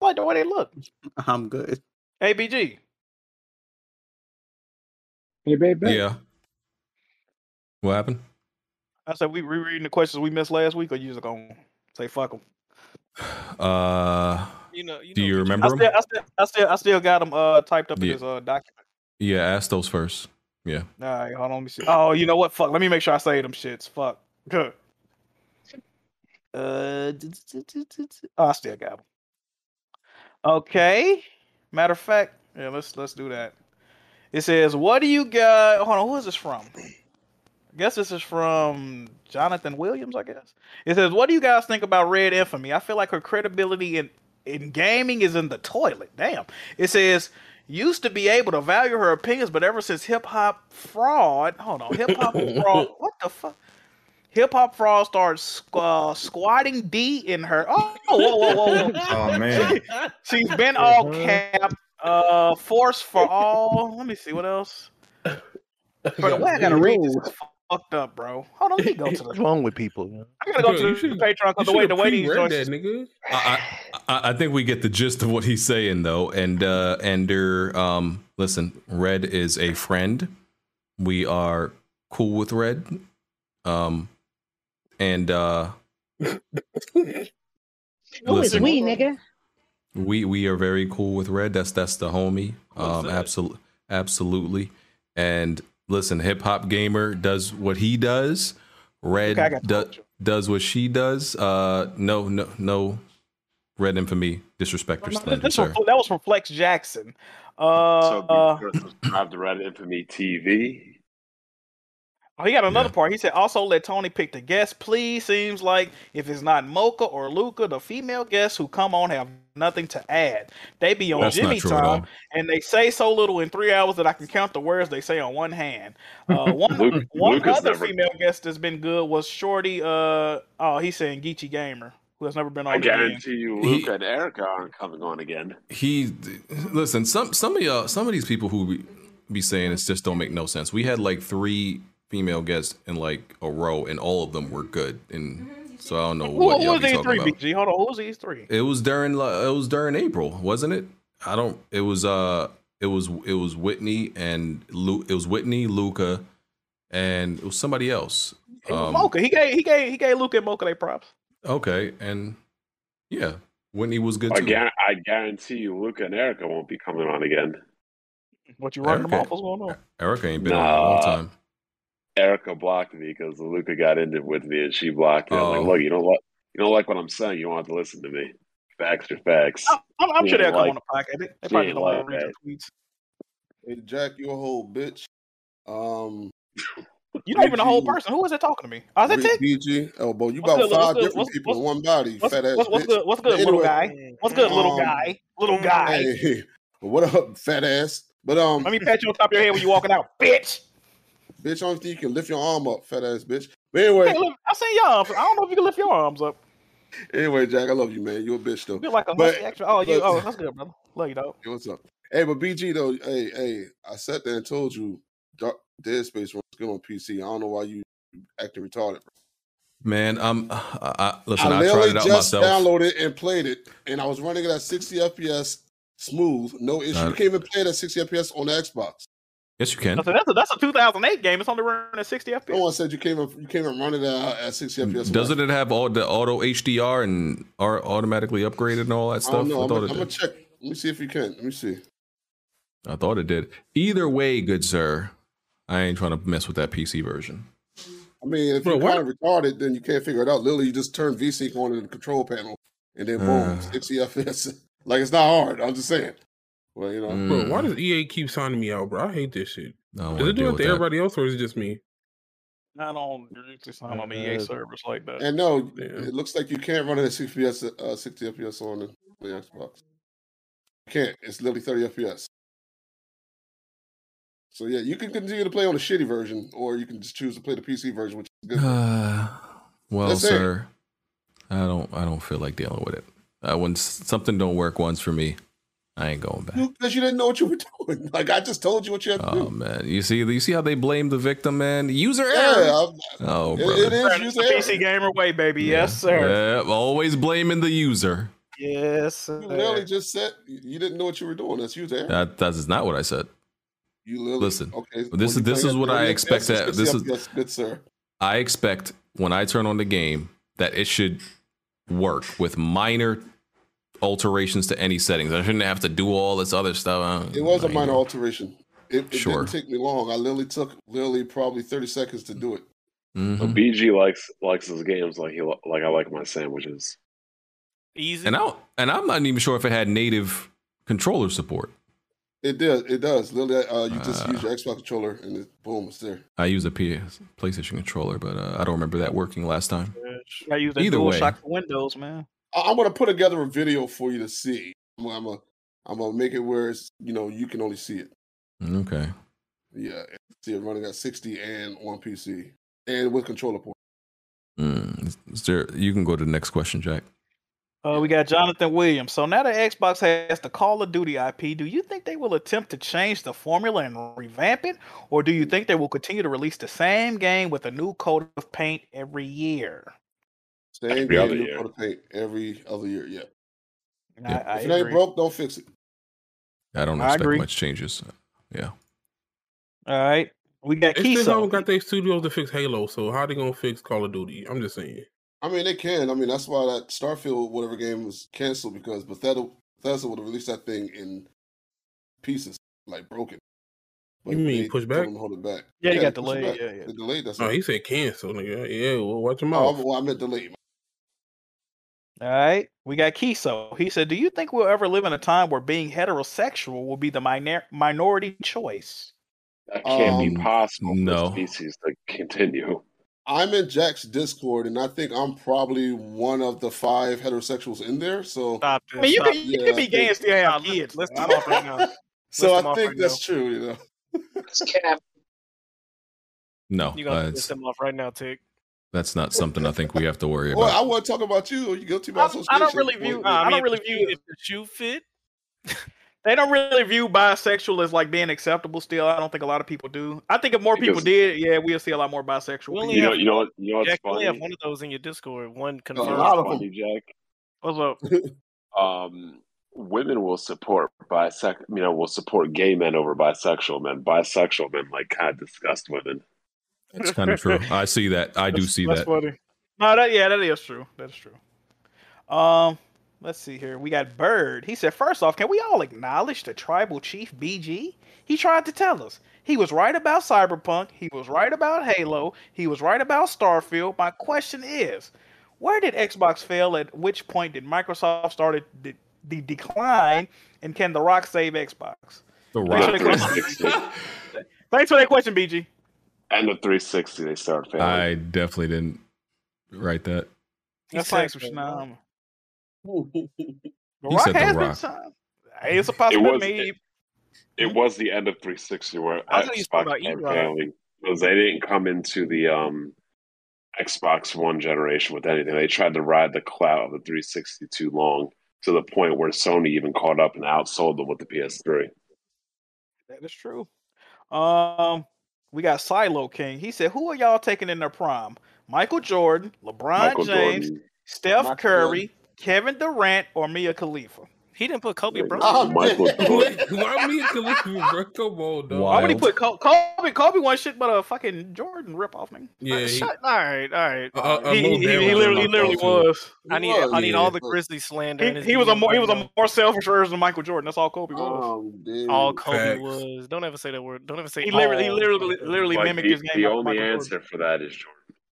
like the way they look. I'm good. ABG. Hey, baby. Yeah. What happened? I said we rereading the questions we missed last week, or you just gonna say fuck them? Uh, You know, you do know you Vijay- remember I uh, 'em? still, I still, I still, I still got them uh, typed up in Yeah. this uh, document. Yeah, ask those first. All right, hold on, let me see. Oh, you know what? Fuck, let me make sure I say them shits. Fuck. Good. Uh, d- d- d- d- d- d- oh, I still got them. Okay. Matter of fact, yeah, let's let's do that. It says, "What do you got?" Hold on, who is this from? I guess this is from Jonathan Williams. I guess it says, "What do you guys think about Red Infamy?" I feel like her credibility in in gaming is in the toilet. Damn. It says, used to be able to value her opinions, but ever since hip hop fraud, hold on, hip hop fraud, what the fuck? Hip hop fraud started squ- uh, squatting D in her. Oh, whoa, whoa, whoa, whoa. Oh man. She's been all Uh-huh. cap, uh, force for all. Let me see what else. Bro, the way I gotta read this is fucked up, bro. Hold on, let me go to What's the. wrong with people? man? I gotta go Bro, to you the should've- Patreon because the way the way these read that, joints. nigga. I, I I- I think we get the gist of what he's saying though, and uh, Ender. Um, listen, Red is a friend. We are cool with Red. Um, and uh, Who is Listen. we, nigga? Mm-hmm. we we are very cool with Red. That's that's the homie. What's Um, that? absolutely, absolutely. And listen, hip hop gamer does what he does. Red Okay, I got you. do, does what she does. Uh, no, no, no. Red infamy, disrespect or slander, This sir. was, that was from Flex Jackson. Uh, so uh, you subscribe to Red Infamy TV. Oh, he got another Yeah. part. He said, also let Tony pick the guest, please. Seems like if it's not Mocha or Luca, the female guests who come on have nothing to add. They be on That's Jimmy not true at time, all. and they say so little in three hours that I can count the words they say on one hand. Uh, one Luke, one Lucas other never. female guest that's been good was Shorty. Uh, oh, he's saying Geechee Gamer, who has never been on I the game. guarantee you, He- Luca and Erica aren't coming on again. he listen some some of y'all some of these people who be, be saying this just don't make no sense we had like three female guests in like a row and all of them were good and so i don't know Mm-hmm. Who, what who y'all was be these talking three, about BG? Hold on, who was these three? it was during li- it was during april wasn't it i don't it was uh it was it was whitney and Lu, it was whitney luca and it was somebody else It was Um, Mocha. He gave he gave he gave Luca and Mocha their props. okay and yeah whitney was good I, too guar- I guarantee you, Luca and Erica won't be coming on again. What you running them Okay. off? What's going on? erica ain't been on in a long Nah. time Erica blocked me because Luca got into it with me, and she blocked me. I'm Oh. like, look, you don't like you don't like what I'm saying. You don't have to listen to me. Facts are facts. I'm, Oh, I'm, I'm sure Yeah, they'll come like- on the podcast. They, they yeah, probably don't want like to read that. your tweets. Hey, Jack, you a whole bitch. Um, You're not even a whole BG. person. Who is it talking to me? Oh, is that Tick? BG, elbow. You What's about good, what's five good, different what's- people in what's- one body. you What's, fat ass what's, what's bitch. good? What's good, little Anyway. guy? What's good, little Um, guy? Little guy. Hey, what up, fat ass? But um, Let me pat you on top of your head when you're walking out, bitch. bitch, only thing you can lift your arm up, fat ass bitch. But anyway, Hey, look, I seen your arms. I don't know if you can lift your arms up. anyway, Jack, I love you, man. You a bitch though. You're like a But- musty extra. Oh, you. but- Oh, that's good, brother. Love you, dog. Hey, what's up? Hey, but BG though, hey, hey, I sat there and told you, Dark, Dead Space was good on PC. I don't know why you acting retarded. Man, I'm. I, I, listen, I, I tried literally it out just myself. downloaded it and played it, and I was running it at 60 FPS smooth, no issue. Got You it. can't even play it at 60 FPS on the Xbox. Yes, you can. I said, That's a, that's a 2008 game. It's only running at 60 No FPS. one said you can't even you can't even run it at, at 60 FPS. on Doesn't Xbox. Mm, it have all the auto HDR and are automatically upgraded and all that I stuff? don't know. I'm thought gonna I'm it gonna did. check. Let me see if you can. Let me see. I thought it did. Either way, good sir, I ain't trying to mess with that PC version. I mean, if Bro, you're why- kind of retarded, then you can't figure it out. Literally, you just turn VSync on in the control panel, and then boom, Uh. 60 FPS. like it's not hard. I'm just saying. Well, you know, Hmm. Bro, Mm. why does EA keep signing me out, bro? I hate this shit. I don't Does wanna it do deal it with to that. everybody else, or is it just me? Not on it's not on EA Uh, servers like that. and no, Yeah. it looks like you can't run it at 60 FPS, uh, 60 FPS on the, the Xbox. You can't. It's literally 30 FPS. So yeah, you can continue to play on the shitty version, or you can just choose to play the PC version, which is good. Uh, well, That's it. sir, I don't. I don't feel like dealing with it. Uh, when s- something don't work once for me, I ain't going back. Because you didn't know what you were doing. Like I just told you what you had to Oh do. man, you see, you see how they blame the victim, man. User error. Yeah, Oh, I- brother. it, it is Turn it user the error. PC gamer way, baby. Yes, Yeah. sir. Yeah, always blaming the user. Yes. You literally sir. just said you you didn't know what you were doing. That's you there. That that is not what I said. you literally listen, Okay. this is- this is what I expect that- this is- yes, good sir. I expect when I turn on the game that it should work with minor alterations to any settings. I shouldn't have to do all this other stuff. It was a Like, minor alteration. It, it Oh, Sure. didn't take me long. I literally took literally probably thirty seconds to do it. But mhm. BG likes likes his games like he li- like I like my sandwiches. Easy. And I and I'm not even sure if it had native controller support. It does. It does. Literally, uh, you just Uh. use your Xbox controller and it, boom, it's there. I use a PS PlayStation controller, but uh, I don't remember that working last time. I use that Either way. DualShock for Windows, man. I, I'm gonna put together a video for you to see. I'm, I'm a, I'm gonna make it where it's you know you can only see it. Okay. Yeah, see it running at sixty and on PC and with controller port. Mm. Is- is there- you can go to the next question, Jack. Uh, we got Jonathan Williams. So now that Xbox has the Call of Duty IP, do you think they will attempt to change the formula and revamp it, or do you think they will continue to release the same game with a new coat of paint every year? Same Every game other you year. put to paint every other year. Yeah. And Yeah. I, I if it ain't agree. broke, don't fix it. I don't I expect agree. much changes. All right, we got They still haven't Kiso. got their studios to fix Halo, so how they gonna fix Call of Duty? I'm just saying. I mean, they can. I mean, that's why that Starfield whatever game was canceled because Bethesda Bethesda would have released that thing in pieces, like broken. You mean they push told back? them to hold it back. Yeah, it got they pushed it delayed. back. Yeah, yeah. They delayed. That's Oh, all. he said cancel, nigga. Yeah, well, watch your Oh, mouth. well, I meant delayed. All right, we got Kiso. He said, "Do you think we'll ever live in a time where being heterosexual will be the minor- minority choice?" That can't be Um, possible no. for species to continue. I'm in Jack's Discord, and I think I'm probably one of the five heterosexuals in there. So, Stop this. I mean, you Stop can it. you yeah, can I be think- gay and still Nah, have let's- kids. Let's I'm off right now. so them I off think right that's true. You know, No, You uh, gotta it's- piss them off right now, Tick. that's not something I think we have to worry well, about. I want to talk about you. You guilty by I don't- association. I don't really view- Well, I don't if really the view shoe- it. if the shoe fit. they don't really view bisexual as like being acceptable still. I don't think a lot of people do. I think if more people Because- did, yeah, we'll see a lot more bisexual. We people. only You know, have- you know, what- you know what's Jack, you only funny? have one of those in your Discord. One confirmed. A lot of funny, Jack. What's up? um, women will support bisex, you know, will support gay men over bisexual men. Bisexual men like God disgust women. It's kind of true. I see that. I do That's- see that's that. funny. No, that yeah, that is true. That's true. Um, let's see here. We got Bird. He said, first off, can we all acknowledge the tribal chief BG? He tried to tell us. He was right about Cyberpunk. He was right about Halo. He was right about Starfield. My question is, where did Xbox fail? At which point did Microsoft started the, the decline? And can The Rock save Xbox? The Thanks Rock. for the Rock. question. Thanks for that question, BG. And the 360, they start failing. I definitely didn't write that. He That's é said like some that, shit. bro. Nah, He said é The has been Rock. some. Hey, it's a possibility. was- maybe- Hmm? it was the end of 360 where I thought you spoke about Xbox started E-Rock. failing because they didn't come into the um, Xbox One generation with anything. They tried to ride the cloud of the 360 too long to the point where Sony even caught up and outsold them with the PS3. That is true. Um, we got Silo King. He said, "Who are y'all taking in their prime? Michael Jordan, LeBron Michael James, Jordan, Steph Michael Curry, Kevin Durant, or Mia Khalifa? He didn't put Kobe Wait, Bryant. I'm Michael dead. Jordan. Wait, Why me and Khalifa, bro? Come on, dog. Why would he Wild. put Col- Kobe? Kobe won shit, but a fucking Jordan ripoff, man. Yeah, he, Shut. All right, all right. Uh, uh, he, Mo he- he Bamba literally, he ripoff, literally too. was. I need, Well, I need yeah, all the but- Grizzly slander. in He, his he was a DM more, he right was a now. more selfish version of Michael Jordan. That's all Kobe was. Oh, Um, dude. all Kobe Facts. was. Don't ever say that word. Don't ever say. He literally, he all. literally, literally Oh, Like, mimicked the, his game. the after only Michael Jordan. answer for that is Jordan.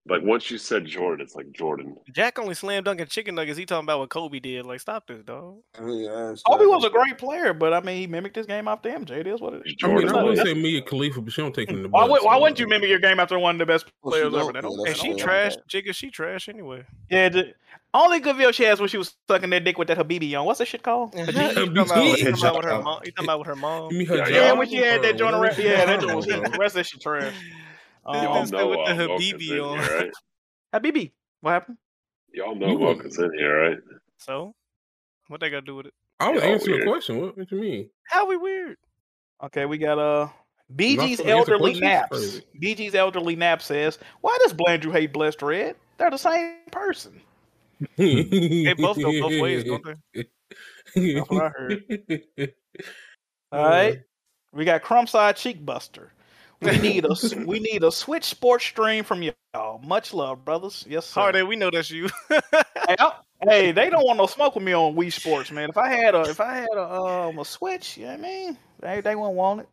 Like once you said Jordan, it's like Jordan. Jack only slam dunking chicken nuggets. He talking about what Kobe did. Like, stop this, dog. I mean, I understand. Kobe was a great player, but I mean, he mimicked his game after MJ. It is what it is. It's I mean, Jordan. I would Jordan. say me and Khalifa, but she don't take him to Why, would, bus, why so- wouldn't you mimic your game after one of the best Well, she players ever? don't, That though. don't, That's And that the she don't thing. count. trash, Jigga. She trash anyway. Yeah, the only good video she has when she was sucking that dick with that Habibi on. What's that shit called? You Habibi? talking about you talking about with her Hijab. mom? You talking about with her mom? You mean her Yeah, job? yeah, when she had that joint around. Bro, what Yeah, that you joint was talking the about, rest of that shit trash. Y'all Um, This dude know with the uh, Wilkins Habibi in on. here, right? Habibi, what happened? Y'all know You were- Wilkins in here, right? So, what they got to do with it? bro? I was Yeah, answering weird. the question. What, what you mean? How we weird? Okay, we got uh BG's supposed to answer elderly questions? naps. Crazy. BG's elderly nap says, "Why does Blandrew hate Blessed Red? They're the same person." they They both go both ways, don't they? That's what I heard. All right. Uh, We got Crumb Side Cheek Buster. We need a s- we need a Switch sports stream from y'all. Much love, brothers. Yes, sir. Hardy, we know that's you. Hey, I- hey, they don't want no smoke with me on Wii Sports, man. If I had a if I had a um a Switch, you know what I mean? They they wouldn't want it.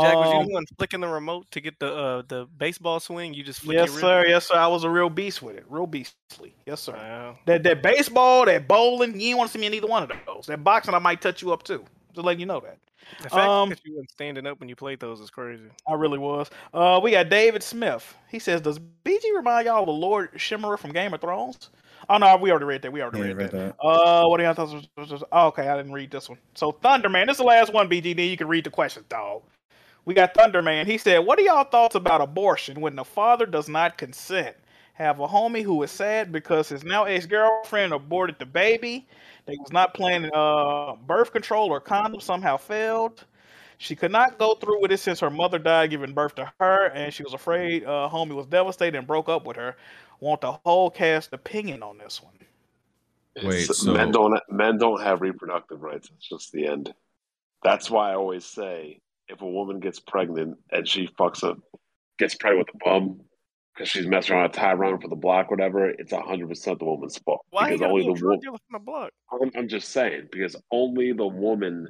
Jack, was you Um, the one flicking the remote to get the uh, the baseball swing? You just flick yes, your sir. Yes, sir. I was a real beast with it. Real beastly. Yes, sir. Wow. That that baseball, that bowling, you ain't want to see me in either one of those. That boxing, I might touch you up too. Just letting you know that. The fact Um, that you weren't standing up when you played those is crazy. I really was. Uh, we got David Smith. He says, "Does BG remind y'all of Lord Shimmerer from Game of Thrones?" Oh no, we already read that. We already Yeah, read, read that. that. Uh, what do y'all thoughts? Oh, okay, I didn't read this one. So Thunderman, this is the last one, BG. Then you can read the questions, dog. We got Thunderman. He said, "What are y'all thoughts about abortion when the father does not consent?" Have a homie who is sad because his now ex girlfriend aborted the baby. They was not planning uh, birth control or condom. Somehow failed. She could not go through with it since her mother died giving birth to her, and she was afraid uh, homie was devastated and broke up with her. Want the whole cast opinion on this one? Wait, It's- so- men don't men don't have reproductive rights. It's just the end. That's why I always say if a woman gets pregnant and she fucks up, gets pregnant with a bum because she's messing around a tie run for the block, whatever, it's hundred percent the woman's fault. Why he because got a only little the drug woman. dealer from the block? I'm, I'm just saying because only the woman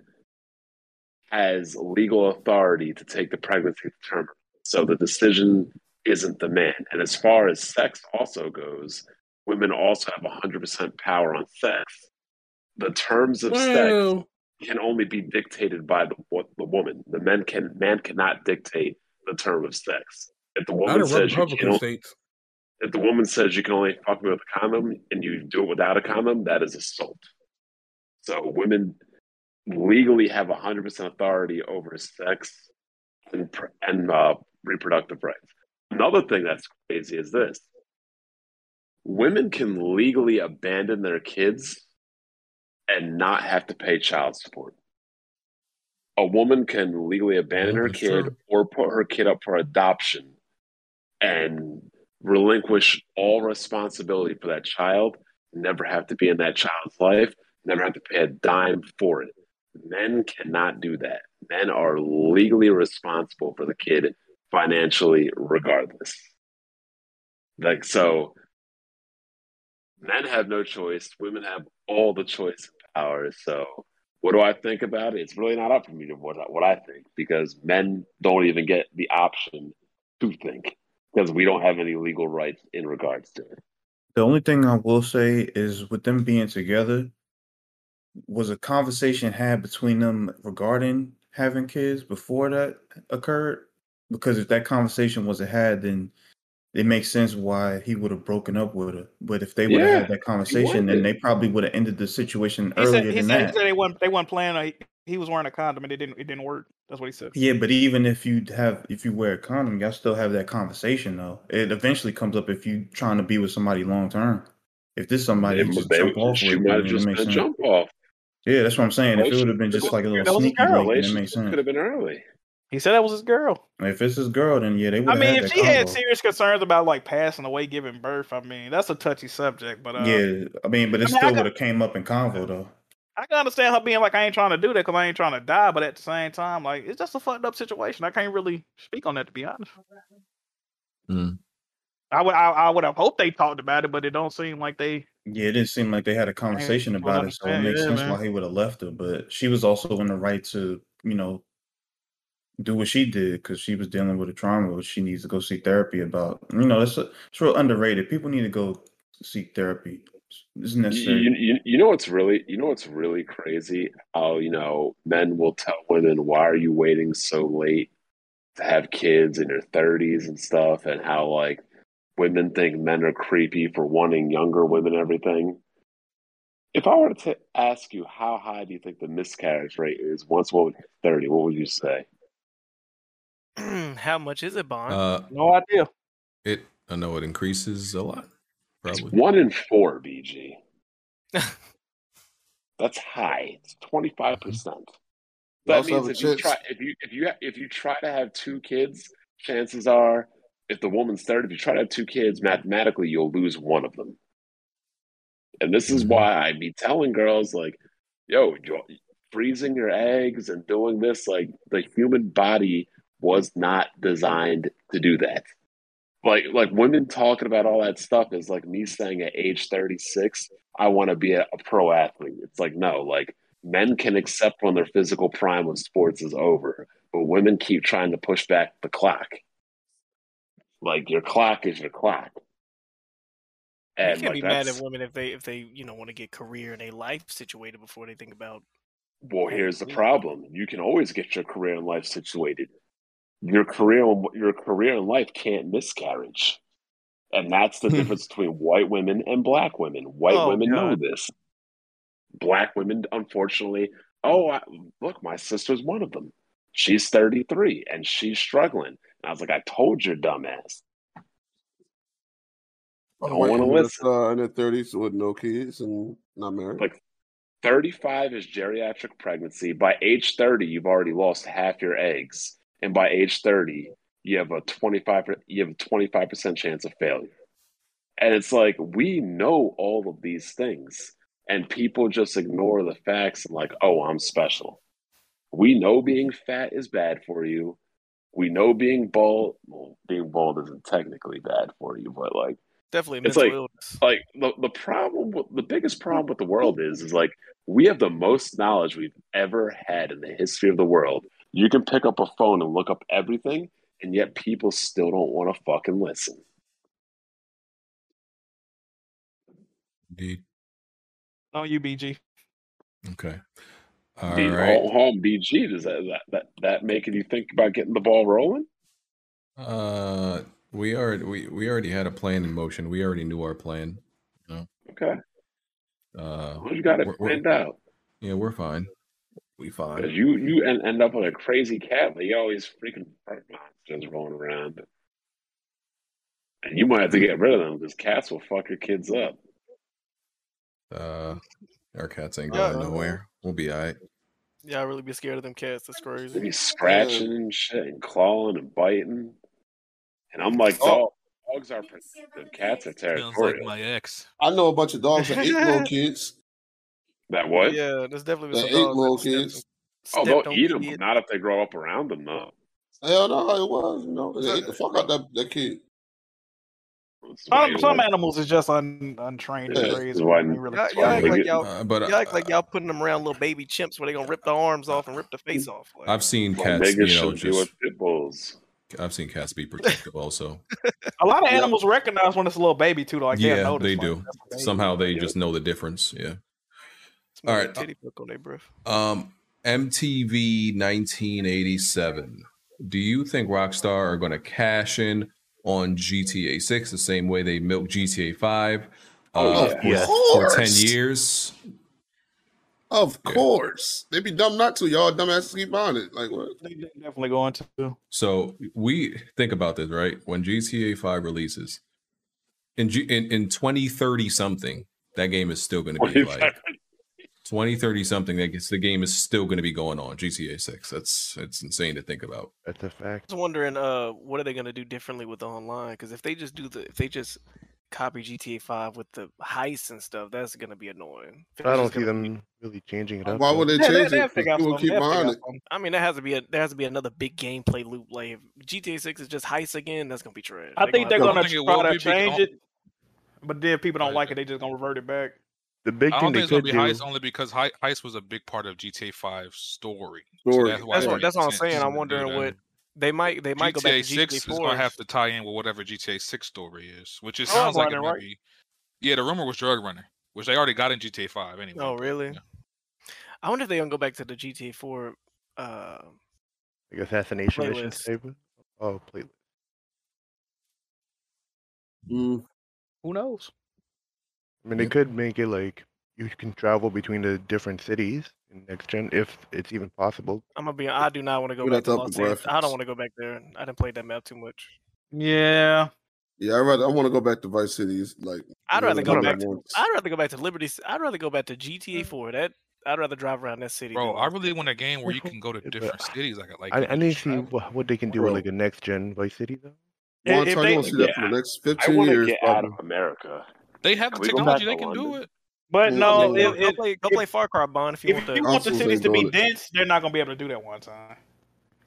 has legal authority to take the pregnancy to term. So the decision isn't the man. And as far as sex also goes, women also have 100% power on sex. The terms of sex Well, can only be dictated by the, what, the woman. The men can man cannot dictate the term of sex. If the not woman in says you Republican can, states. if the woman says you can only fuck me with a condom and you do it without a condom, that is assault. So women legally have 100% authority over sex and, pr- and uh, reproductive rights. Another thing that's crazy is this women can legally abandon their kids and not have to pay child support. A woman can legally abandon Yeah, her that's kid true. or put her kid up for adoption and relinquish all responsibility for that child, never have to be in that child's life, never have to pay a dime for it. Men cannot do that. Men are legally responsible for the kid financially, regardless. Like, so men have no choice, women have all the choice and power. So, what do I think about it? It's really not up to me to what, I- what I think because men don't even get the option to think because we don't have any legal rights in regards to it. The only thing I will say is with them being together, was a conversation had between them regarding having kids before that occurred? Because if that conversation wasn't had, then it makes sense why he would have broken up with her. But if they would have Yeah, had that conversation, then wasn't. they probably would have ended the situation He earlier said, he than said, he that. said they weren't they weren't playing. He, he was wearing a condom and it didn't it didn't work. That's what he said. Yeah, but even if you have if you wear a condom, y'all still have that conversation though. It eventually comes up if you trying to be with somebody long term. If this somebody They- you just they- jump off she with, might then have it just been makes a sense. jump off. Yeah, that's what I'm saying. If it Relationship would have been just could- like a that little was a sneaky, like then it relationship makes sense. could have been early. He said that was his girl. If it's his girl, then yeah, they would I have mean, had if that she had convo. serious concerns about like passing away, giving birth, I mean, that's a touchy subject. But uh, Yeah, I mean, but it I mean, I still got- would have came up in convo though. I can understand her being like, I ain't trying to do that because I ain't trying to die. But at the same time, like, it's just a fucked up situation. I can't really speak on that to be honest. Mm. I would I, I would have hoped they talked about it, but it don't seem like they Yeah, it didn't seem like they had a conversation well, about it, so it understand- makes yeah, sense man. why he would have left her. But she was also in the right to, you know, do what she did because she was dealing with a trauma. which She needs to go see therapy about. You know, it's it's real underrated. People need to go seek therapy. It's You, necessary. you, you- you know what's really you know what's really crazy? How you know men will tell women, "Why are you waiting so late to have kids in your thirties and stuff?" And how like women think men are creepy for wanting younger women and everything. If I were to ask you how high do you think the miscarriage rate is once women hit thirty, what would you say? How much is it, Bond? Uh, no idea. it I know it increases a lot. It's Probably. one in four, BG. That's high. It's twenty five percent. You That also have means a if you chance- try if you if you if you try to have two kids, chances are, if the woman's thirty, if you try to have two kids, mathematically you'll lose one of them. And this is Mhm. why I be telling girls like, yo, you freezing your eggs and doing this, like the human body was not designed to do that. Like like women talking about all that stuff is like me saying at age 36, I want to be a, a pro athlete. It's like, no, like men can accept when their physical prime of sports is over, but women keep trying to push back the clock. Like your clock is your clock. You And can't like be mad that's- at women if they if they you know want to get career and a life situated before they think about. Well, here's the Yeah. problem. You can always get your career and life situated. Your career your career and life can't miscarriage. And that's the Hmm. difference between white women and black women. White Oh, women know God. this. Black women, unfortunately, oh, I, look, my sister's one of them. She's 33 and she's struggling. And I was like, I told your dumbass. By the Don't way, wanna and listen. that's, Uh, in their thirties with no kids and not married. Like- 35 is geriatric pregnancy. By age 30, you've already lost half your eggs. And by age 30, you have a 25 you have a 25% chance of failure. And it's like we know all of these things and people just ignore the facts and like, "Oh, I'm special." We know being fat is bad for you. We know being bald, well, being bald isn't technically bad for you, but like Definitely a It's mental like- illness. like the, the problem with, the biggest problem with the world is is like we have the most knowledge we've ever had in the history of the world you can pick up a phone and look up everything and yet people still don't want to fucking listen Indeed. On you, BG. Okay. All right. Be- home, home bg does that, that, that that making you think about getting the ball rolling Uh, we already we, we already had a plan in motion. We already knew our plan. okay Uh, well, you got it We're- we're- planned out yeah, we're fine. We 'Cause fine. you you en- end up with a crazy cat but you always freaking fart monsters rolling around and you might have to get rid of them because cats will fuck your kids up Uh, our cats ain't Yeah. going nowhere. We'll be all right. Yeah, I really be scared of them cats. That's They crazy. be scratching and shit and clawing and biting. And I'm like, Oh. dog, dogs are protective. Cats are Sounds like territorial. my ex. I know a bunch of dogs that ate little kids. that what? Yeah, there's definitely been That some ate dogs little that stepped kids. oh, on- stepped they'll on eat them, kids. but not if they grow up around them, though. Hell no, it was. You know, they ate the fuck out that that kid. That's the way Some, it some works. animals is just un, untrained Yeah, and crazy. why- and they really Y'all, That's y'all why explode. act they like get- y'all, Uh, but y'all act like uh, y'all putting them around little baby chimps where they gonna rip the arms off and rip the face off. Like, I've seen Why cats. niggas You know, should be with just pit bulls. I've seen cats be protective. Also, A lot of Yeah. animals recognize when it's a little baby too. Though, like yeah, they'll notice, they like, do. that's a baby. Somehow they Yeah. just know the difference. Yeah. smell all that right. uh titty pick on their breath. Um, MTV 1987. Do you think Rockstar are going to cash in on GTA 6 the same way they milked GTA 5 Oh, uh, yeah. for- Yeah. for, 10 course. years? Of Yeah. course, they be dumb not to. Y'all dumbasses keep on it. Like what? They they definitely going to. So we think about this, right? When GTA 5 releases in G- in, in 2030 something, that game is still going to be like 2030 something. That gets the game is still going to be going on GTA 6. That's it's insane to think about. That's a fact. just wondering uh what are they going to do differently with online because if they just do the if they just copy gta 5 with the heists and stuff that's going to be annoying If it's I don't just see gonna them really changing it up. Why though. would they Yeah, they, change they'll it? figure out People something. keep They'll figure on out it. something. i mean there has to be a there has to be another big gameplay loop like if gta 6 is just heists again that's going to be trash I They think they're have I don't gonna think it will try be to big- change I it, but then if people don't Right. like it. They just gonna revert it back. The big I thing don't they think it's gonna could be do. heist only because hei- heist was a big part of GTA 5's story. Story. So that's why That's it what- makes that's what I'm sense saying. I'm to do wondering that. what- they might they might go back to GTA gta 6 is going 4 to have to tie in with whatever GTA 6 story is, which it Oh, Drug sounds like it Runner, might right? be. Yeah, the rumor was Drug Runner, which they already got in GTA 5 anyway. oh but, really yeah. i wonder if they're going to go back to the gta 4 uh Like assassination missions. Playlist. Maybe? Oh, playlist. Mm. Who knows? I mean, they Yep. could make it like you can travel between the different cities in next gen if it's even possible. i'm gonna be i do not want to go We'd back to have to up los the angeles i graphics. don't want to go back there i didn't play that map too much Yeah, Yeah, I rather I want to go back to Vice Cities. Like I'd more rather than go I back. To, once. I'd rather go back to Liberty. Ci- I'd rather go back to GTA Mm. Four. That I'd rather drive around that city. Bro, than I Los really want a game where you Well, can go to but different cities. Like, like I, you I can need to just see travel. what, what they can do with Bro. like a next gen Vice City though. One if time they- you want to see that for the next I fifteen want to years. get out probably. of America. They have Can the we go back technology; to they can do London? it. But Yeah, no, yeah. it, go, it, play, go if- play Far Cry Bond if you if want you to. want the Consoles cities ain't to be doing it. dense, they're not gonna be able to do that one time.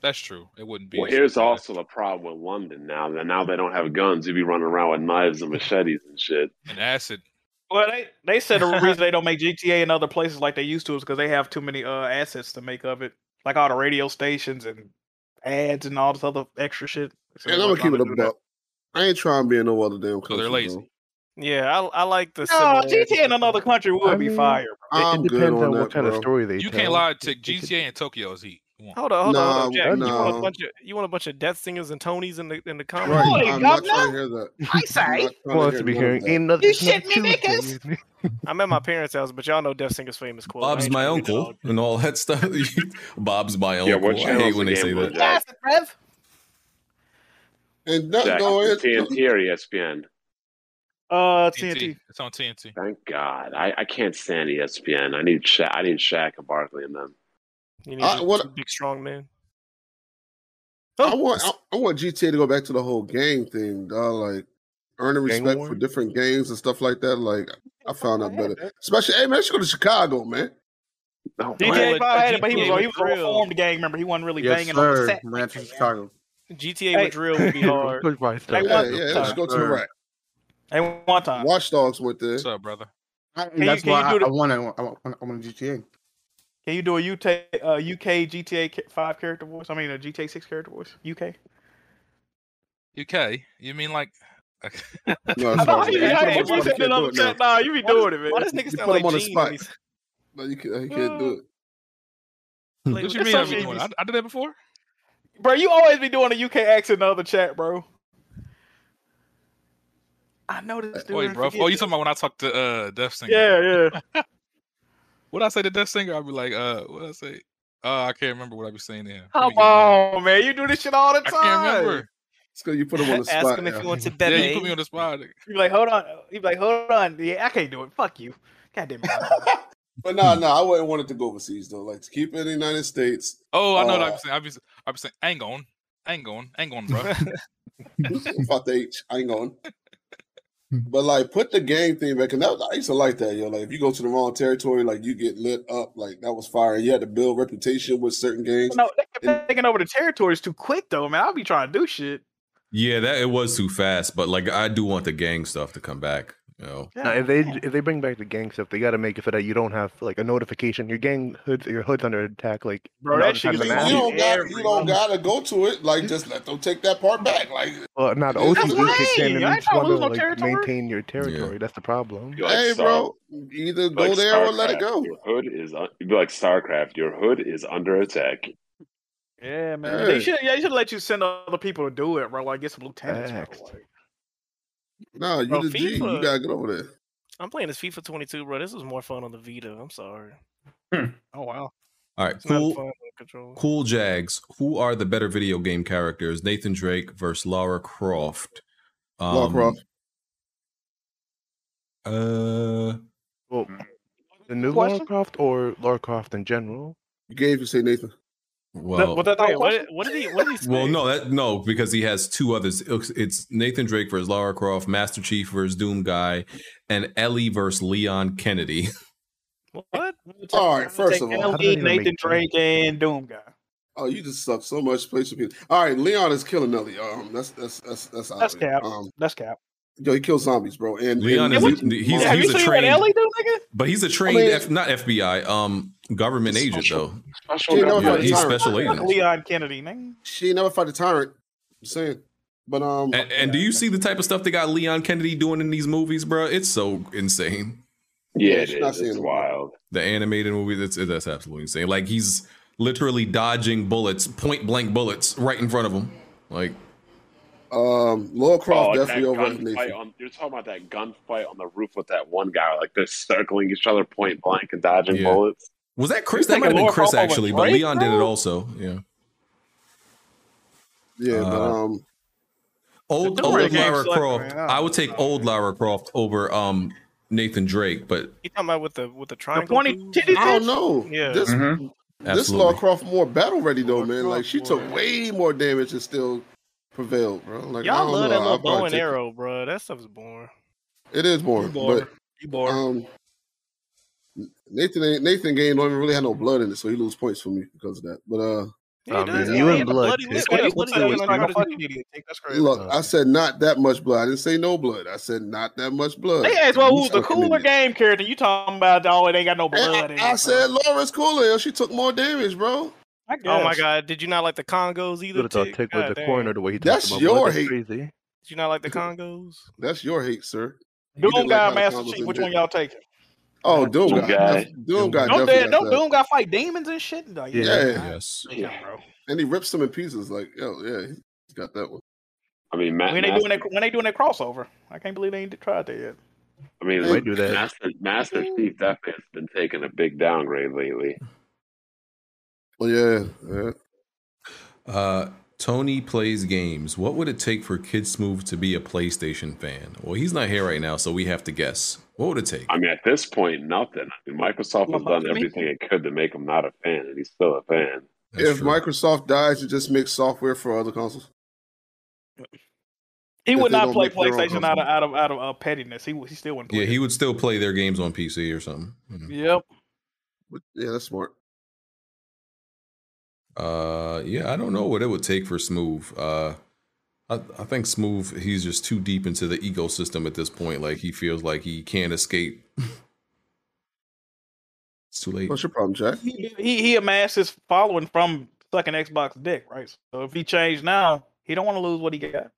That's true. It wouldn't be. Well, as- here's also the problem with London now. That now they don't have guns. You'd be running around with knives and machetes and shit. an acid. Well, they they said the reason they don't make GTA in other places like they used to is because they have too many uh assets to make of it, like all the radio stations and ads and all this other extra shit. So And they I'm weren't gonna keep it trying up to do about. I ain't trying to be in no other damn country. So they're lazy. bro. Yeah, I, I like the. that. No, similarity. GTA in another country would I be mean, fire. Bro. I'm it good depends on on what that, kind bro. of story they You tell. can't lie It- to it could- GTA and Tokyo is heat. Come on. Hold on, hold on, hold Nah, on, Jack. You want a nah. bunch of you want a bunch of death singers and Tonys in the in the comments? Right. Holy I'm not governor. trying to hear that. I say. I'm not Wants trying to to be hear hearing none ain't another. of You it's not shit me, niggas! Tuesday. I'm at my parents' house, but y'all know Death Singer's famous quote. I Bob's ain't my tryna hear uncle and all that stuff. Bob's my Yeah, what uncle. I channel's hate when the they say game on, that. Jack? Rev. that. And that, Jack, no, it, TNT or ESPN? Oh, Uh, TNT. TNT. It's on TNT. Thank God. I, I can't stand E ESPN. I need Sha- I need Shaq and Barkley and them. You need I- those what- two big strong men. I want I, I want GTA to go back to the whole game thing, dog. Like earning Gang respect for award? different games and stuff like that. Like I found that better. Especially, hey man, I should go to Chicago, man. Oh, GTA Right. Five had it, but he GTA was he was a drill. reformed gang member. He wasn't really Yes, banging on the sir. set. Man from Chicago. GTA Hey. with drill would be hard. Push by They stuff. Yeah, want- yeah, let's go to the rack. Hey, one time. Watch Dogs went there. What's up, brother? I, you- that's can why you do I, the- I want to. I want. I want GTA. Can you do a UK uh, UK GTA ca- five character voice? I mean a GTA six character voice. UK. UK. You mean like? No, I that's know what how I'm you, saying. how You you put him be on the spot, you can't do sitting in on the it now. chat. Nah, you be doing it, man. Why does niggas You sound put like him on the Gene spot. when he's- No, Uh, you can't, you can't do it. Like, What you that's mean? some I've been shit you doing? I, I did that before. be- Bro, you always be doing a UK accent in the other chat, bro. I know this dude. Wait, and bro. Oh, forget you this. talking about when I talked to uh, Death Singer? Yeah, yeah. What I say to Death Singer? I'd be like, uh, what I say? Uh, I can't remember what I be saying to him. Let me Come get it. on, man. You do this shit all the I time. can't remember. So you put him on the Ask spot. him if yeah. he wants to Yeah, bet. you put me on the spot. You be like, hold on. You be like, hold on. Yeah, I can't do it. Fuck you. God damn it. but no, nah, no, nah, I wouldn't want it to go overseas though. Like to keep it in the United States. Oh, I know what I'd Uh, be saying. I'd be, s- I'd be saying, hang on, hang on, hang on, bro. Fuck the H. I ain't going. Hmm. But like, put the game thing back, and that was, I used to like that, yo. Like, if you go to the wrong territory, like you get lit up. Like that was fire. You had to build reputation with certain games. no, they kept taking over the territories too quick, though, man. I'll be trying to do shit. Yeah, that it was too fast, but like I do want the gang stuff to come back. You know, Now, if they if they bring back the gang stuff, they got to make it so that you don't have like a notification. Your gang hoods your hood's under attack. Like Bro, not that all the shit time is the You, map. you don't got, man, you everyone- don't gotta go to it. Like, just let them take that part back. Like, Well, Uh, not That's OCD E kicks in lame. and I they ain't just trying want to to lose no like territory. maintain your territory. That's the problem. You like hey, Star- bro, either you go like there or let StarCraft. it go. Your hood is un- you'd be like StarCraft. Your hood is under attack. Yeah, man. They Hey. should. Yeah, you should let you send other people to do it, bro. Like get some lieutenants. Bro. Facts. Like, Nah, you Bro, the G. You FIFA. gotta get over there. I'm playing this FIFA 22, bro. This was more fun on the Vita. I'm sorry. Hmm. oh wow. all right, It's not cool. fun on controller. Cool Jags, who are the better video game characters? Nathan Drake versus Lara Croft. Um, Lara Croft. Uh, Well, the new Lara Question? Croft or Lara Croft in general. You gave, you say Nathan. well, was that the Wait, whole what, question? did- what did he? What did he say? well, no, that no, because he has two others. It's- It's Nathan Drake versus Lara Croft, Master Chief versus Doom Guy, and Ellie versus Leon Kennedy. What? All right, first Take of all, how does LD, that even make Nathan sense? Drake and Doom guy. Oh, you just suck so much. Place your people. All right, Leon is killing Ellie. Um, that's that's that's that's That's obvious. cap. Um, That's cap. yo, he kills zombies, bro. And Leon and is Mutant- a, he's, yeah, have he's you a seen what trained, Ellie do, nigga? but he's a trained I mean- F, not FBI, um, government agent though. Special You know government Yeah, if I was he's retired. special Fuck agent. Leon Kennedy, nigga. She ain't never fight a tyrant. I'm saying, but um, And, and do you see the type of stuff they got Leon Kennedy doing in these movies, bro? It's so insane. Yeah, Yeah, it she's not is. It's seeing- wild. The animated movie, that's that's absolutely insane. Like he's literally dodging bullets, point blank bullets, right in front of him. Like um, Laura Croft oh, that definitely over gunfight Nathan. on, you're talking about that gunfight on the roof with that one guy, like they're circling each other point blank and dodging Yeah. bullets. was that Chris? That You're might have thinking been Laura Chris Palmer was actually, but Drake, Leon did it bro? also. Yeah. Yeah, but Uh, um, Old The newer old games Lara suck, Croft. man. I would take old Lara Croft over um Nathan Drake, but You talking about with the with the The triangle? pointy dude? titty I don't bitch? know. Yeah. This Mm-hmm. Mhm. this Absolutely. Laura Croft more battle ready though, Lara man. Like Croft she took more- way more damage and still prevailed, bro. Like I Y'all don't love know. that little I'll probably bow and take it. arrow, bro. That stuff's boring. It is boring, You bored. but You bored. um, Nathan ain't, Nathan game don't even really have no blood in it, so he lose points for me because of that. But uh, Oh, Yeah, he does. you and blood. Oh, Look, I said not that much blood. I didn't say no blood. I said not that much blood. They asked, well, You who's the fucking cooler idiot. game character? You talking about, oh, it ain't got no blood in I it. said Laura's cooler. yo. She took more damage, bro. I Oh my guess. god! Did you not like the Congos either? Would've thought Tick? Tick was God the dang. corner the way he That's talked about your blood. hate. crazy. Did you not like the Congos? That's your hate, sir. You Doom didn't like Guy, how the Master combos Chief, which ended. one y'all taking? Oh, Doom, Doom guy. Guy. Def- Doom guy. Don't, definitely they, don't got that. Doom Guy fight demons and shit? Like, Yeah. Yes. yeah, bro. And he rips them in pieces. Like, yo, yeah, he's got that one. I mean, Matt, When they Master, doing that, when they doing that crossover, I can't believe they ain't tried that yet. I mean, They do that. Master, Master Chief definitely has been taking a big downgrade lately. Well, Oh, yeah, yeah. Uh, Tony plays games. What would it take for Kid Smooth to be a PlayStation fan? Well, he's not here right now, so we have to guess. What would it take? I mean, at this point, nothing. I mean, Microsoft has done everything it could to make him not a fan, and he's still a fan. if Microsoft dies, you just make software for other consoles. He If would they not don't play make their own PlayStation out of out of out of uh, pettiness. He would- he still Oh, wouldn't. Yeah, he would still play their games on PC or something. Mm-hmm. Yep. Yeah, that's smart. Uh, yeah, I don't know what it would take for Smooth. Uh, I, I think Smooth, he's just too deep into the ecosystem at this point. Like he feels like he can't escape. it's too late. What's your problem, Jack? He, he he amassed his following from sucking Xbox dick, right? So if he changed now, he don't want to lose what he got.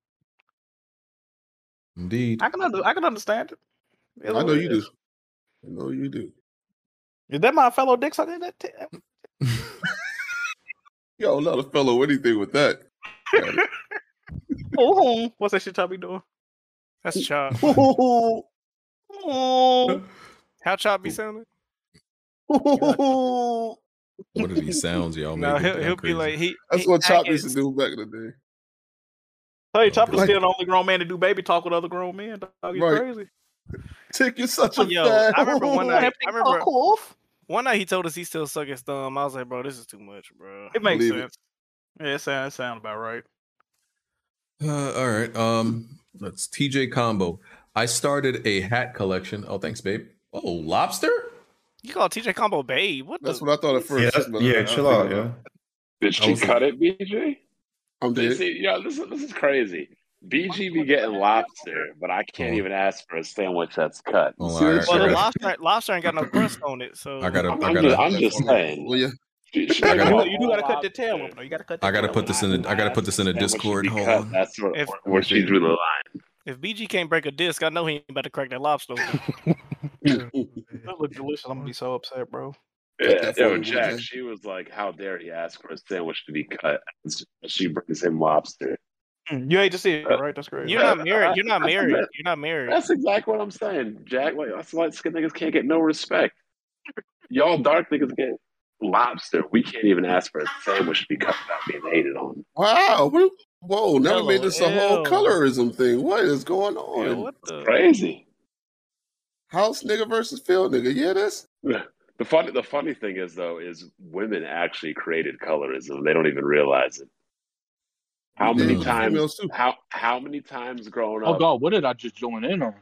Indeed. I can under, I can understand it. It is I know what it you do. is. I know you do. Is that my fellow dick sucking? That t- Yo, not a fellow anything with that. Ooh, oh, hmm. what's that shit y'all be doing? That's Chop. Ooh. How Chop be sounding? What are these sounds y'all No, making? he'll, I'm he'll crazy. be like he. That's he- what Chop I used to guess- do back in the day. Hey, Chopper's Like- still the only grown man to do baby talk with other grown men. Dog, you Right. crazy. Tick, you're such a Yo, fan. I remember one night. I remember off. one night he told us he still suck his thumb. I was like, bro, this is too much, bro. It makes Believe it. sense. Yeah, it sounds sound about right. Uh, all right. Um, let's TJ combo. I started a hat collection. Oh, thanks, babe. Oh, lobster. You call TJ Combo babe? What That's the? what I thought at first. Yeah, that's, but I- yeah, I chill think out, about yo. Did I she was- cut it, BG? it. I'm This, dead. is- yo, this is this is crazy. BG be getting lobster, but I can't Oh. even ask for a sandwich that's cut. Hold on, see I- this I, Well, the gotta, shit? lobster, lobster ain't got no crust on it, so I gotta, I'm, I I'm just, gotta, I'm just saying. Well, yeah. She, she I You make gotta- do, a you do gotta cut the lobster. tail up, though. You gotta cut. The I gotta tail put up. this in. The, I gotta put this in the And what should Discord. be Hold cut, on. That's where, If- where, where she drew the line. if BG can't break a disc, I know he ain't about to crack that lobster. open. That look delicious. I'm gonna be so upset, bro. Cut Yeah, that yo, forty-one Jack, J. she was like, How dare he ask for a sandwich to be cut? She brings him lobster. Mm, You hate to see it, Uh, right? That's crazy. You're not married. You're not That's married. it. You're not married. That's exactly what I'm saying, Jack. Like, that's why skin niggas can't get no respect. Y'all dark niggas get lobster. We can't even ask for a sandwich to be cut without being hated on. Wow. What, whoa, now we made Hello, this a whole ew. colorism thing. What is going Yo, on? what the? Crazy. House nigga versus field nigga. Yeah, that's The funny, the funny thing is though, is women actually created colorism. They don't even realize it. How they many do times? females too. How how many times growing Oh up? God, what did I just join in on?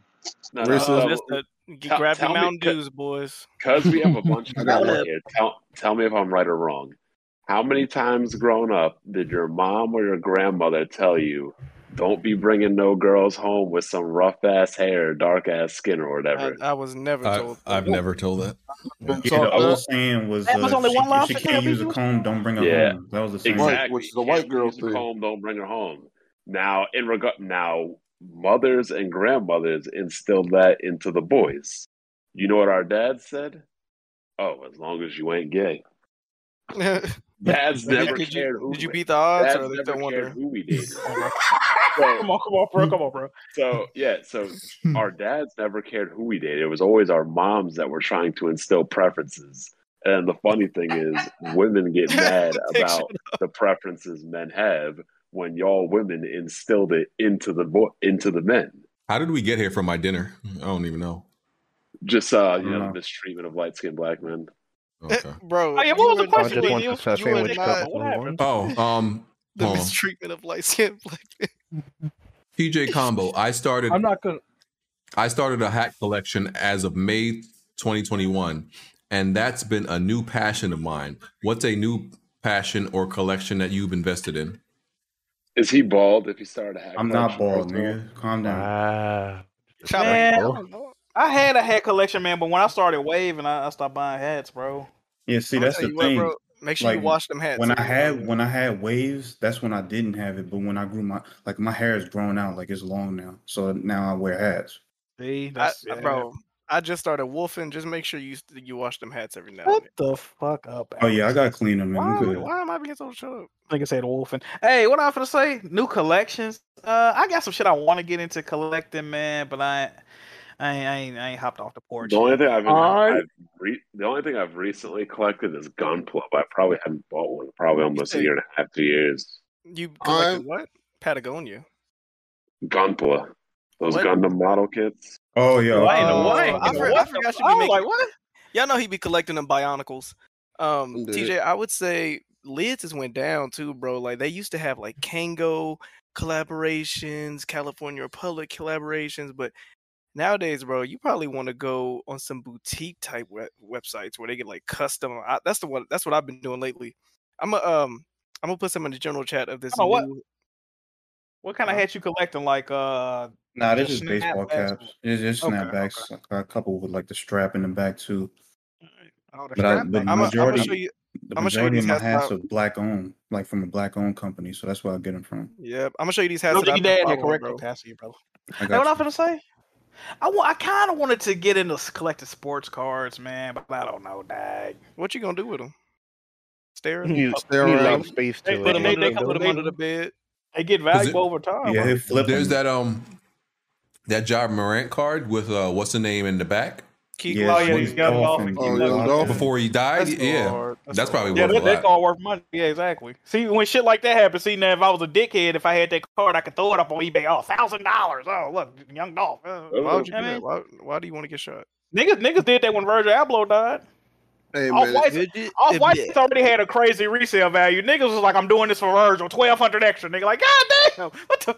No, no, Racism. Uh, no, this the you Tell- grab tell your me, Mountain could- Dews, boys. Because we have a bunch I of got men one. here. Tell tell me if I'm right or wrong. How many times growing up did your mom or your grandmother tell you, "Don't be bringing no girls home with some rough ass hair, dark ass skin, or I, whatever"? I was never I, told. I've never told that. Been Yeah, taught all I that. was saying was, That uh, was only if she, one if she lobster tail, can't use a BG? comb, don't bring her Yeah. home. That was the same. Right, Exactly. which is a You white can't girl use a thing. comb. Don't bring her home. Now, in regard, now mothers and grandmothers instilled that into the boys. You know what our dad said? Oh, as long as you ain't gay. did, Dads never did cared you, who. did you we- beat the odds, or Dads are they never still cared wondering? who we dated. So, Come on, come on, bro. Come on, bro. So yeah, so our dads never cared who we dated. It was always our moms that were trying to instill preferences. And the funny thing is, women get mad about the preferences men have when y'all women instilled it into the bo- into the men. How did we get here from my dinner? I don't even know. Just uh, you know, I the dunno. mistreatment of light skinned black men. Okay. Bro, Oh, yeah, you what was uh, the and- question, just wants you BG? and- a sa- you and sandwich cup. I- What happened? Oh, um, the hold on. mistreatment of light skinned black men. TJ combo. I started. I'm not gonna. I started a hat collection as of May 2021. And that's been a new passion of mine. What's a new passion or collection that you've invested in? Is he bald? If he started a hat, I'm not collection, bald, nigga. Calm down. Man, I had a hat collection, man, but when I started waving, I, I stopped buying hats, bro. Yeah, see, I'ma that's tell the you what, thing. bro. Make sure you wash them hats When I every had when I had waves, that's when I didn't have it. But when I grew my like my hair is grown out, like it's long now. So now I wear hats. See, I, that's I- bro. I just started wolfing. Just make sure you you wash them hats every now. What the fuck up? Oh yeah, I got cleaner, man. Why, I'm am I- good. why am I being so shut up? Like I said, wolfing. Hey, what I'm gonna say? New collections. Uh, I got some shit I want to get into collecting, man, but I, I, ain't- I ain't, I ain't hopped off the porch. The only thing I've, been, Alright. I've re- the only thing I've recently collected is Gunpla. but I probably haven't bought one in probably almost a year and a half, two years. You collected what? Patagonia. Gunpla, those What? Gundam model kits. Oh yeah. Why in the Uh, Oh, world? I, for- I What the forgot you fuck? be making. Oh, Like, what? Y'all know he be collecting them Bionicles. Um, Indeed. TJ, I would say lids has went down too, bro. Like they used to have like Kango collaborations, California Republic collaborations, but nowadays, bro, you probably want to go on some boutique type we- websites where they get like custom. I, that's the one. That's what I've been doing lately. I'm a, um, I'm gonna put some in the general chat of this. Hold on, what- new- What kind of hat you collecting? Like, uh, Nah, this is just baseball snapbacks? caps. It's just Okay, snapbacks. I got a couple with like the strap in the back too. Oh, the But, I, snapback. but the I'ma- I'ma majority, show you- the I'ma show you majority of these my hats hats that I- are black owned, like from a black owned company. So that's where I get them from. Yeah, I'm gonna show you these hats. No, that you I've been did that following, correctly, bro. Pastor, brother. I Know got what I'm gonna say? I want. I kind of wanted to get into s- collecting sports cards, man, but I don't know, dag. What you gonna do with them? Stare. at You need, them? you need a lot steroids. of space They to put it. Put 'em They- under they the- come put with 'em a- under the bed. They get it- valuable over time. yeah, bro. hit flip There's 'em. that um that John Morant card with uh what's the name in the back Keep Yeah, Oh, yeah, Swin you got it off Dolphin, and Keith you left it. Dolphin. before he died. That's yeah, hard. that's, That's probably Yeah, worth that, a that lot. all worth money. Yeah, exactly. See, when shit like that happens, see now if I was a dickhead, if I had that card, I could throw it up on eBay. Oh, thousand dollars. Oh, look, young Dolph. Uh, Why would you I do that? mean- Why, why do you want to get shot? niggas, niggas did that when Virgil Abloh died. Hey Off man, white, off white already had a crazy resale value. Niggas was like, I'm doing this for Virgil, twelve hundred extra. Nigga, like, god damn, what the?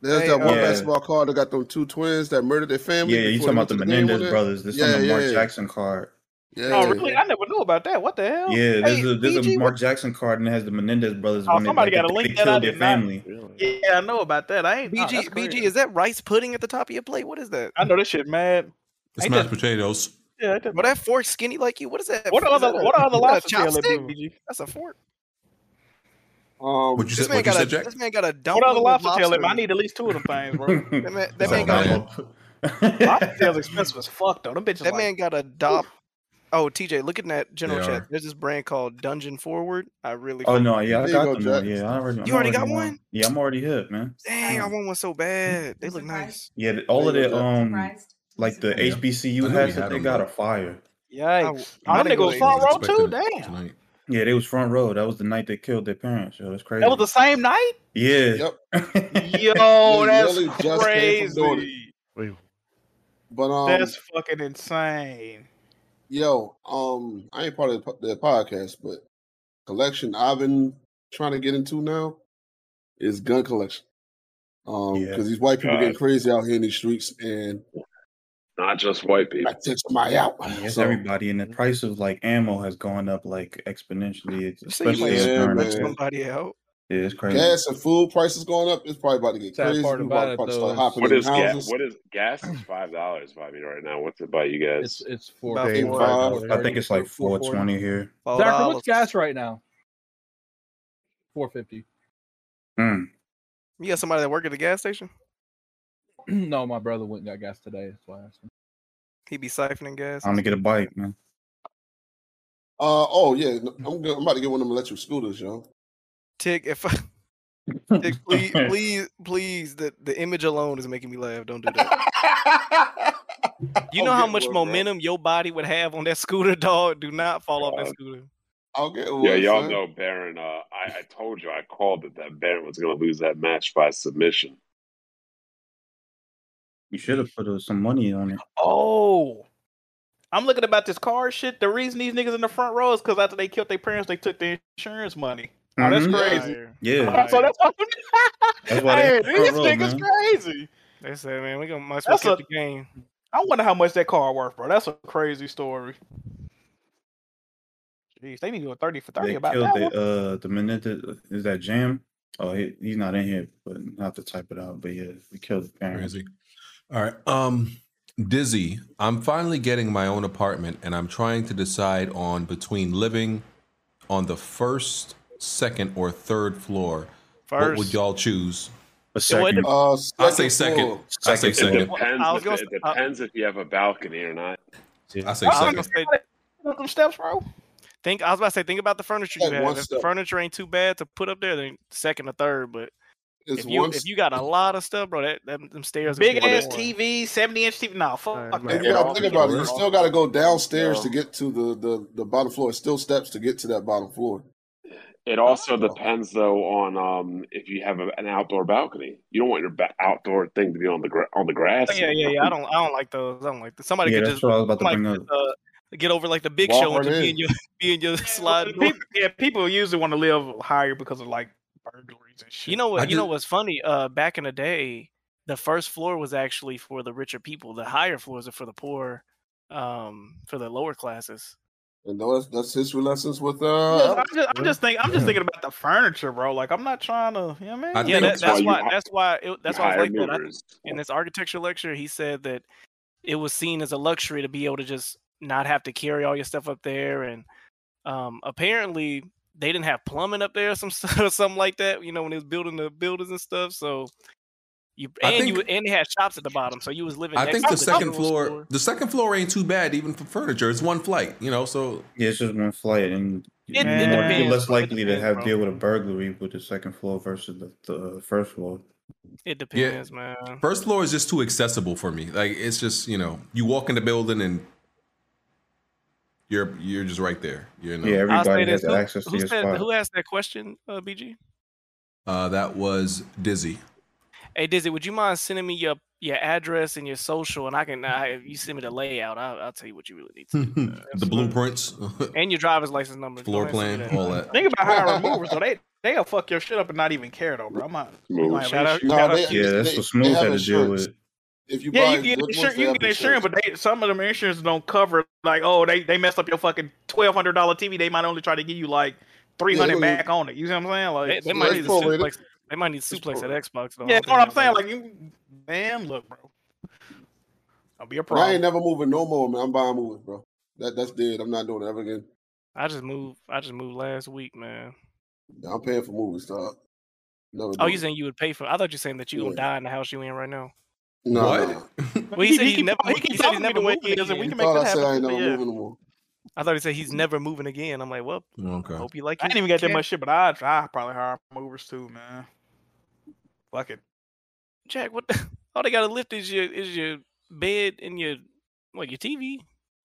there's Hey, that one uh, basketball Yeah. card that got them two twins that murdered their family. Yeah, you before they talking about went the to game Menendez with it? brothers? This Yeah, on the yeah, Mark yeah. Jackson card. Yeah. Oh, really? I never knew about that. What the hell? Yeah, there's Hey, a there's PG a Mark Jackson card and it has the Menendez brothers. Oh, when they- somebody like, gotta they- link they that. I killed did their not. family. Yeah, I know about that. I ain't. nah, BG, that's BG, crazy. is that rice pudding at the top of your plate? What is that? I know this shit, mad. It's Ain't mashed that- potatoes. Yeah, I did. But that fork skinny like you? What is that? What are Is other that a- what are other is that a lobster tail that chopstick? do, BG? That's a fork. Um, What you This said? man What you got said, a Jack? this man got a dumpling. What other with lobster tail? lobster in it? in I it. need at least two of them things, bro. That man, that That's man all got a, man. lobster tail's expensive as fuck though. Them bitches that like man got a dop. Oh, TJ, look at that general They chat. are. There's this brand called Dungeon Forward. I really. Oh fuck- no, yeah, I There you got go, them. now. Jack. Yeah, I already. I'm You already got on. one? Yeah, I'm already hit, man. Dang, I Yeah. want one so bad. They look surprised. nice. Yeah, the- all of There you the go, Jack. um, like the Yeah. I HBCU knew we hats had that they them, got though. are fire. I w- yikes. I Oh, them didn't niggas go was front row Expected too. it Damn, tonight. Yeah, they was front row. That was the night they killed their parents. Yo, that's crazy. that was the same night. yeah. Yep. Yo, They that's really just came from doing it. crazy. Wait, But um, That's fucking insane. Yo, um, I ain't part of the po- the podcast, but collection I've been trying to get into now is gun collection. Um, Yeah. because these white people God. getting crazy out here in these streets, and Not just white people. I took somebody out. I mean, it's So, everybody, and the price of like ammo has gone up like exponentially, it's- You say you especially might in Yeah, yeah, current. man. somebody out. Yeah, it's crazy. gas and food prices going up. It's probably about to get Sad crazy. part People about about it, to though, start is- hopping What in is gas? houses. What is gas? Is five dollars by me right now. What's it by you guys? It's it's four. About four- four four dollars. forty, I think it's like four forty. 420 here. Four Zachary, dollars. what's gas right now? Four fifty. Hmm. Mm. You got somebody that work at the gas station? no, my brother went and got gas today. That's why I asked him. He be siphoning gas. I'm gonna get a bike, man. Uh oh yeah, no, I'm, go- I'm about to get one of them electric scooters, yo. Tick, if Tick, please, please, please, the the image alone is making me laugh. Don't do that. You I'll know how get much one, bro. momentum your body would have on that scooter, dog. Do not fall off that God. scooter. I'll get one. Yeah, y'all son. know Baron. Uh, I, I told you I called it that Baron was going to lose that match by submission. You should have put uh, some money on it. Oh. I'm looking about this car shit. The reason these niggas in the front row is because after they killed their parents, they took their insurance money. Oh, that's Mhm. crazy. Yeah, Oh, so that's why. That's why they hey, in the front these row, niggas man. crazy. They said, man, we gonna might as well That's keep a- the game. I wonder how much that car worth, bro. That's a crazy story. Jeez, they need to do a thirty for thirty They about killed that the one. uh the minute that, is that jam. Oh, he, he's not in here, but I have to type it out. But yeah, we killed the parents. Crazy. All right. Um, Dizzy, I'm finally getting my own apartment and I'm trying to decide on between living on the first, second, or third floor. What would First. y'all choose? A second. Uh, I say second. floor. I say It second. depends. I was if- gonna it depends if you have a balcony or not. I say I was gonna second. say, Up them steps, bro. think I was about to say, think about the furniture you Like one have. If the step. furniture ain't too bad to put up there, then second or third. But It's if you one. if you got a lot of stuff, bro, that, that them stairs Big gonna be ass more. TV, seventy inch TV. Nah, fuck Alright, that. and you Yeah, gotta all think about it. together. You still gotta go downstairs Yeah. to get to the, the, the bottom floor. It's still steps to get to that bottom floor. It also depends though on um if you have a, an outdoor balcony. You don't want your ba- outdoor thing to be on the gra- on the grass. Oh, Yeah, yeah, yeah. I don't I don't like those. I don't like those. Somebody Yeah, could that's just what I was about to somebody bring up. could just, uh, get over like the big Walk show and right just be in in. your be in your slide door. People, yeah, people usually want to live higher because of like burglaries and shit. You know what? I you know just- what's funny? Uh, back in the day, the first floor was actually for the richer people. The higher floors are for the poor, um, for the lower classes. And that's, that's history lessons with uh. I'm Alex. just, I'm just, I'm just thinking. I'm just thinking about the furniture, bro. Like, I'm not trying to. You know what I I mean? yeah, think that, it's that's why you why. hi- that's why. It, that's why I higher was like that. I, movers. in this architecture lecture, he said that it was seen as a luxury to be able to just not have to carry all your stuff up there, and um, apparently they didn't have plumbing up there, or some stuff, or something like that. You know, when they was building the buildings and stuff, so. You, I and you think- and they had shops at the bottom, so you was living. I next think to the second general floor, store. the second floor ain't too bad even for furniture. It's one flight, you know. So Yeah, it's just one flight, and It- you're, it more, you're depends, less bro. It likely to depends, have bro. deal with a burglary with the second floor versus the, the first floor. It depends, man. first floor is just too accessible for me. Like it's just you know, you walk in the building and you're you're just right there. You know. Yeah, I'll say everybody this. has Who, access to who your said- spot. who asked that question, uh, BG? Uh, that was dizzy. Hey, Dizzy, would you mind sending me your your address and your social, and I can I, if you send me the layout, I'll, I'll tell you what you really need to do. the blueprints, and your driver's license number, Go floor ahead and send me plan, all that. Think about higher removers, though. They they'll fuck your shit up and not even care, though, bro. I'm not. Move. Like, Shout out- No, they, Yeah, that's they- what Smooth they have had to deal insurance. with. If you Yeah, buy you good can get insurance. ones, they You have can get insurance, but they, some of them insurance don't cover. Like, oh, they they messed up your fucking twelve hundred dollar TV. They might only try to give you like three hundred gonna- back on it. You see what I'm saying? Like, They, they Yeah, might it's need to prorated. suplex. They might need to It's suplex at prorated. Xbox. though. I yeah, don't that's what I'm think they saying. Like, you, man, look, bro, that'll be a But I ain't problem. never moving no more, man. I'm buying movies, bro. That that's dead. I'm not doing it ever again. I just moved. I just moved last week, man. Yeah, I'm paying for movies, dog. Never Oh, doing you it. saying you would pay for? I thought you saying that you gonna Yeah. die in the house you in right now. Nah, What? nah. Well, he, said he, keep- never. He, he keep said he's talking to me never the way moving he is, and we again. can You thought make that I said I happen. ain't never but yeah. moving no more. I thought he said he's never moving again. I'm like, well, I Okay. hope you like. Mm-hmm. I your ain't even got that kid. much shit, but I I probably hire movers too, man. Fuck it. Jack, what? The, all they gotta lift is your is your bed and your what your TV.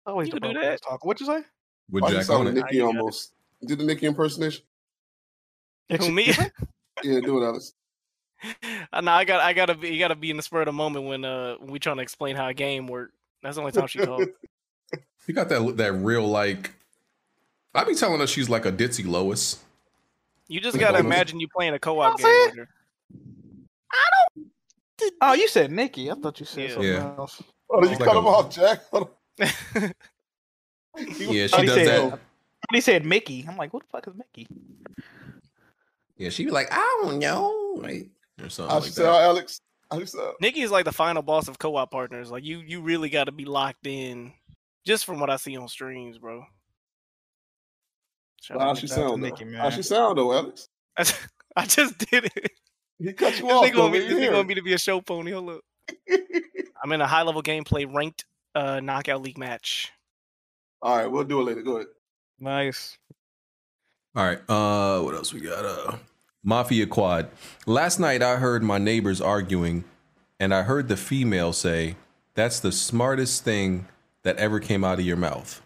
Always You the can do broke ass that. talk. What you say? With Why you Jack sound on like it. Nicki I- almost? Did the Nicki impersonation? Who me? Yeah, do it, Alex. I know I got I gotta be you gotta be in the spur of the moment when uh when we trying to explain how a game work. That's the only time she talks. You got that that real like. I be telling her she's like a ditzy Lois. You just gotta Almost. imagine you playing a co-op You know what I'm game with her. Oh, you said Nikki. I thought you said Yeah. something Yeah. else. Oh, you It's cut like him a- off, Jack. Yeah, she Somebody does said- that. Somebody said Mickey. I'm like, what the fuck is Mickey? Yeah, she be like, I don't know, like, or something I like should that. tell Alex. uh, I should tell. Nikki is like the final boss of co-op partners. Like you you really gotta be locked in just from what I see on streams, bro. Shout Well, how out she Nikki. sound though? Nicki, How man. she sound though, Alex? I just did it. He cut you This off nigga though. Man, gonna, be, you this nigga hear gonna him. be to be a show pony. Hold up. I'm in a high level gameplay ranked uh, knockout league match. All right, we'll do it later. Go ahead. Nice. All right. Uh, what else we got? Uh, Mafia Quad. Last night I heard my neighbors arguing, and I heard the female say, "That's the smartest thing that ever came out of your mouth,"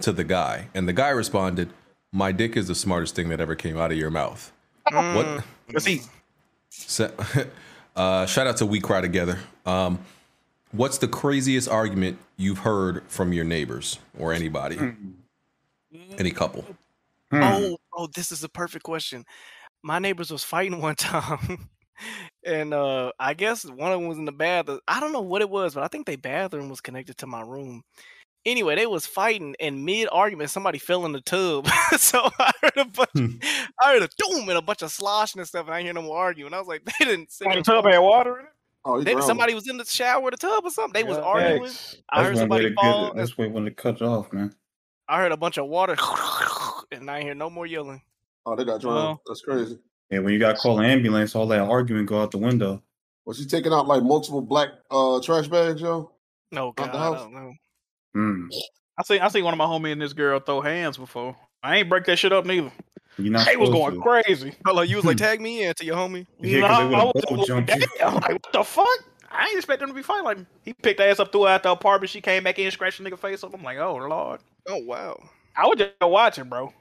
to the guy, and the guy responded, "My dick is the smartest thing that ever came out of your mouth." Mm. What? Let's see. So, uh, shout out to We Cry Together. Um, what's the craziest argument you've heard from your neighbors or anybody, any couple? Hmm. Oh, oh, this is the perfect question. My neighbors was fighting one time, and uh I guess one of them was in the bathroom. I don't know what it was, but I think they bathroom was connected to my room. Anyway, they was fighting and mid argument somebody fell in the tub. so I heard a bunch Hmm. I heard a doom and a bunch of sloshing and stuff and I hear them arguing. I was like, they didn't sit the tub had water in it? Oh, They, somebody was in the shower or the tub or something. They was Yeah. arguing. I That's one heard way to somebody get fall. it. That's way when it cuts off, man. I heard a bunch of water and I hear no more yelling. Oh, they got drowned. Well- That's crazy. And when you got to call an ambulance, all that argument go out the window. Was he taking out like multiple black uh trash bags, yo? No, Out God, the I house. don't know. Mm. I see. I see one of my homie and this girl throw hands before. I ain't break that shit up neither. You're They was going crazy. Hello, you was like, tag me in to your homie. Yeah, 'cause they Nah, I would've was both like, jumped you. "Damn," like, what the fuck? I ain't expect them to be fighting. Like, he picked her ass up, threw her out the apartment. She came back in, scratched the nigga face up. I'm like, oh lord. Oh wow. I was just watching, bro.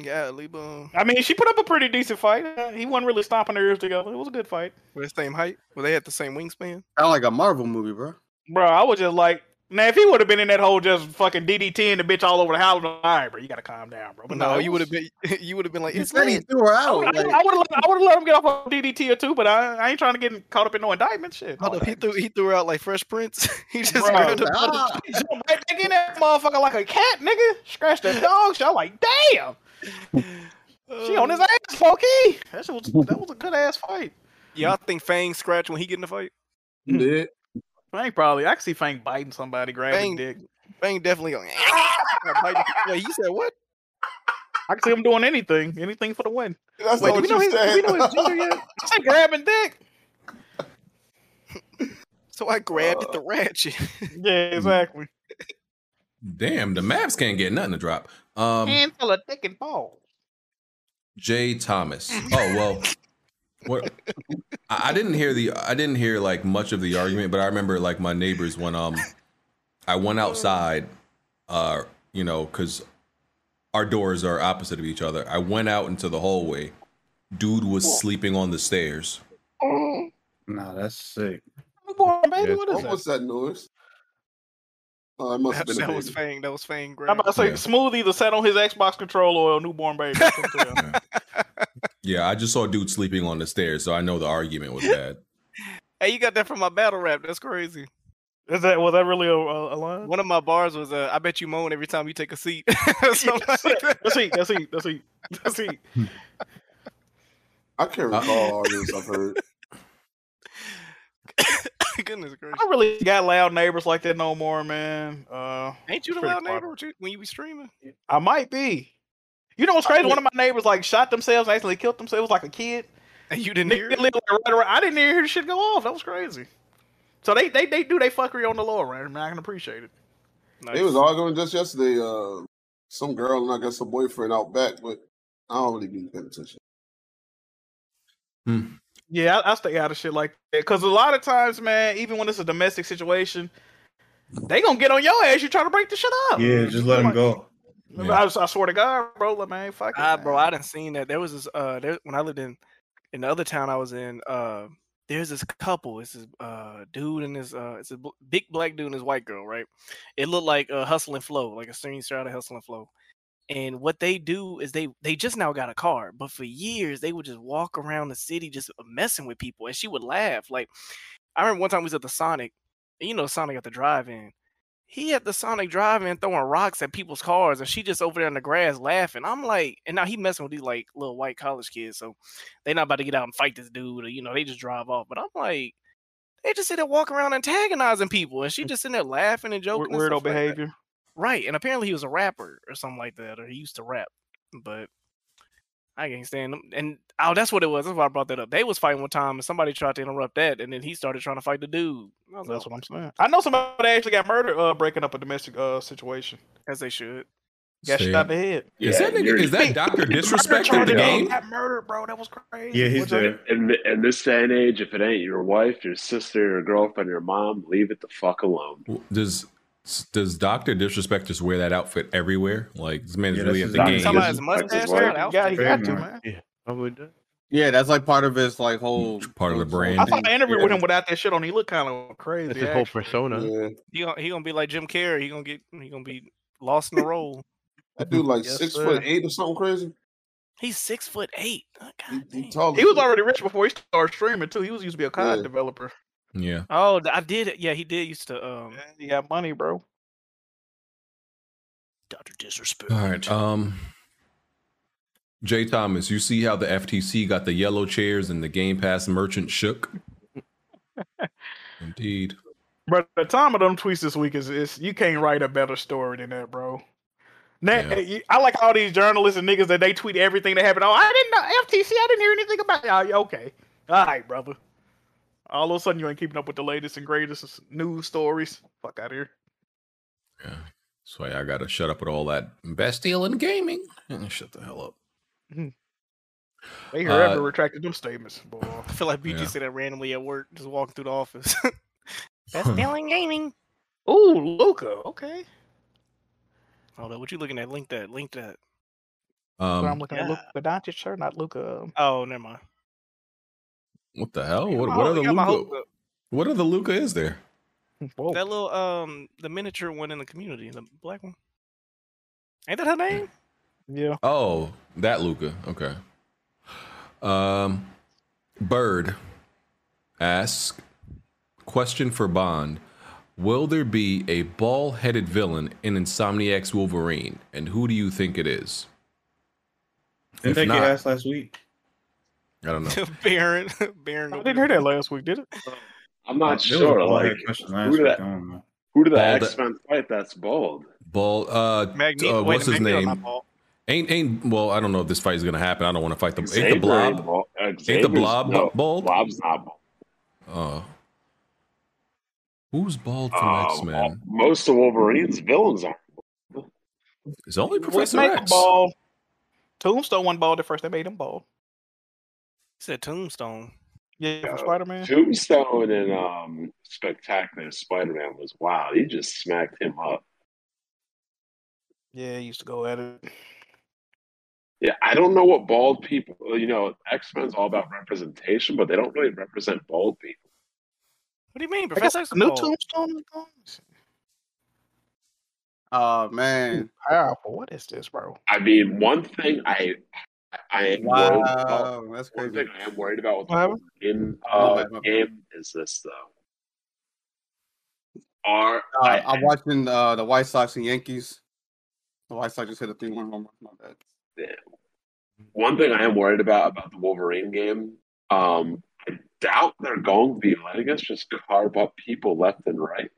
Yeah, leave um I mean, she put up a pretty decent fight. Uh, He wasn't really stomping her ears together. It was a good fight, were the same height. Well, they had the same wingspan. Sound like a Marvel movie, bro. bro. I was just like, now if he would have been in that hole, just fucking DDTing the bitch all over the house, all right, bro, you gotta calm down, bro. But no, it you was- would have been you would have been like, He it's Oh, said he lit. threw her I out. would have Like, let, I would've let him get off on DDT or two, but I, I ain't trying to get caught up in no indictment shit. Hold up, he threw he threw her out like Fresh Prince. he just Bro. grabbed a bunch of- ah, He jumped right back in that motherfucker like a cat, nigga. Scratched the dog shit. I'm like, damn. She on his Uh, ass, Folky. That shit was that was a good ass fight. Y'all think Fang scratch when he get in the fight? Hmm. You did. Fang probably. I can see Fang biting somebody, grabbing Fang- dick. Fang definitely going. Wait, you said what? I can see him doing anything, anything for the win. That's Wait, not do we know what you his do said. we know his gender yet? I said grabbing dick. So I grabbed at the ratchet. Yeah, exactly. Damn, the maps can't get nothing to drop. Um, Handful of dick and balls. Jay Thomas. Oh well, what? I, I didn't hear the. I didn't hear like much of the argument, but I remember like my neighbors when um, I went outside, uh, you know, because our doors are opposite of each other. I went out into the hallway. Dude was sleeping on the stairs. Nah, that's sick. Newborn baby, Yeah. what is What that? was that noise? Oh, it must have That, been a that was baby. Fang. That was Fang. I'm about to say Yeah. Smooth either sat on his Xbox controller or a newborn baby. I couldn't tell. Yeah, I just saw a dude sleeping on the stairs, so I know the argument was bad. Hey, you got that from my battle rap. That's crazy. Is that was that really a, a, a line? One of my bars was, uh, "I bet you moan every time you take a seat." Something like That's it. that. That's it. That's it. That's it. That's it. I can't Uh-uh. Uh, recall all this I've heard. Goodness gracious! I don't really got loud neighbors like that no more, man. Uh, Ain't you the Pretty loud quiet. neighbor with you- when you be streaming? I might be. You know what's crazy? One of my neighbors like shot themselves, actually killed themselves like a kid. And you didn't Nigga hear it? lived, like, right around. I didn't even hear the shit go off. That was crazy. So they they, they do they fuckery on the lower right? I mean, I can appreciate it. They was arguing just yesterday. Uh, some girl and I guess her boyfriend out back, but I don't really be paying attention. Yeah, I, I stay out of shit like that because a lot of times, man, even when it's a domestic situation, they gonna get on your ass. You trying to break the shit up? Yeah, just let him Like, go. I, was- I swear to God, bro, like, man, fuck it, Ah, bro, man. I didn't seen that. There was this uh, there when I lived in in the other town I was in. Uh, there's this couple. It's this uh dude and this uh, it's a bl- big black dude and his white girl, right? It looked like uh, Hustle and Flow, like a series out of Hustle and Flow. And what they do is they they just now got a car, but for years they would just walk around the city just messing with people, and she would laugh. Like I remember one time we was at the Sonic, and you know Sonic at the drive-in. He at the Sonic drive-in throwing rocks at people's cars, and she just over there in the grass laughing. I'm like, and now he messing with these like little white college kids, so they not about to get out and fight this dude, or you know they just drive off. But I'm like, they just sit there walking around antagonizing people, and she just sitting there laughing and joking. Weird- and Mm. weirdo stuff like that. behavior. Right, and apparently he was a rapper or something like that, or he used to rap. But I can't stand him. And oh, that's what it was. That's why I brought that up. They was fighting one time, and somebody tried to interrupt that, and then he started trying to fight the dude. I was like, That's what I'm saying. I know somebody actually got murdered uh, breaking up a domestic uh, situation. as they should. Got shot in the head. Is that nigga, is that Doctor Disrespect in the Charlie Day game? Got murdered, bro. That was crazy. Yeah, he's What's that? there. In, th- in this day and age, if it ain't your wife, your sister, your girlfriend, your mom, leave it the fuck alone. Does does Doctor Disrespect just wear that outfit everywhere? Like this man is Yeah, really that's at the his- game. Talking about this his is- mustache, this is not why- an Yeah, he outfit. got to, Trademark. man. Yeah, I would. uh, yeah, that's like part of his like whole Part of the brand. I saw an interview with Yeah. him without that shit on. He looked kind of crazy. That's his whole actually. persona. Yeah, He gonna, he gonna be like Jim Carrey. He gonna get he gonna be lost in the role. that dude like Yes, six sir. foot eight or something crazy. He's six foot eight. Oh, God damn. He was already rich before he started streaming too. He was used to be a COD Yeah. developer. Yeah. Oh, th- I did. Yeah, he did used to. Um, he got money, bro. Doctor Disrespect. All right. Um Jay Thomas, you see how the FTC got the yellow chairs and the Game Pass merchant shook? Indeed. But the time of them tweets this week is, is you can't write a better story than that, bro. Now, eh, you- I like all these journalists and niggas that they tweet everything that happened. Oh, I didn't know FTC. I didn't hear anything about. Oh, yeah, okay, all right, brother. All of a sudden, you ain't keeping up with the latest and greatest news stories. Fuck out here. That's why I gotta shut up with all that best deal in gaming. And shut the hell up. They Uh, forever retracted them statements. Boy. I feel like BG Yeah. said that randomly at work, just walking through the office. Best deal in gaming. Ooh, Um, Luca. Okay. Hold on, Oh, what you looking at? Link that. Link that. so I'm Um, looking at Luca Doncic, sir, not um, Luca. Oh, never mind. what the hell? Got What, my what ho- other got my Luca? hopes up. What other Luca is there? That little um, the miniature one in the community, the black one. Ain't that her name? Yeah. Oh, that Luca. Okay. Um, Bird asks question for Bond: Will there be a ball-headed villain in Insomniac's Wolverine, and who do you think it is? Didn't If they not- get asked last week? I don't know. Baron. Baron. I didn't hear that last week, did it? I'm not Uh, There was a sure. bald Like, head question last who did week, that? Who did the Bald- X Men fight? That's bold. Ball. Uh, Magne- uh, wait, what's his Magneto, not name? Ball. Ain't ain't. Well, I don't know if this fight is gonna happen. I don't want to fight the. ain't Xavier the blob? Bald. Uh, ain't the Xavier's- blob no, bu- bald? Blob's not bald. Uh, who's bald from Uh, X Men? Most of Wolverine's villains are. It's only What Professor made them X. Ball. Tombstone one ball the first. They made him ball. said Tombstone. Yeah, from Spider Man. Tombstone and um, Spectacular Spider Man was wild. He just smacked him up. Yeah, he used to go at it. Yeah, I don't know what bald people. uh, You know, X Men's all about representation, but they don't really represent bald people. What do you mean, I guess Professor X? is New bald? Tombstone. is gone? Oh man. Powerful. What is this, bro? I mean, one thing I I am worried about. Wow, Oh, that's One crazy. thing I am worried about with What the happened? in My uh, bad, my bad. game is this though. Are Uh, I'm watching uh, the White Sox and Yankees. The White Sox just hit a three-one home run. My bad. one thing I am worried about about the Wolverine game. Um, I doubt they're going to be letting us just carve up people left and right.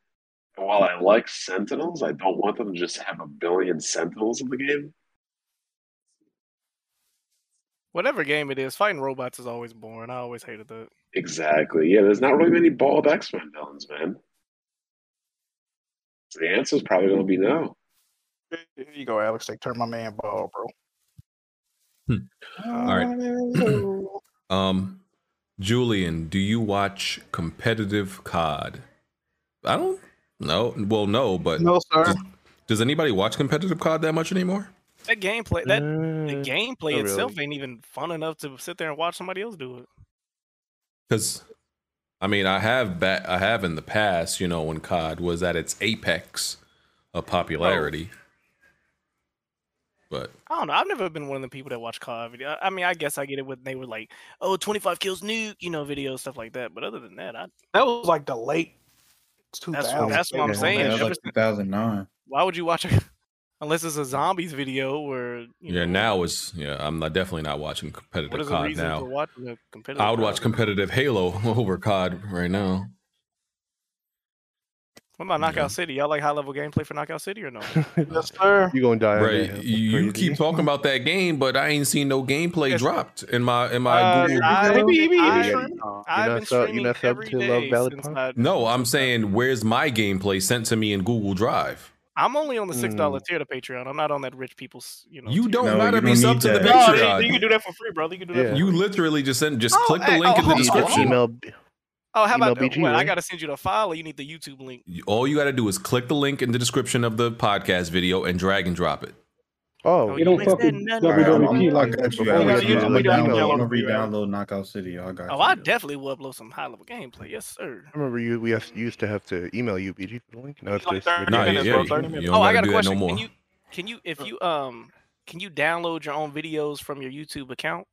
And while I like Sentinels, I don't want them to just have a billion Sentinels in the game. Whatever game it is, fighting robots is always boring. I always hated that. Exactly. Yeah, there's not really many bald X Men villains, man. So the answer is probably going to be no. Here you go, Alex. They turned my man ball, bro. All right. um, Julian, do you watch competitive COD? I don't know. Well, no, but no, sir. Does, does anybody watch competitive COD that much anymore? That gameplay, that the gameplay Uh, not itself ain't even fun enough to sit there and watch somebody else do it. Because I mean, I have ba- I have in the past, you know, when COD was at its apex of popularity. Oh. But I don't know. I've never been one of the people that watch COD video. I- I mean, I guess I get it when they were like, "Oh, 25 kills nuke," you know, video stuff like that. But other than that, I That was like the late 2000s. that's what, that's what I'm Yeah, saying. that was Ever like since- 2009. why would you watch it unless it's a zombies video or you yeah, now is yeah, I'm not, definitely not watching know, what competitive is the COD reason for now. watching a competitive? I would COD? watch competitive Halo over COD right now. What about Knockout City? Y'all like high level gameplay for Knockout City or no? yes, sir. You gonna die? on Right, that hill. you you keep talking about that game, but I ain't seen no gameplay dropped in my in my Uh, Google. I- I- I've not sub- you been streaming not sub every to Love day Ballad since Pop? I, No, I'm saying where's my gameplay sent to me in Google Drive. I'm only on the six Mm. dollar tier to Patreon. I'm not on that rich people's, you know. You tier. don't No, gotta you be don't sub need to the that. No, you- Patreon. you, can do that for free, brother. You can do that. For You free. literally just sent just Oh, click the hey, link in oh, the hold on, description. hold on. Oh, how email about BG, what? I right? gotta send you the file, or you need the YouTube link. All you got to do is click the link in the description of the podcast video and drag and drop it. Oh, you don't fuck with E WWE like that. that. You got Alex. to Yeah, download, you got email. I'm gonna re-download Knockout City. y'all. I got. Oh, I definitely will upload some high level gameplay. Yes, sir. I remember you. We us- used to have to email you, BG, for the link. Now it's Like just. 30 Nah, yeah, minutes, yeah, bro, you- 30 you minutes. don't Oh, I gotta got a do that no question. more. Can you, can you, if you um Can you download your own videos from your YouTube account?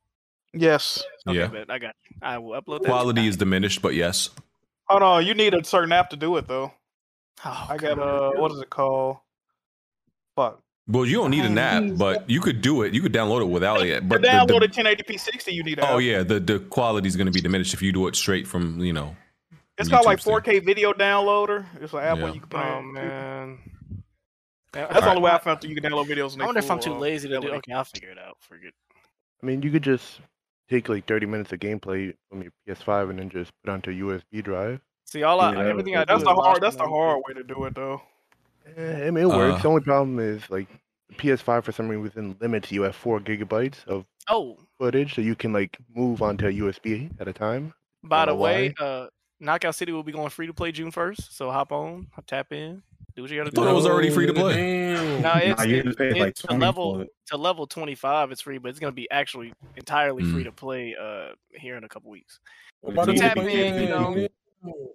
Yes. Okay, yeah. bet. I got. you. I will upload that. Quality is diminished, but yes. Oh no, you need a certain app to do it though. Oh, I got uh, what is it called? Fuck. Well, you don't need an app, but you could do it. You could download it without it. But to the- the- download a 1080p 60, you need an oh app. yeah, the the quality is going to be diminished if you do it straight from you know. It's called like YouTube's 4K video downloader. It's an app Yeah. where you can play. Oh, man. That's Alright. the only way I found that you can download videos. and I they wonder if I'm full, too uh, lazy to do. Okay, fidelity. I'll figure it out. Forget. I mean, you could just take like 30 minutes of gameplay from your PS5 and then just put onto a USB drive. See, all I, Yeah, that everything would I do be is That's the watch hard. That's the them. hard way to do it though. Eh, I mean, it works. Uh, the only problem is like the PS5 for some reason limits you at four gigabytes of Oh, footage, so you can like move onto a USB at a time. by Don't the know way, uh, Knockout City will be going free to play June first. So hop on, tap in, do what you gotta do. thought it was already free to play. No, it's, you it- had to pay, it- like, to 20 level for it. to level twenty five. It's free, but it's gonna be actually entirely free Mm. to play uh, here in a couple weeks. Well, So by the tap way, in, you uh, know.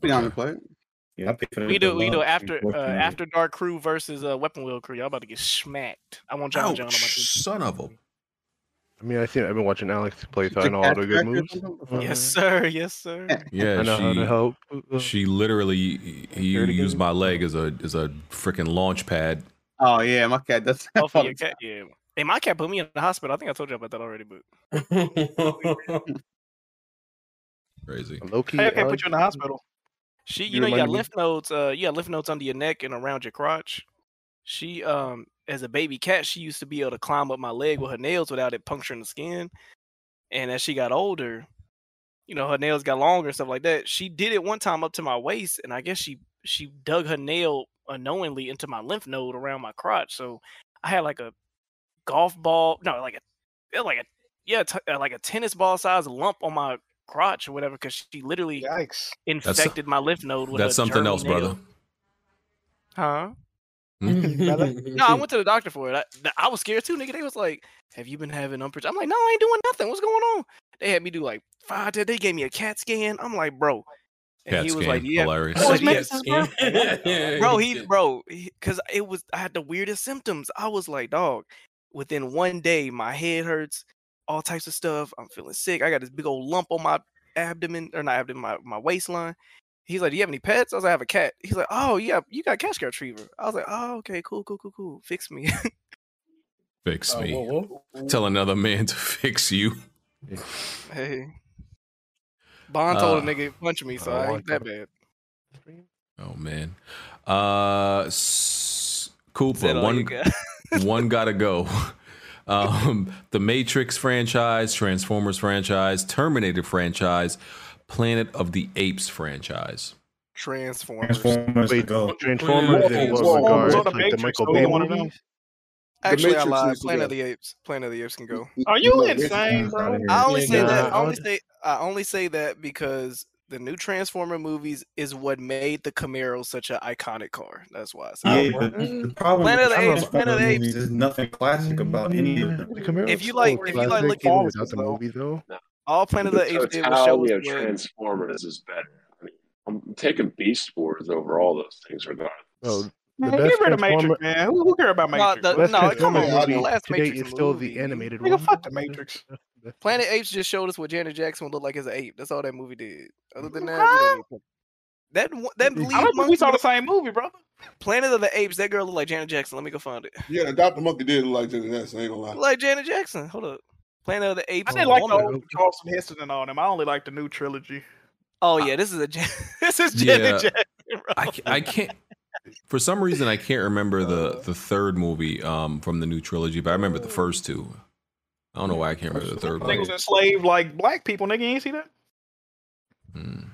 Be on the play. Yeah, I paid for We the do, we do launch, after uh, unfortunately. after dark crew versus uh, weapon wheel crew. Y'all about to get smacked. I want John John on my team. Son of a. I mean, I see. I've been watching Alex play, so I Like know all the good abstract or moves. Mm-hmm. something? Yes, Uh-huh. sir. Yes, sir. Yeah, I know how to help. she she literally he used my leg as a as a freaking launch pad. Oh yeah, my cat does. that Hopefully all Oh, your cat, yeah. Hey, my cat put me in the hospital. I think I told you about that already, but Crazy. Loki. Hey, I uh, can't put you in the hospital. she, you, You know, you got reminded me. lymph nodes. Uh, you got lymph nodes under your neck and around your crotch. She, um, as a baby cat, she used to be able to climb up my leg with her nails without it puncturing the skin. And as she got older, you know, her nails got longer and stuff like that. She did it one time up to my waist, and I guess she she dug her nail unknowingly into my lymph node around my crotch. So I had like a golf ball, no, like a it was like a yeah, t- uh, like a tennis ball size lump on my crotch or whatever, because she literally infected my lymph node with That's her something germy else, nail. brother. Huh? Mm. No, I went to the doctor for it. I, th- I was scared too, nigga. They was like, "Have you been having unprotected?" I'm like, "No, I ain't doing nothing. What's going on?" They had me do like five. They they gave me a CAT scan. I'm like, "Bro," and Cat he was scan, like, "Yeah." hilarious. Oh, it's Cat medicine, bro. scan. bro, he bro, because it was I had the weirdest symptoms. I was like, "Dog." Within one day, my head hurts, all types of stuff. I'm feeling sick. I got this big old lump on my abdomen or not abdomen, my, my waistline. He's like, "Do you have any pets?" I was like, "I have a cat." He's like, "Oh yeah, you got a Cash Cow Retriever." I was like, "Oh okay, cool, cool, cool, cool. Fix me." Fix Uh, me. whoa, whoa. Tell another man to fix you. hey, Bond told a Uh, nigga to punch me, so I I want ain't that bad. Oh man. Uh s- that Koopa, all you one got? one gotta go. Um the Matrix franchise, Transformers franchise, Terminator franchise, Planet of the Apes franchise. Transformers. Transformers Wait, go. Transformers in what Whoa, whoa, regards? whoa, the Like the Matrix, Michael who's Bay one of them? movies? The Actually, I Matrix lied. needs to Planet go. of the Apes. Planet of the Apes can go. Are you No, it's- insane, bro? I only Yeah, say that. nah, I I only would- say. I only say that because the new Transformer movies is what made the Camaro such an iconic car. That's why. I said Yeah, that. but Mm. the problem Planet with of the Apes, Transformers Planet of the Apes. movies is nothing classic about any of them. If you like, if you like, look even without the movie though. all Planet of the Apes did was show us totality of what Transformers is better. I mean, I'm taking Beast Wars over all those things, regardless. Oh, No, the Man, get best rid of Transformer, Matrix, man. Who, who care about No, Matrix? the- bro? best no, come Transformers Oh, on, the movie last to date Matrix is still the movie. animated Nigga, one. fuck the Matrix. Planet Apes just showed us what Janet Jackson would look like as an ape. That's all that movie did. Other than that, we don't Huh? need to- that one- that I lead don't think we saw the monkey- same movie, brother. Planet of the Apes. That girl looked like Janet Jackson. Let me go find it. Yeah, the Dr. Monkey did look like Janet Jackson. I ain't gonna lie. Look Like Janet Jackson. Hold up. Planet of the I Apes. didn't like the woman. old Charleston Heston and all them. I only like the new trilogy. Oh yeah, this is a Jan- this is Yeah. Janet Jackson. Bro. I, ca- I can't for some reason I can't remember Uh. the the third movie um from the new trilogy, but I remember the first two. I don't know why I can't remember the third one. Niggas enslaved like black people. Nigga, you ain't see that?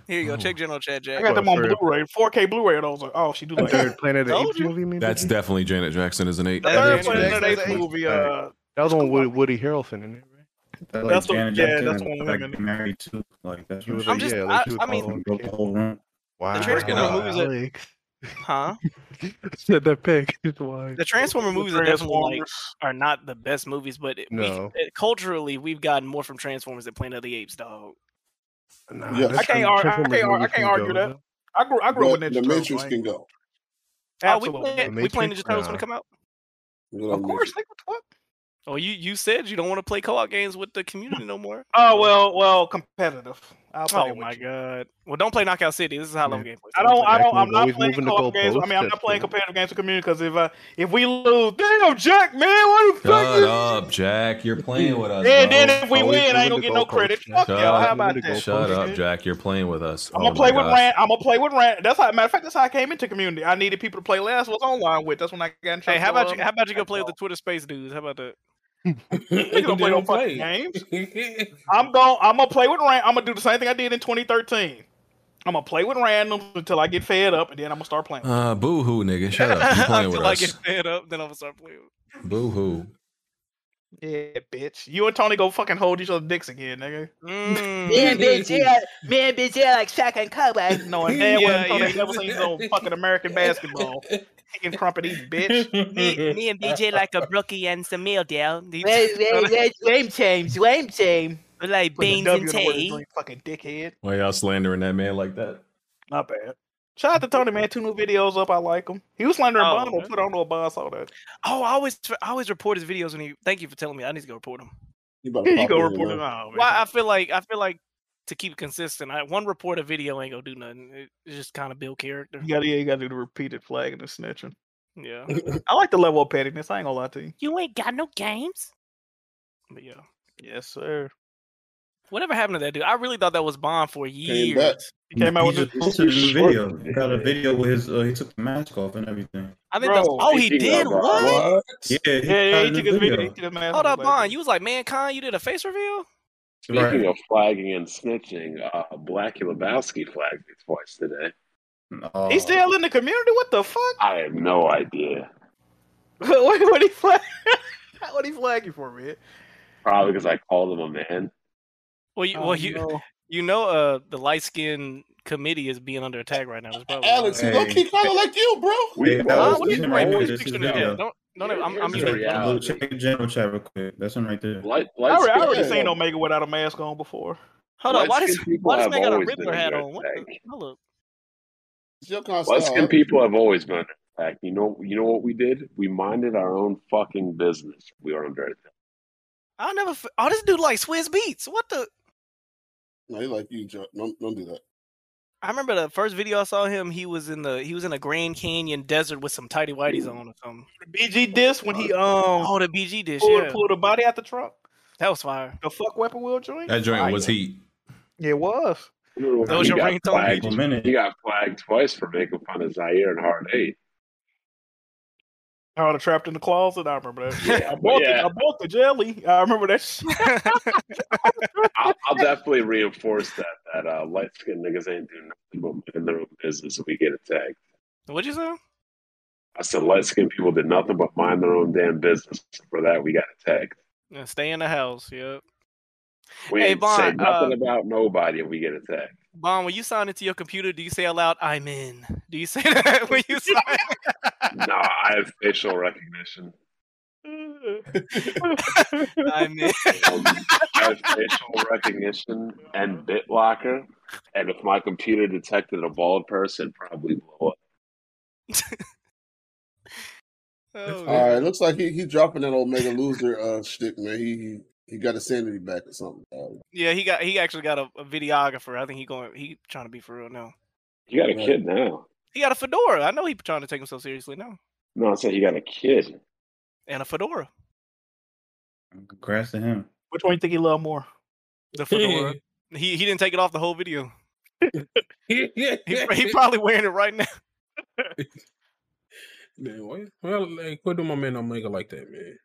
Here you go. Oh. Check General Chat Jack. I got them on third- Blu-ray, 4K Blu-ray, and I was like, oh, she do like Third Planet of the Told Apes you. movie, maybe. That's definitely Janet Jackson as an ape. The third Planet of the Apes movie. Uh, that was the one with Woody Harrelson in it, That, right? like, Janet Jackson was, like, married to like that's She was what she- like, yeah, like, she was all on broke the whole room. Wow, Transformer movies are- Alex. Huh? Said that pick. It's wild. The Transformer movies are definitely like, Transformers. are not the best movies, but it, No. we, it, culturally we've gotten more from Transformers than Planet of the Apes, dog. Nah, I that's- can't, ar- I Transformers can't, ar- I movies can't can argue go, that. though. I grew, I grew But up with Ninja the Turtles. Matrix I ain't- can go. Oh, we Absolutely. play, we play Ninja Matrix? Turtles when Nah. it come out. Of course, nigga. Oh, you you said you don't want to play co-op games with the community no more. Oh well, well, competitive. I'll play Oh my god. Well, don't play Knockout City. This is how long game plays. I don't. I don't. I'm not Always playing moving the co-op games. I mean, I'm goalposts. not playing competitive games with community because if I if we lose, damn Jack, man, what the fuck? Shut up, Jack. You're playing with us. Yeah, and bro. then if we Always win, I moving ain't gonna the get no goalposts. credit. Fuck Shut y'all. How up. about that? Shut nigga? up, Jack. You're playing with us. I'm gonna Oh my play with gosh. Rand. I'm gonna play with Rand. That's how. Matter of fact, that's how I came into community. I needed people to play last was online with. That's when I got. In Hey, trouble, how about you? um, How about you go play with the Twitter Space dudes? How about that? Nigga don't play no fucking games. I'm going. I'm gonna play with Rand. I'm gonna do the same thing I did in 2013. I'm gonna play with randoms until I get fed up, and then I'm gonna start playing. Uh, boo hoo, nigga. Shut up. You're playing with Until I get us. fed up, then I'm gonna start playing. Boo hoo. Yeah, bitch. You and Tony go fucking hold each other's dicks again, nigga. Mm. Man, bitch, yeah, man, bitch, yeah, like Shaq and Kobe. No, and damn well Tony ain't never seen no fucking American basketball. Taking crumpet eating, bitch. Me, me and BJ like a brookie and some meal deal. Wait, wait, wait, lame James, lame James. We're like Put the beans W and in the word tea. drink, Fucking dickhead. Why y'all slandering that man like that? Not bad. Shout out to Tony, man. Two new videos up. I like him. He was slandering Oh, Bond on man. Twitter. I don't know if Bond saw that. Oh, I always I always report his videos when he. Thank you for telling me. I need to go report him. You better you pop go in, report man. him. Oh, man. Well, I feel like I feel like to keep it consistent, I, one report a video ain't gonna do nothing. It, it's just kind of build character. You gotta, yeah, you gotta do the repeated flagging and snitching. Yeah. I like the level of pettiness. I ain't gonna lie to you. You ain't got no games. But yeah. Yes, sir. Whatever happened to that dude? I really thought that was Bond for years. back. He came out He with just the- posted a new short video. He got a video with his. Uh, he took the mask off and everything. I think that's oh he He got did Bond. what? What? Yeah, he yeah, yeah, got he a took new his video. He video. took his mask Hold off, up, like, Bond. You was like mankind. You did a face reveal. Speaking Right. of flagging and snitching, uh, Blackie Lebowski flagged me twice today. Oh. He's still Uh. in the community. What the fuck? I have no idea. what what he flag? what he flag you for, man? Probably because I called him a man. Well, you, Oh, well, you, no. you know, uh, the light skin committee is being under attack right now. It's probably Alex, he low key kind of like you, bro. Hey, Nah, Alex, what are you listen doing? right here, Always this picturing is the video. head. Don't, don't. ever- I'm, I'm This is muting. a little check the general chat real quick. That's him right there. Light, I light already, I already skin- seen Omega without a mask on before. Hold on. Why light-skinned does people why does have man got a always been Riddler hat under on? What the? Hold up. Light skinned people have always been under attack. You know, you know what we did? We minded our own fucking business. We were under attack. I never. f- Oh, this dude like Swiss Beats. What the? No, he like you, Joe. Don't, don't do that. I remember the first video I saw him. He was in the he was in a Grand Canyon desert with some tidy whities on or something. BG diss when he um oh the BG dish pulled, yeah. pulled the body out the truck. That was fire. The fuck weapon wheel joint. That joint was heat. It was. That was he your got ringtone? flagged. People He got flagged twice for making fun of Zaire and Hard Eight. Oh, the trapped in the closet. I remember that. Yeah, I, bought yeah. the, I bought the jelly. I remember that. Shit. I'll, I'll definitely reinforce that that uh, light skinned niggas ain't doing nothing but minding their own business if we get attacked. What'd you say? I said light skinned people did nothing but mind their own damn business. For that, we got attacked. Yeah, stay in the house. Yep. We Hey, ain't say Vaughn, nothing uh, about nobody if we get attacked. Bon, when you sign into your computer, do you say aloud "I'm in"? Do you say that when you sign? no, I have facial recognition. I'm in. Um, I have facial recognition and BitLocker, and if my computer detected a bald person, probably blow up. Oh, All right, looks like he he dropping that Omega loser uh shtick, man. He he, he got his sanity back or something. dog. Yeah, he got he actually got a, a videographer. I think he going he trying to be for real now. You got a Right. kid now. He got a fedora. I know he trying to take himself seriously now. No, I said you got a kid. And a fedora. Congrats to him. Which one you think he loved more? The fedora. he he didn't take it off the whole video. he, he probably wearing it right now. Man, why, well, like, quit doing my man Omega like that, man.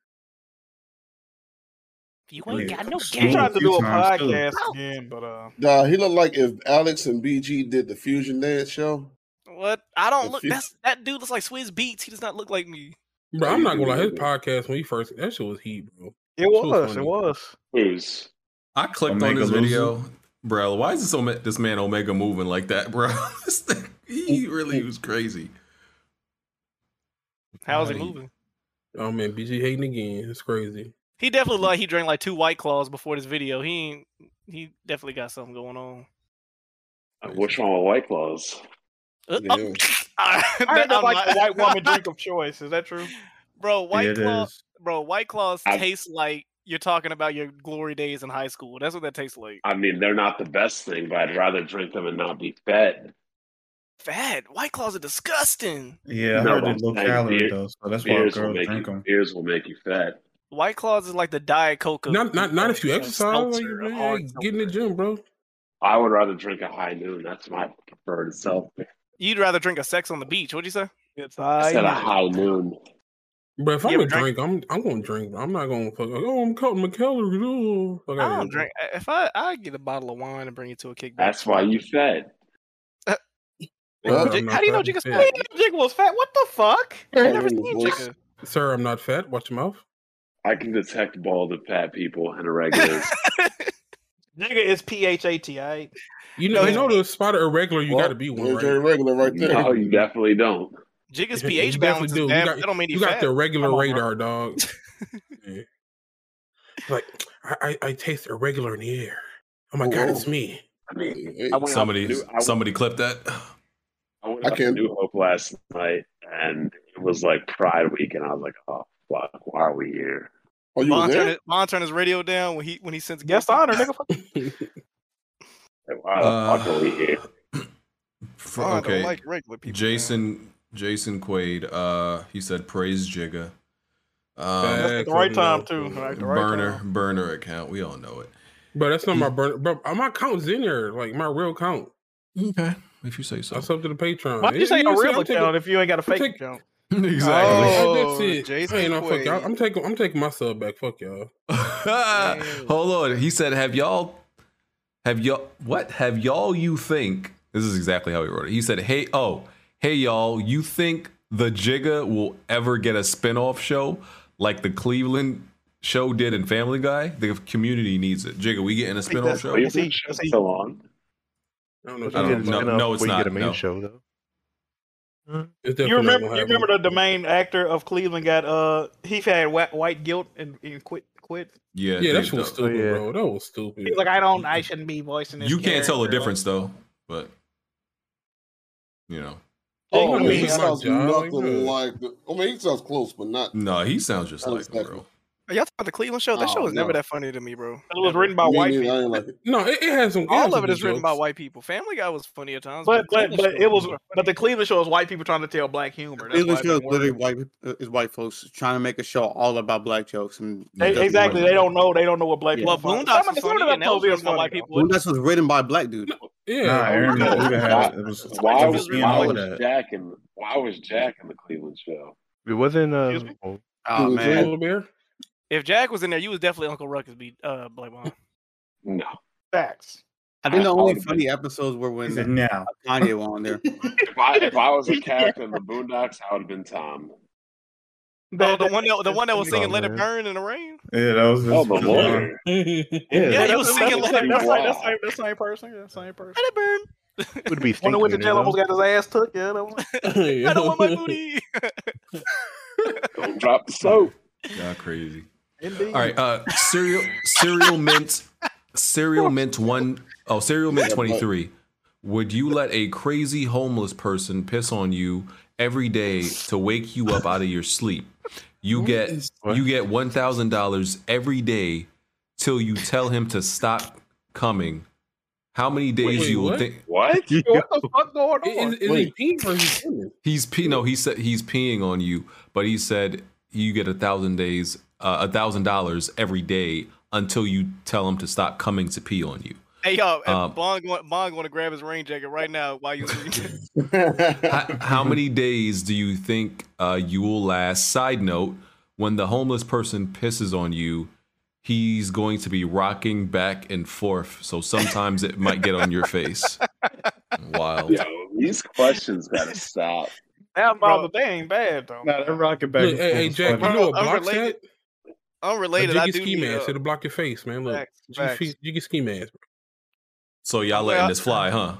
You ain't got no game. He tried to Few do a times, too. podcast again, but uh, Nah, he looked like if Alex and BG did the fusion dance show. What? I don't The look fe- that's that dude looks like Swizz Beats. He does not look like me. Bro, I'm not gonna lie. His podcast when he first that shit was heat, bro. It was, it was. Who's? I clicked on Omega this loser? video, bro. Why is this, Ome- this man Omega moving like that, bro? this thing, he really was crazy. How's Right. he moving? Oh man, BG hating again. It's crazy. He definitely like he drank like two white claws before this video. He ain't he definitely got something going on. Which one with White Claws? Uh, I heard that's like the white woman drink of choice. Is that true? Bro, White it Claw, is. bro, White Claws I- taste like you're talking about your glory days in high school. That's what that tastes like. I mean, they're not the best thing, but I'd rather drink them and not be fed. Fat White Claws are disgusting. Yeah, I No, heard I'm they're low saying calorie beer- though, so that's why beers will girls make drink you, them. Beers will make you fed. White Claws is like the diet coke. of- Not not not if you of exercise. Like, seltzer, of man, hard get in the gym, bro. I would rather drink a high noon. That's my preferred self. You'd rather drink a sex on the beach. What'd you say? It's I said a high noon. But if I'm Yeah, gonna but drink- drink, I'm I'm gonna drink. But I'm not gonna fuck. Like, oh, I'm counting my calories. Oh, fuck I outta don't here, drink. If I I get a bottle of wine and bring it to a kickback. That's why you fed. bro. Well, Sir, I'm Jig- not how do you know fat. Jigga's Yeah. fat? Jigga was fat. What the fuck? I never seen Jigga. Sir, I'm not fat. Watch your mouth. I can detect bald and fat people and irregulars. Jigga is P H A T. I You know, you know to spot a irregular, you got to be one, there's right? your irregular right no, you definitely don't. Jigga's You pH definitely balance is do. bad. You but got, that don't mean you he's got fat. the regular Come on, bro. radar, dog. Yeah. Like I, I, I taste irregular in the air. Oh my god, it's me. I mean, hey, I went Somebody, up to New- I went- somebody clip that. I went up to New Hope last night, and it was like Pride Week, and I was like, "Oh fuck, why are we here?" Oh, Von turn his- Von turn his radio down when he when he sends. Guest honor, nigga. Why the fuck are we here? Uh, For- Oh, I don't okay. like regular people, Jason Jason Quaid, uh, he said praise Jigga. Uh, That's at the right time, too. Like, the right burner burner account. We all know it. Bro, that's not Mm. my burner. Bro, my count's in there, like my real count. Okay, if you say so. That's up to the Patreon. Why would you say a see, real I'm taking- account if you ain't got a fake take- account? Oh, that's Oh, it. Jason Hey, no, fuck Quaid. y'all. I'm taking I'm taking my sub back. Fuck y'all. Hold on. He said, "Have y'all, have y'all, what have y'all? You think this is exactly how he wrote it? He said, "Hey, oh, hey, y'all, you think the Jigga will ever get a spinoff show like the Cleveland show did in Family Guy? The community needs it. Jigga, we getting a spinoff show? Is he just still on? I don't know. I if don't you get a know. spin-off No, no, it's where you not. get a main no. show though. It's You definitely not remember? gonna You happen. remember the, the main actor of Cleveland got uh he had wha- white guilt and, and quit quit. Yeah, yeah, they that shit was don't. stupid, bro. That was stupid. He's like, I don't, I shouldn't be voicing this. You can't tell the character." difference though, but you know, Oh, Yeah, I mean, he it's my sounds job, nothing yeah. like. The, I mean, he sounds close, but not. no, he sounds just like him, bro. Are y'all talking about the Cleveland show? That show Oh, was never no. that funny to me, bro. It was written by white I ain't like it. No, it, it has some. it has All some of it good is written by jokes. white people. Family Guy was funny at times, But but Cleveland but Show it was more but the Cleveland show is white people trying to tell black humor. That's Cleveland why it show is didn't work. literally white uh, is white folks trying to make a show all about black jokes and They- doesn't exactly, work. they don't know. They don't know what black Yeah. people. Well, find- Boondocks Some of was the- some of funny, and the that was episodes is written by funny, white though. people. Boondocks was written by a black dude. Yeah, oh Nah, Aaron I got know. Uga had it. It was Why I was was seeing why all of was that. Jack in why was Jack in the Cleveland show? It wasn't. um, Uh, Excuse oh, Oh man, If Jack was in there, you was definitely Uncle Ruckus. Be uh, Black Mom. No, Facts. I think the I- I only would've funny episodes were when uh, He said, "Now, Kanye was on there. if I if I was a character in the Boondocks, I would have been Tom. Oh, the one that the one that was Oh, singing "Let It man. Burn" in the rain. yeah, that was Oh, the his- lawyer. Yeah, Yeah, that's- you was that's- singing that's- "Let It That's Burn." like that's like that's same person. Yeah, same person. Let it burn. it would be One of thinking. which You the almost know? got his ass took. Yeah, that one. I don't want my booty. Don't drop the soap. Y'all crazy. Indeed. All right, uh, cereal, cereal mint, cereal mint one, oh, cereal mint Yeah, but- twenty three. Would you let a crazy homeless person piss on you every day to wake you up out of your sleep? You get you get one thousand dollars every day till you tell him to stop coming. How many days wait, you will what? think What? What the fuck going Is, on? is he Wait. peeing or is he peeing? he's pe- no he said he's peeing on you, but he said you get a thousand days uh, a thousand dollars every day until you tell him to stop coming to pee on you. Hey y'all, Um, um, Bond going Bond going to grab his rain jacket right now while you. how, how many days do you think uh, you will last? Side note: When the homeless person pisses on you, he's going to be rocking back and forth, so sometimes it might get on your face. Wild. Yo, these questions gotta stop. That Bro. mother, they ain't bad though. Nah, that rocket back. and Look, forth hey, hey, was Jack, you funny. know what I'm blocks related. that? A Unrelated, I jiggy do ski need uh, mask. It'll block your face, man. Look, facts, jiggy, facts. fe- jiggy ski mask. So y'all I'm letting glad- this fly, huh?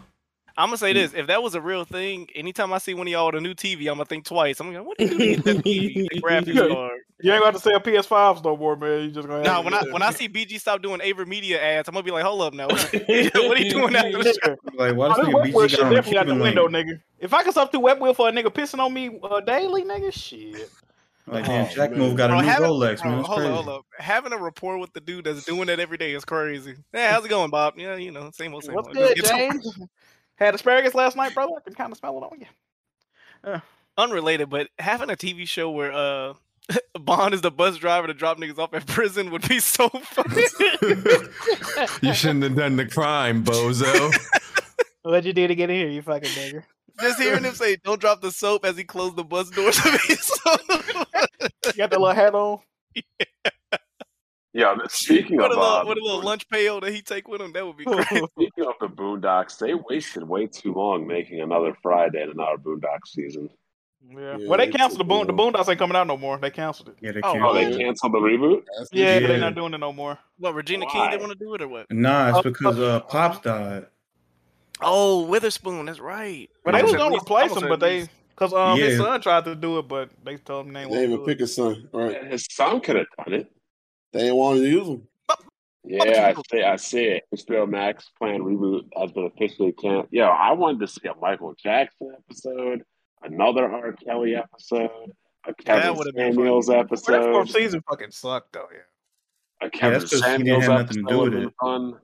I'm gonna say this: if that was a real thing, anytime I see one of y'all with a new TV, I'm gonna think twice. I'm gonna, what do you do to get that TV? The graphics card. You ain't about to sell PS5s no more, man. You just gonna Nah, have when I when I see BG stop doing Aver Media ads, I'm gonna be like, hold up now, what are you doing after the show? Like, why Oh, this this nigga wet wheel BG shit got on the definitely out the Cuban link? window, nigga. If I can sub through wet wheel for a nigga pissing on me uh, daily, nigga, shit. Like damn, Oh, Jack man. move got a Bro, new having- Rolex, bro, man. It's hold crazy. up, hold up. Having a rapport with the dude that's doing that every day is crazy. Yeah, how's it going, Bob? Yeah, you know, same old, same What's old. good, Just get James? Had asparagus last night, brother. I can kind of smell it on you. unrelated, but having a TV show where uh Bond is the bus driver to drop niggas off at prison would be so funny. You shouldn't have done the crime, bozo. What'd you do to get in here, you fucking nigger? Just hearing him say, "Don't drop the soap" as he closed the bus doors. would be so- You got that little hat on? Yeah, but speaking what of a little, uh, what a little lunch pail that he take with him. That would be great. speaking of the Boondocks, they wasted way too long making another Friday and another Boondock season. Yeah. Well, they canceled the boon. The Boondocks ain't coming out no more. They canceled it. Yeah, they Oh, canceled they it. canceled the reboot. Yeah, they're Yeah. not doing it no more. What Regina King didn't want to do it or what? Nah, Oh, it's because uh, Pops died. Oh, Witherspoon. That's right. But they Yeah. was gonna Almost- replace almost him, at but they least. because um his Yeah. son tried to do it, but they told him they They won't even do it. pick his son. Right. his son could have done it. They ain't wanted to use him. Yeah, I see. I see it. HBO Max plan reboot has been officially canceled. Yo, I wanted to see a Michael Jackson episode, another R. Kelly episode, a Kevin would've been Samuels Well, that episode, fourth season fucking sucked though. Yeah. a Yeah, Kevin that's 'cause he didn't Samuels have nothing to episode do would with have been it. fun.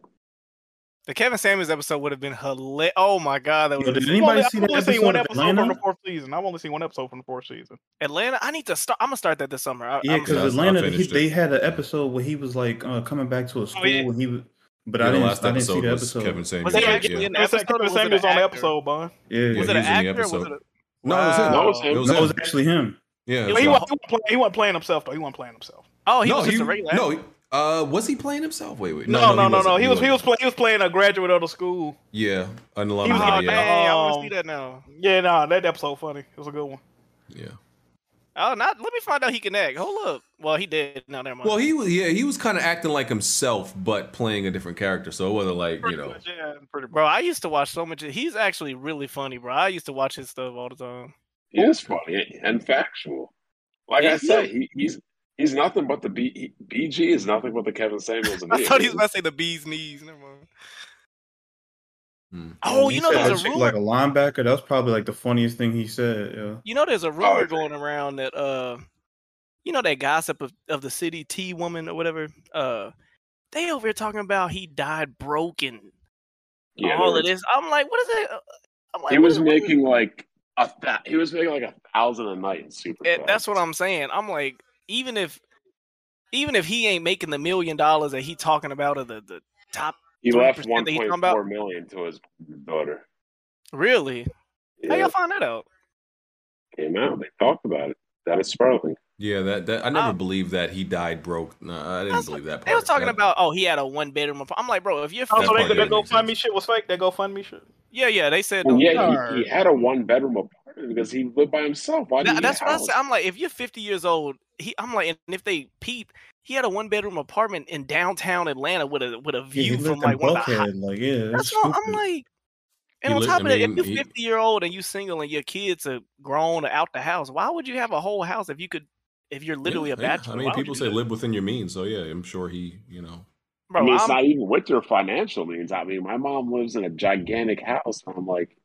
The Kevin Samuels episode would have been hilarious. Oh my god, that would Yo, have did been. I've only, anybody I've see that only seen episode one of episode from the Atlanta? fourth season. I've only seen one episode from the fourth season. Atlanta, I need to start. I'm gonna start that this summer. I, Yeah, I'm- because I- I Atlanta, he, finished it. they had an episode where he was like uh, coming back Oh, to a school, and he was, but Yeah, I the didn't, last I didn't see episode the was episode. Kevin was Samuels. he yeah. actually in the Kevin Sa- episode? Kevin or was it Samuels an on the actor? episode, Bun. Yeah, Yeah, Was he it an was in the actor? Or was episode. it a... No, it was him. No, it was It him. was no, it was him. actually him. Yeah, it But was he him. wasn't, he, wasn't playing, he wasn't playing himself though. He wasn't playing himself. Oh, he no, was just he, a regular. no, uh, was he playing himself? Wait, wait, No, no, no, no. wasn't. He, was he wasn't. was playing he was playing a graduate of the school. Yeah, an He was alumni. Oh in Yeah, man, I want Um, to see that now. Yeah, nah, that episode funny. It was a good one. yeah. Oh, not. Let me find out he can act. Hold up. Well, he did. No, never mind. Well, he was. Yeah, he was kind of acting like himself, but playing a different character. So it wasn't like you know. Yeah, pretty bro, I used to watch so much. He's actually really funny, bro. I used to watch his stuff all the time. He is funny and factual. Like I Yeah. said, he, he's he's nothing but the B, he- BG is nothing but the Kevin Samuels of I me. thought he was about to say the bee's knees. Never mind. Hmm. Oh, He you know said there's that a shit rumor. like a linebacker. That was probably like the funniest thing he said. Yeah. You know there's a rumor going around that uh, you know that gossip of, of the city T woman or whatever. Uh, they over here talking about he died broken. Yeah, all there of was- this. I'm like, what is that? I'm like, he what was is- what is- making like a th- he was making like a thousand a night in Super. Eh, that's what I'm saying. I'm like, even if even if he ain't making the million dollars that he talking about or the, the top He left 3% one that he talking point about. four million to his daughter. Really? Yeah. How y'all find that out? Came out. They talked about it. That is Sperling. Yeah, that, that I never believed that he died broke. No, I didn't believe that part. Um, They was talking That- about oh he had a one bedroom apartment. I'm like, bro, if you're Oh, That so they, part that doesn't make GoFundMe shit was fake. That GoFundMe shit. yeah, yeah, they said Well, no. yeah, he, he had a one bedroom apartment because he lived by himself. Why did That- he that's have what I house? said. I'm like, if you're 50 years old, he, I'm like, and if they peep, he had a one bedroom apartment in downtown Atlanta with a with a Yeah, he view from lived in like one of the hot. Buckhead. Like, yeah, that's That's what I'm stupid. like. He And on li- top I of that, if mean, you're he- 50 year old and you single and your kids are grown or out the house, why would you have a whole house if you could, if you're literally a yeah, yeah. bachelor? I Why mean, would you people say live within your means. So yeah, I'm sure he, you know. Bro, I mean, it's I'm- not even with your financial means. I mean, my mom lives in a gigantic house, and I'm like,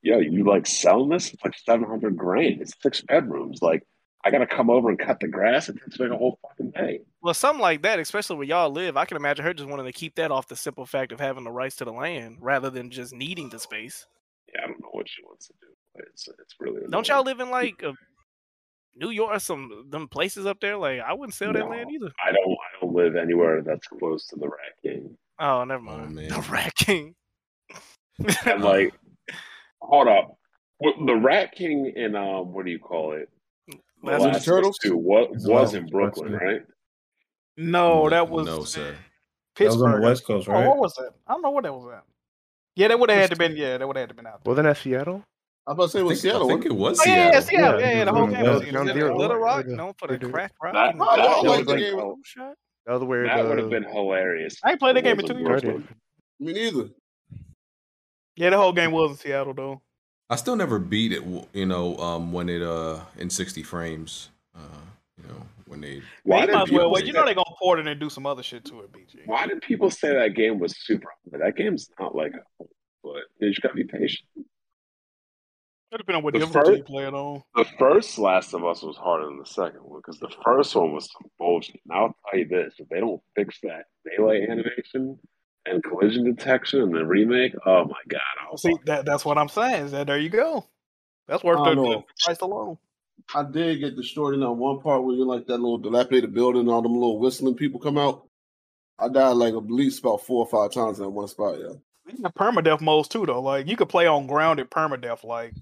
yo, you like selling this? It's like seven hundred grand. It's six bedrooms. Like, I gotta come over and cut the grass. It takes like a whole fucking day. Well, something like that, especially where y'all live, I can imagine her just wanting to keep that off the simple fact of having the rights to the land rather than just needing the space. Yeah, I don't know what she wants to do. But it's it's really annoying. Don't y'all live in like a New York or some them places up there? Like I wouldn't sell that No, land either. I don't. I don't live anywhere that's close to the Rat King. Oh, never mind. The Rat King. And like, hold up, What- the Rat King in um, what do you call it? The Last of the Last of Us Turtles? Two what It's was Last in of Us Brooklyn, Two. right? No, that was No, sir. That was on the Pittsburgh. West Coast, Oh, right? what was that? I don't know what that was at. Yeah, that would have had to been. Yeah, that would have had to been out. Wasn't that Seattle? I was about to say it was I think- I Seattle. think wasn't it was Oh, yeah, yeah, Seattle. Seattle. Yeah, it yeah, the was whole on game West was in Ground Seattle. Zero. Little Rock, Right, known for they the do. crack rock That and the That Oh, y'all was like Jack the like- game. Jones shot. That was where That the would have been hilarious. I ain't played that game in Was two in years. started. Brooklyn. Me neither. Yeah, the whole game was in Seattle though. I still never beat it. w- You know, um, when it uh in 60 frames. Uh, you know, when they Why did Man, you might as well. people Well, say you that? know they're gonna port it and do some other shit to it, BG. Why did people say that game was super? But that game's not like, but you just gotta be patient. depending on what The difficulty first- you play it on. The first Last of Us was harder than the second one because the first one was some bullshit. And I'll tell you this: if they don't fix that melee animation and collision detection in the remake, oh my god, I'll See, that, that's what I'm saying. Is that there you go? That's worth I the, don't the know. price alone. I did get destroyed in that one part where you're like that little dilapidated building and all them little whistling people come out. I died like at least about four or five times in that one spot, yeah. They got permadeath modes too, though. Like you could play on grounded permadeath. Like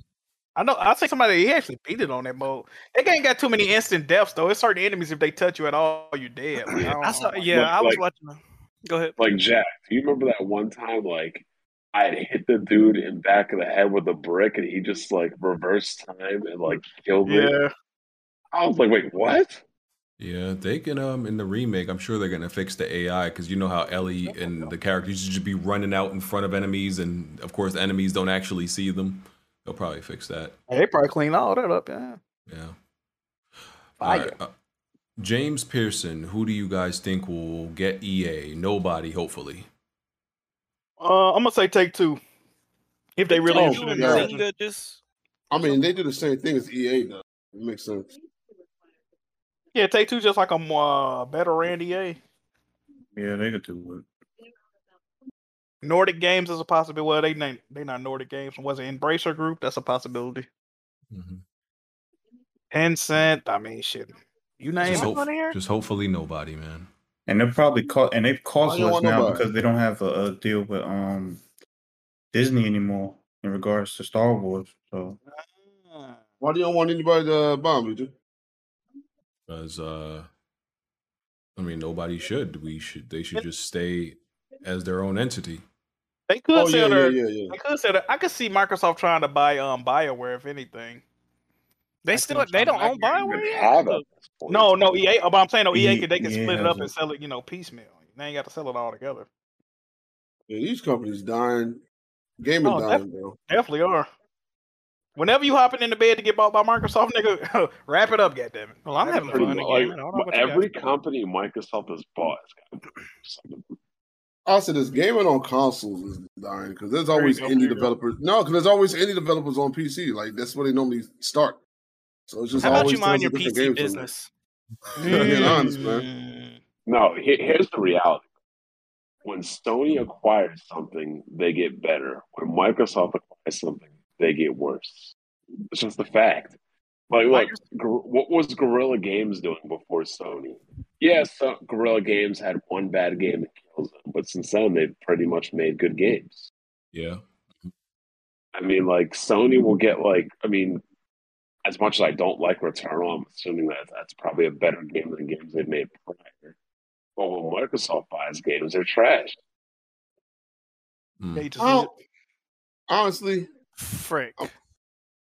I know, I think somebody he actually beat it on that mode. That game got too many instant deaths though. It's certain enemies if they touch you at all, you're dead. Like, I, don't, I saw. I'm like, Yeah, I was like- watching. Go ahead. Like Jack, do you remember that one time like I had hit the dude in the back of the head with a brick and he just like reversed time and like killed me? Yeah. I was like, wait, what? Yeah, they can um in the remake. I'm sure they're gonna fix the AI because you know how Ellie and the characters used to be running out in front of enemies, and of course, enemies don't actually see them. They'll probably fix that. they probably clean all that up. Yeah. Yeah. Fire. uh, James Pearson, who do you guys think will get EA? Nobody, hopefully. Uh, I'm gonna say take two. If they really Oh, interested in yeah. that. I mean, they do the same thing as EA does. It makes sense. Yeah, take two just like a uh, better NDA. Yeah, they could do Nordic Games is a possibility. Well, they name they not Nordic Games. Was it Embracer Group? That's a possibility. Mm-hmm. Tencent. I mean, shit. You name Just, it. hope- just hopefully nobody, man. And they're probably caught, and they've Why cost you less want nobody? now because they don't have a, a deal with um Disney anymore in regards to Star Wars. So Why do you don't want anybody to uh, bomb you? Because uh, I mean, nobody should. We should. They should just stay as their own entity. They could Oh, yeah, sell their. yeah, yeah, yeah. They could sell their, I could see Microsoft trying to buy um Bioware if anything. They still they don't own Bioware. yet? No, no EA. But I'm saying no E EA could they can EA split it has up and it. sell it you know piecemeal. They ain't got to sell it all together. Yeah, these companies dying. Gaming Oh, dying, bro. Definitely are. Whenever you hopping in the bed to get bought by Microsoft, nigga, wrap it up, goddammit. Well, I'm having Pretty much, like, every company Microsoft has bought has Also, this gaming on consoles is dying because there's There you always go, there indie you go. developers. No, because there's always indie developers on PC. Like that's where they normally start. So it's just How about always you tons mind your of different PC games on there. business? Mm. Being honest, man. No, he- here's the reality. When Sony acquires something, they get better. When Microsoft acquires something, they get worse. It's just a fact. Like, look, Gor- what was Guerrilla Games doing before Sony? Yes, so Guerrilla Games had one bad game that kills them, but since then, they've pretty much made good games. Yeah. I mean, like, Sony will get, like, I mean, as much as I don't like Returnal, I'm assuming that that's probably a better game than games they've made prior. But when Microsoft buys games, they're trash. I don't- honestly, frick. I,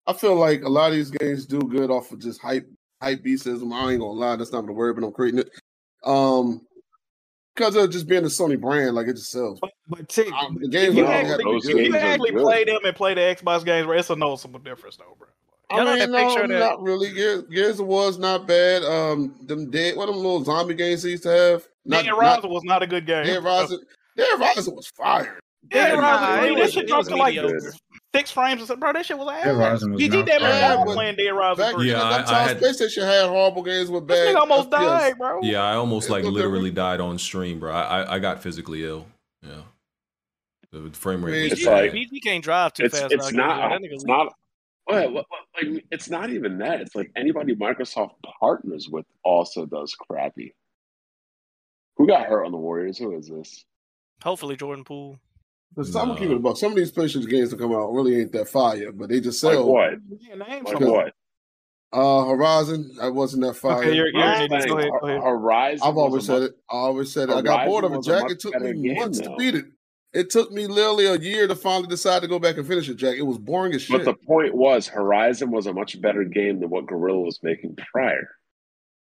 I feel like a lot of these games do good off of just hype, hype beastism. I ain't gonna lie, that's not the word, but I'm creating it. Um, because of just being the Sony brand, like it just sells. But, the games If you don't have to actually, be if you good. actually play them and play the Xbox games, bro, it's a noticeable difference, though, bro. I Y'all know mean, um, that picture no, of that- not really. Gears, Gears was not bad. Um, them dead, what them little zombie games they used to have. Not, Dead not- Rising was not a good game. Dead Rising. Dead Rising was fire. Dead Dead Rising Rising three, was- that shit it dropped was to like mediocre. six frames. or something. Bro, that shit was Dead ass. Rising was GG not David bad. Ball Yeah, playing Dead Rising three. Yeah, I, I Time had. PlayStation had horrible games with bad. This nigga almost FPS. died, bro. Yeah, I almost like no literally died on stream, bro. I, I I got physically ill. Yeah. The frame rate was It's bad. like he can't drive too It's fast. it's now, not That nigga it's leave. not well, well, well, like it's not even that. It's like anybody Microsoft partners with also does crappy. Who got hurt on the Warriors? Who is this? Hopefully, Jordan Poole. Because I'm gonna keep it a buck. Some of these PlayStation games that come out really ain't that fire, but they just sell. Like what? Like what? Uh, Horizon. I wasn't that fire. Okay, you're- you're an idiot. Go ahead, go ahead. Horizon I've always was a said much- it. I always said it. I got Horizon bored of it, was a Jack. much It took better me game, months to though. beat it. It took me literally a year to finally decide to go back and finish it, Jack. It was boring as But shit. the point was, Horizon was a much better game than what Gorilla was making prior.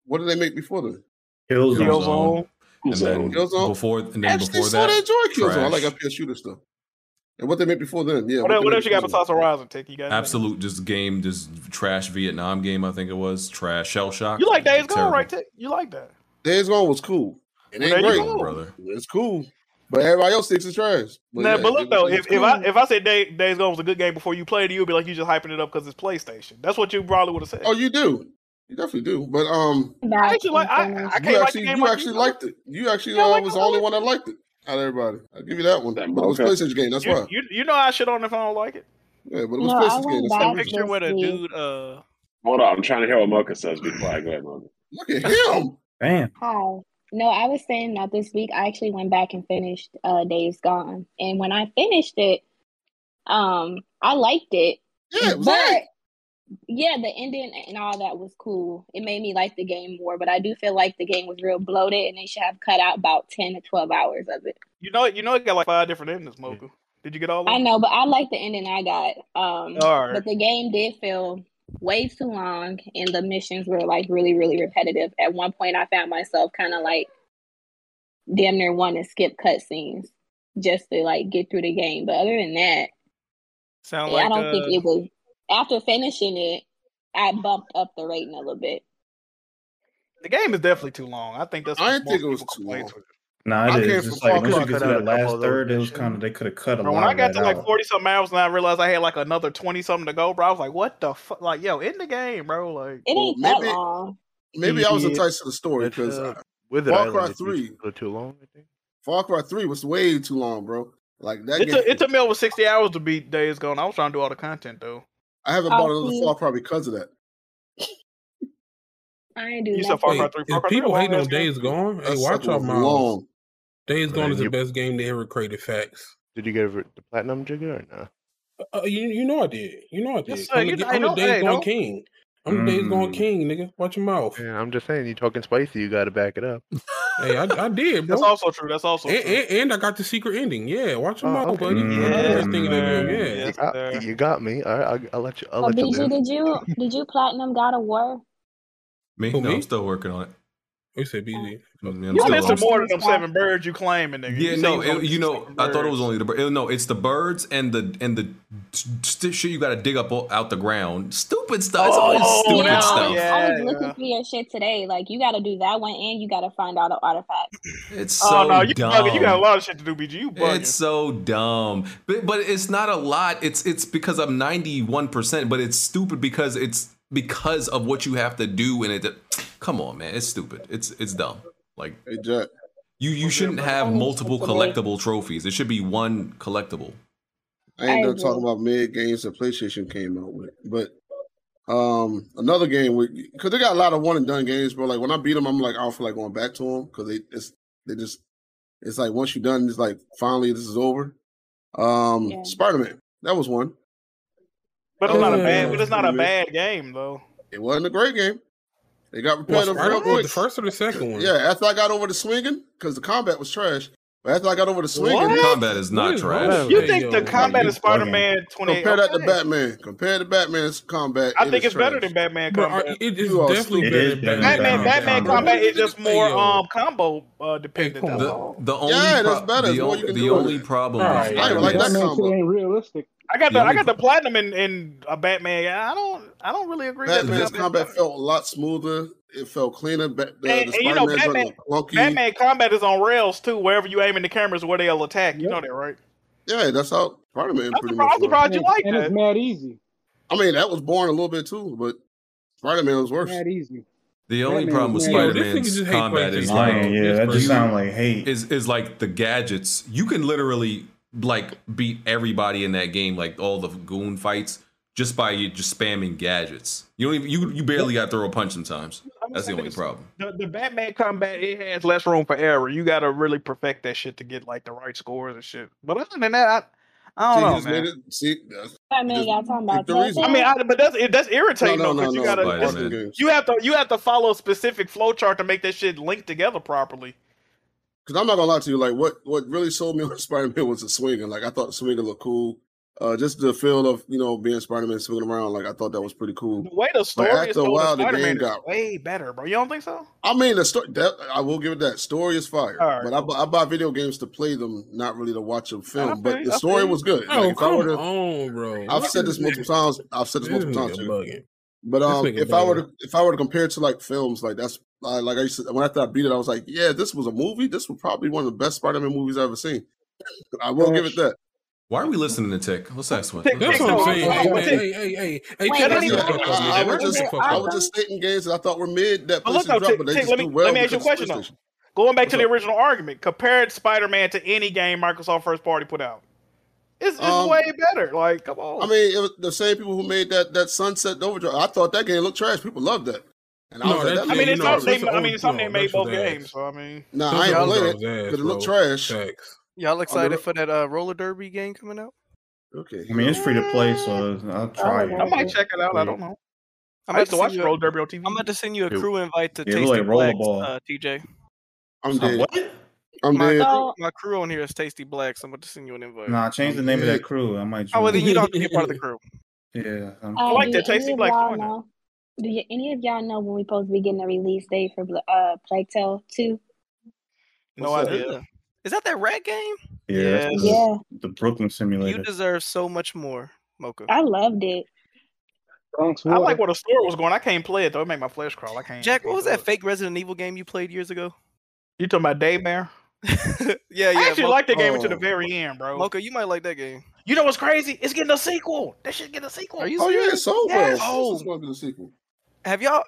What did they make before then? Killzone. Killzone. And then Killzone. Killzone. before and then Actually, before so they that, enjoy Killzone. I trash. like FPS shooter stuff. And what they made before then? Yeah. What, else- they what made else you got before besides Horizon? Tick, you got anything? absolute just game, just trash Vietnam game. I think it was trash shell shock. You like Days Gone, Terrible. right? Tick? You like that? Days Gone was cool. It Well, ain't there you great, go. brother. It's cool. But everybody else thinks it's trash. Nah, yeah, but look it- though, it's if, if I cool. if I said Day, Days Gone was a good game before you played it, you'd be like you just hyping it up because it's PlayStation. That's what you probably would have said. oh, you do, you definitely do. But um, I actually like. I, I can't you like actually the game you like actually you. liked it. You actually Yeah, I uh, like- was I the only like one that liked it out of everybody. I'll give you that one. But it was Okay. PlayStation game. That's you, why. You, you know I shit on if I don't like it. Yeah, but it was No, I PlayStation game. went That's the back reason. Picture with a dude. Uh, Hold on, I'm trying to hear what Mocha says before I go ahead, Mocha. Look at him. Damn. Hi. No, I was saying that this week I actually went back and finished uh Days Gone. And when I finished it, um, I liked it. Yeah, but yeah, the ending and all that was cool. It made me like the game more, but I do feel like the game was real bloated and they should have cut out about ten to twelve hours of it. you know, you know, it got like five different endings. Mocha, did you get all of them? I know, but I like the ending I got. Um, Alright. but the game did feel way too long, and the missions were like really, really repetitive. At one point, I found myself kind of like damn near wanting to skip cutscenes just to like get through the game. But other than that, Sound I like don't think uh, it was. After finishing it, I bumped up the rating a little bit. The game is definitely too long. I think that's. I didn't think it was too long. Nah, I it came is. It's from like Fallout, once you get cut to that out a couple last of those third, it was kind of they could have cut a Bro, lot when I of got that to like out. forty something hours and I realized I had like another twenty something to go, bro, I was like, "What the fuck?" Like, yo, in the game, bro. Like, It ain't that maybe- long. Mm. Maybe I was Idiot. enticed to the story That's, because uh, Wizard Far Island Cry is Three, a little too long. Far Cry Three was way too long, bro. Like that It game, took, it took me over sixty hours to beat Days Gone. I was trying to do all the content though. I haven't Oh, bought another Far Cry because of that. I ain't do You said nothing. Far Cry Wait, Three. Far if Cry people Three. hate on Days Gone, hey, That watch sucker your was mouth. long. Days Gone Man, is the you- best game they ever created. Facts. Did you get the platinum jigger or not? Uh, you you know I did. You know I did. Yes, sir. I'm You the, know- hey, I'm the don't- Days hey, Gone don't- king. I'm the Days Gone Mm. king, nigga. Watch your mouth. Man, I'm just saying, you talking spicy, you got to back it up. Hey, I, I did, bro. That's also true. That's also and, true. and, and I got the secret ending. Yeah, watch your Oh, mouth, okay. buddy. Another Yes, best thing in that game. sir. Yeah. You got, you got me. All right, I'll, I'll let you. I'll Oh, let you BG, live. did you did you platinum God of War? Me? Who, no, me? I'm still working on it. We said BG. Mm, I'm You still missing on it. more than them seven birds you claiming, nigga. Yeah, you no, said it, you know, seven I thought it was birds. only the bird. it- No, it's the birds and the and the t- t- shit you got to dig up o- out the ground. Stupid stuff. It's always Oh, stupid now- stuff. I yeah, was looking through your shit today. Like you got to do that one, and you got to find all the artifacts. It's Oh so no, you bugging. You got a dumb. lot of shit to do, BG. You bugging. It's so dumb. But but it's not a lot. It's it's because I'm 91%, but it's stupid because it's because of what you have to do and it Come on, man. It's stupid. It's it's dumb. Like Hey Jack, you you shouldn't have Only multiple took away. collectible trophies. It should be one collectible. I I ended up agree. talking about mid games that PlayStation came out with, but um, another game because they got a lot of one and done games, bro. Like when I beat them, I'm like, I don't feel like going back to them because they it's they just it's like once you're done, it's like finally this is over. Um, Yeah. Spider Man, that was one. But That it's was not a one bad. that But was it's not a pretty good. bad game though. It wasn't a great game. They got What, repetitive real Spider-Man? quick. The first or the second one? Yeah, after I got over the swinging, because the combat was trash. But after I got over the swinging, Oh, What? The combat is not is trash. wrong with You that, think the yo? combat Like, in Spider-Man 28? compare that to okay. Batman. Compare to Batman's combat. I think is it's better trash. than Batman Bro, combat. are- it is You are definitely It stupid. better is better than than Batman. Batman Batman, Batman combat. combat is just more Hey, yo. um combo uh, dependent. come That's The all. the only Yeah, that's pro- better. There's the, more o- you can the do with only it. problem All with right, I Spider didn't like Man that is combo. I got the the I only got the pro- platinum in, in a Batman. game. I don't I don't really agree that the Batman's combat. combat felt a lot smoother. It felt cleaner. Ba- the And, the and you know Spider-Man joint Batman looked clunky. Batman combat is on rails too. Wherever you aim in the cameras, where they'll attack. You know that, right? Yeah, that's how Spider-Man I'm pretty much surprised, I'm was. surprised you like that. mad easy. I mean, that was boring a little bit too, but Spider-Man was worse. Mad easy. the only problem with Yo, Spider this nigga Man's just hate combat PlayStation. is Lying, like yeah, that just you- sound like hate. is is like the gadgets. You can literally like beat everybody in that game, like all the goon fights, just by you just spamming gadgets. You don't even you you barely got to throw a punch sometimes. That's the only problem. The, the Batman combat it has less room for error. You got to really perfect that shit to get like the right scores and shit. But other than that, I, I See, he don't just know, man. made it. See, that's Batman, y'all talking about the reason. I mean, I, but that's it, that's irritating no, though, no, because you no, gotta no. that's- Arkham games. you have to you have to follow a specific flow chart to make that shit link together properly. Because I'm not gonna lie to you, like what what really sold me on Spider Man was the swinging. Like I thought the swinging looked cool. Uh, just the feel of you know being Spider Man swinging around. Like I thought that was pretty cool. The way the story but is after a told, while, in the Spider-Man game is got. way better, bro. You don't think so? I mean, the story. That, I will give it that story is fire. All right, but I, bu- I buy video games to play them, not really to watch them I film. feel But you, the I feel story you. was good. Oh, Like if I come were to, on, bro. I've What said is this multiple times. I've said this This multiple times. nigga Jimmy. bugging. But This um, nigga if I were to dumb. if I were to compare it to like films, like that's I, like I used to when after I beat it, I was like, yeah, this was a movie. This was probably one of the best Spider-Man movies I've ever seen. I will give it that. Why are we listening to Tick? Let's ask one. Tick, That's Tick, what I'm saying. Hey, man, hey, hey, hey, Wait, Tick, let me- that's- I I was just Fuck I was with it. just stating games that I thought were mid that But PlayStation look, though, dropped, Tick, but they Tick, just let me do well let me ask you a because question it's though. Going back to the original argument, compared Spider-Man to any game Microsoft first party put out. It's, it's Um, way better. Like, come on. I mean, it was the same people who made that that Sunset Overdrive. I thought that game looked trash. People loved that. And I was like, that I mean, looks it's trash. not, they, I mean, it's something they made both games. So I mean, Nah, I ain't played it, but it looked trash. Y'all On the excited ro- for that uh, roller derby game coming out? Okay. I mean, it's free to play, so I'll try it. I might check it out. I don't know. I'm about I used to watch send you a- roller derby on TV. I'm about to send you a Dude. crew invite to Yeah, it Taste look Tasty like rollerball. Blacks, uh, TJ. I'm dead. I'm my, dead. Crew, my crew on here is Tasty Blacks. I'm about to send you an invite. Nah, change the name of that crew. I might. Oh, well, then you don't have to be join. part of the crew. Yeah, I'm- Uh, do any of y'all know? Do you, any of y'all know when we supposed to be getting a release date for Bla- uh, Plague Tale Two? No What's idea. that? Is that that rat game? Yeah, that's the, Yeah. the Brooklyn You Simulator. deserve so much more, Mocha. I loved it. I like where the story was going. I can't play it though. It made my flesh crawl. I can't. Jack, what was that fake Resident Evil game you played years ago? You talking about Daymare? Yeah, yeah. I actually Mocha- liked that game until the very end, bro. Mocha, you might like that game. You know what's crazy? It's getting a sequel. That should get a sequel. Are you Oh yeah, serious? so well. Yes. Oh, this is going to be the sequel. Have y'all?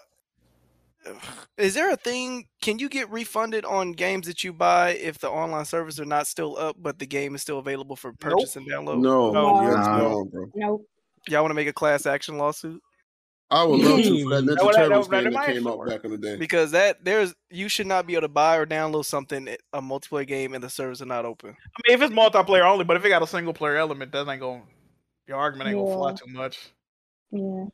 Is there a thing? Can you get refunded on games that you buy if the online services are not still up, but the game is still available for purchase and download? No, no, yeah, it's gone, bro. Nope. Y'all want to make a class action lawsuit? I would love Mm. to for that Ninja That would- that Turtles would- that game that might came out work. back in the day. Because that there's you should not be able to buy or download something that- a multiplayer game and the servers are not open. I mean, if it's multiplayer only, but if it got a single player element, that ain't going. to Your argument ain't gonna fly Yeah. too much. Yeah.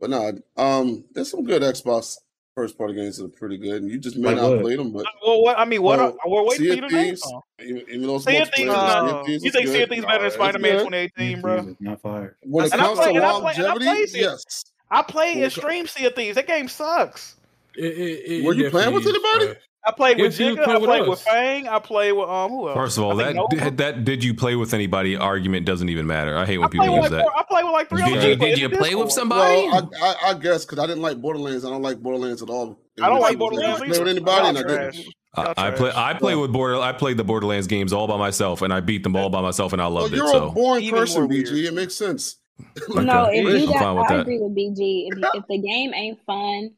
But no, um, there's some good Xbox first party games that are pretty good, and you just may Like not what? play them. But Uh, Well, what I mean, what Well, are, we're Sea waiting for of you to name. Thieves, some. even, even though it's Sea of multiplayer, Thieves, Sea of no. Thieves You is think Sea of good. Thieves better Nah, than it's Spider Man good. 2018, bro? Not fired. When it And I comes to play- and I play- and I longevity, play Sea- yes. I play When and it co- stream Sea of Thieves. That game sucks. Were you playing with anybody? I played with Yes, you Jigga. I played with played with us. Fang. I played with um who else? First of all, I think that Nova. did, that did you play with anybody argument doesn't even matter. I hate when I people played use with like that. four, I played with like three Did other you- people. did in you the play with Discord. Well, I, I, I guess because I didn't like Borderlands. I don't like Borderlands at all. I don't like If I Borderlands could either. Play with anybody, Y'all and I didn't. trash. I, I play. I play with border. I played the Borderlands games all by myself, and I beat them all by myself, and I Well, loved you're it. a So boring person, BG. It makes sense. No, if you I'm got, fine with I that. agree with BG. If, if the game ain't fun,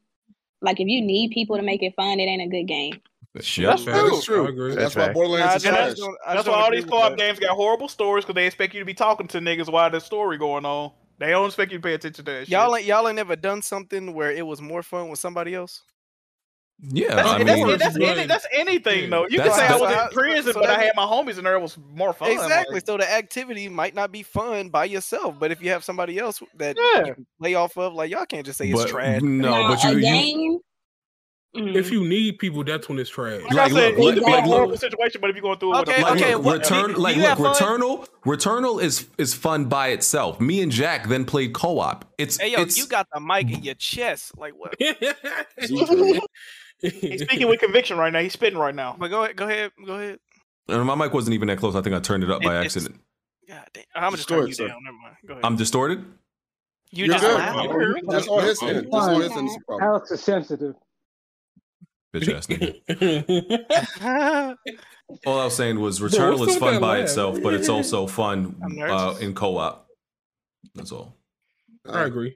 like if you need people to make it fun, it ainain't a good game. Yep. That is true. That's why Borderlands is And trash. that's, that's why all these co-op games got horrible stories because they expect you to be talking to niggas while there's story going on. They don't expect you to pay attention to that shit. Y'all ain't y'all ain't never done something where it was more fun with somebody else. Yeah, that's, I that's- mean, that's, any, that's anything though. You can That's- say I that's- was Uh, that's- in prison, so but I that- had my homies in there. It was more fun. Exactly. like- So the activity might not be fun by yourself, but if you have somebody else that Yeah. you can play off of, like y'all can't just say But it's trash. no, but you, you If you need people, that's when it's trash. Like I Like, said, look, it It could be a like, look- horrible situation, but if you're going through it, with a like, friend- look, return like look, Returnal. Returnal is is fun by itself. Me and Jack then played co-op. It's Hey yo, it's you got the mic in your chest. Like what? He's speaking with conviction right now. He's spitting right now. But go ahead, go ahead, go ahead. and my mic wasn't even that close. I think I turned it up by accident. God damn. I'm just turn you down. Never mind. Go ahead. I'm distorted. You You're just good. loud. That's all his end. That's all his end. is the problem. Alex is sensitive. Bitch ass nigga. I All I was saying was Bro, Returnal what's is with fun that by laugh? itself, but it's also fun I'm uh, nervous. in co-op. That's all. I agree. uh,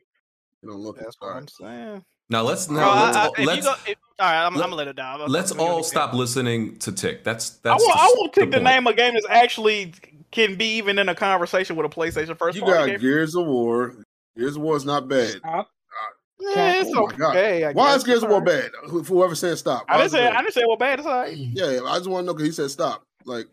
You don't look. That's what I'm saying. Now let's No, now I- let's I- all, if you let's, go, if, all right, I'm, I'm let- gonna let it down. let's all stop listening to Tick. That's I that's. will. I just will pick the, point. name of a game that's actually can be even in a conversation with a PlayStation first You party got game. Gears of War. Gears of War is not bad. Yeah, Eh, it's oh my God. okay. I Why guess. is Gears of War bad? Who- Whoever said stop. I Why didn't is it say. bad? I didn't say well bad. It's alright. Yeah, yeah, I just want to know because he said stop. Like,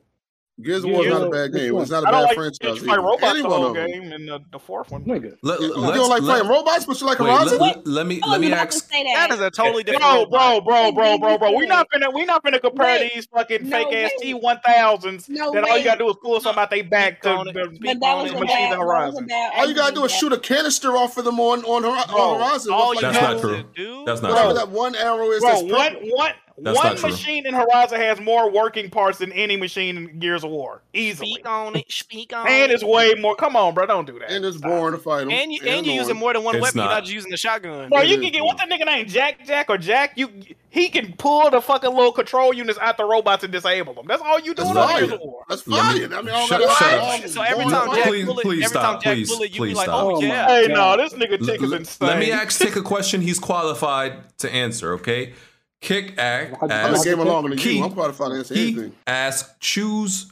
Gears of War is Yeah. not a bad game. It's not a I bad don't like franchise. Detroit either. Robots Any the one whole of them. game and the, the fourth one. Let, You don't like playing robots, but you like wait, Horizon? Let, let- let me Oh, I let was me about to ask. say That is a totally different. Bro, robot. bro, bro, bro, bro, bro. We not finna, we not finna compare Wait. these fucking No, fake ass wait. T one thousands. No, That all you wait. gotta do is pull something out they back to on it. the But that was a machine bad. That was that a horizon. bad. All you gotta do is argument, shoot a canister off of them on on, Hori- Bro, on Horizon. all That's That's like- not true. That's not Whatever true. that one arrow is. Bro, that's one purple. one That's One not true. machine in Horizon has more working parts than any machine in Gears of War. Easily. Speak on it. Speak on And it. it's way more. Come on, bro. Don't do that. And it's boring to fight them. And you and you're using more than one It's weapon. You're not. not just using the shotgun. Bro, you can get what's that nigga name? Jack Jack or Jack? You he can pull the fucking little control units out the robots and disable them. That's all you do That's on fire. Gears of War. That's Yeah, I mean, fine. I mean, all shut- that shut up. all- So every all time that- Jack please, Bullet, please every stop. time Jack please, Bullet, you be please like, stop. oh, yeah. Hey, no, this nigga Tick is L- insane. Let me ask Tick a question. He's qualified to answer. Okay, Kick act. I'm a asked- game longer than Keith- you. I'm qualified to answer He anything. asked, choose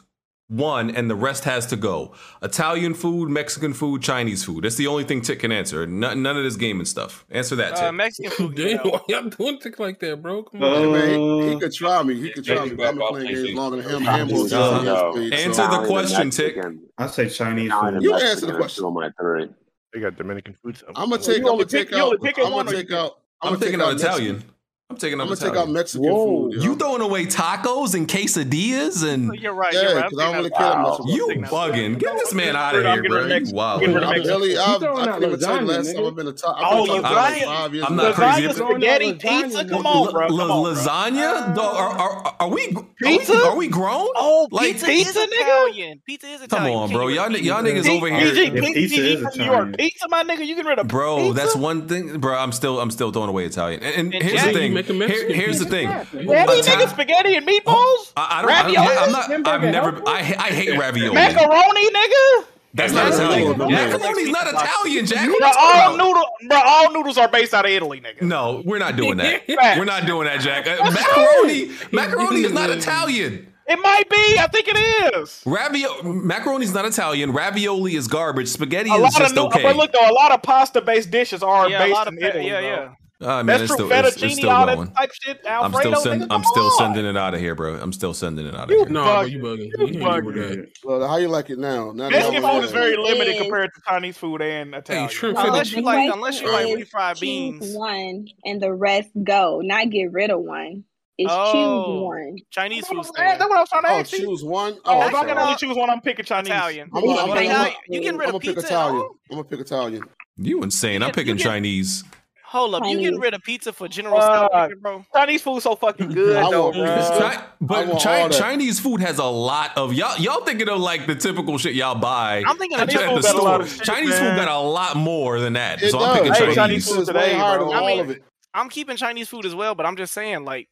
one, and the rest has to go. Italian food, Mexican food, Chinese food. That's the only thing Tick can answer. No- none of this gaming stuff. Answer that, Tick. Uh, Mexican food. Damn, why y'all doing things like that, bro? Come Hey, on. man, he, he could try me. He could try me. But I've been playing games longer than him. And more No, no. than him. Answer the question, Tick. I say Chinese food. You answer the question. Still my three. They got Dominican food. I'm gonna take. I'm gonna take out. I'm gonna take out. I'm, gonna thinking take of out Italian. Mexican. I'm taking I'm out gonna Italian. take out Mexican food. yo. You throwing away tacos and quesadillas and You're right. Yeah, you're right. I'm 'cause I don't thinking really out- care that much about you things. bugging. Get this man out of I'm here, getting rid bro. of You Mexican- wild. getting rid of I'm Mexican. really. You I've, throwing I out can't even tell you lasagna, the last nigga. time I've been to top. Oh, I've been to top like lasagna. five years. I'm ago. not crazy. Lasagna, If spaghetti, pizza. Come on, bro. Come on, bro. lasagna? Dog, are, are, are we are Pizza? we are we grown? Oh, like pizza, is Italian. Pizza is come Italian. on, bro. Y'all ni- y'all niggas Pete- over here. PG, Pete- PG from New York. Pizza, my nigga. You getting rid of Bro, pizza? that's one thing, bro. I'm still, I'm still throwing away Italian. And, and And here's Jack- the thing. You make a Here- Mexican here's the thing. Ready, Ita- nigga, spaghetti and meatballs. I, I don't. I don't Ravioli? I'm not. I've never. I, ha- I hate ravioli. Macaroni, nigga. That's not Italian. Macaroni's not Italian, Jack. What Bro, you all talking about? noodle, bro, all noodles are based out of Italy, nigga. No, we're not doing that. Facts. We're not doing that, Jack. Uh, macaroni, macaroni is not Italian. It might be. I think it is. Ravio- macaroni's not Italian. Ravioli is garbage. Spaghetti A is lot of just new, okay. but look though, a lot of pasta-based dishes are Yeah, a based lot of in pa- Italy. yeah, bro. yeah. Ah, man, That's it's true. still, it's, it's Fettuccine, still all going. that type shit. I'm still, Alfredo, send, nigga. I'm still sending it out of here, bro. I'm still sending it out of here. No, bro, you bugging. You ain't doing that. Well, how you like it now? Now that Mexican I'm- food is very limited Yeah. compared to Chinese food and Italian. Unless you you like- like, unless unless you you like like refried choose beans. one and the rest go, not get rid of one. It's choose Oh. one. Chinese food Hey, stand. that's what I was trying to Oh, ask you. choose one. Oh, Oh, if I can okay. only choose one, I'm picking Chinese. Italian. I'm gonna, You I'm like gonna, I'm Italian? gonna, You getting rid I'm of gonna pick pizza? at Italian. all? I'm gonna pick Italian. You insane. I'm get- you picking get- Chinese. Hold up, you getting Chinese. rid of pizza for general Fuck. stuff, bro? Uh, Chinese food's so fucking good I though, want pizza. bro. Chi- I but want Chi- all that. Chinese food has a lot of y'all. Y'all thinking of like the typical shit y'all buy. I'm thinking of at Chinese the food got a lot store. of shit, Chinese man. food got a lot more than that. It so does. I'm picking Hey, Chinese. Chinese food is way today, higher than bro. I all mean- of it. I'm keeping Chinese food as well, but I'm just saying, like,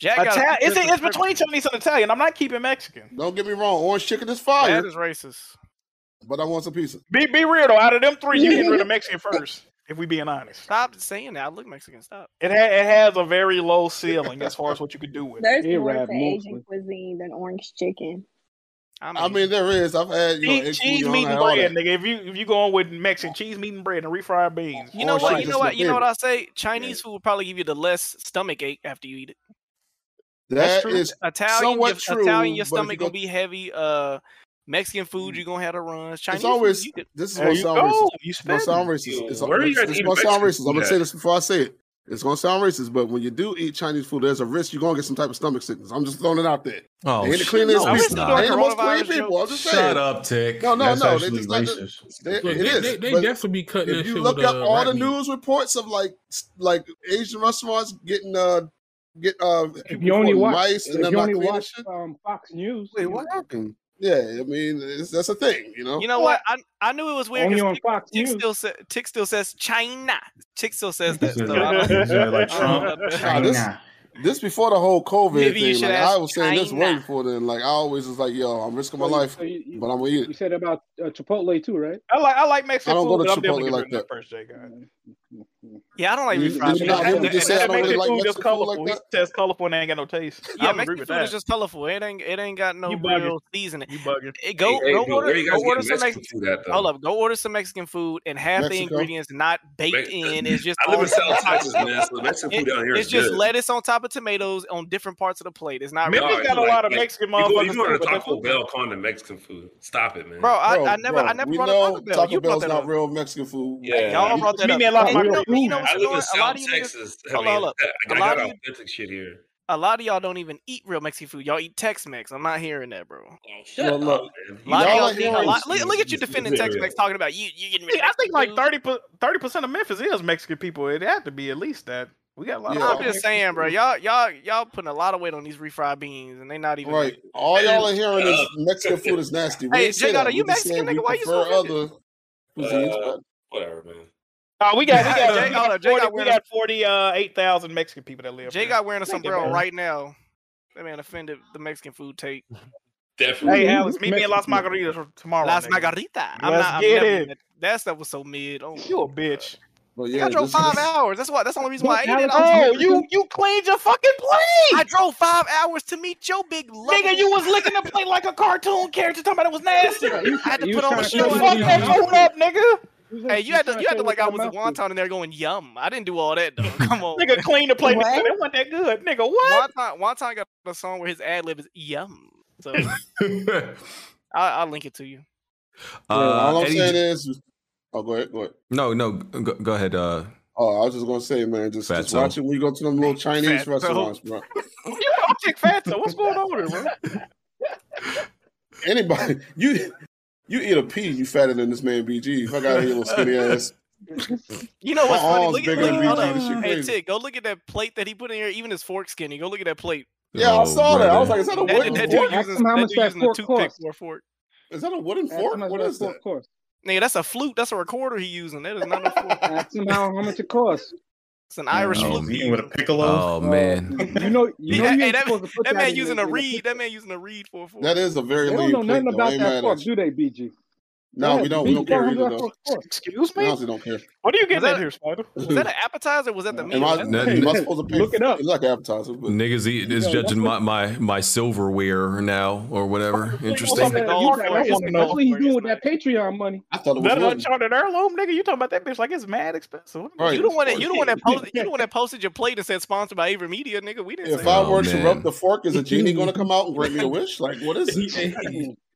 Jack got Italian. a It's, it's between Chinese and Italian. I'm not keeping Mexican. Don't get me wrong. Orange chicken is That fire, is racist. but I want some pizza. Be be real though. Out of them three, you getting rid of Mexican first. If we being honest, Stop saying that. I look Mexican. Stop. it ha- it has a very low ceiling as far as what you could do with it. There's more rap to mostly. Asian cuisine than orange chicken. I mean, I mean, there is. I've had you know, Cheese, egg cheese bouillon, meat, I and had all bread, that. nigga. If you if you going with Mexican cheese, meat, and bread, and refried beans, you know orange what? chicken is You know my what? You know what I favorite. say? Chinese food would probably give you the less stomach ache after you eat it. That true. is Italian, somewhat your, true, Italian, but your if stomach you gonna go- be heavy. Uh, Mexican food, you gonna have to run. Chinese It's always. food, you could. This is there gonna you sound go. racist. You It's gonna spend. sound racist. It's, Where are you it's, guys it's eating gonna Mexican sound racist. I'm food gonna say at? this before I say it. It's gonna sound racist, but when you do eat Chinese food, there's a risk you're gonna get some type of stomach sickness. I'm just throwing it out there. Oh, they ain't the sh- cleanest no, it's people. not. They ain't the most Coronavirus clean people. I'm just saying. Shut up, Tick. No, no, That's no. They actually just not. racist. They, it Look, they, is. They, they but definitely be cutting that if you shit look with up uh, all rat the meat. news reports of like s- like Asian restaurants getting uh get uh If people you only throwing watch, mice if and them you not only cleaning watch shit. um, Fox News, Wait, what happened? Yeah, I mean it's, that's a thing, you know. You know what? I I knew it was weird Only because on Tick, Fox Tick News. still sa- Tick still says China. Tick still says that. Said So like- I don't- said like I Trump, don't know. Nah, this, China. this before the whole COVID Maybe you thing. should Like I ask was saying this way China. before then. Like I always was like, yo, I'm risking my So you- life, so you- you- but I'm gonna eat You it. said about uh, Chipotle too, right? I like I like I Mexican don't go food, to but I'm Chipotle definitely like getting rid that. of that first, J. God. Yeah, I don't like You- refried did you beans. not And- hear and- me just and say? I that don't makes really Mexican like food just Mexican food like colorful. He that. says colorful and ain't got no taste. Yeah, I agree Mexican with food is that. just colorful. It ain't it ain't got no You bugging. real seasoning. You bugging. It- go hey, go but order where you guys go order getting some Mexican Mexican. food at, though? Hold up, go order some Mexican food and half the Mexico. ingredients not baked Me- in. It's just I live in on South top of Texas, man, so Mexican it- food down here it's is just good. lettuce on top of tomatoes on different parts of the plate. It's not Memphis No, it's got a like- lot of like, Mexican You go, motherfuckers you go too, to but their Taco food. Bell calling it Mexican food. Stop it, man. Bro, I, Bro, I never bro, I never we brought up know Taco Bell. You Taco brought Bell's that not up. real Mexican food. Yeah. Y'all you- brought that Me up. and a lot of And my you know, friends. you know what's I live in annoying? A lot South of you niggas, Texas. I hold mean, on, hold up. I A got lot of you, authentic shit here. a lot of y'all don't even eat real Mexican food. Y'all eat Tex-Mex. I'm not hearing that, bro. Oh, shut Well, up, look, man. A y'all lot of are y'all eat a hearing. lot. Look, look at you defending Yeah. Tex-Mex, talking about you you getting rid See, of I think Mexican like food. 30 percent of Memphis is Mexican people. It had to be at least that. We got a lot. Yeah. Of, I'm just saying, bro. Y'all, y'all, y'all putting a lot of weight on these refried beans, and they not even Right. All y'all are hearing is Mexican food is nasty. We Hey, ain't say Jigga, that. are you We just Mexican, saying we nigga? Why you so prefer other cuisines, Uh, but- Whatever, man. Oh, we got we got, Jay we got, got- Jay 40, got we wearing got forty uh eight thousand Mexican people that live. Jay here. got wearing a Thank you, sombrero man. right now. That man offended the Mexican food take. Hey, Alex, meet me in Las Margaritas for tomorrow. Las nigga. Margarita. I'm Let's not. I'm get never it. even- That stuff was so mid. Oh, you a bitch. But I drove five hours. That's why. That's the only reason why I ate it. I Oh, was- you you cleaned your fucking plate. I drove five hours to meet your big love. Nigga, you was licking the plate like a cartoon character talking about it was nasty. I had to You put on a was show. trying to show me how open up, nigga. Hey, you had to you had to like I was a Mouth wonton in there going yum. I didn't do all that though. Come on, Nigga cleaned the plate. What? Nigga, said it wasn't that good. Nigga, what? Wonton, wonton got a song where his ad lib is yum. So I, I'll link it to you. all I'm Uh, Eddie saying J- is, oh, go ahead, go ahead. no, no, go, go ahead. Uh, Oh, I was just gonna say, man, just, just Fatso. watch it when you go to them little Chinese Fatso. restaurants, bro. You don't kick Fatso. What's going on with it, bro? Anybody, you you eat a pea, you fatter than this man BG. Fuck out of here, little skinny ass. You know what's My funny? arms Look at, bigger look, than hold BG. up. This shit Hey, crazy. Tig, go look at that plate that he put in here. Even his fork skinny. Go look at that plate. Yeah, Oh, I saw that. I was like, is that a wooden that, fork? dude using, Ask him Oh, how that much dude that using a fork toothpick cost. for a fork. Is that a wooden fork? What is that? Nigga, that's a flute. That's a recorder he using. That is not a fork. Ask him how, how much it costs. It's an Irish oh, flute. man. with a piccolo. Oh man, You know, you know, Yeah, you hey, ain't that, supposed to put that that, man in using the- a in the reed. picture. That man using a reed for a fork. That is a very They lean don't know plate, though. nothing I about ain't that mad fork, at you. do they, BG? No, Yeah, we don't. BG We don't care don't either, have though. that fork cost. Excuse We me? honestly don't care. What are you Was getting that, at here, Spider? was that an appetizer? or Was that the Am meal? I, That's That- am I that- supposed to pay? Look it up. It's like appetizer, but niggas eat, is judging my, my my silverware now or whatever. Interesting. Something Yeah, you got- gold fork. that's, It's what, the that's gold what he's fork. doing with that Patreon money. I thought it was That wooden. uncharted heirloom, nigga. You talking about that bitch like it's mad expensive. What the Right. You don't want to. You don't want that. Shit. Posted, you don't want that posted your plate and said sponsored by Avery Media, nigga. We didn't If say. I that. Oh, were to rub man. the fork, is a genie going to come out and grant me a wish? Like, what is it?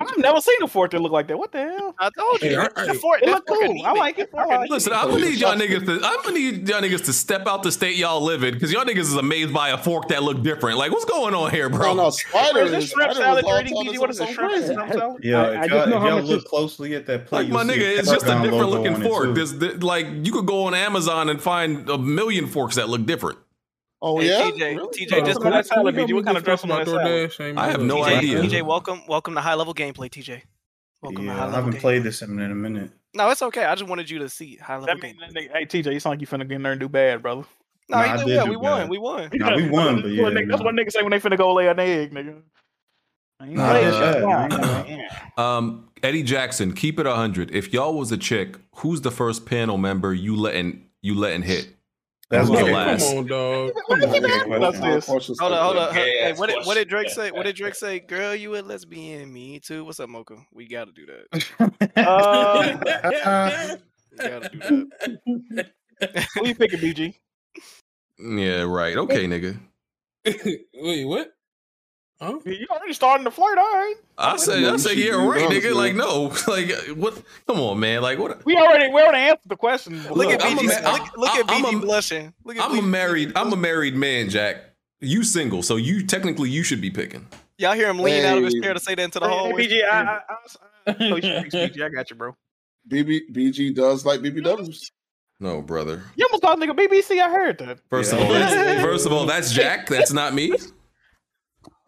I've never seen a fork that look like that. What the hell? I told you. Hey, I- that- that I- fork- It that look fork cool. I anemic. like it. That I fork like it. Listen, anemic. I'm Oh, gonna yeah, need y'all shots niggas to I'm gonna need y'all niggas to step out the state y'all live in because y'all niggas is amazed by a fork that look different. Like, what's going on here, No, bro? Oh, no, Bro, spider is this is shrimp spider was salad all 3D, telling us BG? it What was is something this, shrimp, crazy. shrimp salad? Yeah, I- if I just y'all, know if how y'all much look it- closely at that plate, Like my you'll see nigga, a it's just a Teflon different logo looking on it, fork. too. There's th- like you could go on Amazon and find a million forks that look different. Oh Hey, yeah, TJ, really? TJ, Hold on, just can on that we- can we salad, help BG. me What kind get of dressing something on out that salad? DoorDash? ain't I have my no husband. TJ, idea. TJ, welcome, welcome to High Level Gameplay, TJ. Welcome to Yeah, High I Level haven't Gameplay. played this in in a minute. No, it's okay. I just wanted you to see High Level That mean, Gameplay. that nigga, hey TJ, you sound like you finna get in there and do bad, brother. No, Nah, he I did did well. do We won. bad. We won. Nah, we won, that's, but what yeah, nigga, that's nah. what niggas say when they finna go lay an egg, nigga. I ain't Nah, play that's that bad. shit. Nah, I ain't gonna lie. Um, Eddie Jackson, keep it hundred. If y'all was a chick, who's the first panel member you letting you letting hit? That's Who's the my Okay, question. last? come on, dog. That's Come my on, big man. That's question. Wild this. questions Hold like on, hold that. on. Hey, Gay-ass what did what question. did Drake say? What did Drake say? Girl, you a lesbian? Me too. What's up, Mocha? We gotta do that. Uh, We gotta do that. who you picking, BG? Yeah, right. Okay, nigga. Wait, what? Huh? You already starting to flirt, all right? I say, I you say, should yeah, be right, honest, nigga. man. Like, no, like, what? Come on, man. Like, what? We already we already answered the question. Before. Look Look, at I'm a BG. ma- look, look at I- I'm BG a- blushing. Look at I'm a BG. married, I'm a married man, Jack. You single, so you technically you should be picking. Y'all hear him lean out of his Hey. chair to say that into the Hey, hallway. BG, I, I, I, I, oh, you should fix BG. I got you, bro. BB, BG does like BBWs. No, brother. You almost called nigga BBC. I heard that. First Yeah. of all, that's, first of all, that's Jack. That's not me.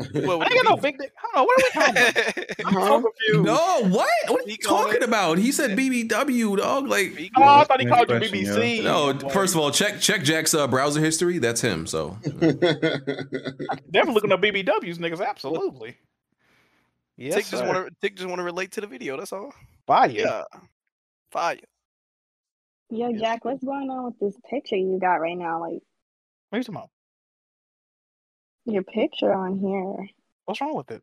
What I would ain't got no it big dick. I don't know. What are we talking about? be? I'm so confused. No, what? What are you Speak on talking it. about? He said BBW, dog. Like, Oh, I that's thought he my called you question, yo. BBC. no. I'm like, First of all, check check Jack's uh, browser history. That's him. So, definitely looking up BBWs, niggas. Absolutely. Yes, Tick just sir. want to. Tick just want to relate to the video. That's all. Buy you. Yeah. Fire. Yo, Jack, what's going on with this picture you got right now? Like What are you talking about? your picture on here. What's wrong with it?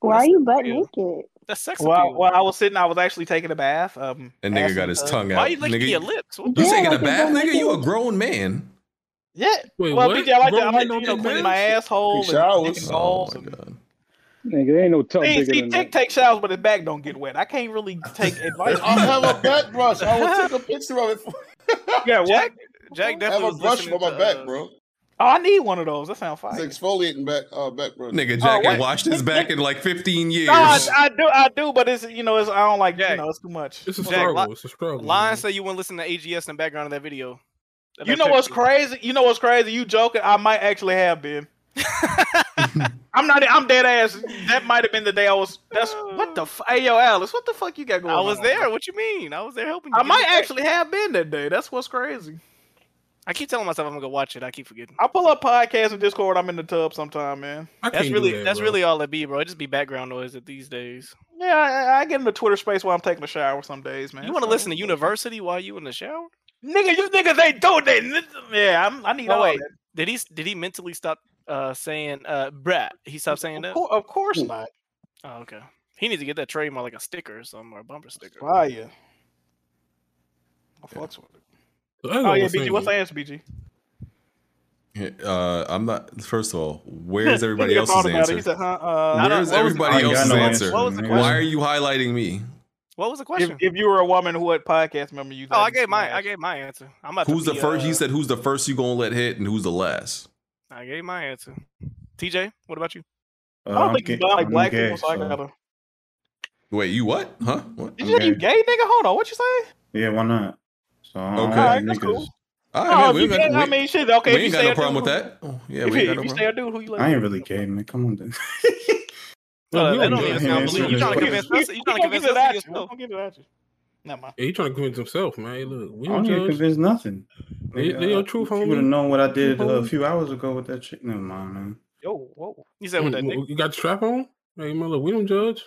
Why That's are you butt real. naked? That's sex Well, appeal. well, I was sitting. I was actually taking a bath. Um, and nigga ass got and his tub. tongue Why out. you licking Nigga, your lips? What the you Yeah, taking a like a bath, butt nigga? You a naked. grown man. Yeah. Wait, well, what? BG, I like to, I Grown like men to, don't you know, take clean baths? my asshole Take and dick showers. and Oh balls my and. god. Nigga, there ain't no tub See, bigger see, than Tick that. takes showers, but his back don't get wet. I can't really take advice. I from have a back brush. I will take a picture of it. For, Yeah, what? Jack, Jack I have definitely a was brush listening for to. my back, Uh, bro. Oh, I need one of those. That sounds fire. It's exfoliating back, uh, back brush. Nigga, Jack Oh, ain't wait. washed his back in like 15 years. No, I, I do, I do, but it's you know, it's I don't like you Jack. know, it's too much. It's a Jack, li- struggle. It's a struggle. Lion man. say you want to listen to AGS in the background of that video. You know what's crazy? You know what's crazy? You joking? I might actually have been. I'm not. I'm dead ass. That might have been the day I was. That's what the. Fu- hey, yo, Alice, what the fuck you got going I on? was there. What you mean? I was there helping. You I get might it back. actually have been that day. That's what's crazy. I keep telling myself I'm gonna go watch it. I keep forgetting. I pull up podcasts and Discord. I'm in the tub sometime, man. that's really that's really all it be, bro. It just be background noise at these days. Yeah, I, I get in the Twitter space while I'm taking a shower some days, man. You want to So- listen to University while you in the shower? nigga? You niggas ain't doing that. Yeah, I'm, I need. Oh all wait, that. did he s- did he mentally stop uh, saying uh, "brat"? He stopped saying that. cour- of course not. Oh, okay. He needs to get that trademark like a sticker or something or a bumper sticker. Fire. I fucks with it. ain't Oh no yeah, one BG. saying What's that. the answer, BG? Uh, I'm not. First of all, where's everybody Nigga else's thought about it. answer? He said, huh, uh, I don't- Where's what was the- everybody I ain't got else's no answer? answer, What was the Why question? are you highlighting me? What was the If, question? if you were a woman, what podcast member you? oh, I gave my I gave my answer. I'm about Who's to the be, first? uh, You said who's the first you gonna let hit and who's the last? I gave my answer. TJ, what about you? I don't think you buy like black people, so, I gotta. Wait, you what? Huh? What? Did you say you gay, nigga? Hold on, what you say? Yeah, why not? So I don't Okay. have Alright, that's niggas. cool. All Oh, right, man. if We ain't you got, gay, I we- mean, shit. Okay, we if you ain't got say no a problem with dude who- that. Oh, yeah, we ain't got if no you problem. say a dude, who you like? I ain't really gay, man. Come on, then. Hold on, we that don't don't even know him sound answering believable. You trying this to question. convince us? You trying to gonna convince give it us at of you. yourself? Don't give it at you. Never mind. Yeah, he trying to convince himself, man. Hey, Look, we I don't don't get judge. convinced nothing. They- Nigga, they your uh, If truth, you would have homie. known what I Truth, did uh, a homie. few hours ago with that chick, never mind, man. Yo, whoa. You said with that Mm, dick? You got the strap on? Hey, man, look, we don't judge.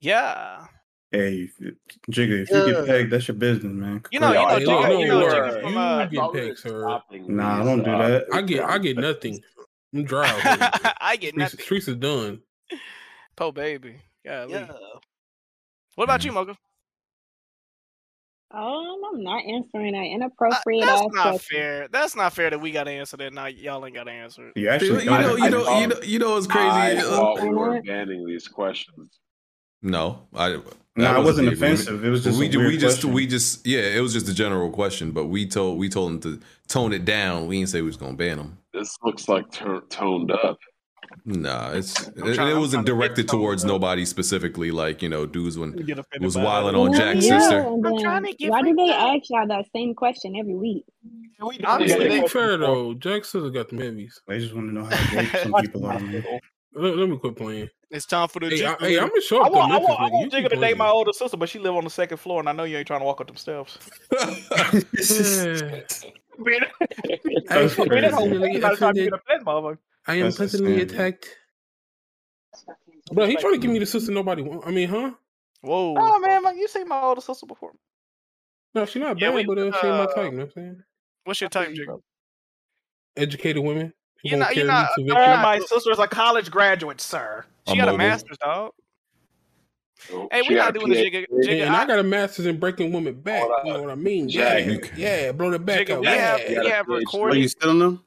Yeah. Hey, if you- Jigga, if you Yeah. get pegged, that's your business, man. You know, you know, Hey, look, Jigga, you know, no, Jigga from uh, you get picked, sir. Nah, I don't do that. I get, I get nothing. I'm dry. out here. I get Streets- nothing. Streets is done. Po baby. Golly. What about you, Mocha? Um, I'm not answering that inappropriate That's ass not question. fair. That's not fair that we got to answer that. Now y'all ain't got to answer it. You You actually know, you know, you know, don't. you know, you know what's crazy? I Uh, thought we were banning these questions. No, I. that Nah, it wasn't the agreement. offensive. It was just a we ju- we weird just question. we just yeah, it was just a general question, but we told we told him to tone it down. We didn't say we was gonna ban him. This looks like tur toned up. Nah, it's it, trying- it I'm wasn't trying to get directed towards nobody specifically. Like you know, dudes when get offended was by wilding that. on Hell Jack's yeah, sister. and I'm then trying to get why do freaked they out. ask y'all that same question every week? Honestly, Yeah. they fair though. Jack Scissor got the heavies. I just want to know how gay some people are, man. Let, let me quit playing. It's time for the. Hey, I, Jigga hey, I'm League. gonna show I up though, want, I Memphis. want, I Nigga. You want Jigga keep to date playing. my older sister, but she live on the second floor, and I know you ain't trying to walk up them steps. Yeah. Being I That's feel Being that whole personally thing by the time you offended. get up that motherfucker. I am That's personally insanity. attacked. Bro, he trying to give me the sister nobody want. I mean, huh? Whoa. Oh man, like, you seen my older sister before? No, she not Yeah, bad, we- but uh, she ain't my uh, type. You know what I'm saying? What's your type, Jigga? Educated women who You're gonna not- carry you're me not- to Sir, victory. uh, my sister's a college graduate, sir. She A got a mogul. master's, dog. Hey, She we got not a doing the PhD. Jigga. Jigga, and I, I, got a master's in breaking women back. You know what I mean? Yeah, Jack. yeah, blow the back Jigga, out. we yeah. have- we have Are recorded- you still in them?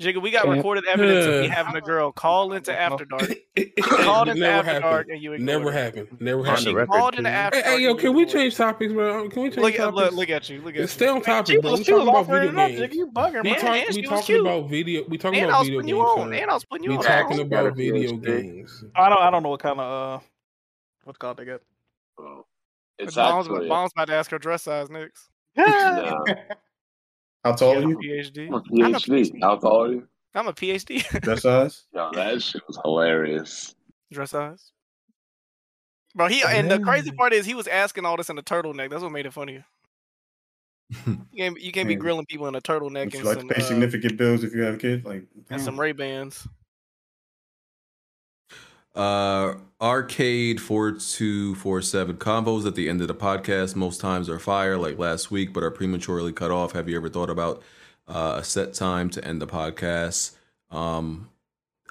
Jigga, we got Yeah. recorded evidence of me Yeah. having a girl call into After Dark. called It into never After happened. Dark, and you ignored Never her. happened. Never She happened. called into After Hey, Dark. hey, yo, can we change topics, bro? Can we change Look at topics? look, look at you. Look at you. Stay on She topic, bro. was We she was talking about offering video it up, Jigga. games. You bugging, We man. talk. and We she was talking cute. about video. We talking and about I was video putting you games. on. sir. And I was putting you We on. talking She about video games. I don't, I don't know what kind of uh, what call they got. It's Bombs, actually Bombs about to ask her dress size next. Nah. How She tall got are a you? PhD. I'm a I'm a PhD. How tall are you? I'm a PhD. That size? Yo, that shit was hilarious. dress size, bro. He and the crazy part is he was asking all this in a turtleneck. That's what made it funnier. You can't, you can't be Man. grilling people in a turtleneck Would you and like some to pay uh, significant bills if you have kids? Like, and damn. some Ray Bans. Uh, arcade four two four seven combos at the end of the podcast. Most times are fire, like last week, but are prematurely cut off. Have you ever thought about uh, a set time to end the podcast? Um,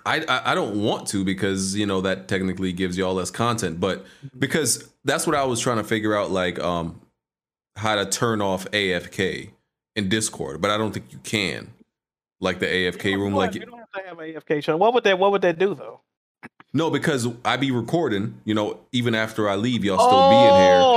I, I I don't want to because you know that technically gives y'all less content, but because that's what I was trying to figure out, like um, how to turn off AFK in Discord, but I don't think you can, like the AFK room, like You don't have to have AFK show. What would that? What would that do though? no, because I be recording, you know, even after I leave, y'all still Oh,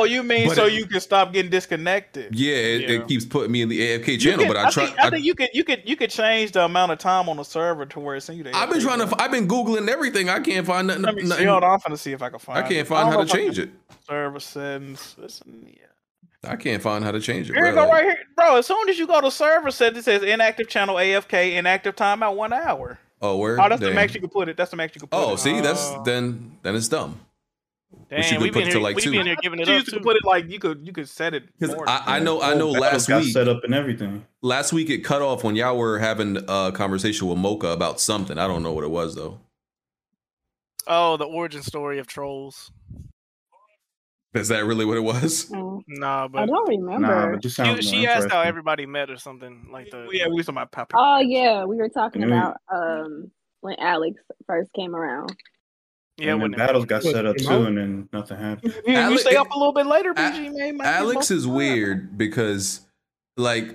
be in here. you mean But so it- you can stop getting disconnected? Yeah, it, it keeps putting me in the AFK You channel, can- but I try. think, I, think you could you could you could change the amount of time on the server to where it's in you. I, have been trying to. f- I've been googling everything. I can't find nothing. Let me see. nothing- Hold on, I'm finna see if I can find. I can't it. find I how don't to know if I change can- it. Server settings. Listen, yeah. I can't find how to change it. Here you bro. go, right here, bro. As soon as you go to server set, it says inactive channel AFK, inactive timeout one hour. Oh, where? Oh, that's the Damn. max you can put it. That's the max you can put it. Oh, see, that's then then it's dumb. we should Damn, be we put been it here, to like we two. been here giving it you up. You could put it like you could you could set it. more. I, I know, I know. Whole Last battles got week, set up and everything. last week it cut off when y'all were having a conversation with Mocha about something. I don't know what it was though. Oh, the origin story of trolls. Is that really what it was? Nah, but Mm. don't remember. but you She- sound more she, asked how interesting. everybody met or something like the. Yeah, we was talking about Papa. Oh yeah, we were talking And then- about um when Alex first came around. Yeah, and then battles got set up too, and then nothing happened. You, you Alex- stay up a little bit later, BG. man, might be Alex mo- is weird because, like,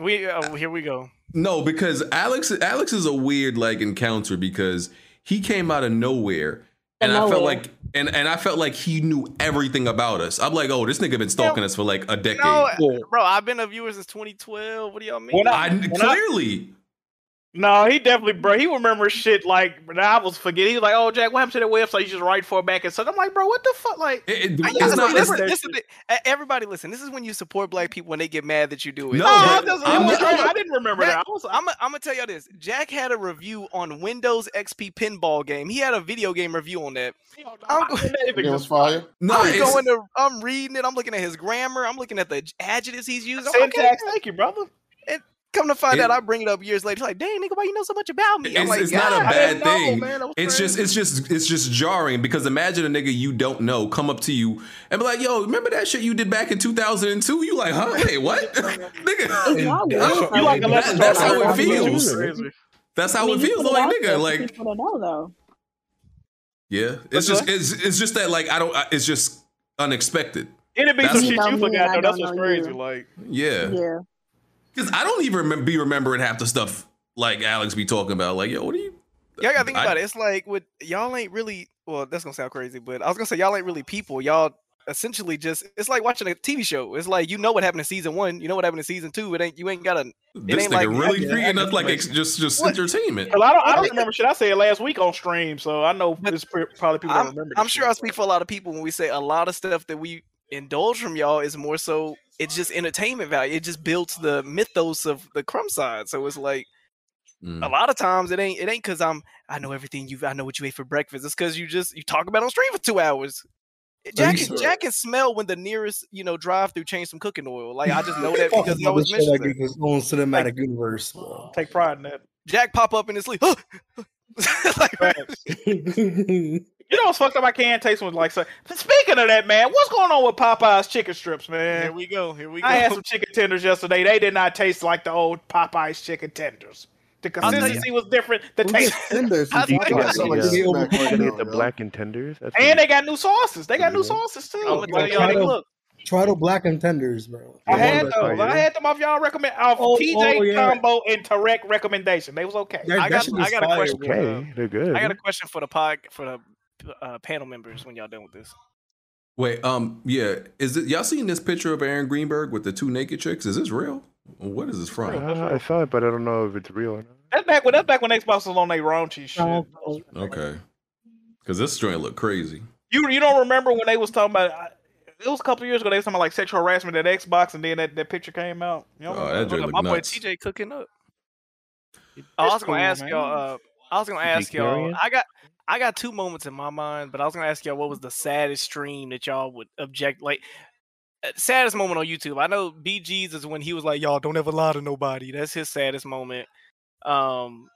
We uh, here we go. No, because Alex Alex is a weird like encounter because he came out of nowhere and I felt like and, and I felt like he knew everything about us. I'm like, oh, this nigga been stalking us for like a decade. No, bro, I've been a viewer since 2012. What do y'all mean? When I- I- when I- clearly. No, he definitely, bro. He remembers shit like that I was forgetting. He was like, "Oh, Jack, what happened to that website? You just right for back and such." I'm like, bro, what the fuck? Like, It- it- I it's used to not- it's- remember that This is the- e- everybody listen. This is when you support black people when they get mad that you do it. No, No, I but- doesn't- I was right. I didn't remember that. I was- I'm gonna tell y'all this. Jack had a review on Windows XP pinball game. He had a video game review on that. I'm, go- It was fire. I'm going to. I'm reading it. I'm looking at his grammar. I'm looking at the adjectives he's using. I'm like, Syntax, thank you, brother. And come to find It- out, I bring it up years later. He's like, "Dang, nigga, why you know so much about me?" I'm It's, like, it's not a Oh "God, I bad didn't know, thing. man. I was it's just it's just it's just jarring because imagine a nigga you don't know come up to you and be like, yo, remember that shit you did back in 2002? You like, huh? Wait, what? nigga. You like a lesson That's how it feels. Crazy. That's I how mean, it you feels. put it Like, out there nigga, for like people to know though. Yeah, it's just it's it's just that like I don't. I- It's just unexpected. It'd be That's- some shit You know you me, forgot I though. That's don't what's know crazy. you. Like, Yeah, Yeah. because I don't even remem- be remembering half the stuff like Alex be talking about. Like, yo, what are you? Y'all gotta think I- about it. It's like with y'all ain't really well, that's gonna sound crazy, but I was gonna say y'all ain't really people. Y'all essentially just it's like watching a TV show. It's like you know what happened in season one, you know what happened in season two. It ain't you ain't gotta it This ain't nigga like really treating us like it's just just entertainment. Cause I don't, I don't remember shit I said last week on stream, so I know it's pre- probably people don't I'm, remember. I'm sure I speak for a lot of people when we say a lot of stuff that we indulge from y'all is more so it's just entertainment value. It just builds the mythos of the crumb side. So it's like Mm. a lot of times it ain't it ain't because I'm I know everything you I know what you ate for breakfast. It's because you just you talk about it on stream for two hours. Jack you can, sure? Jack can smell when the nearest you know drive through changed some cooking oil. Like I just know that because he always mentions like that. his own cinematic universe. bro. Take pride in that. Jack pop up in his sleep. "Huh!" You know what's fucked up? I can't taste one like. So, speaking of that, man, what's going on with Popeye's chicken strips, man? Here we go. Here we go. I had some chicken tenders yesterday. They did not taste like the old Popeye's chicken tenders. The I'll tell you- consistency was different. The taste. I'll tell you- They hit the black and tenders. That's and they got new sauces. They got new sauces too. I'ma Like, tell y'all like, that- look, Try the black and tenders, bro. I had those. I had them off y'all recommend off Oh, TJ oh, yeah. combo and Tarek recommendation. They was okay. That- I that got shit I was got a fire, question. uh, bro. okay. They're good. I got a question for the pod for the uh, panel members when y'all done with this. Wait, um, yeah, is it y'all seen this picture of Aaron Greenberg with the two naked chicks? Is this real? What is this from? Uh, I saw it, but I don't know if it's real or not. That's back when that's back when Xbox was on their raunchy shit. Okay, because this joint look crazy. You you don't remember when they was talking about? I- It was a couple years ago. They was talking about like sexual harassment at Xbox, and then that, that picture came out. You don't Oh, remember? that joint My look boy nuts. TJ cooking up. I was gonna cool, ask man. y'all. Uh, I was gonna You ask y'all. vegetarian? I got I got two moments in my mind, but I was gonna ask y'all what was the saddest stream that y'all would object like. uh, Saddest moment on YouTube. I know BG's is when he was like, "Y'all don't ever lie to nobody." That's his saddest moment. Um,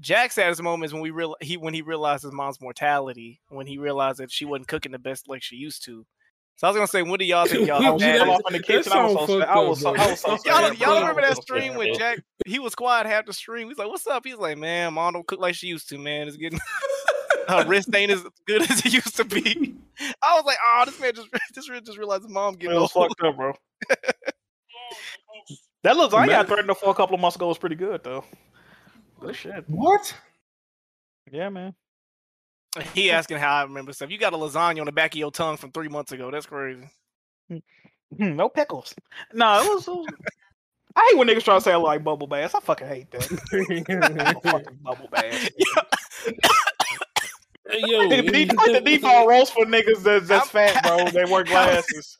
Jack's saddest moment is when we real he when he realized his mom's mortality when he realized that she wasn't cooking the best like she used to. So I was gonna say, what do y'all think? Y'all I fell saddest- off in the kitchen. I was so sad. I was so I was so y'all, sad, y'all bro. remember I was that so stream sad, when bro. Jack he was quiet half the stream. He's like, "What's up?" He's like, "Man, mom don't cook like she used to. Man, it's getting her wrist ain't as good as it used to be." I was like, "Oh, this man just this man just realized his mom It getting was old." fucked up, bro. That lasagna I Man. threatened her for a couple of months ago was pretty good though. Good shit. What? Yeah, man. He asking how I remember stuff. You got a lasagna on the back of your tongue from three months ago. That's crazy. Hmm, no pickles. No, it was. it was- I hate when niggas try to say I like bubble bass. I fucking hate that. fucking bubble bass. Hey, yo, the, default, the default roast for niggas that's, that's fat, bro. They wear glasses.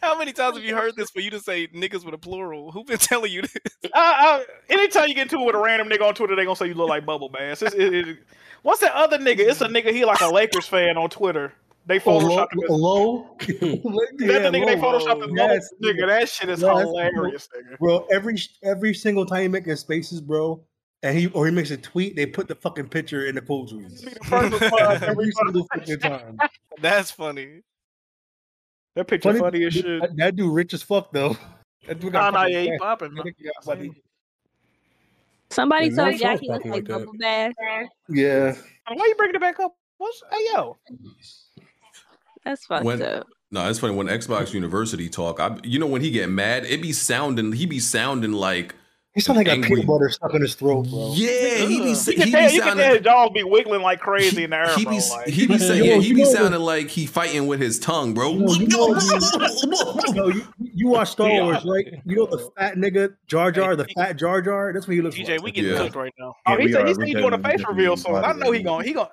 How many times have you heard this for you to say niggas with a plural? Who been telling you this? I, I, anytime you get into it with a random nigga on Twitter, they gonna say you look like Bubble Bass. It's, it, it, what's that other nigga? It's a nigga. He like a Lakers fan on Twitter. Oh, They photoshopped him. as- Low? That's the nigga they photoshopped as Yes. Bubble. Nigga, that shit is No, that's- hilarious, nigga. Bro, every every single time he makes spaces, bro, and he or he makes a tweet, they put the fucking picture in the cool tweets. every single fucking time. That's funny. That picture funny, as shit. That, that dude rich as fuck though. That dude Nah, got nah, fucking yeah, he fat. popping. man. Somebody Yeah, told Mel y'all Frost he looked talking like like that. Bubble Bass. Yeah. Why you bringing it back up? What's hey yo? That's fucked when up. no, that's funny. When Xbox University talk, I you know when he get mad, it be sounding he be sounding like He sound like a peanut butter stuck in his throat, bro. yeah he be You sa- can he be tell- you can tell sounding his dog be wiggling like crazy in the air, he bro. be like- he be sa- yeah he be sounding like he fighting with his tongue, bro. E, No, you, know, no, you, you watch Star Yeah. Wars, right? You know the fat nigga Jar Jar, the fat Jar Jar. That's what he looks like. DJ, we getting Yeah. cooked right now. Oh, Yeah, he we said are- he we said he doing a definitely- face reveal soon. I know he gonna he gonna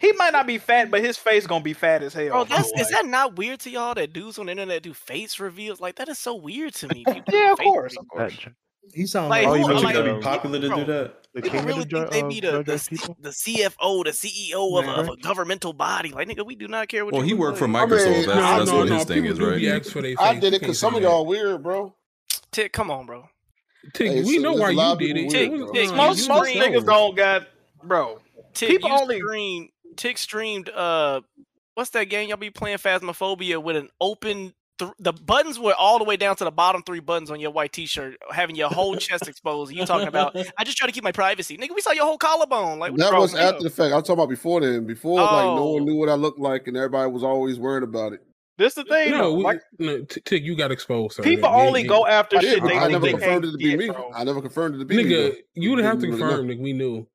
he might not be fat, but his face gonna be fat as hell. Bro, that's is like- that not weird to y'all that dudes on the internet do face reveals? Like that is so weird to me. people yeah, do of face course. reveals. He sounds Like, like, Oh, you who- mean I'm you like- gotta be popular to do that? The People really think uh, they be the, the, C- the CFO, the CEO of a, of a governmental body. Like nigga, we do not care what. Well, you he look worked for like. Microsoft. that's that's what his thing is, people do right? be asking for they I face. did You it can't because some say of that. y'all weird, bro. Tick, come on, bro. Tick, Hey, we so know there's why a lot you of did people it. weird, What's bro. going on? most You most know. niggas don't got bro. Tick, People you only stream. Tick streamed. Uh, what's that game y'all be playing? Phasmophobia with an open. Th- the buttons were all the way down to the bottom three buttons on your white T-shirt, having your whole chest exposed. You talking about? I just try to keep my privacy, nigga. We saw your whole collarbone. Like what the That problem was is? after the fact. I'm talking about before then. Before, like no Oh. one knew what I looked like, and everybody was always worried about it. This the thing. No, we, no, T- Tick, you got exposed. Sir. People They- only they- go after I, shit didn't- they I think never they confirmed it can't to be get, me. bro. I never confirmed it to be me. Nigga, though. you would have to You would've confirm. Nick, we knew. known.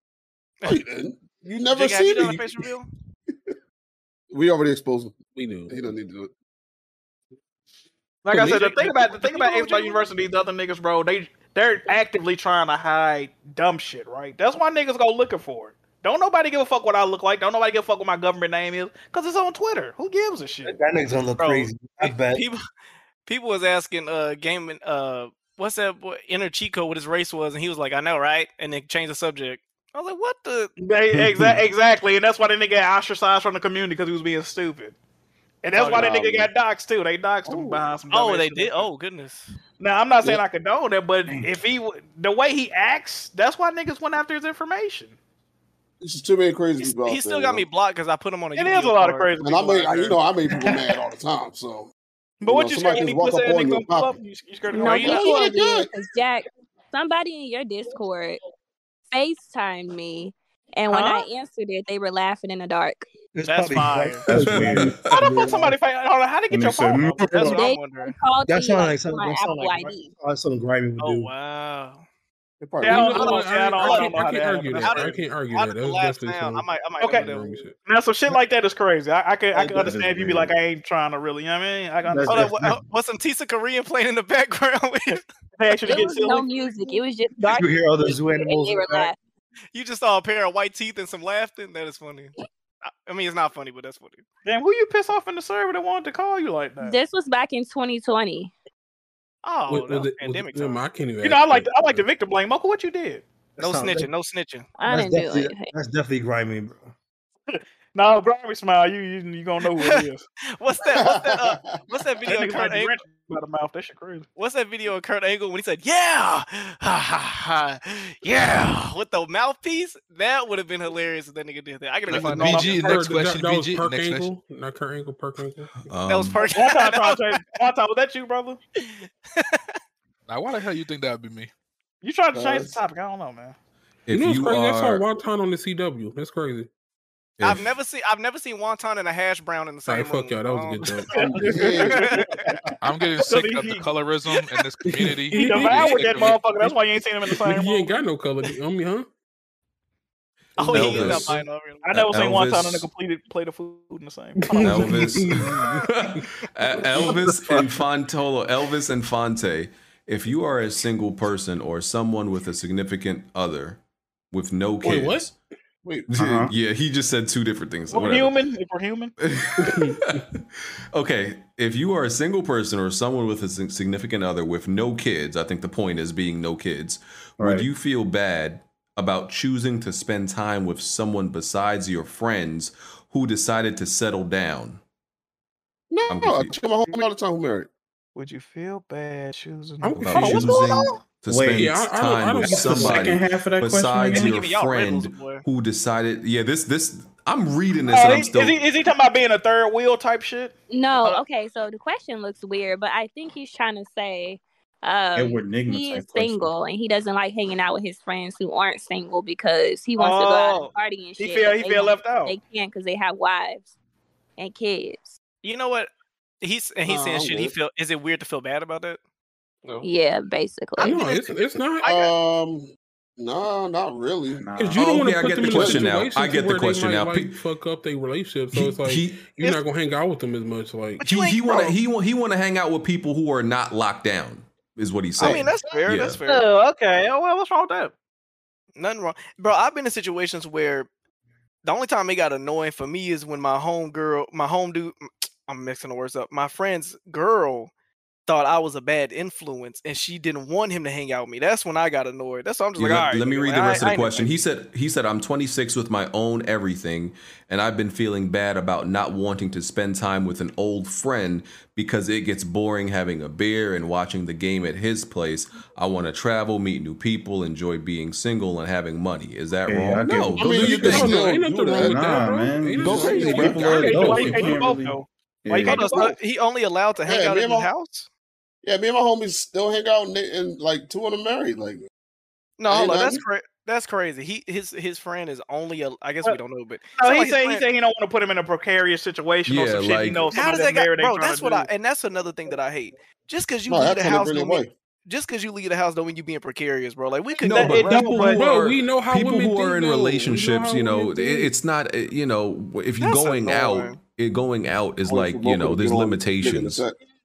No, you didn't. You never Jake, have you seen done a it. face reveal? We already exposed him. We knew. He don't need to do it. Like But I said, the Major- thing about the thing about Xbox University, the other niggas, bro, they they're actively trying to hide dumb shit, right? That's why niggas go looking for it. Don't nobody give a fuck what I look like. Don't nobody give a fuck what my government name is, cause it's on Twitter. Who gives a shit? that nigga's gonna look Bro, crazy. I bet. People, people was asking, uh, gaming, uh, what's that boy, Inner Chico, what his race was, and he was like, I know, right? And then changed the subject. I was like, what the? They, exa- exactly, and that's why the nigga got ostracized from the community because he was being stupid, and that's Oh, why the nah, nigga got doxxed too. They doxxed him behind some. Oh, dumbass they shit. did. Oh, goodness. Now I'm not saying I condone that, but if he w- the way he acts, that's why niggas went after his information. This is too many crazy He's- people out He still there, got yo. me blocked because I put him on a. It Yu-Gi-Oh is a lot of card. crazy And I people. made, out I, you there. know, I made people mad all the time. So, But you what know, you say somebody when just he walk puts up that on nigga you gonna and pull pop up? it. You, you scared of No, going you get That's know out? what what I it is. did. Is Jack, somebody in your Discord FaceTimed me, and when Huh? I answered it, they were laughing in the dark. That's fire. That's weird. How the fuck somebody find? Hold on, how they get your Makes sense. phone number? That's what They I'm wondering. called That me sounds like from like something. my That sound Apple like ID. that's something grimy would Oh do. wow. They See, probably I You was. don't, know I don't, what? see, I, I don't, ain't- I, I don't can't, know I how that can't happened. That's weird. argue that. I can't argue Out that. of That the was last definitely round, I some might, I might Okay. go there. room shit. Now some shit like that is crazy. I, I can I can That is understand if you be weird. like I ain't trying to really. You know what I mean, I can That's Hold on, understand. what, definitely. what's some Tisa Korean playing in the background? They actually It get was no silly. music. It was just Did dark, you hear other and zoo animals they in were the back? you just saw a pair of white teeth and some laughing. That is funny. I, I mean, it's not funny, but that's funny. Damn, who you piss off in the server that wanted to call you like laughing. that? This was back in 2020. Oh, With- that with was it- with pandemic them, time. I can't even. You know, I ask like that. to, I like to victim blame. Mocha, what you did? No That sounds- snitching. No snitching. I didn't that's do definitely anything. that's definitely grimy, bro. No, Grammy smile. You you you gonna know who it is. What's that? What's that? Uh, what's that that video? of nigga might Kurt be Ang- wrenched by the mouth. That shit crazy. what's that video of Kurt Angle when he said, "Yeah, ha ha ha, yeah," with the mouthpiece? That would have been hilarious if that nigga did that. I gotta That go was find that. BG. That- Next that- question. That, that BG. was Perk Next question. Ankle. Not Kurt Ankle. Perk Ankle. That was Um, perfect. One time trying to change, one time was that you, brother? Now, why the hell you think that would be me? You triing to change the Cuz. topic? I don't know, man. You if know what's you crazy? That's how are, Wonton on the CW. That's crazy. I've if- never seen I've never seen wonton and a hash brown in the Sorry, same fuck y'all. That was a good room. joke. I'm getting So sick of the he- colorism in this community. He I'm getting devoured sick that of it. motherfucker. That's why you ain't seen him in the Nigga, same you ain't room. got no color on me, huh? Oh, he used that Elvis. mine over. I never seen one time in a Elvis- completed plate of food in the same. Elvis, Uh, Elvis Infantolo, Elvis Infante. If you are a single person or someone with a significant other with no Wait, what? kids, Wait. Yeah, Yeah, he just said two different things. We're Uh-huh. whatever. human. If we're human, Okay, if you are a single person or someone with a sig- significant other with no kids, I think the point is being no kids, Right. would you feel bad about choosing to spend time with someone besides your friends who decided to settle down? No, I'm I confused. check my homie all the time who married. Would you feel bad choosing? I'm About confused. choosing What's going on? to Wait, spend yeah, I- I don't- I time don't with get the somebody second half of that question besides again. your Give me y'all riddles, friend who decided. Yeah, this this I'm reading this Oh, and he- I'm still. is, he, is he talking about being a third wheel type shit? Oh. No, okay, so the question looks weird, but I think he's trying to say um, Edward Nigma he type is single and he doesn't like hanging out with his friends who aren't single because he wants to go out Oh. and party and He shit. feel- but he they feel don't- left out. They can't because they have wives and kids. You know what? He's and he's Nah, saying I'm shit. He good. feel is it weird to feel bad about that? Oh. Yeah, basically. No, it's, it's not. Um, no, not really. Because you don't want to put them in a situation I get the where question they might now. like fuck up their relationship. So it's like he- you're not gonna hang out with them as much. Like He he want to he want he want to hang out with people who are not locked down. Is what he's I saying. mean, that's fair. Yeah. That's fair. Oh, okay. Oh, well, what's wrong with that? Nothing wrong, bro. I've been in situations where the only time it got annoying for me is when my home girl, my home dude, I'm mixing the words up. My friend's girl thought I was a bad influence, and she didn't want him to hang out with me. That's when I got annoyed. That's why I'm just Yeah, like, let, all right. let me nigga, read like, the I- rest I of the ain't gonna question. He said, "He said I'm 26 with my own everything, and I've been feeling bad about not wanting to spend time with an old friend because it gets boring having a beer and watching the game at his place. I want to travel, meet new people, enjoy being single and having money. Is that Yeah, I wrong? No, get it. go I do mean, you your can thing. still Ain't nothing do wrong that. with that, Nah, bro. man. Ain't Go nothing crazy. wrong with People that. are I can't do adults. it. You can't really- I do both, Yeah. Hold on, so he only allowed to hang Yeah, out me at and his my- house? Yeah, me and my homies still hang out and, they- and like two of them married. Like, No, ain't hold on. That's nothing. cra- that's crazy. He his his friend is only a. I guess we don't know, but No, sound he like his saying he friend- saying he don't want to put him in a precarious situation or Yeah, some shit. he like- knows How somebody does that that's guy, married. bro? ain't trying That's to what do. I and that's another thing that I hate. Just because you No, leave that's the how they house bring don't their mean just because you leave the house don't mean you being precarious, bro. Like we could No, that- but it don't, people but- who are people who are in relationships, you know, it, it's not uh, you know if you're That's going annoying. out, it, going out is like people you could know get there's on limitations.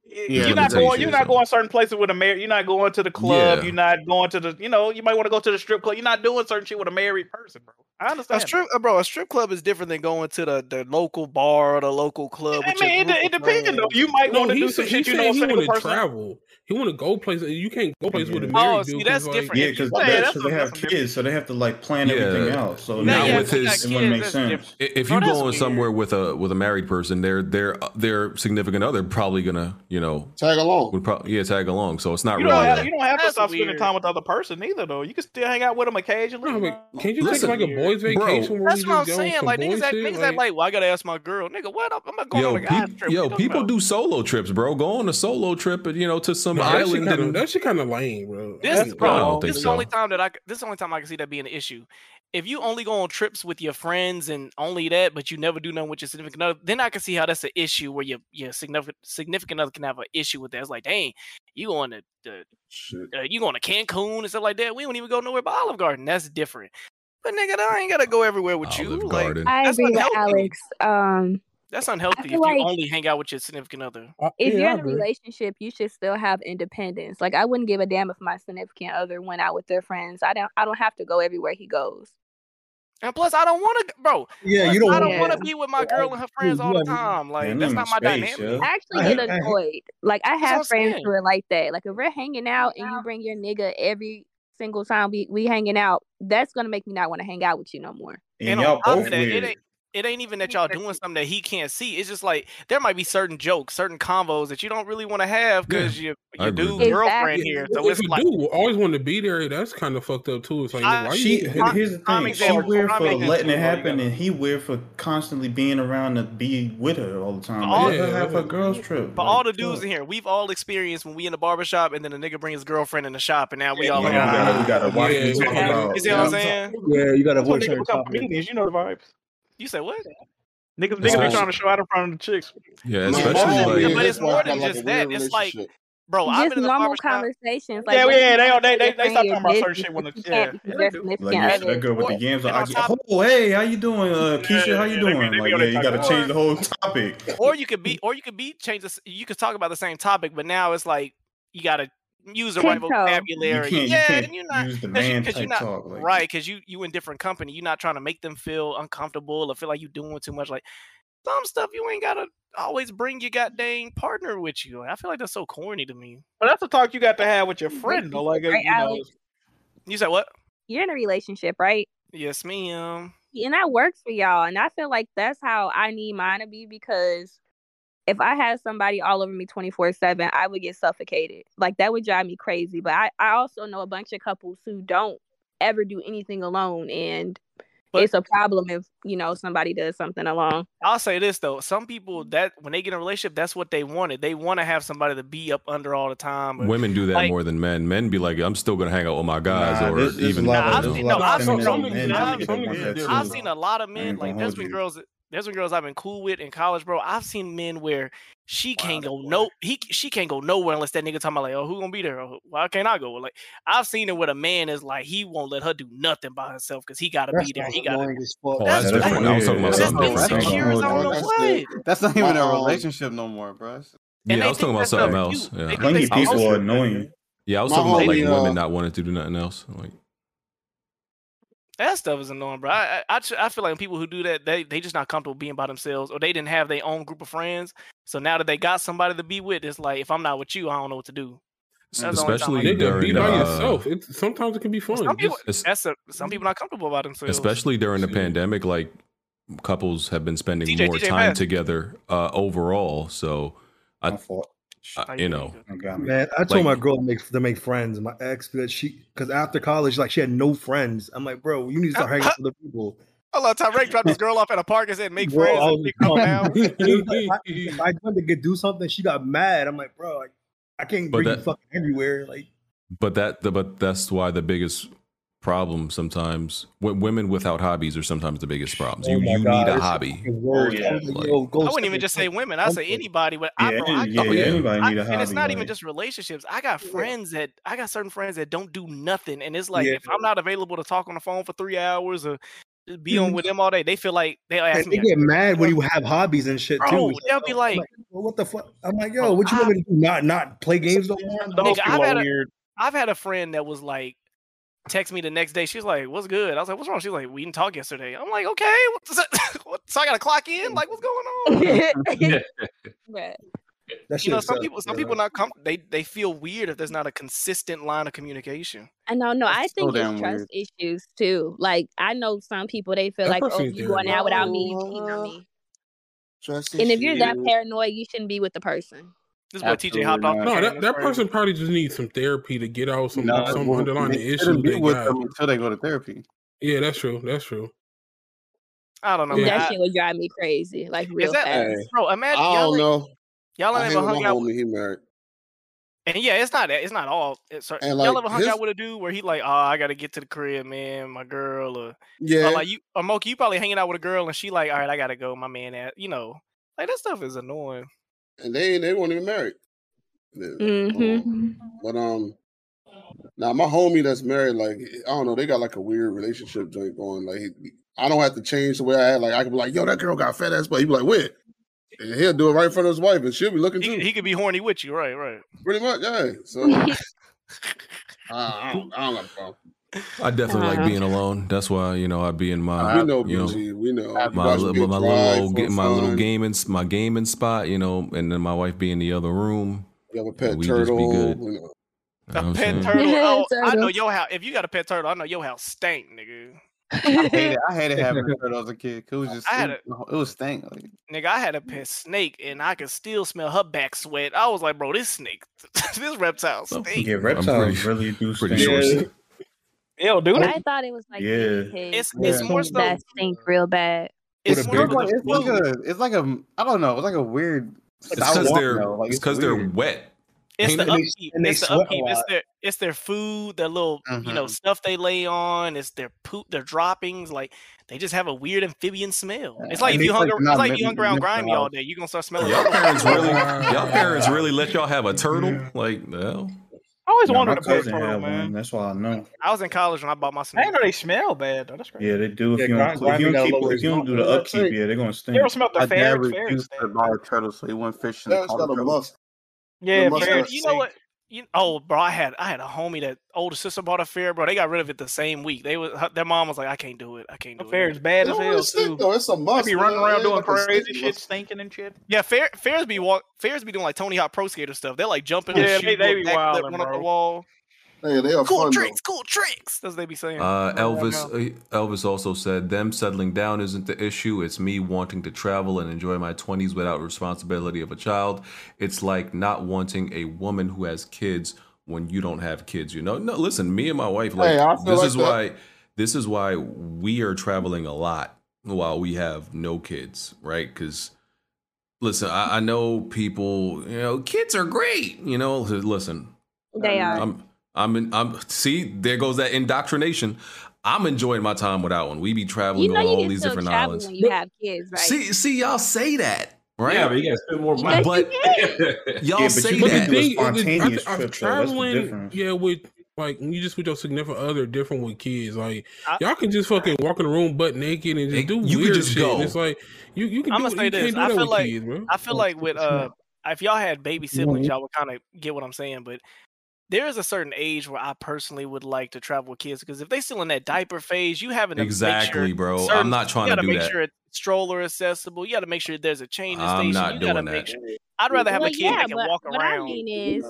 you're not going. You're not going certain places with a married. You're not going to the club. Yeah. You're not going to the. You know, you might want to go to the strip club. You're not doing certain shit with a married person, bro. I a understand. strip, uh, bro. A strip club is different than going to the, the local bar or the local club. I with your mean, it, group it of depends. Though friends. you might No, want to he do some said he shit. You said know, a he single want to person. travel. He want to go places. You can't go places with a Yeah. married Oh, dude. see, 'cause, that's like, different. Yeah, because Yeah, that's they have kids, so they have to like plan Yeah. everything out. So Not now with his- it wouldn't make sense. I- If Bro, you that's going somewhere with a with a married person, their their their significant other probably gonna you know tag along. Would probably yeah tag along. So it's not You really. don't, have, a- you don't have to That's stop weird. spending time with the other person either, though. You can still hang out with them occasionally. you know? Can you Listen, take like a boys' bro. vacation where That's we what I'm just go on saying. some Like niggas, boy act, shit? niggas act like, well, I gotta ask my girl, nigga, what? I'm, I'm not going Yo, on a guy's peop- trip. yo, What you talking people about? do solo trips, bro. Go on a solo trip, you know, to some No, that shit island. kinda- and, that shit kind of lame, bro. This, That's bro, wrong. I don't this think is the so. only time that I c- this is the only time I can see that being an issue. If you only go on trips with your friends and only that, but you never do nothing with your significant other, then I can see how that's an issue where your your significant significant other can have an issue with that. It's like, dang, you going to the uh, you going to Cancun and stuff like that. We don't even go nowhere but Olive Garden. That's different. But nigga, I ain't gotta go everywhere with you. Like I that's agree with unhealthy. Alex. Um, That's unhealthy if feel you like- only hang out with your significant other. if you're in a relationship, you should still have independence. Like I wouldn't give a damn if my significant other went out with their friends. I don't. I don't have to go everywhere he goes. And plus, I don't want to, bro. Yeah, plus, you don't I don't wanna- want to Yeah. be with my girl and her friends all the time. Like that's not my dynamic. I actually I get hate- I hate- annoyed. Like I That's what I'm have friends saying. who are like that. Like if we're hanging out and you bring your nigga every single time we we hanging out, that's gonna make me not want to hang out with you no more. And, on top of that, it ain't it ain't even that y'all doing something that he can't see. It's just like there might be certain jokes, certain combos that you don't really want to have because I your your agree dude's with that. girlfriend here. So if it's a like dude always wanted to be there, that's kind of fucked up too. It's like, I- why She you? here- here's the thing. She weird for letting it happen, and he weird for constantly being around to be with her all the time. All- Let her have her girls trip. But all the uh dudes in here, we've all experienced when we in the barbershop and then a nigga bring his girlfriend in the shop and now we all Yeah, like, you gotta- "Ah." you gotta watch what you talk about. You see what I'm Yeah. saying? Yeah, you gotta That's avoid when niggas certain become topics. comedians. You know the vibes. You said what? That's Niggas, niggas be awesome. trying to show out in front of the chicks. Yeah, Yeah, especially but- like. but it's more than just that. It's like, bro, I've Just been in the normal barbershop. conversations. Yeah, what if yeah, you they- wanna they- be they- your they friend, start your talking about certain business, shit when but the- you can't yeah, be yeah, your they do. significant Like you said, other. that girl with the yams. and I, on top- oh, hey, how you doing, uh, Keisha? How you Yeah, they be- doing? they be Like, yeah, on that you type gotta of change the whole topic. or you could be or you could be change this you could talk about the same topic but now it's like you gotta use the right Tiptoe. You vocabulary. can't- you yeah, can't and you're not use cause you- the man 'cause you're not type talk, like- right because you you in different company. You're not trying to make them feel uncomfortable or feel like you're doing too much. Like some stuff you ain't gotta always bring your goddamn partner with you. I feel like that's so corny to me. But that's the talk you got to have with your friend, though. Like, Right, you know, Alex? uh, You said what? You're in a relationship, right? Yes, ma'am. And that works for y'all. And I feel like that's how I need mine to be because if I had somebody all over me 24 7, I would get suffocated. Like that would drive me crazy. But I, I also know a bunch of couples who don't ever do anything alone. And it's a problem if, you know, somebody does something alone. I'll say this though: some people that when they get in a relationship, that's what they wanted. They want to have somebody to be up under all the time. or- Women do that Like, more than men. Men be like, I'm still gonna hang out with my guys, Nah, or there's- there's a even. you lot of- I've know. seen, no, I've seen, feminine some- men I've, that want that I've too. seen a lot of I men ain't like gonna there's hold been you. girls. There's been girls I've been cool with in college, bro. I've seen men where she can't go no he she can't go nowhere unless that nigga talking about like oh who gonna be there or why can't I go like I've seen it where a man is like he won't let her do nothing by herself because he gotta be there he gotta Oh, that's That's different. I was talking about weird. something That's different. insecure as I don't know what. That's not even a Wow. relationship no more, bro. Yeah, I was talking about something else. Yeah. Plenty people are annoying. Yeah, I was My talking about like homie, uh, women not wanting to do nothing else. Like, That stuff is annoying, bro. I, I I tr- I feel like people who do that, they they just not comfortable being by themselves, or they didn't have their own group of friends. So now that they got somebody to be with, it's like if I'm not with you, I don't know what to do. That's the only time I Mm, especially get- Nigga, be during by uh, yourself. It's, sometimes it can be fun. Some people, Just- that's a, some people not comfortable by themselves. especially during the pandemic, like couples have been spending TJ, more TJ, time pass. together uh, overall. So, I, I you know, Man, I like, told my girl to make, to make friends. My ex, because she, because after college, like she had no friends. I'm like, bro, you need to start hanging out with other people. I love Tyrek dropped his girl off at a park and said, "Make Bro, friends." I and was pick dumb. up now. It was like, if I, if I wanted to get, do something, she got mad. I'm like, bro, like, I can't But bring that- you fucking everywhere. Like, but that, the, but that's why the biggest problem sometimes w- women without hobbies are sometimes the biggest problems. Oh you my you God, need a it's hobby. fucking worse. I was Oh, like, yo, go I wouldn't suck even your just say dick. women. I say anybody. But I, Yeah, bro, I, yeah, Oh, yeah. anybody I- need a hobby. and it's not even like- just relationships. I got friends that I got certain friends that don't do nothing, and it's like Yeah. if I'm not available to talk on the phone for three hours or just be on with them all day, they feel like they And ask Mm-hmm. they me, Oh, get mad when you have hobbies and shit too. bro, It's like, they'll be like, well, what the fuck? I'm like, Oh, yo, what you want me to do? Not not play games no more? Nigga, I've had, a, I've had a friend that was like, text me the next day. She's like, "What's good?" I was like, "What's wrong?" She's like, "We didn't talk yesterday." I'm like, "Okay, what's that? what, so I got to clock in? Like, what's going on?" That But you know, shit some sucks, people, some bro. people not com- they they feel weird if there's not a consistent line of communication. I know, no, I think damn it's trust issues too. Like I know some people they feel That like, person oh, is you there, going out without me, you cheating on me. And if you're that paranoid, you shouldn't be with the person. This boy TJ hopped off. the No, train that, and that cried. person probably just needs some therapy to get out some No, some well, underlying they issue shouldn't be they with got. them until they go to therapy. Yeah, that's true. That's true. I don't know. Yeah. That Man. shit would drive me crazy, like I, real is that fast. bro? I Imagine y'all don't ain't- know. y'all I ain't hang ever with hung my out homie, with. He married. And yeah, it's not it's not all. It's, And, y'all like, ever hung his- out with a dude where he like, oh, I gotta get to the crib, man, my girl, or Yeah. or like you, or Moki, you probably hanging out with a girl and she like, all right, I gotta go, my man, at you know, like that stuff is annoying. and they ain't they weren't even married. Mm-hmm. Oh. But um, now my homie that's married, like I don't know, they got like a weird relationship joint going. Like he- I don't have to change the way I act. Like I can be like, yo, that girl got fat ass, but he be like, where? And he'll do it right in front of his wife, and she'll be looking too. He could be horny with you, right? Right. Pretty much, yeah. So I, I don't, I don't got a problem. I definitely like Uh-huh. being alone. That's why you know I'd be in my we know, you know BG. We know. You my watch li- me my drive little old, for ga- my little fun. gaming s- my gaming spot, you know, and then my wife be in the other room. You have a and pet we just be turtle. good. You know. You know what I'm saying? Pet turtle. Oh, I know Turtle. your house. If you got a pet turtle, I know your house stank, nigga. I hated, I hated having a turtle as a kid. 'cause It was just, I had it, it was stank. Like, Nigga, I had a pet snake and I could still smell her back sweat. I was like, bro, this snake, this reptile stink. Yeah, reptiles really do pretty stink. sure. It'll do I thought it was like Yeah. it's, it's more so- that stink real bad. it's, more like, it's like a, it's like a, I don't know, it's like a weird. It's sour because they're smell, like, it's because they're weird. wet. It's Ain't the it? And they- upkeep. and they it's the sweat a upkeep. It's lot. Mm-hmm. their it's their food, their little you know Mhm. stuff they lay on. It's their poop, their droppings. Like they just have a weird amphibian smell. It's like and if you they hung, like ar- to not it's like mi- you hung around mix the grimy all house. day. You are gonna start smelling. Y'all parents really y'all parents I really let y'all have a turtle? Like the hell? always Nah, wanted my a pet cousin turtle, had man. one. That's why I know. was in college when I bought my I snake. didn't know they smell bad though. That's crazy. Yeah, they do. If Yeah, you don't, grind- if you grinding don't gotta keep, lower if his you don't do the mouth. upkeep, yeah, they're gonna You stink. ever smelled the My dad ferret? Ferret refused to buy a turtle, so he went fishing. and That's caught a got a turtle. Yeah, You know, ferret. you know what? You oh, bro, I had I had a homie that older sister bought a fair, bro. They got rid of it the same week. They was her- their mom was like, I can't do it. I can't do it. Fair is bad as hell too. it's a must. Be running man. around doing Like a crazy stink shit, must. stinking and shit. Yeah, fair, fairs be walk, fairs be doing like Tony Hawk Pro Skater stuff. They're like jumping, Yeah, and they- shooting, they doing be backflip, wildin', running up the bro. wall. Hey, they are cool fun, though. tricks, cool tricks. That's what they be saying. Uh, Elvis Right uh, Elvis also said, "Them settling down isn't the issue. It's me wanting to travel and enjoy my twenties without responsibility of a child. It's like not wanting a woman who has kids when you don't have kids. You know. No, listen. Me and my wife, like Hey, I feel this like is that. why this is why we are traveling a lot while we have no kids, right? Because listen, I, I know people. You know, kids are great. You know, listen. They are. I'm I'm in, I'm see there goes that indoctrination. I'm enjoying my time without one. We be traveling You know on you all can these still different travel islands. when you have kids, right? See see y'all say that, right? Yeah, but you gotta spend more money. But y'all Yeah, but say you can that. do a thing is, I think- spontaneous I trip, though. think That's the traveling, difference. yeah, with like when you just with your significant other, different with kids. Like I- y'all can just fucking walk in the room butt naked and just do you could weird just shit. And go. it's like you you can I'm do gonna it- say you this. can't do I that feel with like kids, bro. I feel like with uh, if y'all had baby siblings, y'all would kind of get what I'm saying. But there is a certain age where I personally would like to travel with kids because if they still in that diaper phase, you having to Exactly, make sure bro. I'm certain- not trying to you gotta do make that. sure it's stroller accessible. You got to make sure there's a changing I'm station. not you gotta doing make that. sure. I'd rather have Well, a kid yeah, that can but walk what I around. mean is,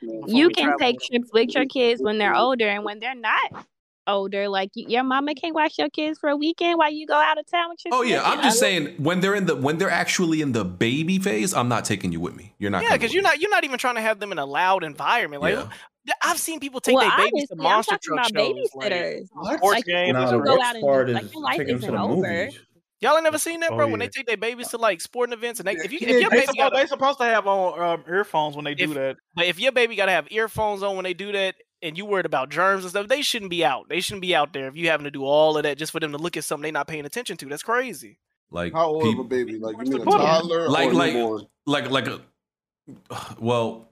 before you we can travel. take trips with your kids when they're older, and when they're not older, like you, your mama can watch your kids for a weekend while you go out of town with your. Oh yeah, I'm just significant other. saying when they're in the when they're actually in the baby phase, I'm not taking you with me. You're not Yeah, coming because you're not you're not even trying to have them in a loud environment. Like Yeah. th- I've seen people take well, their babies to obviously, I'm monster talking truck about shows, babysitters. like sports Like, games. Nah, and the shit. go worst out and part like is your life taking them to isn't the over. movies. Y'all ain't never seen that, Oh, bro. When they yeah. take their babies to like sporting events, and they, if you if Yeah, your they, baby supposed, got they supposed to have on um, earphones when they do that. but if your baby got to have earphones on when they do that, and you worried about germs and stuff, they shouldn't be out. They shouldn't be out there if you having to do all of that just for them to look at something they not paying attention to. That's crazy. like How old peop- of a baby? Like you mean a put 'em. toddler like or like newborn? like like a well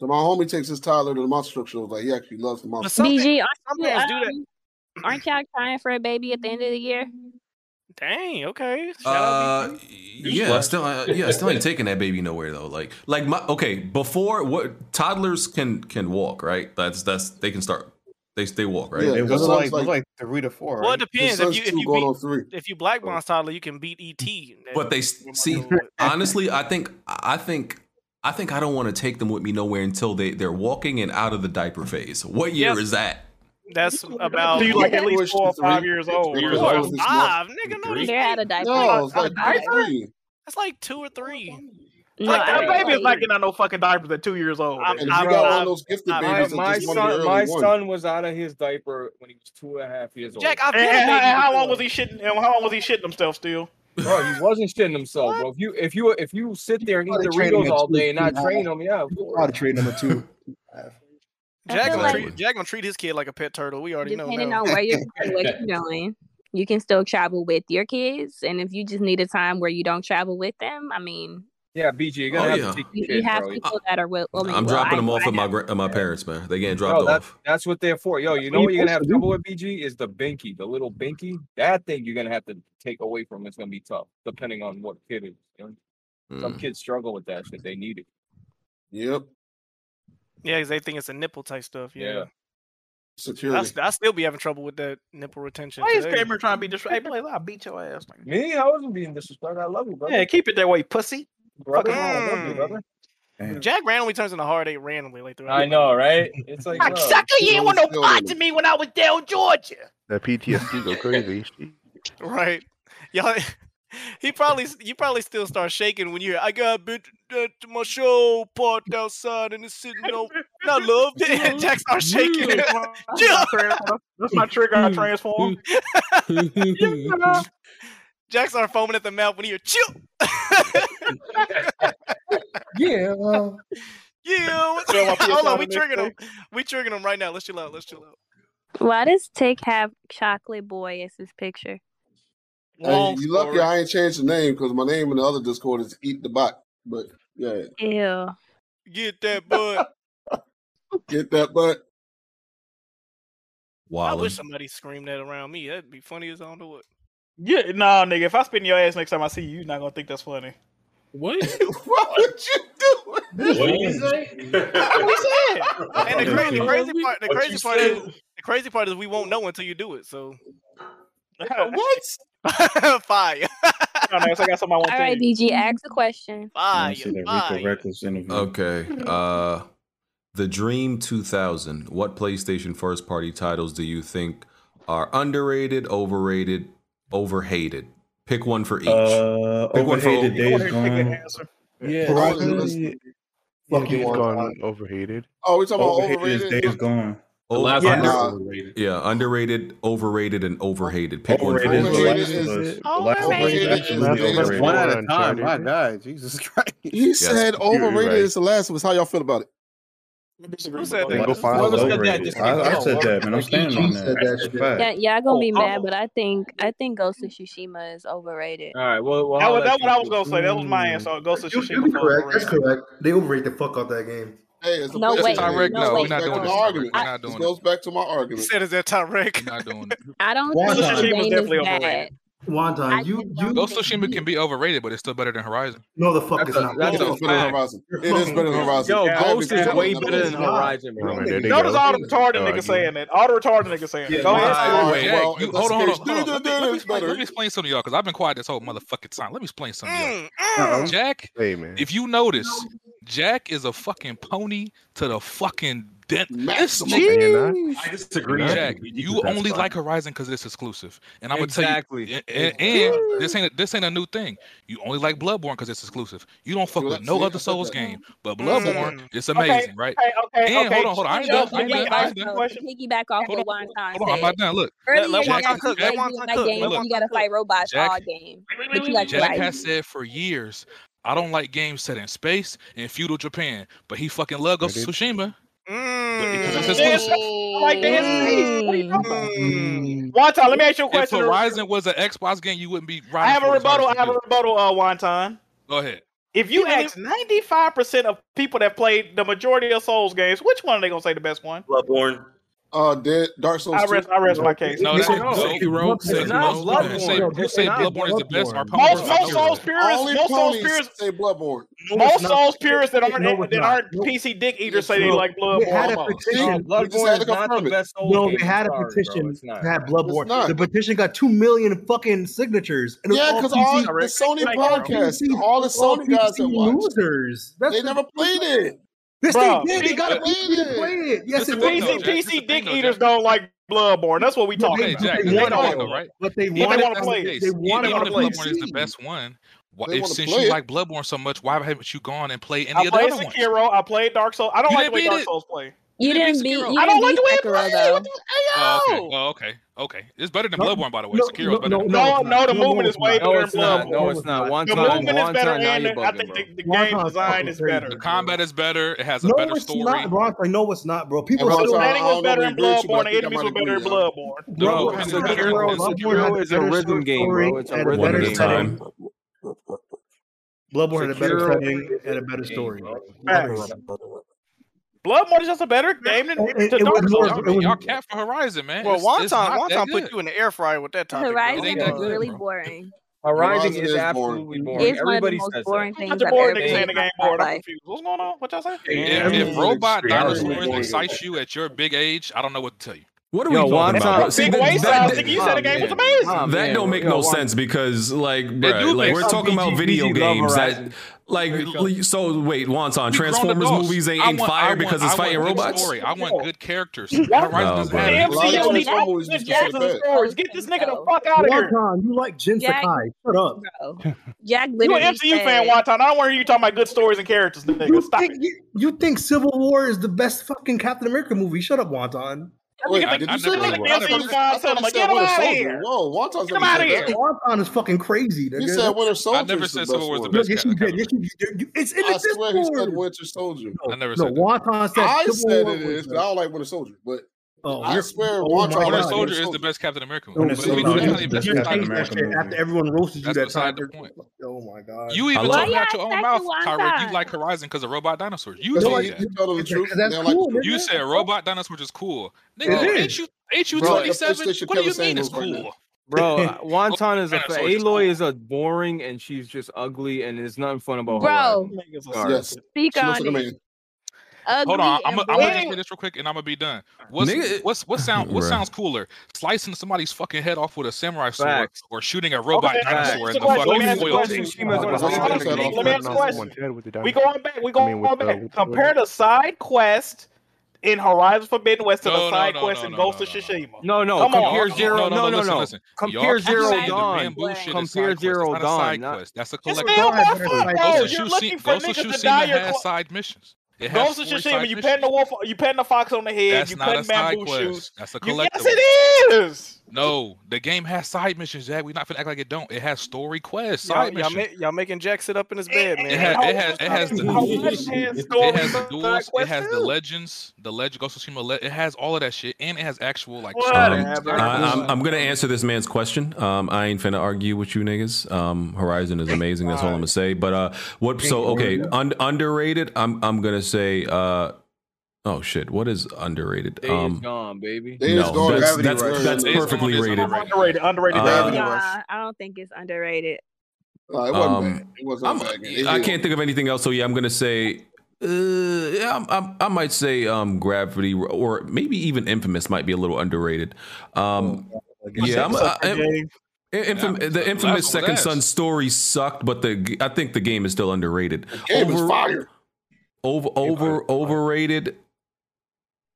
So my homie takes his toddler to the monster truck shows. Like he actually loves the monster. BG, aren't some you, parents do that. um, Aren't y'all crying for a baby at the end of the year? Dang. Okay. Uh, yeah, I still, uh, yeah, I still ain't taking that baby nowhere though. Like, like my okay, before what toddlers can can walk, right? That's that's they can start, they they walk, right? Yeah, they it was walk. like, like, like three to four. Well, right? it depends. If you if you beat, if you black bond toddler, you can beat E ET. but they see honestly, I think I think I think I don't want to take them with me nowhere until they they're walking and out of the diaper phase. What year Yes. is that? That's about So you like at Four least four or five years old. Years or old, six five, months. nigga. Three? No, They're out of diapers. No, it's like I- three. That's like two or three. No, Like I that don't baby is not like- getting out no fucking diapers at two years old. I'm- And if you got one of those gifted My, babies, that my just wanted the son, early my one. son was out of his diaper when he was two and a half years old. Jack, I and, and, and how long was he shitting? And how long was he shitting himself still? Bro, he wasn't shitting himself, bro. If you if you if you sit there and eat Probably train him Doritos at all two, day and not two and a train half. them, yeah, of I course. would trade number two. Jack gonna, like- treat, Jack gonna treat his kid like a pet turtle. We already know. depending now. on where you're going, what you're doing, you can still travel with your kids. And if you just need a time where you don't travel with them, I mean, Yeah, BG, you're gonna Oh, have yeah. to take you, your you kid, have bro. people that are will. I mean, I'm well, dropping I- them off at my gra- at my parents, man. They getting dropped No, that, off. Oh, that's what they're for. Yo, you know what what you're you're gonna have supposed to trouble with, BG, is the binky, the little binky. That thing you're gonna have to take away from. them. It's gonna be tough, depending on what kid it is. you know? Some Mm. kids struggle with that shit. They need it. Yep. Yeah, because they think it's a nipple type stuff. Yeah. Yeah. I, Security. st- I still be having trouble with that nipple retention. Why is today. Kramer trying to be disrespectful? Hey, Blaze, I'll beat your ass. nigga. Me, I wasn't being disrespectful. I love you, brother. Yeah, keep it that way, pussy. brother. Fucking I love wrong. you, brother. Jack randomly turns into hard eight randomly, like throughout. I know, right? It's like Like, bro, sucker, you ain't want no part to me when I was down Georgia. That PTSD go crazy. Right. Y'all he probably s- you probably still start shaking when you hear I got a bit at my show parked outside and it's sitting on I love it. Jack starts shaking. Yeah. Jill. That's my trigger. I transform. Yeah. Jack starts foaming at the mouth when you hear chill. Yeah. Yeah. Throw up your Hold on, soda we next triggering him. day. We triggering him right now. Let's chill out. Let's chill out. why does Tick have chocolate boy as his picture? Hey, you lucky I ain't changed the name because my name in the other Discord is Eat the Bot. But yeah, Ew. Get that butt. get that butt. I Wallin. wish somebody screamed that around me. That'd be funny as I don't know what. Yeah, nah, nigga. If I spit in your ass next time I see you, you're not gonna think that's funny. What? what would you do? What did you say? And the crazy, Yeah. crazy part, the What crazy you part said. is, the crazy part is we won't know until you do it. So what? Fire. no, no, 'cause I got something I want All right, DG, ask the question. Fire. see that Rico Reckless interview. Okay. Uh The Dream 2000. What PlayStation first party titles do you think are underrated, overrated, overhated? Pick one for each. Uh, Pick one for overhated over- Days Gone. Yeah. Horizon. Fuck you, Days gone overhated. Oh, we talking about Overhated is overrated? Days Gone. Over- last yeah. one was Nah. underrated. Oh, Yeah, underrated, overrated, and overhated. Pick Overrated one is for The each. Last of Us. The Last of Us is absolutely overrated. One at a time. My God, Jesus Christ. He said overrated is the last one. How y'all feel about it? Who said Then that? go Who find said those that? rated. Just I- keep I going. said that, man. I'm Like, standing you on said that. That's a fact. Yeah, y'all Oh, gonna be mad, but I think I think Ghost of Tsushima is overrated. All right. Well, well That was I'll that's let what I was you- gonna say. That was my answer. Ghost of You, Tsushima. you be for correct. That's overrated. correct. They overrate the fuck out that game. Hey, it's a No, PlayStation wait, game. no, wait. Back to no. my argument. I, This goes back to my argument. said it's that Tyrek. Not doing it. I don't Why think not? the Tsushima's game is definitely bad. overrated. I Wonton, you just you don't Ghost of Tsushima can be overrated, but it's still better than Horizon. no the fuck it's a- not. that's a Bullshit. It's better than fact. Horizon. You're It is fucking better than crazy. Horizon. Yo, Yeah, Ghost every is time way it's better than not. Horizon, bro. man, there they Notice go. all the retarded Yeah, niggas saying that. All the retarded niggas saying that. Go Wait, ahead. wait, Aaron. wait, Jack, you- hold on, hold on, hold on. Let me, let me explain, let me explain something to y'all because I've been quiet this whole motherfucking time. Let me explain something to y'all. Uh-oh. Jack, Hey man. if you notice, Jack is a fucking pony to the fucking dent. This Maximum. Are you not? I disagree. Jack, You you think that's only fine. like Horizon because it's exclusive, and I'm gonna Exactly. tell you, and, and- and this ain't a, this ain't a new thing. You only like Bloodborne because it's exclusive. You don't fuck See, with I- no see, I other said Souls that. game, but Mm. Bloodborne it's Okay, amazing, right? okay, okay, and okay. hold on, hold on, I ain't Yo, done. I let ain't me done. I ask ain't done. though, to piggyback off Hold of on, Wonton said. hold on, I'm not done. Look, Earlier, Jack, Jack Jack, said you like Jack- games look, you gotta fight robots Jack- all game, but you like Jack life. has said for years, I don't like games set in space and feudal Japan, but he fucking love Ghost of Tsushima. But because it's Dead exclusive. Space. I like Dead Space. What are Mm. you talking about? Wonton, let me ask you a question. If Horizon was an Xbox game, you wouldn't be riding. I have a for it as hard rebuttal. I as have you a rebuttal. Uh, Wonton. do. Go ahead. If you ask ninety five percent of people that played the majority of Souls games, which one are they gonna say the best one? Bloodborne. Uh, dead Dark Souls. I rest- 2. I rest my case. No, that's no. Sekiro, Say, Sekiro. no, you can say, Bloodborne. you say It's not Bloodborne is the best. Our Bloodborne. powers Most are most Souls overrated. purists, Only most Souls ponies purists say Bloodborne. most Souls purists that aren't No, it's that not. aren't PC dick eaters say they No, like they had Bloodborne. a petition. No, We just had to Bloodborne is not confirm the it. best Souls No, game. they had a Sorry, bro, petition it's not. to have It's not. Bloodborne. The petition got two million fucking signatures. And it was Yeah, because all the Sony like, podcast, PC all the all Sony guys that PC watch, losers. That's they the- never played it. Yes, Bro, they did. They got a but- PC to play it. Yes, it was. PC, PC dick eaters don't like Bloodborne. That's what we Yeah, talking they- Hey, about. Jack, They that's the don't thing, like though, Bloodborne. right? But they If they Even wanted if wanna that's play the it. case, They e- wanted even to if play it. Bloodborne is the best one, why, They if wanna since play you it. like Bloodborne so much, why haven't you gone and played any I of the played other ones? Sekiro. I played Dark Souls. I don't You like didn't the way beat Dark it. Souls play. You didn't beat Sekiro. you I didn't don't like beat the way it Sekiro played. What though. the Oh, okay. Ayo! Oh, okay. Okay. It's better than No, Bloodborne, by the way. no, Sekiro is better no, than no, Bloodborne. no, the movement is way No, better in it's not. Bloodborne. No, it's not. One The time, movement is one better, time. Now and you're the- I bugging, think bro. the, the One game time's design fucking is crazy. better. The combat is better. It has a No, better it's story. not, Bron. Like, no, it's not, bro. People The still. setting was better in Bloodborne. I The think I enemies might were better in agree, Bloodborne. Bro, Bloodborne is a better Sekiro, game. Bloodborne had a Sekiro is a better rhythm short game, story, bro. It's a had a One rhythm at better a setting. time. Bloodborne had a better Sekiro setting is and a a better game, story. bro. Facts. Bloodborne is just a better game than And, and to it was Dark more. Souls. Y'all, It be- was y'all cap for Horizon, man. Well, It's, it's Wonton, not that Wonton good. put you in the air fryer with that topic, bro. It Horizon ain't is that good, really bro. boring. Horizon Horizon is is absolutely boring. It's one of the Everybody says most that. boring Not things the I've bored ever niggas They- saying seen the in my game bored. I'm life. confused. What's going on? What y'all say? If, Everyone if is robot extremely dinosaurs boring. excite you at your big age, I don't know what to tell you. What are Yo, we talking Wonton. about, bro? See, Big that, waste that, I that, think you said the game was man. amazing. Ah, man. don't make Yo, no Wonton. sense because, like, do bruh, like make we're sense. talking BG about video BG love games that, Horizon. like, l- so wait, Wonton, We grown Transformers adults. movies ain't, I ain't want, I fire want, because I it's want fighting good robots. story. I want good characters. What? Horizon No, doesn't bro. have The it. lot MCU of Transformers needs to movies good just don't games look and bad. stories. Get this nigga the fuck out One of here. time, you like Gensakai. Shut up. Bro, Jack You literally an MCU fan, said Wonton. I don't want to hear you talking about good stories and characters, nigga. You Stop think it. you, you think Civil War is the best fucking Captain America movie? Shut up, Wonton. That Wait, nigga think did you I say never that that? said nigga I that. thought think MCU you, I fan. Tell thought him you like, said get him Winter out of Soldier. here. Whoa, one time Get him somebody out of said here. that. Wonton is fucking crazy. He nigga. said Winter Soldier. I never is the said best Civil War is the one. No, best yes, ca- you Captain did. Yes, America. you did. You- It's in I the swear he said Discord. Winter Soldier. No, I never no. said that. Wonton said I Civil said War it was is, the but I don't like Winter Soldier. But Oh, I you're. Oh swear, one my Winter time was god. Winter Soldier is the Soldier. best Captain America No, no, movie. But we, no, we it not is the even that's best beside Captain the America point. movie after everyone roasted you That's that time. beside the point. Oh my god. You I even love- Why talking out your own y'all attacking mouth, Tyrek. You Wonton? like Horizon because of robot dinosaurs. You That's No, did what like you, that. you tell them the truth. because They that's don't like the cool, truth. You nigga. said robot dinosaurs is cool. It is. Nigga, ain't you ain't you It's like twenty the seven? PlayStation What do Kevin you mean Samuels it's right now. cool? Bro, uh, Wonton is a fa- Dinosaurs is Aloy is a boring and she's just ugly and there's nothing fun about Bro, her. Yes. speak She looks on like a it. man. Ugly Hold on, I'm gonna and just boring. say this real quick, and I'm gonna be done. What's Nigga- what's what sound what Bruh. sounds cooler? Slicing somebody's fucking head off with a samurai sword, Facts. or shooting a robot Okay, dinosaur facts. in the Let me fucking ask you a oil question. tank? Let me ask you a question. Let me ask you a question. We going back. We going with, uh, back. with- Compare the side quest in Horizon Forbidden West to the side quest in Ghost of Tsushima. No, Oh, no, Come on. compare zero. No, no, no, no. listen, listen. Compare Y'all keep zero saying the dawn. bamboo shit is side Compare quest. zero It's not a dawn. side not- quest. That's a It's collective. still my fault, Ghost though. of You're Tsushima- looking for Ghost of niggas to Tsushima die your has clo- side missions. It has Ghost of four Tsushima, side you missions. patting the wolf, you patting the fox on the head, That's you not a patting side bamboo quest. shoots. That's a You- collectible. yes, it is. No, the game has side missions, Jack. We're not finna act like it don't. It has story quests, Y'all, side y'all, missions. ma- y'all making Jack sit up in his bed, man. It has, it has, it has the duels. It has the duels. It has the too. legends. The legend, Ghost of Tsushima. le- It has all of that shit, and it has actual like. Um, stories. I, am I'm gonna answer this man's question. Um, I ain't finna argue with you niggas. Um, Horizon is amazing. That's all I'm gonna say. But uh, what? So okay, un- underrated. I'm I'm gonna say. Uh, oh shit, what is underrated? Day is Um, gone, baby. no, that's that's, that's perfectly rated. Underrated, underrated. Uh, Nah, I don't think it's underrated. it wasn't Um, bad. It wasn't I'm- bad. It I is- can't think of anything else. So yeah, I'm gonna say. Uh, yeah, I'm, I'm, I might say um, Gravity or maybe even Infamous might be a little underrated. Um, Oh, yeah, I'm, I, I, Infam- the infamous Last one Second was Son story sucked, but the g- I think the game is still underrated. game is fire. Over, over, overrated.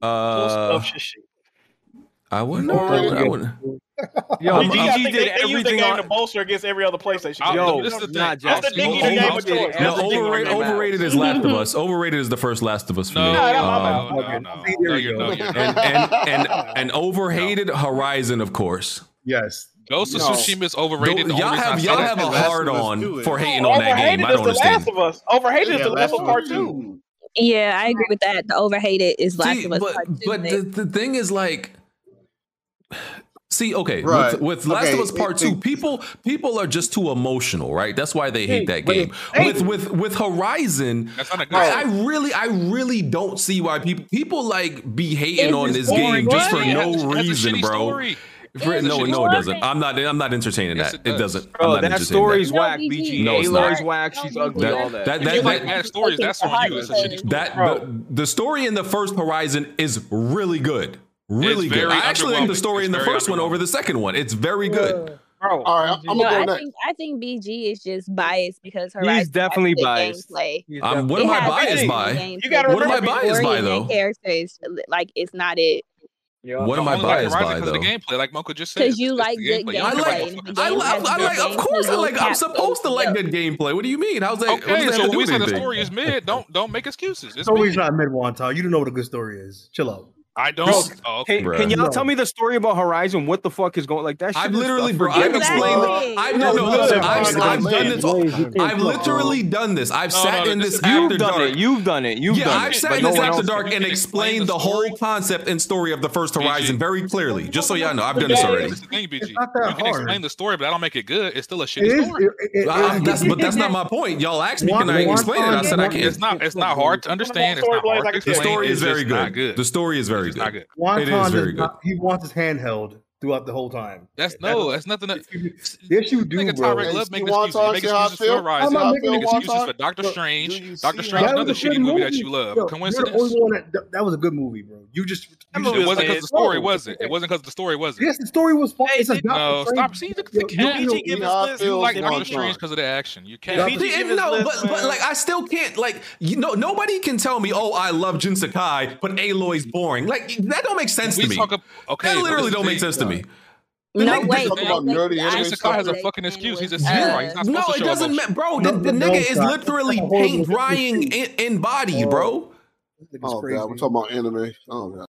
Uh, I wouldn't. know. I wouldn't. I wouldn't. Yo, Yo, you I'm- gotta I'm- did think they, they use the everything game on- to bolster against every other PlayStation. I'll- game. Yo, this is the thing. I'll- That's the I'll- Dignity game of I'll- choice. No, That's the Dignity overrated, game of overrated is Last of Us. Overrated is the first Last of Us for No, me. no, no, Oh, Um, Oh, no, no, no, you're not. You're and, not. and and and overhated Horizon, of course. Yes. Ghost of No. Tsushima is overrated. The Y'all only reason I have- say y'all that have a is- hard on for hating choice. on that game. Overhated I don't is the Last understand. of Us. Overhated is Yeah, the Last Last of Us of Part Us Two. Yeah, I agree with that. The overhated is Last See, of Us but Part Two. but the, the thing is like see okay Right. with, with last Okay, of us part it- two people people are just too emotional right that's why they hate that But game it's- with with with horizon That's not a good I, I really i really don't see why people people like be hating It's on just this boring. game just for What? no That's a- that's a reason shitty bro story. For- It's a no shitty no it doesn't story. i'm not i'm not entertaining Yes, that it it, does. doesn't Bro, i'm not that entertaining that. story's whack, BG. BG. No, it's Aloy's not. whack. She's ugly. That- all that. that- If that- you like that- bad stories, that's on you. That's a shitty story. that the, the story in the first Horizon is really good. Really It's good. very I actually like the underwhelming. story It's in the very first one over the second one. It's very good. Bro, all right, No, I think I think BG is just biased because Horizon has definitely good biased. gameplay. He's Um, what It am I has biased good by? gameplay, You gotta but remember- What the am I biased story by, and though? that character is like it's not it What am I only like biased Horizon by 'cause of the though? gameplay, like Mocha just said. because you It's like the good gameplay. You I don't like, the fucking I story. love, I like. Of course, I like. I'm supposed to like good gameplay. What do you mean? How's that? what does Okay, that have so to when do we with say the anything? story is mid, don't don't make excuses. It's Story's mid. not mid wonton. You don't know what a good story is. Chill out. I don't. Bro, oh, okay. can, can y'all No. tell me the story about Horizon? What the fuck is going like that? Shit I've is literally, bro, I've unforgettable. explained. I've no, no, listen, I've, I've done this. All, I've Look, literally done this. I've No, sat no, in this this is- You've after done dark. it. You've done it. You've yeah, done I've it. sat But in no this one after else dark and explained the whole concept and story of the first Horizon very clearly. Just so y'all know, I've done this already. That's the thing, BG. not you that can explain the story, but I don't make it good. It's still a shitty It is- story. it- it- it- I- that's- but that's not my point. Y'all asked me, can I explain it? I said I can't. It's not. It's not hard to understand. It's not hard to The explain. story It's is very just not good. The story is very good. It Wonton is does very good. not- he wants his hand held throughout the whole time. That's no. That's nothing. To, Yes, you do, nigga, bro. Tyrek Love making You want excuses. to You make see how I excuses feel? for Horizon. I'm not You making make no excuses Wonton. for Doctor Look, Strange. Doctor see Strange is how- another That was a shitty good movie that movie. you love. Yo, You're the Coincidence? only one that, that- that was a good movie, bro. You just you just It wasn't because the story was it. It wasn't because the story was it. Yes, the story was fun. it's a No, stop. See, the, the cat. yo, yo, yo, you like Doctor Strange because of the action. You Yeah, can't. but- no, but, but like I still can't like you know nobody can tell me oh I love Jin Sakai but Aloy's boring like that don't make sense to me. okay, that but literally this don't is make the- sense to me. No, The nigga- wait, the- Talk about no, nerdy wait, anime Jin Sakai has a stuff. fucking excuse. He's a samurai. He's not no, supposed to it show doesn't emotion. matter, bro. No, The, the no, nigga it's is not. literally It's a horrible paint drying in, in body, bro. Oh god, we're talking about anime. Oh god.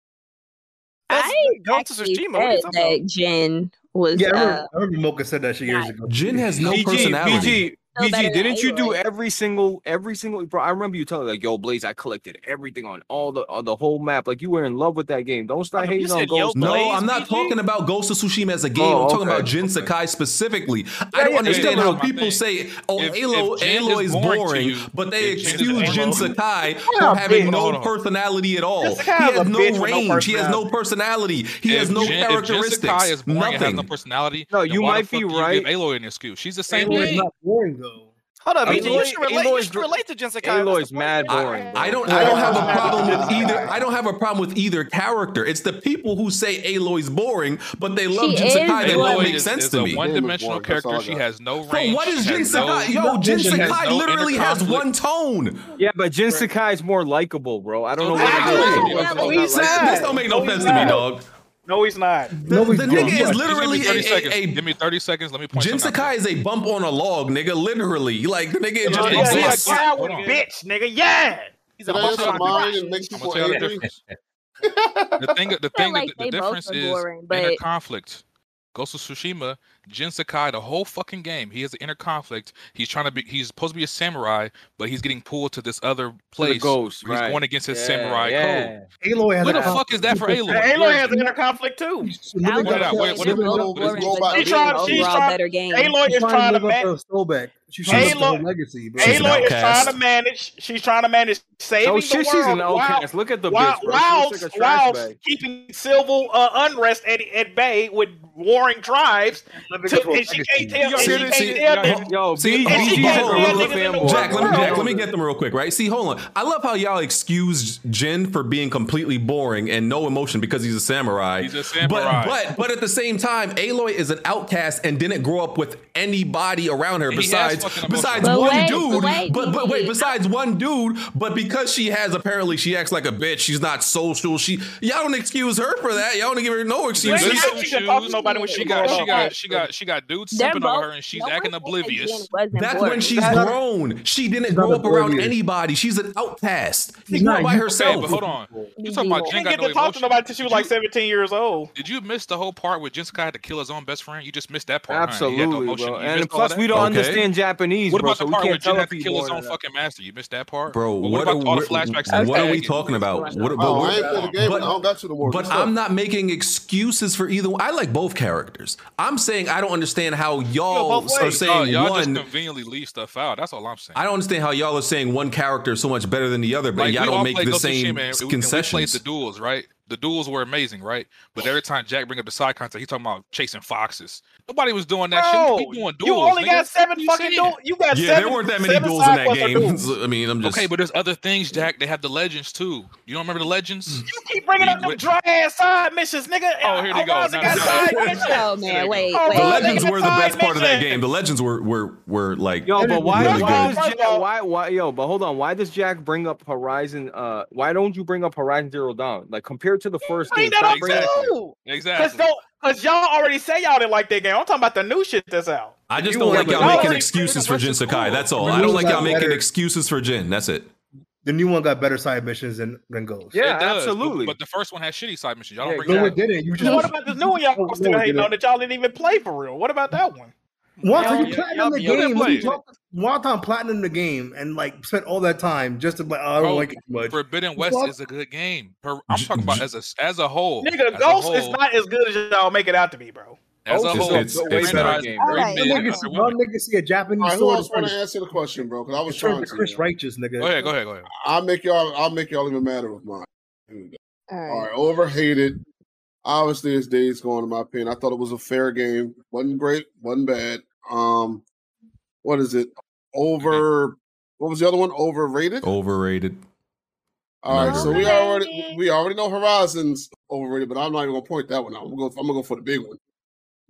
I Ghost actually Tsushima, what are you said talking that Jen was Yeah, I remember, uh, I remember Mocha said that shit years ago. Jin has no BG, personality. BG, still better BG, than didn't you do Aloy. every single, every single? Bro, I remember you telling me, like, "Yo, Blaze, I collected everything on all the on the whole map. Like, you were in love with that game. Don't start You hating on said, Ghost. no, I'm not talking about Ghost of Tsushima as a game. Oh, I'm talking okay. about Jin Sakai specifically. Yeah, I don't yeah, understand yeah. how That's my people say, "Oh, If- Alo, if Jin Aloy is is boring boring,", to you, but they then Jin is excuse boring. Jin Sakai Yeah, from having bitch. Hold no on. personality at all. Jin He Sakai is a has bitch with no no range. He has no personality. personality. He If has no Jin- if Jin Sakai is characteristics. boring and has no Nothing. personality. No, then you why the might be fuck do you give right. Aloy an excuse. She's the same Aloy's thing. not boring though. Hold up, BG. You Aloy- should relate. you Aloy's should dr- relate to Jin Sakai. That's Aloy's mad boring. bro. I don't. I don't have a problem with either. I don't have a problem with either character. It's the people who say Aloy's boring, but they love She Jin is Sakai. That boring. don't make is, sense is to a me. one-dimensional character. She has no So range. what she is Jin has no- Sakai? Yo, Jin she has Sakai no inner literally has conflict. one tone. Yeah, but Jin Sakai is more likable, bro. I don't know Exactly. what No, he's That- not. This don't Oh, make no, he's sense to me, not. dog. No, he's not. The, the nigga is Just literally give me 30 a, seconds. a, a give me 30 seconds. Let me point Jin something out. Sakai is a bump on a log, nigga. Literally, like the nigga just Yeah, he a exists. cat. Coward bitch, nigga. Yeah. He's a Can I bump answer on a mine crotch. and make I'ma people tell you the angry? difference. the thing, the thing, like the, they the both difference are is boring, inner but- conflict. Ghost of Tsushima, Jin Sakai, the whole fucking game, he has an inner conflict. He's trying to be, he's supposed to be a samurai, but he's getting pulled to this other place. ghost, where he's right. going against his Yeah, samurai yeah. code. Aloy has Where a the fuck is that for Aloy? Aloy has an inner conflict too. Aloy Point it out. Where- got- what is- Aloy- what is- She trying. She's trying. Aloy is She's trying to live up man- her soul back. She's trying to live up Aloy, her legacy, bro. Aloy is trying to manage. She's trying to manage saving No shit, the she's world. an outcast. Look at the while, bitch, bro. She While, looks like a trash while bag. keeping civil uh, unrest at, at bay with warring tribes, to, her and she can't tell. legacy. And she Yo, can't see, tell. yo, niggas- Yo, See, oh, and she hold- can't hold on, tell hold on. niggas in the Jack, let world. me Jack, let me get them real quick, right? See, hold on. I love how y'all excuse Jin for being completely boring and no emotion because he's a samurai. He's a samurai. But but, but at the same time, Aloy is an outcast and didn't grow up with anybody around her And he has besides fucking emotion. besides But one wait, dude. but wait, but but Gigi. wait, besides one dude. But because she has apparently she acts like a bitch. She's not social. She y'all don't excuse her for that. Y'all don't give her no excuses. Wait, how she can talk to nobody when she She got, grown she up? got, she got, she got dudes They're sipping both- on her, and she's acting oblivious. That's when she's grown. She not didn't grow a up around warrior. anybody. She's an outcast. She She's grew not up by you- herself. Okay, but hold on. You talking about She Jin didn't got get no to talk to emotion. nobody until she was Did like you- 17 years old. Did you miss the whole part where Jin Sakai had to kill his own best friend? You just missed that part. huh? He had no Absolutely, emotion. bro. You And missed all plus, that. we don't understand Japanese, What bro. about So the we part where can't Jin tell had if to he's kill his boring or own not. fucking master? You missed that part. Bro, But what, what about are all the we, flashbacks? to what are Sakai we and- talking about? What, but, Oh, I ain't what- played the game, but- I don't got to the war. But Good I'm not making excuses for either. one. I like both characters. I'm saying I don't understand how y'all are Y'all- saying y'all just one. conveniently leave stuff out. That's all I'm saying. I don't understand how y'all are saying one character is so much better than the other, but Like y'all we all don't make played the Ghost of Tsushima, same and we- and we played concessions. the duels, right? The duels were amazing, right? But every time Jack bring up the side content, he talking about chasing foxes. Nobody was doing that Bro, shit. We doing duels. you only nigga. got seven What you fucking saying? duels. You got Yeah, seven. there weren't that many seven duels in side that quests or game. duels. I mean, I'm just Okay, but there's other things, Jack. They have the legends too. You don't remember the Mm. legends? You keep bringing up them dry ass side missions, nigga. Oh, here they go. Rousey Now got they- side missions. Oh man, wait, Oh, wait. the Well, legends nigga, were the the best side part of that mission. game. The legends were were were like Yo, but why, really why good. does Jack, why why yo? But hold on, why does Jack bring up Horizon? Uh, why don't you bring up Horizon Zero Dawn? Like compared to the first Bring game, that stop up bringing that- too. Cause Exactly. don't, cause y'all already say y'all didn't like that game. I'm talking about the new shit that's out. I just You don't were- like y'all y'all making already- excuses for Jin Sakai. That's all. The I don't news like got y'all making better. excuses for Jin. That's it. The new one got better side missions than than Ghost. It does, but- But, the first one had shitty side missions. Y'all don't bring no, that it up. didn't. You Well, what about this new one y'all Oh, no, still it hating didn't. on that y'all didn't even play for real? What about that one? One time Y'all- you platinum y'all the be- y'all didn't game. What are you play it. talking- One time platinum the game and like spent all that time just to like oh, I don't Bro, like it too much. Forbidden West Fuck. is a good game. Per- I'm talking about as a as a whole. as Nigga, a Ghost is whole, not as good as y'all make it out to be, bro. As a Ghost whole, It's- it's- it's franchise better. game, All bro. right, Man, y'all and niggas, other y'all woman. niggas see a Japanese All right, who sword. else want to answer the question, bro? Because I was It turned trying to to. Chris Righteous, nigga. Go ahead, go ahead, go ahead. I'll make y'all. I'll make y'all even madder with mine. Here we go. All All right. right, overhated. Obviously, his day's going in my opinion. I thought it was a fair game. wasn't great, wasn't bad. Um, what is it? Over. What was the other one? Overrated. Overrated. All right, Not so we overrated. already we already know Horizons overrated, but I'm not even gonna point that one out. I'm gonna, I'm gonna go for the big one.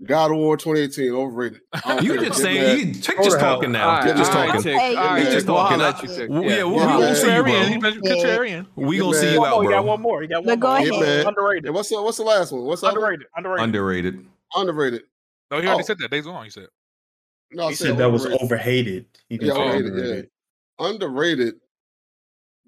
God of War 2018 overrated. I don't You care. just Get saying mad. you Tick just talking now. Tick just talking. Get mad. Tick just talking. holla I- at you, Tick. w- Yeah. Yeah, we Get gonna mad. see you, bro. We gonna see you out, He got one bro. more. He But got one go more. ahead. Get mad. Underrated. And what's the, what's the last one? What's the underrated? Underrated. Underrated. Underrated. No, he already Oh. said that. Days gone. He said. No, I He said that was overrated. overhated. He didn't Yeah, say overrated. underrated. Yeah, underrated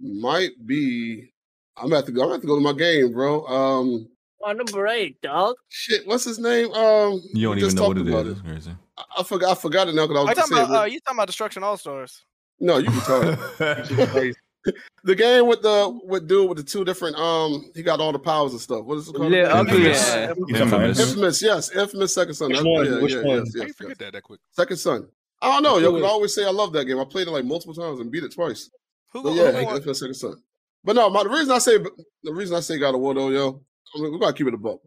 might be. I'm gonna have to go. I'm gonna have to go to my game, bro. Um, On the break, dog. shit. What's his name? Um, You don't we even just know what talked it about is. It's crazy. I- I forgot. I forgot it now because I Are was you just talking saying. about, uh, you talking about Destruction All Stars? no, you can talk. the game with the with dude with the two different um, he got all the powers and stuff. What is it called? Yeah, again? Infamous. Yeah. Infamous. Infamous. Infamous, Yes, infamous. Second son. Which That- one? Yeah, Which yeah, one? Yes, How yes, you forget yes. that that quick? Second son. I don't know, yo. Who Cause I is- always say I love that game. I played it like multiple times and beat it twice. Who? But who yeah, won? like, Infamous Second Son. But no, my, the reason I say the reason I say God of War though, yo, I mean, we gotta keep it a buck.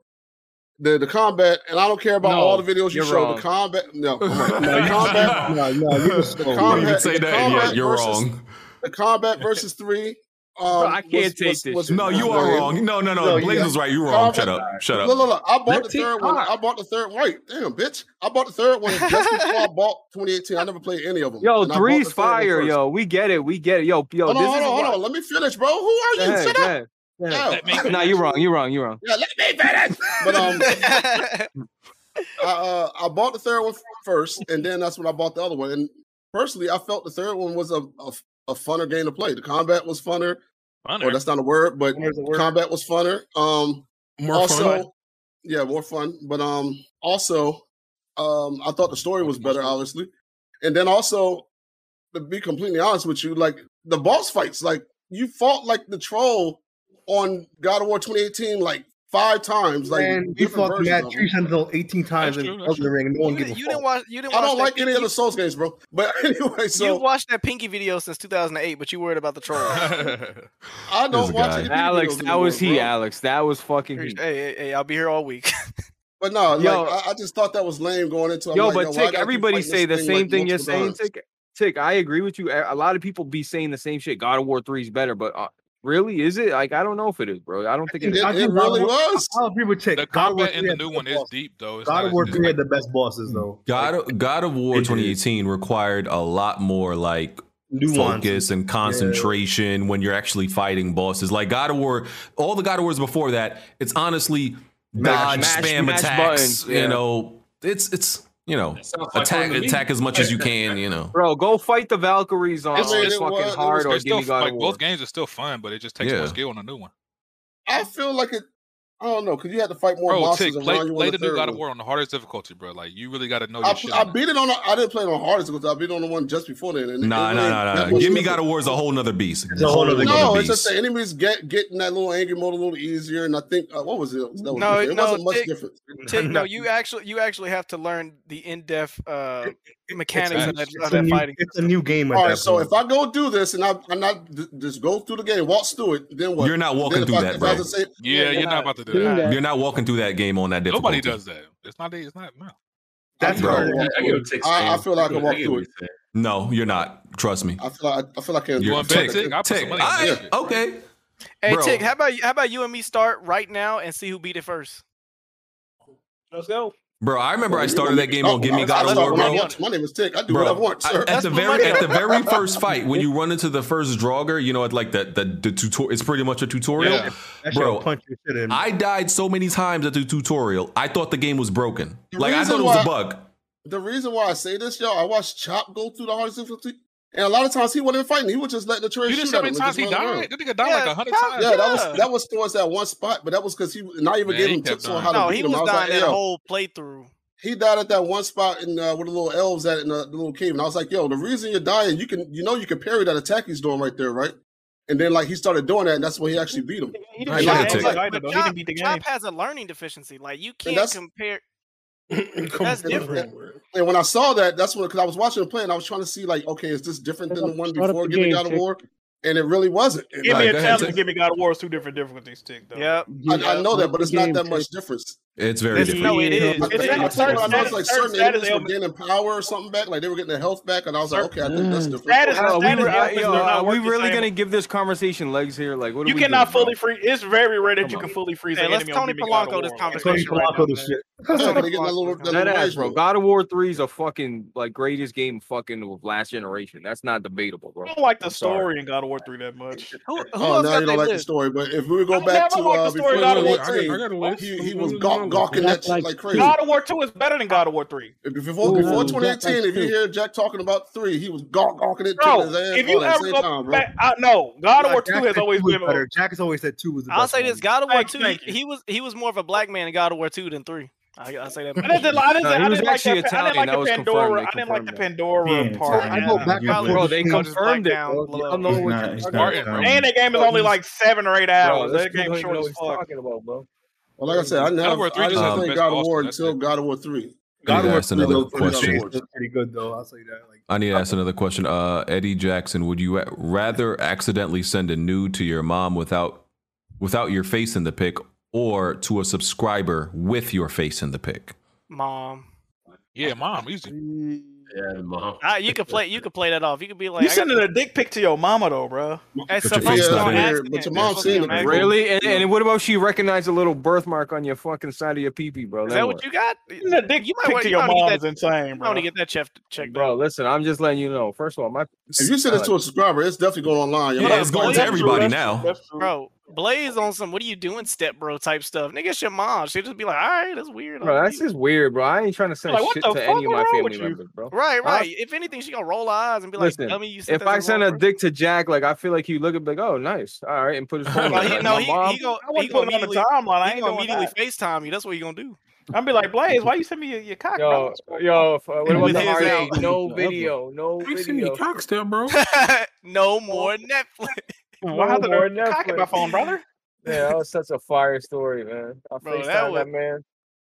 The the combat, and I don't care about No, all the videos you you're show. wrong. The combat, no, come on. No, the you- combat, no, no, you just- the You combat, even Oh, say the that, and yet combat you're versus, wrong. The combat versus three. Um, Bro, I can't was, take was, this Was, shit, No, you are man. wrong. No, no, no, Blaze yeah. was right. You wrong. Shut up. Shut up. Look, look, look. I bought the Fifteen third one. Ah. I bought the third. Wait, damn, bitch. I bought the third one just before I bought 2018. I never played any of them. Yo, and I bought the three's third one fire, first. yo. We get it. We get it. Yo, yo, hold on, this hold is on, hold why- on. Let me finish, bro. Who are you? Go ahead, Shut go up. ahead. go Yo. ahead. Nah, you're wrong. You're wrong. You're wrong. Yeah, let me finish. But um, I, uh, I bought the third one first, and then that's when I bought the other one. And personally, I felt the third one was a a, a funner game to play. The combat was funner. Or that's not a word, but combat was funner. Um, More also, fun. yeah, more fun. But um, also, um, I thought the story was better, obviously. And then also, to be completely honest with you, like the boss fights, like you fought like the troll on God of War 2018 like five times, like Man, we different fought versions Matt of 'em. Tree 18 times in Elden Ring, and no one gave a You didn't fuck. watch. You didn't I watch don't that like any Pinky- other Souls games, bro. Oh. But anyway, You so watched that Pinky video since 2008, but you worried about the troll. I This don't watch guy. any video Alex, videos that anymore, was he, bro. Alex. That was fucking hey, he. hey, hey, I'll be here all week. But no, Yo. like I, I just thought that was lame going into. it. I'm Yo, like, but why I Tick, gotta keep everybody fighting say the this same like, thing you're multiple saying, times? Tick. Tick, I agree with you. A a lot of people be saying the same shit. God of War 3 is better, but uh, really, is it? Like, I don't know if it is, bro. I don't think it is. was. I'll agree with Tick. The God of War combat in 3 the had new the one best is boss. deep though. It's God not of as- War it's 3 had the best bosses, Mm. though. God of, God of War 2018 required a lot more like Nuance. focus and concentration when you're actually fighting bosses. Like God of War, all the God of Wars before that, it's honestly Mash- dodge, mash- spam mash attacks. buttons, You yeah. know, it's it's you know like attack fun to me. attack as much as you can. You know, Bro, go fight the Valkyries on, It's- on it's- fucking it's- hard they're or still give me God of like War. both games are still fun, but it just takes Yeah. more skill on a new one. I feel like it. I don't know because you had to fight more Bro, bosses Tick, play, around you play on the the new third God of one. War on the hardest difficulty, bro. Like you really got to know your I, shit. I On that. beat it on. A, I didn't play it on hardest because I beat it on the one just before then. And it nah, nah, really- nah, nah, that nah. was Give me different. God of War's a whole nother beast. a whole nother no, beast. it's just the enemies get getting that little angry mode a little easier, and I think uh, what was it? That was No, different. It no, wasn't much Tick- different. Tick, no, you actually you actually have to learn the in-depth uh, mechanics of that, It's of a that new, fighting. it's a new game at All right, that so point. if I go do this and I I'm not d- just go through the game, walk through it, then what? You're not walking Then if through I- that, if I bro. just say- Yeah, you're not about to do You're that. not, walking through that game on that difficulty. Nobody does that. It's not. It's not. No. That's bro. hard. I get what Tick's I, I saying. feel like I I can get walk what through it. No, you're not. Trust me. I feel like I feel like I can. You're I feel like tick, I can- tick, tick. All Yeah. right, okay. Hey, Bro. Tick, how about you? How about you and me start right now and see who beat it first? Let's go. Bro, I remember Bro, I you started gonna that make me game on talk Give Me about God it. I of talk War, when I bro. want to. My name is Tick. I do what I Bro, want, I- sir. at the very at the very first fight when you run into the first Draugr, you know, it's like the the, the tutorial. It's pretty much a tutorial, Yeah. That shit'll bro. punch your shit in. I died so many times at the tutorial. I thought the game was broken. like I reason thought it was why- a bug. the reason why I say this, y'all, I watched Chop go through the hardest difficulty, and a lot of times he wasn't even fighting. He was just letting the train You didn't shoot see how at him. many and times just he running around. died. That nigga died like a hundred times. Yeah, that was that was towards that one spot, but that was because he and I even Man, gave he him kept tips on dying. how to No, beat he him. was I was dying like, that yo, whole playthrough. he died at that one spot in uh, with the little elves at in the, the little cave, and I was like, yo, the reason you're dying, you can you know you can parry that attack he's doing right there, right? And then like he started doing that, and that's when he actually beat him. He didn't beat the game But Chop, Chop has a learning deficiency. Like you can't that's- compare. That's different. And when I saw that, that's when because I was watching the play and I was trying to see like, okay, is this different than the one Start up before the Giving game, God of Tick. War? And it really wasn't. It- Give me like, a challenge. and Give me God of War. is Two different difficulties, Tick. Though. Yep. I, I know that, but it's not Game, that much Tick. difference. It's very It's- different. no, it is. I It's think, I not- think what I know is certain like status- certain certain enemies were status gaining power or something back, like they were getting their health back, and I was like, okay, I think that's different. Bro, we, re- I- elements yo, do Mm. not are we work the really same. gonna give this conversation legs here? Like, what are You we cannot doing, bro? fully free. It's very rare that Come you on. can fully freeze Hey, an let's enemy on Tony Give Me God of Polanco this War. conversation right now. man. Yeah, Tony but they get that little, that Dead little ass, rage bro. mode. God of War three is a fucking like greatest game fucking of last generation. That's not debatable, bro. I don't like the I'm sorry. story in God of War three that much. Who, Oh, now you don't like the story, but if we go back never to liked uh, the before story of God of God War War three. 3, Oh, he, he was I gawk, gawking like that shit like crazy. God of War two is better than God of War three. Before, before 2018, if you hear Jack talking about 3, he was gawk, gawking it Bro, too. his ass if you all at the ever same go time, bro. back, I know God of Nah, War Jack two has said always two was been better. Jack has always said two was the I'll best say one. this: God of War Thank- two, thank he, he was he was more of a black man in God of War two than three. I, I say that. I didn't, I didn't, No, I he didn't was like actually the, Pan- I Italian. didn't That like the was confirmed. Pandora. They I didn't like the confirmed Pandora Yeah, part. Italian. I know Yeah, Black yeah, Power yeah. was Bro, they just, like, confirmed it, down bro. below. Y'all know He's what not- you're he's not talking Italian. about. And the game is Bro, only he's- like seven or eight hours. this That kid game's don't even short know as what he's fuck. talking about, bro. Well, like I said, I God of never, War I 3 just didn't has the play best God of boss, War so that's until God of War three. God of Dude, War that's 3 another looked pretty question. It's pretty good though. I'll say that. Like, I need to ask another question. Uh, Eddie Jackson, would you a- rather accidentally send a nude to your mom without without your face in the pic, or to a subscriber with your face in the pic? Mom. Yeah, mom. Easy. Yeah, mom. Ah, you could play. You could play that off. You could be like, You I got sending a dick pic to your mama though, bro. It's But your supposed face to not be on in it. accident. But your mom seen it. bro. Really? And, and what about she recognized a little birthmark on your fucking side of your peepee, bro? Is that what works. you got? The dick you pic wanna- to you your might wanna mom get is insane, I want to bro. get that chef checked out. Bro, listen, I'm just letting you know. First of all, my If you send this to a subscriber, it's definitely going online. Yeah, it's going to That's true, everybody that's now. Bro, Blaze on some. What are you doing, step bro? Type stuff. Nigga, it's your mom. She'll just be like, all right, that's weird. Bro, that's just weird, bro. I ain't trying to send Like, what shit the to fuck? any of What my wrong with family you? members, bro. Right, Huh? right. If anything, she gonna roll her eyes and be like, Listen, "Dummy, you sent if I send a dick to Jack, like I feel like he look at like, oh, nice, all right, and put his phone. Well, away. he, Like, no, my he, mom- he gonna, I he wouldn't gonna put it on the immediately- timeline. I he ain't gonna doing immediately FaceTime you. That's what you gonna do. I'm be like Blaze. Why you send me your, your cock? Yo, yo, f- what about With the his hard out. eight? No video, no I ain't seen video. your cock still, bro. no more Netflix. Why no the more cock in my Netflix. phone, brother? Yeah, that was such a fire story, man. I Bro, FaceTimed that that, was- man.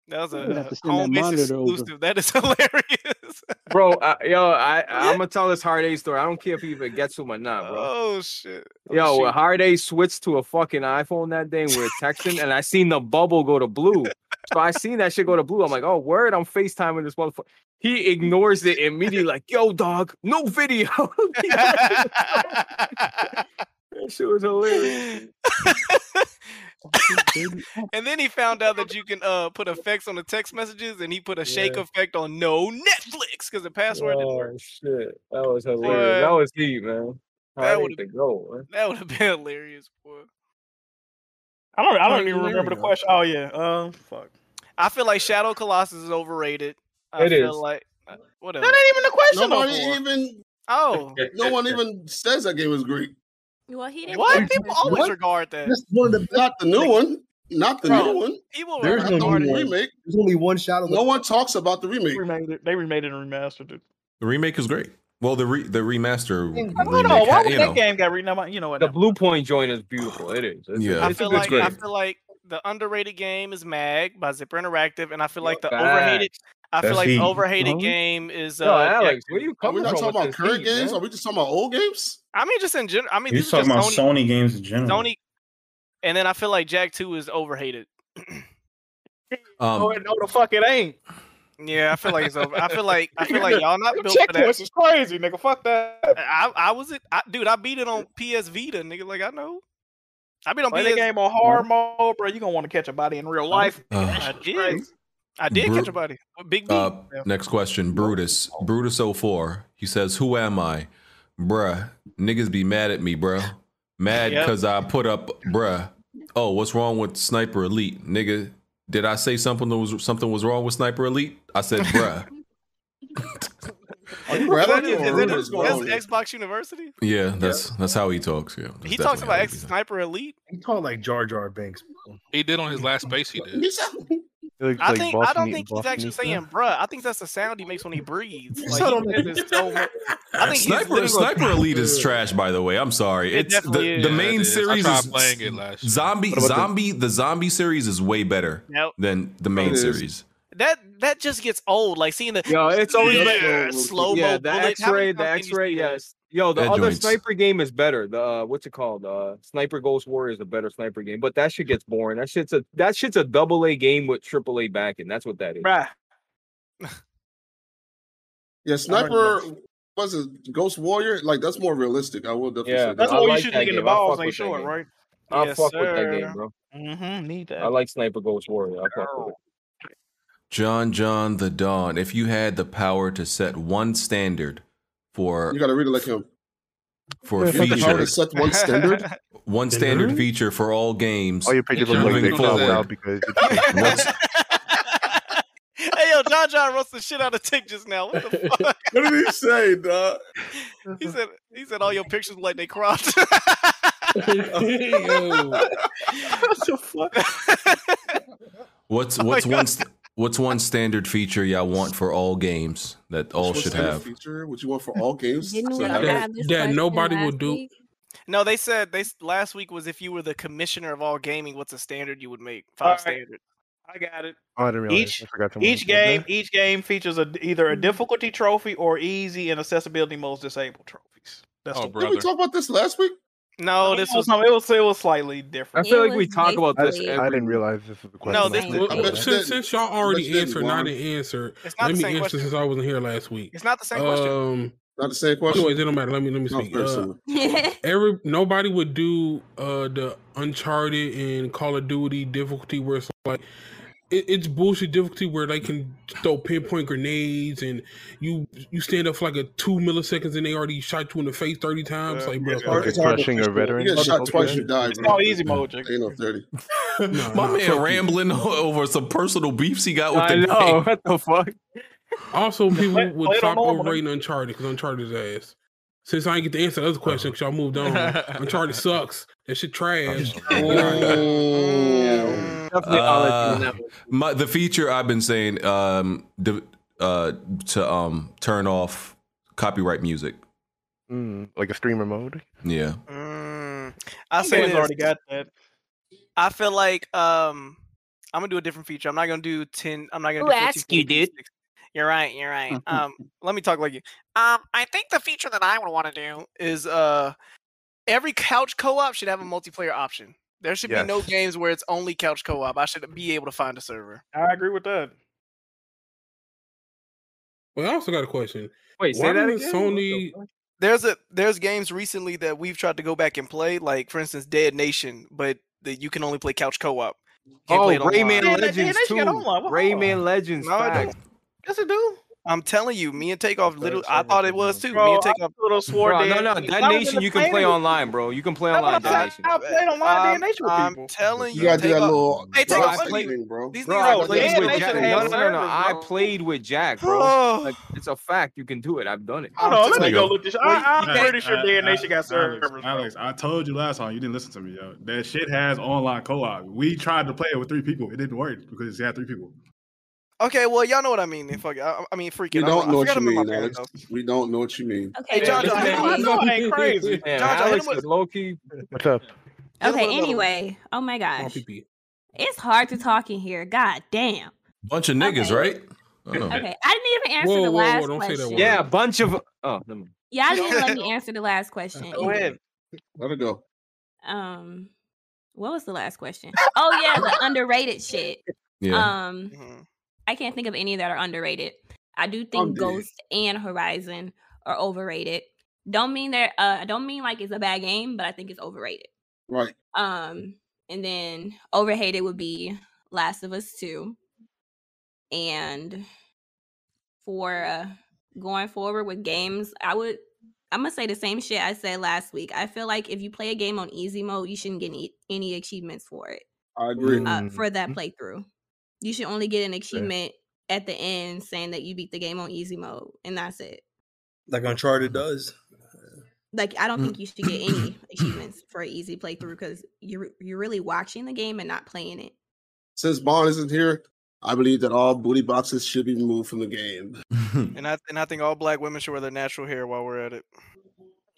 That was You're gonna have a, to a send that home base monitor over. exclusive. That is hilarious. Bro, I, Uh, yo, I, I'm gonna tell this hard eight story. I don't care if he even gets him or not, bro. oh shit. Oh, Yo, shit. when Hard A switched to a fucking iPhone that day, we were texting, and I seen the bubble go to blue. So I seen that shit go to blue. I'm like, oh word, I'm FaceTiming this motherfucker. He ignores it immediately, like, yo, dog, no video. that shit was hilarious. and then he found out that you can uh put effects on the text messages, and he put a shake Yeah. effect on no Netflix because the password didn't work. Oh shit, that was hilarious. Boy. That was deep, man. That Hard would've- A to go, man. That would have been hilarious, boy. I don't. I Oh, don't even there remember you the go. question. Oh yeah. Um. Fuck. I feel like Shadow Colossus is overrated. I It feel is. like uh, what else? That ain't even the question. no Nobody more. even, Oh, no one even says that game was great. Well, he didn't. what answer. people always What? regard that. that's one of the Not the new one. Not the Bro, new one. People There's Not no the new one. remake. There's only one Shadow. No one talks about the remake. Remade it. They remade it and remastered it. The remake is great. Well, the re- the remaster remake, Hold on. Why ha- would you that know, game got renumbered? You know what? The Blue Point joint is beautiful. It is. It's, Yeah. it's, I I feel it's like I great. feel like the underrated game is Mag by Zipper Interactive, and I feel like the Facts. overhated. I feel That's like the heat. overhated Huh? game is. Uh, Yo, Alex, Jack- where Are you we coming not from? talking with about this current heat, games? man? Are we just talking about old games? I mean, just in general. I mean, You these are talking just about Sony. Sony games in general? Sony, and then I feel like Jack Two is overrated. um, no, no, the fuck it ain't. Yeah, I feel like it's over. I feel like I feel like y'all not Them built for that. checkpoints is crazy, nigga. Fuck that. I, I was it, I, dude. I beat it on PS Vita, nigga. Like I know, I beat on Play the PS. game on hard mode, bro. You gonna want to catch a body in real life. uh, I did. I did Bru- catch a body. with Big B. Uh, next question, Brutus. Brutus 04. He says, Who am I? Bruh. Niggas be mad at me, bruh. Mad Yep. because I put up bruh. Oh, what's wrong with Sniper Elite? Nigga, did I say something that was something was wrong with Sniper Elite? I said bruh. Are you Is that, rapping is, or that, what's is going on? that's Xbox University? yeah, that's that's how he talks. Yeah. that's He talks definitely about how X Sniper Elite. He called like Jar Jar Banks. He did on his last base. He did. I think I don't think he's actually saying "bruh." I think that's the sound he makes when he breathes. Like, sound he like- says so much. I think he's Sniper literally- Sniper Elite is trash, by the way. I'm sorry. It It's definitely the, is. the Yeah, main it is. I series tried is playing it last year. zombie What about the- zombie. The zombie series is way better Nope. than the main It is. series. that that just gets old. Like seeing the Yo, it's always Yeah, been- slow-mo Yeah, the bullet. How many X-ray, the times can you X-ray, see that? yes. Yo, the That other joint's- sniper game is better. The uh, what's it called? Uh, Sniper Ghost Warrior is a better sniper game, but that shit gets boring. That shit's a that shit's a double A game with triple A backing. That's what that is. Bruh. Yeah, sniper was it Ghost Warrior? Like that's more realistic. I will definitely Yeah, say That's I that. what you like should that get in the game. I balls. fuck Ain't with that short, game. right? I Yes, fuck with that sir. game, bro. Mm-hmm. Need that. I like Sniper Ghost Warrior. I fuck with it. John John the Dawn, if you had the power to set one standard for You gotta read it like him. for a You have the power feature, to set one standard. Oh, one standard feature for all games. All your pictures look like they moving forward. clowned out because What's, hey, yo, John John roast the shit out of Tick just now. What the fuck? what did he say, dog? He said he said all your pictures like they cropped. what the fuck? what's what's one st- What's one standard feature y'all want for all games that all What's should the new have? Feature, what you want for all games? Didn't we already have this question last No, they said they s- last week was if you were the commissioner of all gaming, what's a standard you would make? Five Alright. standard. I got it. Oh, I didn't realize. Each- I forgot someone Each said that. Mm-hmm. game, each game features a, either a difficulty trophy or easy and accessibility most disabled trophies. That's Oh, the Oh, Did we talk about this last week? No, this was it was it was slightly different. I feel It like we was talk about I, I didn't realize this was the question. No, this- Same. I bet you since, didn't. since y'all already I bet you didn't, answered, not Juan. an answer. It's not Let the me same answer question. since I wasn't here last week. It's not the same question. Um, not the same question. Anyways, it don't matter. Let me let me No, speak. very Uh, similar. every nobody would do uh the Uncharted and Call of Duty difficulty where it's like it, it's bullshit difficulty where they can throw pinpoint grenades and you you stand up for like a two milliseconds and they already shot you in the face thirty times. like, bro, Fucking crushing a veteran. You get shot twice, you die. It's bro. called easy mode, Ain't no thirty. My man rambling over some personal beefs he got with I the know, game. what the fuck? Also, people would play it on stop normal. overrating Uncharted because Uncharted's ass. Since I didn't get to answer the other question because y'all moved on, Uncharted sucks. That shit trash. Mm. Uh, my, the feature I've been saying um, d- uh, to um, turn off copyright music. Mm, like a streamer mode. Yeah. I You say guys mm, this. already got that. I feel like um I'm gonna do a different feature. I'm not gonna do ten. I'm not gonna. Who do asked you, dude? You're right. You're right. Um, let me talk like you. Um, I think the feature that I would want to do is uh, every couch co-op should have a multiplayer option. There should be no Yes. games where it's only couch co-op. I should be able to find a server. I agree with that. Well, I also got a question. Wait, Why doesn't Sony. There's a there's games recently that we've tried to go back and play, like for instance, Dead Nation, but that you can only play couch co-op. Can't Oh, play it Rayman online. Legends too. Rayman Legends. No, it facts. Yes, it do. I'm telling you, me and Takeoff. Literally, I thought it was too. me and Takeoff. Bro, no, no, that nation you can play online, bro. You can play what online. I'm That saying. nation. I played online I'm, Dead Nation with I'm people. telling you, You gotta do that Takeoff- little Hey, bro, Takeoff, I look- played- bro. these Bro, niggas I are played playing with Nation Jack. had No, no, no, no. servers, I bro. played with Jack, bro. Like, it's a fact. You can do it. I've done it. Oh, Hold on, let me go look this. I, I'm Hey, pretty sure uh, Dead Nation uh, got servers. Alex, Alex, I told you last time you didn't listen to me, yo. That shit has online co-op. We tried to play it with three people. It didn't work because it had three people. Okay, well, y'all know what I mean. Then fuck, it. I, I mean, We freaking. don't know what you mean, parents' Alex. We don't know what you mean. Hey, John, John, hit him with- know I ain't crazy. John, Man, John, hit Alex him with- is low key. What's up? Okay, anyway. Oh my gosh. It's hard to talk in here. God damn. Bunch of niggas, right? I don't know. Okay. I didn't even answer the last question. Yeah, a bunch of. Oh, never mind. Y'all didn't let me answer the last question. either. Let it go. Um what was the last question? Oh yeah, the underrated shit. Yeah. Um I can't think of any that are underrated. I do think Mm-hmm. I'm dead. Ghost and Horizon are overrated. Don't mean that uh I don't mean like it's a bad game, but I think it's overrated. Right. Um, and then overhated would be Last of Us Two. And for uh, going forward with games, I would I'm gonna say the same shit I said last week. I feel like if you play a game on easy mode, you shouldn't get any, any achievements for it I agree. Mm-hmm. uh, for that playthrough. You should only get an achievement at the end saying that you beat the game on easy mode, and that's it. Like Uncharted does. Like I don't Mm. think you should get any achievements for an easy playthrough because you're you're really watching the game and not playing it. Since Bond isn't here, I believe that all booty boxes should be removed from the game. And I and I think all black women should wear their natural hair while we're at it.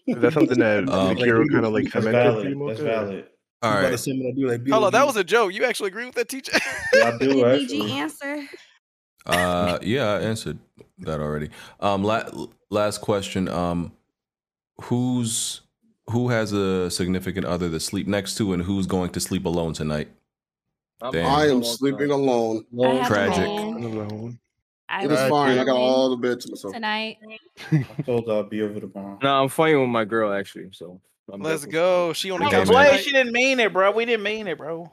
Is that something that Um, Sekiro kind of like That's cemented? valid, for you, that's Mocha? valid. You All about to right. say what I do, like, be Hello, like, that was a joke. You actually agree with that, teacher? Yeah, I do, Did actually. BG answer? Uh, yeah, I answered that already. Um, la- last question. Um, who's who has a significant other to sleep next to, and who's going to sleep alone tonight? Damn. I am sleeping alone. I have a Tragic. Alone. It I is was fine. I got sleeping all the bed to myself. Tonight. I told I'd be over tomorrow. No, I'm fighting with my girl actually. So I'm Let's definitely- go. She on the Hey, couch. man. tonight. She didn't mean it, bro. We didn't mean it, bro.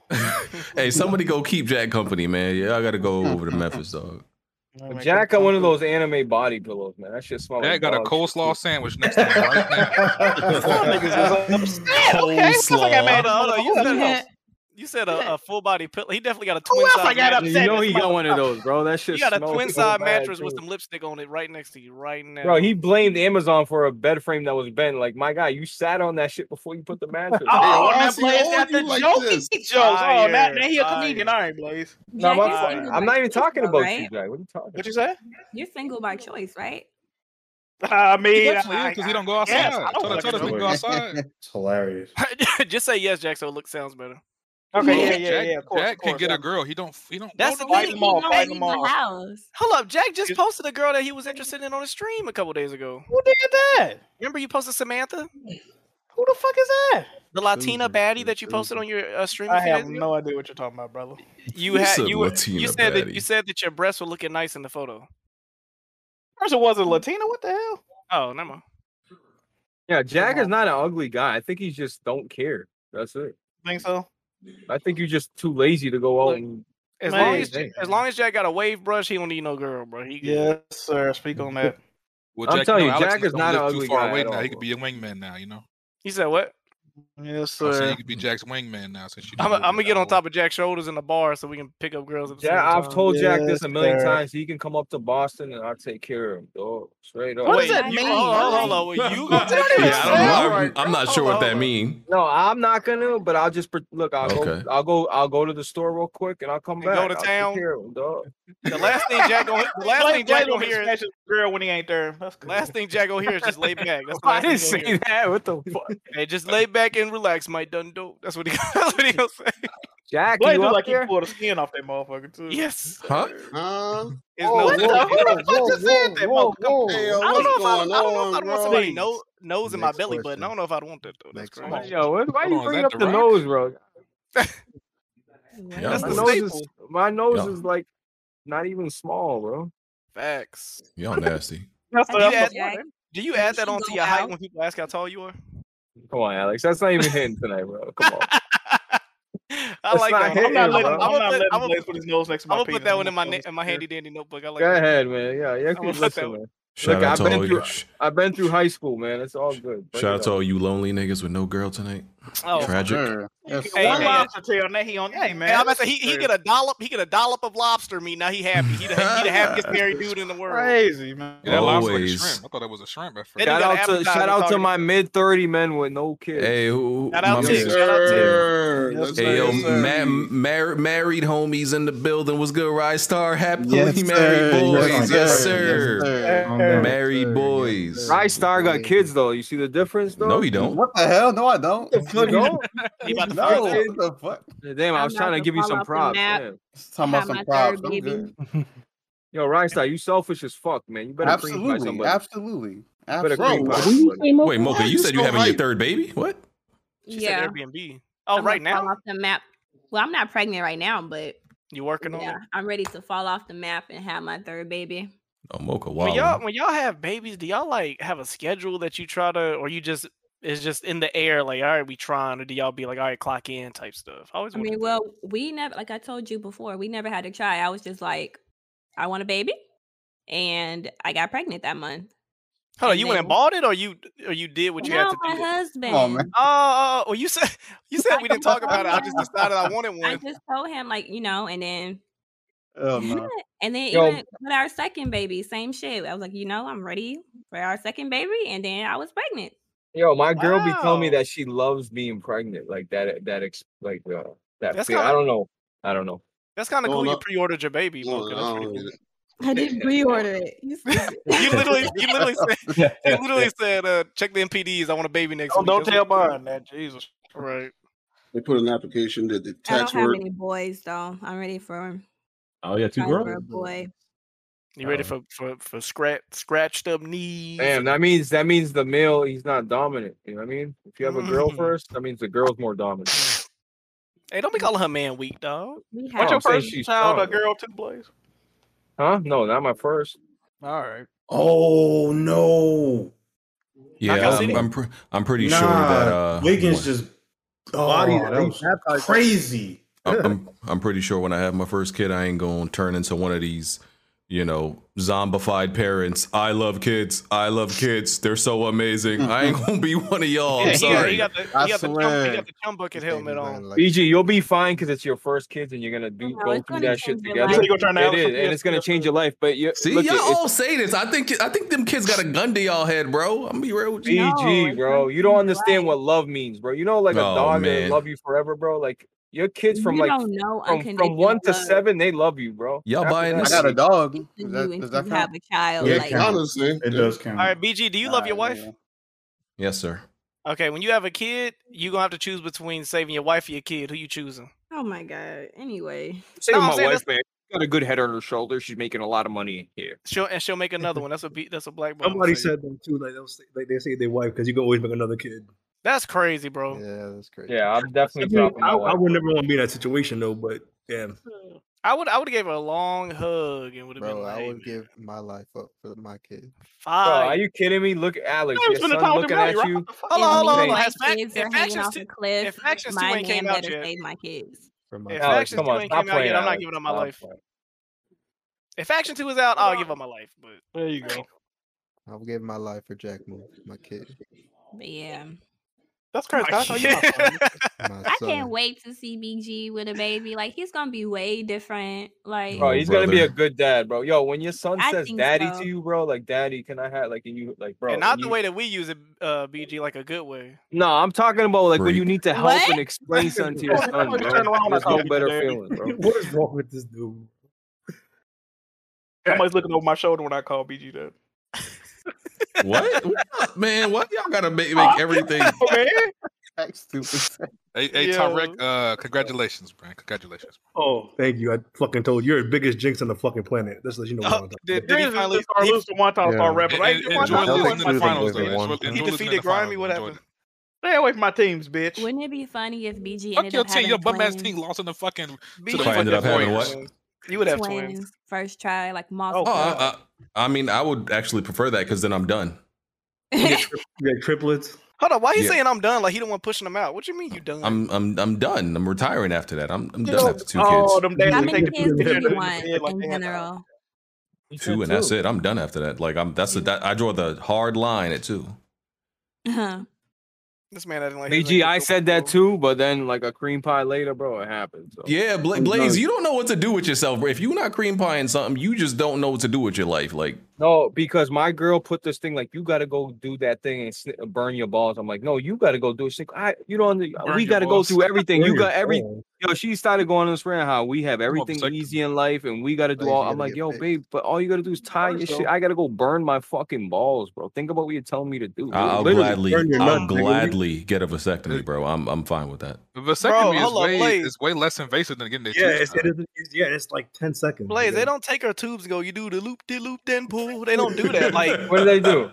Hey, somebody go keep Jack company, man. Yeah, I gotta go over to Memphis, dog. Jack got one of those anime body pillows, man. That shit smells. That like got a dog coleslaw sandwich next to him right now. shit. Niggas is upset. Okay, what's like Coleslaw. man? Hold on, hold on. You said, You said a, a full body pillow. He definitely got a Who twin else side. I got mattress. You know he got one of those, bro. That shit. He got a smells twin so side bad, mattress with too. some lipstick on it, right next to you, right now. Bro, he blamed Amazon for a bed frame that was bent. Like, my guy, you sat on that shit before you put the mattress. Oh, now Blaze got the jokey jokes. Oh, now, Fire, now he a comedian. All right, Blaze. No, my fault. Fire. I'm not even talking about right? you, guy. What are you talking? What you say? You're single by choice, right? I mean, definitely is, 'cause he don't go outside. Yes, I don't Tell that- tell that fucking nigga know. go outside. It's hilarious. Just say yes, Jack. So it looks sounds better. Jack, Jack can get a girl. He don't. He don't. That's no, the no, thing. no, no, no, he don't no, leave no, the no. house. Hold up, Jack just posted a girl that he was interested in on a stream a couple days ago. Who did that? Remember you posted Samantha, Who the fuck is that? the Latina baddie that you posted on your uh, stream. a I few have days ago? no idea what you're talking about, brother. You You had said you were- you Latina said that you baddie. said that your breasts were looking nice in the photo. First, it wasn't Latina. What the hell? Oh, never mind. Yeah, Jack is not an ugly guy. I think he just don't care. That's it. Think so? I think you're just too lazy to go out and. As long as J- as long as Jack got a wave brush, he don't need no girl, bro. He Yes, sir. Speak on that. Well, I'm Jack, telling you, know, Alex Jack is don't not an live ugly too far guy away at now. all, He could be a wingman now. You know. He said what? Yes, I said sir. he could be Jack's wingman now since you. I'm gonna get on top of Jack's shoulders in the bar so we can pick up girls. At the Jack, same I've time. told Jack this a million times. He can come up to Boston and I'll take care of him, dog. Straight up. What does that mean? Hold on, hold on. Well, You gonna take Yeah, care I don't know. of I'm, I'm not sure what that means. No, I'm not gonna. But I'll just pre- look. I'll Okay. go. I'll go. I'll go to the store real quick, and I'll come back. go to I'll take town. care of 'em, dog. The last thing Jack gonna the last Blaze- thing Jack Blaze gonna gonna hear smash his girl when he ain't there. That's cool. last thing Jack gonna hear is just lay back. That's the I last thing didn't he'll say hear. that. What the fuck? Hey, just lay back and relax, my done dope. That's what he that's what he'll say. Jack, Blaze look like he pulled the skin off that motherfucker too. Yes. Huh? It's no what the, doubt. who the fuck just said that? Mo? Come on. I don't know if I, I don't know if I'd want somebody Please. no, nose in my belly button. I don't know if I'd want that though. That's crazy. Yo, what, why Hold you on, is bringing that up The the, Rock? nose, bro? Yeah, That's the boy. nose is, my nose Yeah. is like not even small, bro. Facts. Y'all nasty. Do you, add, Jack, do you add that you onto go your height out- when people ask how tall you are? Come on, Alex. That's not even hitting tonight, bro. Come on. I That's like not that. hitting, I'm not letting. bro. I'm I'm gonna not put, letting I'm gonna Blaze put his nose next to I'm my gonna put penis. that I'm one in my gonna na- throw in my this here. handy dandy notebook. I like Go that. ahead, man. Yeah, yeah. gonna Keep put that listening, man. Shout Look, out I've to all been you- through. I've been through high school, man. It's all good. Bring Shout it out to up. all you lonely niggas with no girl tonight. Oh, Tragic. One Hey, hey, lobster tail, now he on. Hey man, Hey, I'm about that's to say, he, he crazy. get a dollop. He get a dollop of lobster meat. Now he happy. He the, he the happiest married dude in the world. Crazy man. Yeah, that lobster like a Always. shrimp. I thought that was a shrimp at first. Shout out to shout out to talking my mid thirty men with no kids. Hey, who? Shout my out to- man- shout out to- Yeah. Yes, Hey, yo, sir. ma- mar- married homies in the building. What's good, Rise Star? Happily Yes, married sir. boys. Yes, Yes, sir. sir. Yes, sir. Calm down. Married boys. Rice Star got kids though. You see the difference though? No, he don't. What the hell? No, I don't. You don't? He about to No, fall out. what the fuck? Damn, I was trying to give you some props. damn. Talking about some props. I'm good. Yo, Rice Star, you selfish as fuck, man. You better cream by Absolutely, somebody. absolutely, Better absolutely. cream pie somebody. Wait, Mocha, you said you having your third baby? What? She Yeah. said Airbnb. Oh, I'm right gonna now fall off the map. Well, I'm not pregnant right now, but you working on yeah, it. I'm ready to fall off the map and have my third baby. Oh, Mocha, When wow. y'all when y'all have babies, do y'all like have a schedule that you try to, or you just it's just in the air? Like, all right, we trying, or do y'all be like, all right, clock in type stuff? I always I wondered mean, that. well, we never, like I told you before, we never had a child. I was just like, I want a baby, and I got pregnant that month. Hold on, and you went then- and bought it, or you or you did what you had No, to my do? husband. Oh, man. Oh, oh, well, you said you said we didn't talk about it. I just decided I wanted I one. just told him, like, you know, and then Oh no. And then Yo. even with our second baby, same shit. I was like, you know, I'm ready for our second baby, and then I was pregnant. Yo, my girl be telling me that she loves being pregnant. Like that, that ex, like uh, that. That's feel- I kinda- don't know. I don't know. That's kind of Well, cool. You no- pre-ordered your baby, No, Mocha. I That's don't pretty get good. I didn't pre-order it. You stupid. You literally, you literally said, you literally said, uh, check the MPDs. I want a baby next Oh, week. don't That's tell what- Byron that. Jesus. Right. They put an application that the I don't tax have work. any boys though. I'm ready for Oh yeah, trying for a boy. You ready for for for scratch scratched up knees? Damn, that means that means the male he's not dominant. You know what I mean? If you have a Mm. girl first, that means the girl's more dominant. Hey, don't be calling her man weak, dog. We have- What's I'm your saying first she's child a strong, though. girl too, Blaze? Huh? No, not my first. All right. Oh no! Yeah, I'm, I'm, pre- I'm pretty sure that. Nah, Uh, Wiggins when- just oh, Body that they was baptized- crazy. I'm, I'm I'm pretty sure when I have my first kid, I ain't gonna turn into one of these, you know, zombified parents. I love kids. I love kids. They're so amazing. I ain't gonna be one of y'all. I'm he got- Oh, sorry. He got the, I he got the, chum, he got the chum bucket helmet on. BG, E you'll be fine because it's your first kids and you're gonna do No, go it's through gonna that shit change your together. life. So you gonna turn it out is, some and it's gonna change your life. But you See, look, y'all it- it's- all say this. I think I think them kids got a gun to y'all head, bro. I'm gonna be real with you. BG, bro. You don't understand what love means, bro. You know, like a Oh, dog man. that love you forever, bro. Like your kids from You like don't Oh, know from, from unconditional one to love. seven, they love you, bro. Y'all After buying that, this- I got a dog. You that- and does that you have a child. Yeah, like, count. Honestly, it does count. All right, BG, do you love your wife? Yes, sir. Okay, when you have a kid, you're gonna have to choose between saving your wife or your kid. Who you choosing? oh my god. Anyway, Say to No, I'm my saying wife, man. She's got a good head on her shoulder. She's making a lot of money here. She'll and she'll make another one. That's a be- that's a black brother. Somebody would say. said that too. Like, they'll say, like they say their wife because you can always make another kid. That's crazy, bro. Yeah, that's crazy. Yeah, I'm I, definitely mean, dropping I, my I wife. would never want to be in that situation though. But damn, I would I would have gave her a long hug and would have been Bro, like, I would give my life up for my kid. Bro, five. are you kidding me? Look, at Alex, your Everyone's been a son thousand looking value, at right? you. Hold on, hold on, if hold on. my Has Fac- kids if are hanging Factions off two- a cliff, if Factions two my ain't man came out better yet. save my kids. If Alex, Factions come 2 on, ain't stop came out playing, yet, I'm not Alex, giving up my stop life. If Faction Two is out, I'll give up my life. But there you go. I would give my life for Jack Move, my kid. But yeah, That's crazy. My That's how you kid. not playing. My I son. can't wait to see BG with a baby. Like he's gonna be way different. Oh, Like Bro, he's gonna be a brother. good dad, bro. Yo, when your son I says think "daddy" so. to you, bro, like "daddy," can I have like and you like, bro? and not and the you- way that we use it, uh, BG, like a good way. No, I'm talking about like when you Freak. need to help What? and explain something to your Turn son, around bro. and There's call no me better daddy. feeling, bro. what is wrong with this dude? I'm always looking over my shoulder when I call BG that. What? What? man? Why y'all gotta make, Oh, make everything? Hey, hey, Yo. Tyrek, uh, congratulations, man. Congratulations. Oh, thank you. I fucking told you, you're the biggest jinx on the fucking planet. That's let you Oh. know. What I'm talking Did, about. did he finally start losing one time, start rapping. En- Right? en- Why enjoy not? losing Why in not? the finals, though. Enjoy, enjoy he losing in the finals. defeated Grimy? What Enjoy happened? that. Stay away from my teams, bitch. Wouldn't it be funny if BG Fuck ended your up team. having Your bum ass twins? team lost in the fucking. To the If I ended up fucking having Warriors. what? You would have twins, twins. first try, like Oh, multiple. I, I, I mean, I would actually prefer that because then I'm done. You got triplets. Hold on, why he Yeah. saying I'm done? Like he don't want pushing him out. What you mean you done? I'm I'm I'm done. I'm retiring after that. I'm I'm You done know, after two oh, kids. them days How they take many the kids picture do in you the want bed like in they had the- general? Two and that's it. I'm done after that. Like I'm that's a, that, I draw the hard line at two. Uh-huh. This man doesn't like. his BG, name. I said that too, but then like a cream pie later, bro, it happened. So. Yeah, Bla- Blaze, you don't know what to do with yourself. Bro. If you're not cream pieing something, you just don't know what to do with your life. Like No, because my girl put this thing like you got to go do that thing and sn- burn your balls. I'm like, no, you got to go do it. She's like, I, you don't. under- Burn We your got to go balls. through everything. Burn You your got every. balls. Yo, she started going on this rant how we have everything vasectomy. easy in life and we got to do Blaze, all. you I'm gotta like, get yo, big. babe, but all you got to do is tie your First shit. off- I got to go burn my fucking balls, bro. Think about what you're telling me to do. I- I'll Literally. gladly, I'll gladly get a vasectomy, bro. I'm I'm fine with that. The Bro, vasectomy is hold on, way Blaze. is way less invasive than getting their Yeah, tubes it's, it tied. is, it's- yeah, it's like ten seconds. Blaze, they don't take our tubes and go. You do the loop, de loop, then pull. They don't do that. Like What do they do?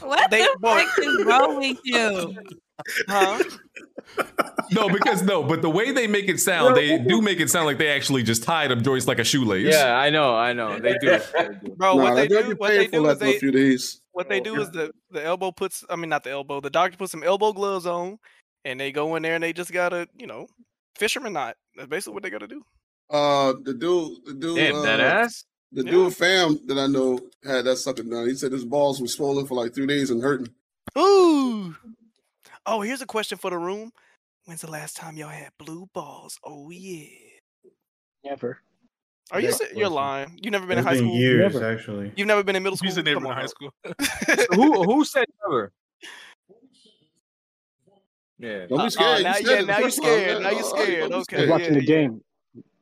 What they, the boy, fuck is wrong with you? huh? No, because no, but the way they make it sound, they do make it sound like they actually just tied them joints like a shoelace. Yeah, I know, I know. They do. Bro, what Nah, they they'll do, get what they painful do is after a they, few days. what they do is the the elbow puts. I mean, not the elbow. The doctor puts some elbow gloves on, and they go in there and they just gotta, you know, fisherman knot. That's basically what they gotta do. Uh, the dude, the dude, Damn, that uh, ass? the Yeah. dude fam that I know had that sucker done. He said his balls were swollen for like three days and hurting. Ooh. Oh, here's a question for the room. When's the last time y'all had blue balls? Oh yeah. Never. Are you Next se- you're question. lying? You've never been in It's high been school. years, actually. You've never been in middle school. He's in Come neighborhood on, high bro. school. who who said ever? Yeah. Don't Uh-uh, be scared. now- you yeah, said it the now you first time, scared. man. Now you Oh, you scared. don't be Okay, scared. yeah, yeah. game.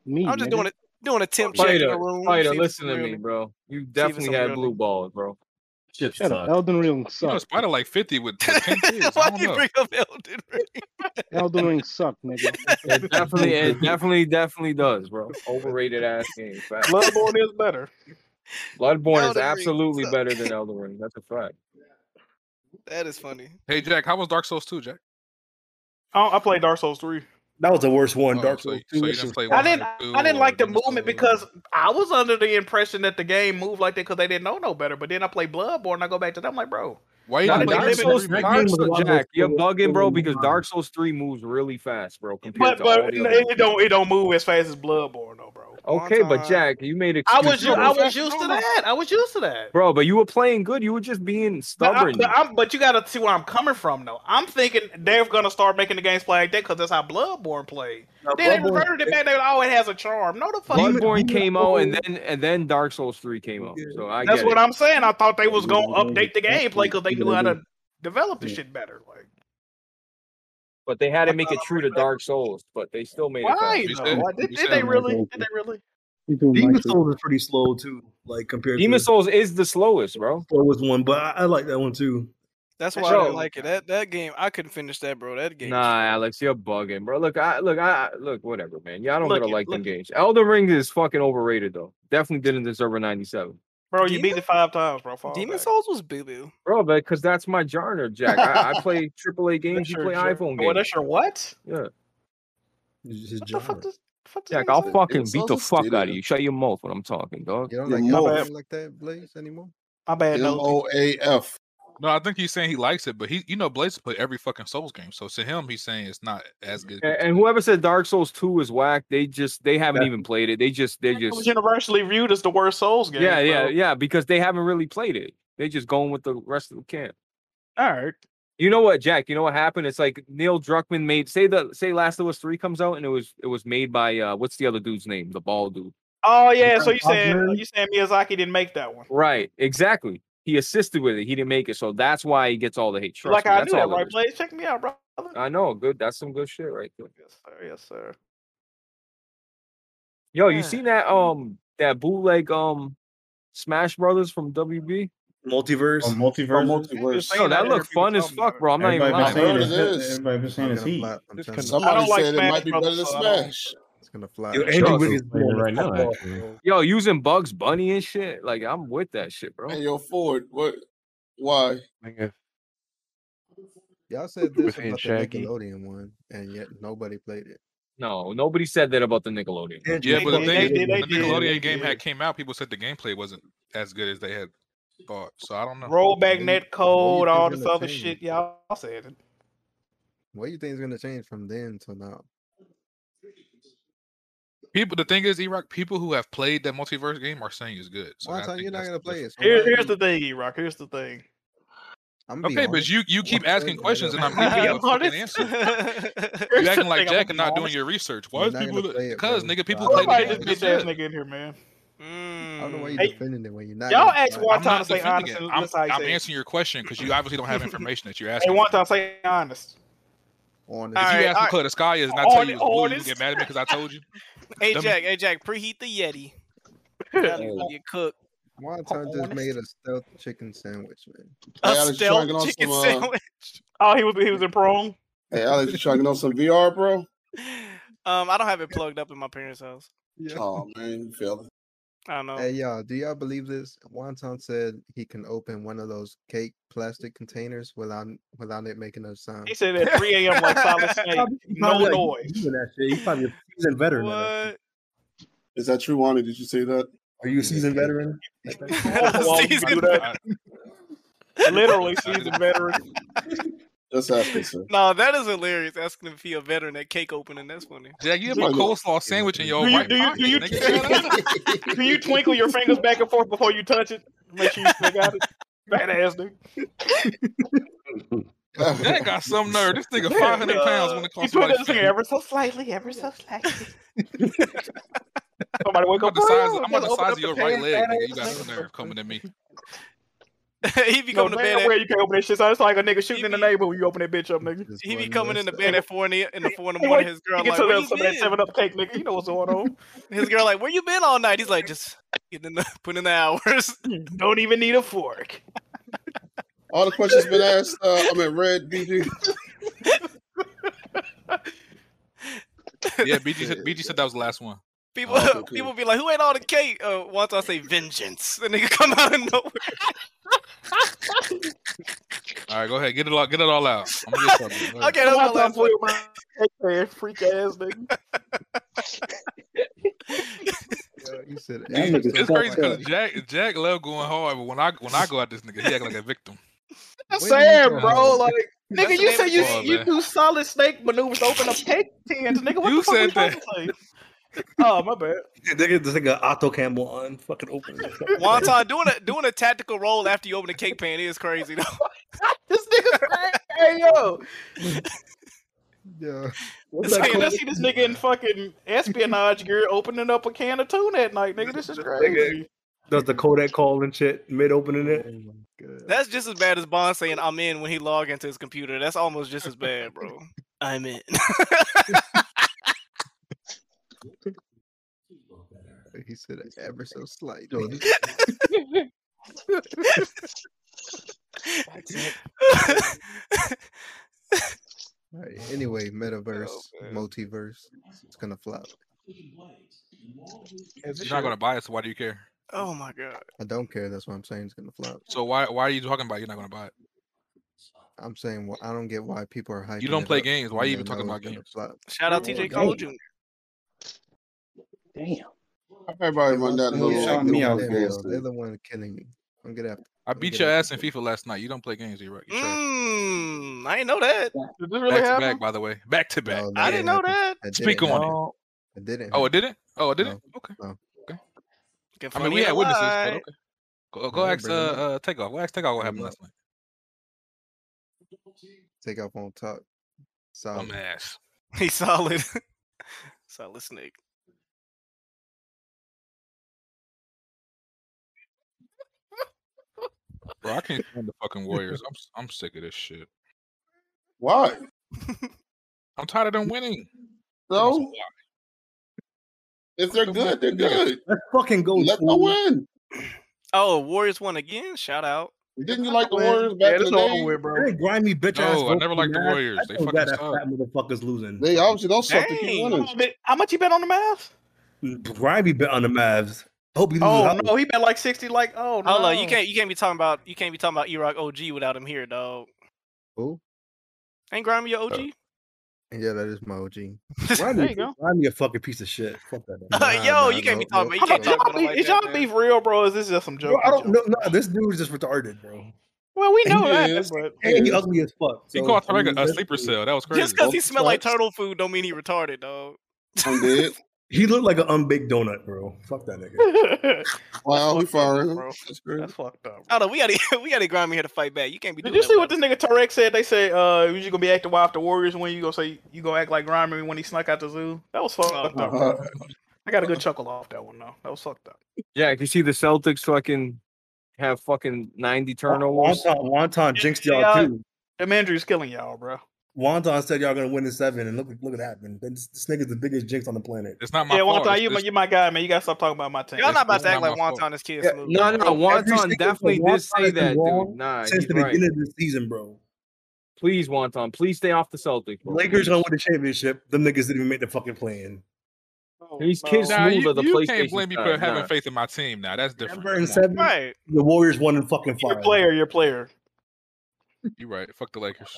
Me, I'm just nigga. doing it. Doing a temp check in the Fighter, room. fighter, see if it's listen some to real me, nigga. bro. You See if it's definitely some had real blue nigga. balls, bro. Shit Shut up. Elden Ring You know, sucked. Spider like fifty with, with ten kids. I Why don't you know. bring up Elden Ring? Elden Ring sucked, nigga. It definitely, it definitely, definitely does, bro. Overrated ass game. Fact. Bloodborne is better. Bloodborne is Elden Ring absolutely suck. better than Elden Ring. That's a fact. That is funny. Hey Jack, how was Dark Souls 2, Jack? I, I played Dark Souls three. That was the worst one. Oh, Dark so Souls 2. you- so you That didn't shit play was- one? I didn't. Two I didn't or like the Demon's movement because I was under the impression that the game moved like that because they didn't know no better. But then I play Bloodborne, and I go back to them like, bro, Why you why Nah, did they Dark live in Souls, the remake. Dark game was a Souls, lot more Jack, you're fluid- bugging, bro, fluid because than Dark Souls three moves really fast, bro, compared But to but all the n- other. it don't it don't move as fast as Bloodborne though, bro. Okay, but Jack, you made it. I was u- I was used to that. I was used to that. bro. But you were playing good. You were just being But, I, stubborn. but, I'm, but you got to see where I'm coming from, though. I'm thinking they're gonna start making the games play like that because that's how Bloodborne played. then they Bloodborne- reverted it back. They always has a charm. No, the fuck. Bloodborne came out, and then and then Dark Souls three came out. So I That's get what it. I'm saying. I thought they was gonna update the gameplay because they knew how to develop the shit better. Like, But they had to make it true to Dark Souls, but they still made why? it. though? fast. Like, Did, did they really? Did they really? Demon Souls is pretty slow too, like compared. Demon to Souls is the slowest, bro. Slowest one, but I, I like that one too. That's That why I shit don't was- like it. That that game, I couldn't finish that, bro. That game. Nah, Alex, you're bugging, bro. Look, I look, I I- look, whatever, man. Y'all don't Look gotta it, like them look games. Elden Ring is fucking overrated, though. Definitely didn't deserve a 97, Bro, you beat it five times, bro. Demon Souls was boo boo. bro. But because that's my genre, Jack. I, I play AAA games. You play iPhone Oh, Well, games. that's your what? Yeah. What the fuck? Does, fuck does Jack, that I'll say? fucking beat the fuck out of you. Shut your mouth when I'm talking, dog. You don't Your like Elden mouth. Ring? like that, Blaze, anymore? My bad, M-O-A-F. No, I think he's saying he likes it, but he, you know, Blaze played every fucking Souls game. So to him, he's saying it's not as good. And, and whoever said Dark Souls 2 is whack, they just they haven't That- even played it. They just they It was just universally viewed as the worst Souls game. yeah yeah bro. yeah because they haven't really played it. They just going with the rest of the camp. All right. You know what, Jack? You know what happened? It's like Neil Druckmann made say the say Last of Us three comes out and it was it was made by uh what's the other dude's name? The bald dude. Oh yeah, so you Bob saying Marley? you saying Miyazaki didn't make that one? Right, exactly. He assisted with it. He didn't make it, so that's why he gets all the hate. Trust like me, I that's knew that, all it right? is. Blaze, check me out, bro. I know, good. That's some good shit right there. Yes, sir. Oh, Yes, sir. Yo, you seen that um that bootleg um Smash Brothers from WB? Multiverse. Oh, multiverse. Yo, that looked fun as fuck, bro. I'm not even Everybody been lying. saying it's- Everybody been saying it's heat. I don't like said it Smash might be better than Brothers, so I don't- Smash. It's gonna fly. Yo, Andrew Wiggins is playing it right now, actually. Yo, using Bugs Bunny and shit. Like I'm with that shit, bro. Hey, yo, Ford, what? Why? Y'all said this and about Shaggy. the Nickelodeon one, and yet nobody played it. No, nobody said that about the Nickelodeon. Yeah, Yeah, but the, they- thing, the they did, Nickelodeon they game had did. came out. People said the gameplay wasn't as good as they had thought. So I don't know. Rollback net code, all this gonna other change? shit. Y'all said it. What do you think is gonna change from then to now? People, the thing is, Iraq, people who have played that multiverse game are saying it's good. So Well, I I thought think you're not that's gonna the play it. difference. so why- Here's the thing, E Rock. Here's the thing. I'm Okay, but you you keep asking questions and I'm I'll giving you be a fucking honest. answer. Here's You the acting like Jack thing, I'm gonna and be not doing honest. your research. Why You're is not people gonna play it, because bro. nigga people Why play Nobody the this game. bitch ass nigga in here, man. I don't know why you're Hey, defending it when you're not. y'all gonna ask try it. one time to say defending honest it. and I'm, listen how you I'm say it. answering your question because you obviously don't have information that you're Hey, asking. one time say honest. Honest. If you Alright, ask me alright. color the sky is and I tell you it's blue, you Honest. get mad at me because I told you. Hey Dummy. Jack, hey Jack, preheat the Yeti. That'll Oh. you cook Wonton just honest. made a stealth chicken sandwich, man. a Hey, Alex, you trying to stealth get on chicken some, uh, sandwich. Oh, he was he was in prone. Hey, Alex, you trying to get on some VR, bro? Um, I don't have it plugged up in my parents' house. Oh man, you failing. I don't know. Um, Hey y'all, do y'all believe this? Wonton said he can open one of those cake plastic containers without without it making a sound. He said at 3 a.m. like solid snake, no noise. He's probably a seasoned veteran. Is that true, Wani? Did you say that? Are you a seasoned veteran? Seasoned veteran. Literally seasoned veteran. Just asking, sir. No, that is hilarious. Asking him if he a veteran at cake opening. That's funny. Jack, you have a coleslaw sandwich in your Do you white do you do you, pocket, nigga. do you twinkle your fingers back and forth before you touch it? Make sure you still got it. Fat ass nigga. Jack got some nerve. This nigga 500 pounds when it He comes to put like this thing ever so slightly, ever so slightly. Somebody wake I'm about up. the size, I'm "Bro, about the open size up of the your right pan, leg, fat nigga. You ass got nigga." some nerve coming at me. he be coming to no, bed. damn At, where you can open that shit. So it's like a nigga shooting in the neighborhood when you open that bitch up, nigga. he be coming in the bed at four in the, in the four in the Hey, morning. wait, His girl you get like, to where them you some of that seven been? up cake, nigga. You know what's going on. His girl like, where you been all night? He's like, just getting in the putting in the hours. Don't even need a fork. All the questions been asked. Uh, I'm at Red BG. Yeah, BG said, BG said that was the last one. Oh, People, Oh, people be like, "Who ate all the cake?" Uh, once I say vengeance, the nigga come out of nowhere. All right, go ahead. Get it all, get it all out. I'm gonna get something. Go ahead. okay, that's my last one. Man, freak ass nigga. He said Dude, it's crazy because Jack Jack love going hard, but when I when I go at this nigga, he act like a victim. That's When you sad, go- bro. Like, That's nigga, you the say you name of the you ball, do solid snake maneuvers to open up cake tins, nigga. What You the fuck said we trying to say? Oh my bad. They get this uh, nigga Otto Campbell on fucking open. Wonton doing a doing a tactical roll after you open the cake pan is crazy though. this nigga, hey yo, Yeah. this nigga, let's see this nigga in fucking espionage gear opening up a can of tuna at night, nigga. This is crazy. Does the Kodak call and shit mid opening it? That's just as bad as Bond saying "I'm in" when he log into his computer. That's almost just as bad, bro. I'm in. He said it ever so slight. Alright, anyway, Oh, metaverse, multiverse, it's gonna flop. You're not gonna buy it, so why do you care? Oh my god. I don't care. That's what I'm saying. It's gonna flop. So why why are you talking about you're not gonna buy it? I'm saying well, I don't get why people are hyping. You don't it play up games. Why when you they even talking know about it's gonna games? flop. Shout out Yeah, TJ damn. Cole Jr. Damn. Everybody run that Yeah, little I'm shot doing me out that, there. bro. They're the one killing me. I'm gonna. Have, I beat your ass in FIFA last night. You don't play games, you right? Mmm, I didn't know that. Did back to back, by the way. Back to back. I didn't know that. Speak on it. It didn't. Oh, it didn't. Oh, it didn't. Okay. I mean, we had witnesses, but okay. Go, go Yeah, ask uh, bring 'em uh Takeoff. Go ask Takeoff what happened last night. Take off on top. Solid. Dumbass. He's solid. solid snake. Bro, I can't stand the fucking Warriors. I'm s- I'm sick of this shit. Why? I'm tired of them winning. So if they're good, they're good. Let's fucking go. Let them win. Oh, Warriors won again. Shout out. Didn't you like the Warriors back in the day? They grimy bitch ass. No, I never liked the Warriors. They fucking fucking that suck. fat motherfuckers losing. They obviously don't suck to keep Dang. winning. How much you bet on the Mavs? Grimy bet on the Mavs. Hope he loses. Oh out. no, he bet like sixty. Like oh no, Hold on, you can't you can't be talking about you can't be talking about Iraq OG without him here, dog. Who? Ain't Grimy your OG? Yeah, that is my OG. Grimy, There you go. Grimy a fucking piece of shit. Fuck that. Uh, yo, you can't be talking about you can't talk about him like Is that, y'all man. beef real, bro? or Is this just some joke? Bro, I don't know. No, this dude is just retarded, bro. Well, we He know that, is. but And he ugly as fuck. He so, called I mean, Tarek a, a that's- sleeper cell. That was crazy. Just because he smelled like turtle food don't mean he retarded, dog. He looked like an unbaked donut, bro. Fuck that nigga. Wow, we fired him. That's fucked up. Hold on, we gotta we gotta Grimy here to fight back. You can't be doing Did you that see what this nigga Tarek said? They said, uh, you just gonna be acting wild if the Warriors win. You gonna say you gonna act like Grimer when he snuck out the zoo? That was fucked up. bro. Uh-huh. I got a good chuckle off that one though. That was fucked up. Yeah, you see the Celtics fucking have fucking ninety turnovers. Wonton, Wonton jinxed y'all Yeah. too. Them injuries killing y'all, bro. Wonton said y'all gonna win in seven, and look look what happened. This, this nigga's the biggest jinx on the planet. It's not yeah, Wonton, you, my- you my guy, man. You gotta stop talking about my team. Y'all not about to act like Wonton is kid smooth. No, no, Wonton definitely Wonton did say has been that, wrong dude. Nah, since he's the right. beginning of the season, bro. Please, Wonton, please stay off the Celtics. Bro. Lakers gonna win the championship. Them niggas didn't even make the fucking plan. He's Oh, kids Nah, smooth you, of the you PlayStation. can't blame me for side, having nah. faith in my team. Now that's different. Number in Come on. seven, the Warriors won in fucking Your five. player, your player. You right. Fuck the Lakers.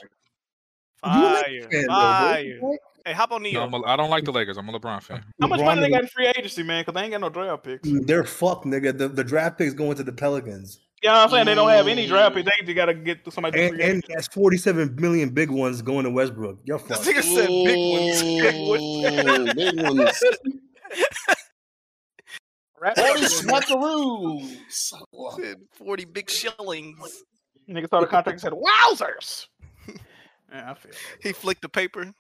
Fire, fan, though, bro. fire. Hey, hop on No, Neo. I'm a, I don't like the Lakers. I'm a LeBron fan. How much LeBron money they is- got in free agency, man? Because they ain't got no draft picks. They're fucked, nigga. The, the draft picks going to the Pelicans, You know what I'm saying? They don't have any draft picks. They just gotta get somebody. and, and that's forty-seven million big ones going to Westbrook. You're fucked. Nigga said big ones. Big ones. Forty smackaroos. Forty big shillings. Niggas saw the contract and said, "Wowzers!" Yeah, I feel. He flicked the paper. It.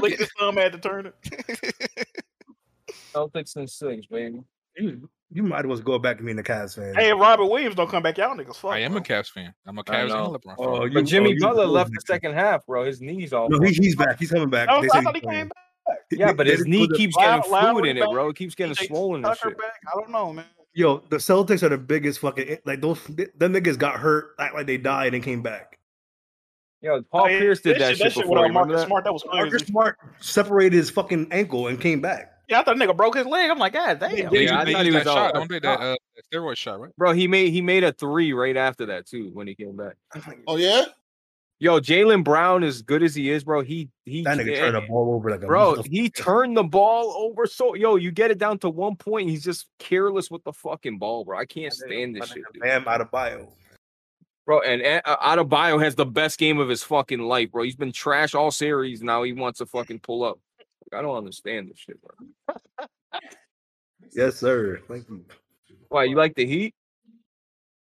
Licked his thumb, had to turn it. Celtics and six, baby. You, you might as well go back to being a Cavs fan. Hey, if Robert Williams don't come back. Y'all niggas fuck. I am a Cavs fan. I'm a I Cavs know. and a LeBron fan. Oh, you- but Jimmy oh, you- Butler left the second half, bro. His knees all. No, he, fucked he's up. back. He's coming back. Oh, I, was, They I said thought he he's playing. came back. Yeah, They- but they his just knee put a- keeps getting Lowry fluid in it, back, bro. It keeps getting swollen and Tucker shit. back. I don't know, man. Yo, the Celtics are the biggest fucking eh, like those. Them niggas got hurt, act like they died and came back. Yo, Paul Hey, Pierce did that shit- that that shit, shit before. without you remember Marcus that? Smart, that was crazy. Marcus Smart separated his fucking ankle and came back. Yeah, I thought the nigga broke his leg. I'm like, God damn. Yeah, They, I they thought used he was that shot. out. Don't they? That, uh, that steroid shot, right? Bro, he made he made a three right after that too when he came back. Oh yeah. Yo, Jalen Brown, as good as he is, bro, he he That nigga turned the ball over like a Bro, he turned the ball over so yo, you get it down to one point, and he's just careless with the fucking ball, bro. I can't stand this shit, dude. Bam out of bio. bro. And A- uh, Adebayo has the best game of his fucking life, bro. He's been trash all series. Now he wants to fucking pull up. I don't understand this shit, bro. Yes, sir. Thank you. Why you like the Heat?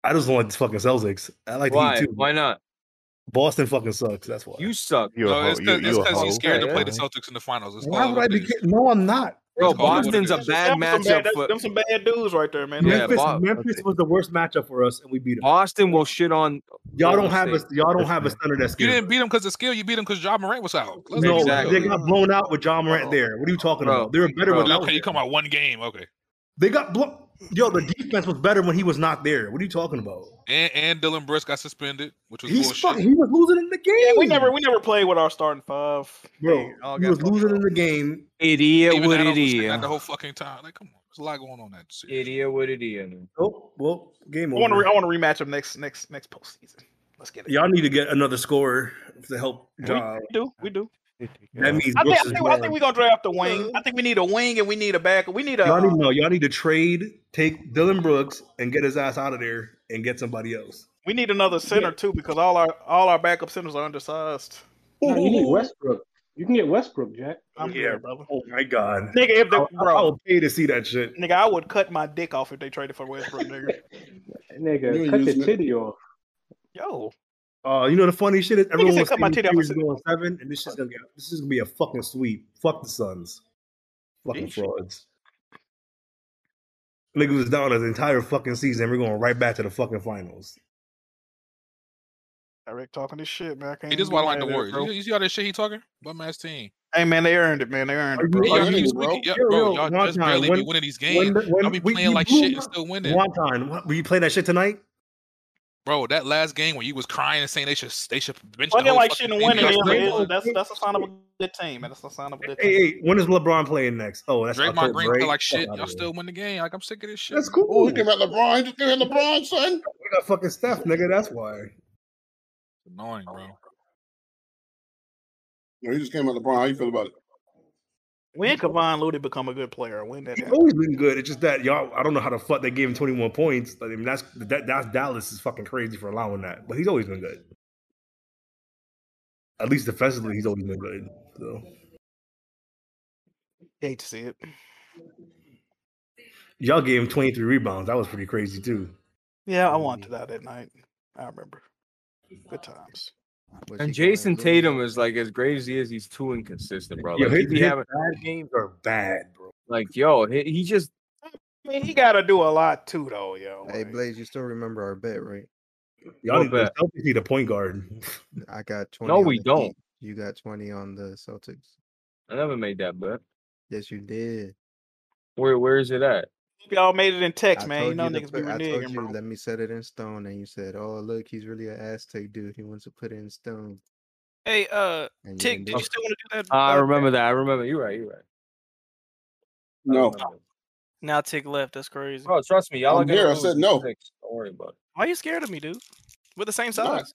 I just want fucking Celtics. I like the Why? Heat too. Why not? Boston fucking sucks. That's why. You suck. You're a no, it's hoe. You- you a because hoe. he's scared to Yeah, play yeah. the Celtics in the finals. It's Why would I be? kidding? No, I'm not. Bro, It's all- Boston's a bad Them some matchup. bad, for- them some bad dudes right there, man. Yeah, Memphis- Bo- Memphis was the worst matchup for us, and we beat them. Boston will shit on. Y'all don't Golden have a State. y'all don't have a center that's You good. didn't beat him because of skill. You beat him because John Morant was out. Let's No, be they real. got blown out with John Morant there. What are you talking about? They were better Bro, without. okay, you come out one game. Okay. They got blown. Yo, the defense was better when he was not there. What are you talking about? And, and Dylan Brooks got suspended, which was He's bullshit. fuck, he was losing in the game. Yeah, we never we never played with our starting five. Bro, he was losing in the game. Idiot, Even what Adams was saying that idiot? the whole fucking time. Like, come on, there's a lot going on that. Shit. Idiot, what idiot? man. Oh, well, game I over. want to re- I want to rematch him next next next postseason. Let's get it. y'all need to get another scorer to help We- Ja. We do. We do. That means I think, Brooks I, is think, I gone. think we're gonna draft a wing. I think we need a wing and we need a back. We need a. Y'all uh, need no. Y'all need to trade, take Dylan Brooks, and get his ass out of there, and get somebody else. we need another center too because all our all our backup centers are undersized. No, you need Westbrook. You can get Westbrook, Jack. I'm yeah, brother. Oh my god, Nigga, if they, I, bro. I will pay to see that shit. Nigga, I would cut my dick off if they traded for Westbrook, nigga. Nigga, You're cut your using it. titty off. Yo, Uh, you know the funny shit is everyone said was cut my saying titty off. I series said- going seven, and this is gonna get this is gonna be a fucking sweep. Fuck the Suns, fucking Yeesh. frauds. Nigga was down the entire fucking season. We're going right back to the fucking finals. Eric talking this shit, man. I can't Hey, this is even why I like be the mad at it, Warriors. bro. You, you see all that shit he talking? Bum ass team. Hey man, they earned it, man. They earned it, bro. Y'all, earned keep it, bro. squeaking- y'all- Yo, bro, yo, y'all just Wonton, barely be when- winning these when games. the- when y'all be we- playing we like blew shit up. and still winning. Wonton, what- were you playing that shit tonight? Bro, that last game when you was crying and saying they should they should bench the Playing whole like fucking shit and team, winning y'all is, still won. is that's that's a sign of a good team, man. That's a sign of a good team. Hey, hey, when is LeBron playing next? Oh, that's Draymond October, Green right? play like Fuck shit. outta Y'all here. still win the game. Like I'm sick of this shit. That's cool. Oh, he came out LeBron. just give him LeBron, son. We got fucking Steph, nigga. That's why. Annoying, bro. No, he just came out LeBron. How you feel about it? When Kevon Looney become a good player? When that He's always been good. It's just that y'all. I don't know how the fuck they gave him 21 points. I mean, that's that, that's Dallas is fucking crazy for allowing that. But he's always been good. At least defensively, he's always been good. So hate to see it. y'all gave him 23 rebounds. That was pretty crazy too. Yeah, I wanted that that night. I remember. Good times. And Jason Tatum is like as great as he is, he's too inconsistent, bro. Yo, Like, his- he be his having bad games are bad, bro. like, yo, he, he just I mean, he got to do a lot too, though, yo. Hey Blaze, you still remember our bet, right? Y'all What need, the Celtics need a point guard. I got twenty. No, on we the Heat, don't. You got twenty on the Celtics. I never made that bet. Yes, you did. Where where is it at? Hope y'all made it in text, I man. You told know, you to niggas be put. I told reneging, you bro. let me set it in stone, and you said, "Oh, look, he's really an Aztec dude. He wants to put it in stone." Hey, uh, And you didn't Tig, did do you it. still want to do that? Ah, I uh, remember that. I remember. You're right. You're right. No. Now Tig left. That's crazy. Bro, trust me. Y'all I'm are gonna here. I lose said in no. six. Don't worry about it. Why are you scared of me, dude? We're the same I'm not. size.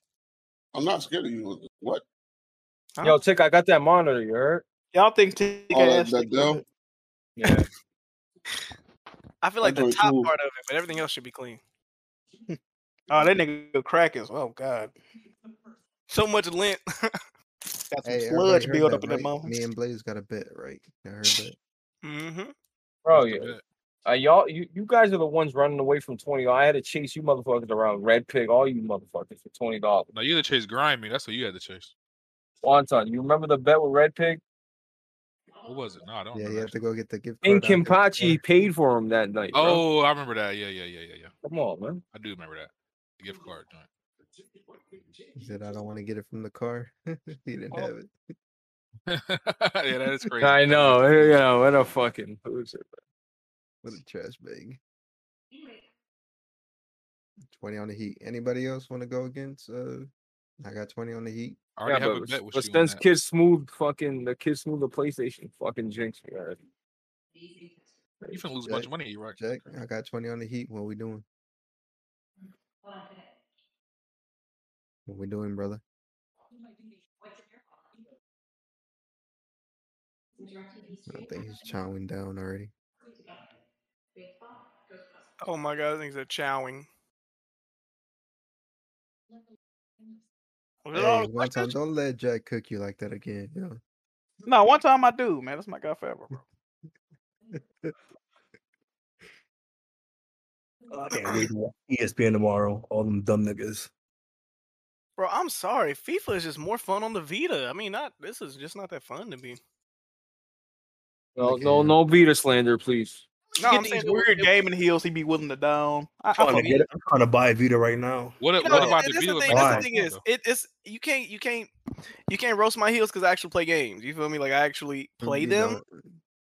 I'm not scared of you. What? Huh? Yo, Tick, I got that monitor. You heard? Y'all think Tig All that, that Dell? Yeah. I feel like That the joint's top smooth. part of it, but everything else should be clean. Oh, that nigga crackers. Oh God, So much lint. got Hey, some uh, everybody sludge heard build that, up in that right? mother. Me and Blaze got a bet, right? I heard that. Mm-hmm. Bro, yeah. Uh, y'all, you, you guys are the ones running away from twenty. I had to chase you motherfuckers around Red Pig, all you motherfuckers for twenty dollars. Now you had to chase grimy. That's what you had to chase. Wonton, you remember the bet with Red Pig? What was it? No, I don't. Yeah, you have to go get the gift And card. out there. Kimpachi paid for him that night. bro. Oh, I remember that. Yeah, yeah, yeah, yeah, yeah. Come on, man. I do remember that. The gift card joint. He said, "I don't want to get it from the car." he Oh. didn't have it. yeah, that is crazy. I know. Yeah, what a fucking loser. What a trash bag. Twenty on the Heat. Anybody else want to go against? Uh, I got twenty on the Heat. I already have a bet with but you on since that. Kid Smooth fucking the Kid Smooth the PlayStation fucking jinxed me already. You finna lose a bunch of money, you right? Jack, I got twenty on the Heat. What we doing? What we doing, brother? I think he's chowing down already. Oh my god, things are chowing. Was it all Hey, the one time, questions? don't let Jack cook you like that again. Yo. No, one time I do, man. That's my guy forever, bro. I can't wait to watch E ESPN tomorrow. All them dumb niggas. Bro, I'm sorry. FIFA is just more fun on the Vita. I mean, not this is just not that fun to me. No, no, no Vita slander, please. No, I'm saying weird gaming heels he be willing to down. I, trying to get it. I'm trying to buy a Vita right now. What, You know, and that's the thing, that's the thing is, it, it's you can't you can't you can't roast my heels because I actually play games. You feel me? Like I actually play you them.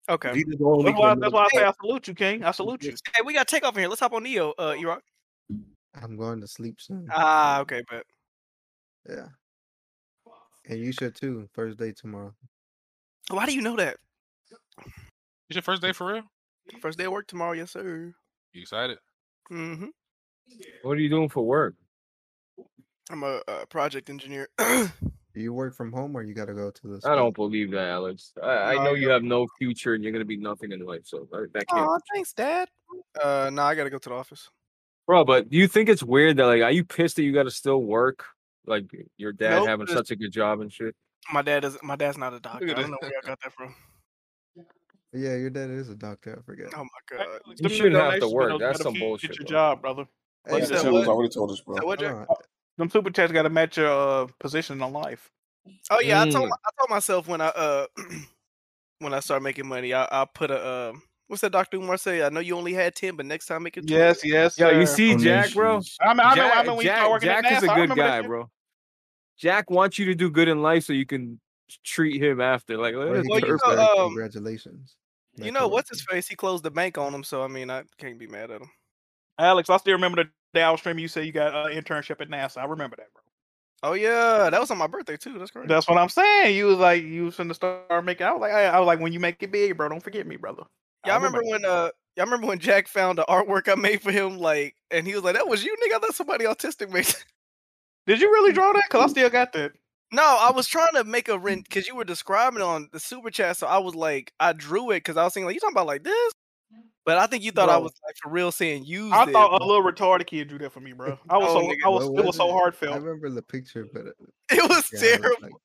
Okay. That's why, that's why I say I salute you, King. I salute you. Hey, we got takeoff in here. Let's hop on Neo, Oh, uh, Iraq. I'm going to sleep soon. Ah, okay, but Yeah. And you should too. First day tomorrow. why oh, do you know that? It's your first day for real? First day of work tomorrow, yes sir. You excited? Mm-hmm. What are you doing for work? I'm a, uh project engineer. Do you work from home or you got to go to this? I don't believe that, Alex. I, I know you have no future and you're gonna be nothing in life. So that that can't. oh, thanks, Dad. Uh, no, I gotta go to the office. Bro, but do you think it's weird that like are you pissed that you gotta still work? Like your dad Nope, having just- such a good job and shit. My dad is my dad's not a doctor. I at don't know that. where I got that from. Yeah, your dad is a doctor. I forget. Oh my god. You shouldn't have to work. That's some bullshit. Get your bro. job, brother. Hey, oh, uh, Like Super that, Chat was what? already told us, bro. That what, Jack? Alright. Them super chats got to match your uh, position in life. Oh yeah, I told Mm. my- I told myself when I uh when I start making money, I I put a um what's that Dr. Umar say? I know you only had ten, but next time make it 20. Yes, yes. Yo, you sir. see Jack, bro? I remember, I Jack, remember, I remember when you Oh, Jack, started working Jack at NASA. is a I good remember that guy, shit. bro. Jack wants you to do good in life so you can treat him after. Like, Or let he us could curb just that. say, um, Congratulations. You know what's his face? He closed the bank on him, so I mean uh, I can't be mad at him. Alex, I still remember the day I was streaming. You said you got an uh, internship at NASA. I remember that, bro. Oh yeah, that was on my birthday too. That's crazy. That's what I'm saying. You was like, you was finna start making. I was like, I, I was like, when you make it big, bro, don't forget me, brother. Yeah, I remember when uh y'all remember when Jack found the artwork I made for him, like and he was like, That was you nigga, I let somebody autistic make that." Did you really draw that? Cause I still got that. No, I was trying to make a rent because you were describing it on the super chat, so I was like, I drew it because I was thinking like you talking about like this, but I think you thought I Bro. was like for real saying you. I thought a little retarded kid drew that for me, bro. I was Oh, so, nigga, I was, what it was so I heartfelt. remember the picture, but it it was terrible.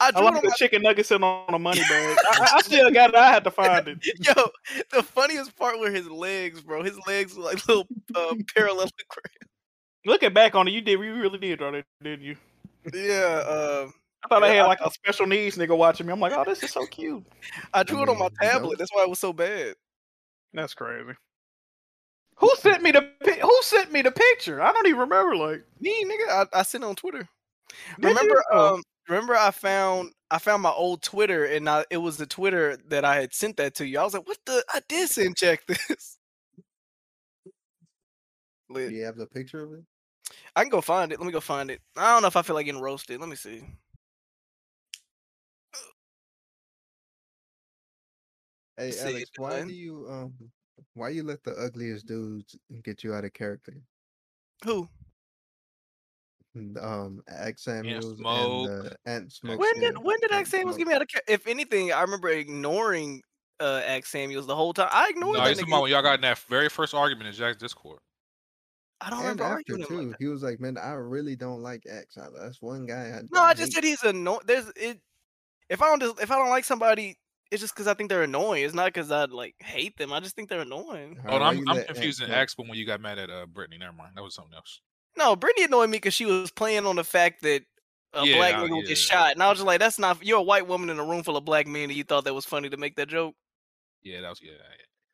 I I drew it like on the my- chicken nuggets sitting on a money bag. I, I- I still got it. I had to find it. Yo, the funniest part were his legs, bro. His legs were like little uh, parallelogram. Looking back on it, you did. You really did draw that, didn't you? Yeah. Um, I thought I yeah, had like a special needs nigga watching me. I'm like, oh, this is so cute. I drew it on my tablet. That's why it was so bad. That's crazy. Who sent me the pi- Who sent me the picture? I don't even remember. Like me, nigga. I, I sent it on Twitter. remember, um, remember, I found I found my old Twitter, and I, it was the Twitter that I had sent that to you. I was like, "What the? I did send check this. Do you have the picture of it? I can go find it. Let me go find it. I don't know if I feel like getting roasted. Let me see. Hey See, Alex, why Dylan? do you um why you let the ugliest dudes get you out of character? Who? N- Um Axe Samuels Smoke. and the Ant Smoke. When yeah. did when did Axe Samuels get me out of? Ca- if anything, I remember ignoring uh Axe Samuels the whole time. I ignored No, that he's nigga. talking about when He- y'all got in that very first argument in Jack's Discord. I don't and remember after arguing him. too, he was like, "Man, I really don't like X. I- That's one guy." I, No, I just hate." said he's annoying. There's it. If I don't just, if I don't like somebody, it's just because I think they're annoying. It's not because I like hate them. I just think they're annoying. Oh, no, I'm, I'm confusing Axe when you got mad at uh, Brittany. Never mind. That was something else. No, Brittany annoyed me because she was playing on the fact that a Yeah, black I- nigga would get yeah. shot, and I was just like, "That's not. You're a white woman in a room full of black men, and you thought that was funny to make that joke." Yeah, that was yeah, yeah,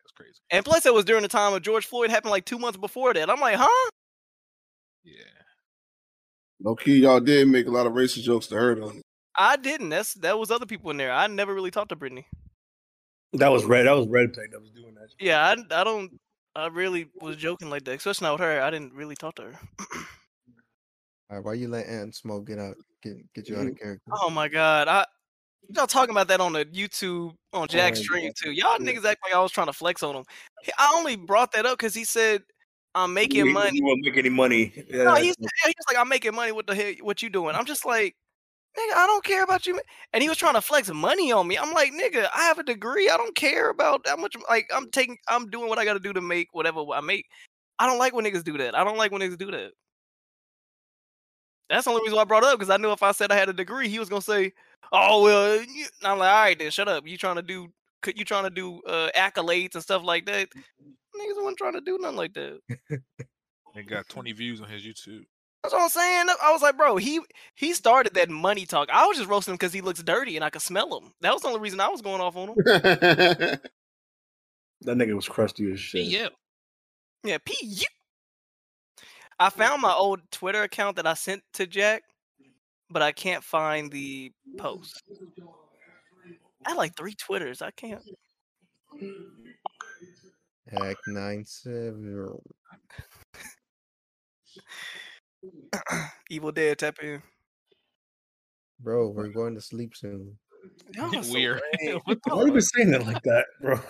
that's crazy. And plus, it was during the time of George Floyd happened like two months before that. I'm like, huh? Low key, y'all did make a lot of racist jokes to her though. I didn't. That's that was other people in there. I never really talked to Brittany. That was red. That was red play. That was Yeah, I, I don't. I really was joking like that, especially not with her. I didn't really talk to her. Alright, why you let Ant Smoke get out, get get you out of character? Oh my god, I y'all talking about that on the YouTube on Jack's Oh, stream yeah. too. Y'all Yeah. niggas act like I was trying to flex on him. He- I only brought that up because he said I'm making You- money. you won't make any money. Yeah, No, that's he's, yeah, he's like I'm making money. What the hell? What you doing? I'm just like. Nigga, I don't care about you. ma-" And he was trying to flex money on me. I'm like, nigga, I have a degree. I don't care about how much. Like, I'm taking, I'm doing what I got to do to make whatever I make. I don't like when niggas do that. I don't like when niggas do that. That's the only reason why I brought it up because I knew if I said I had a degree, he was gonna say, "Oh well." you-" And I'm like, "All right, then shut up. You trying to do? Could you trying to do uh, accolades and stuff like that? Mm-hmm. Niggas wasn't trying to do nothing like that." They got 20 views on his YouTube. That's what I'm saying. I was like, bro, he he started that money talk. I was just roasting him because he looks dirty and I could smell him. That was the only reason I was going off on him. that nigga was crusty as shit. yeah. Yeah, P you. I found my old Twitter account that I sent to Jack, but I can't find the post. I had like three Twitters. I can't. Hack nine seven. Evil Dead tap in. Bro, we're going to sleep soon. Y'all are so Weird. lame. Why you been saying it like that, bro?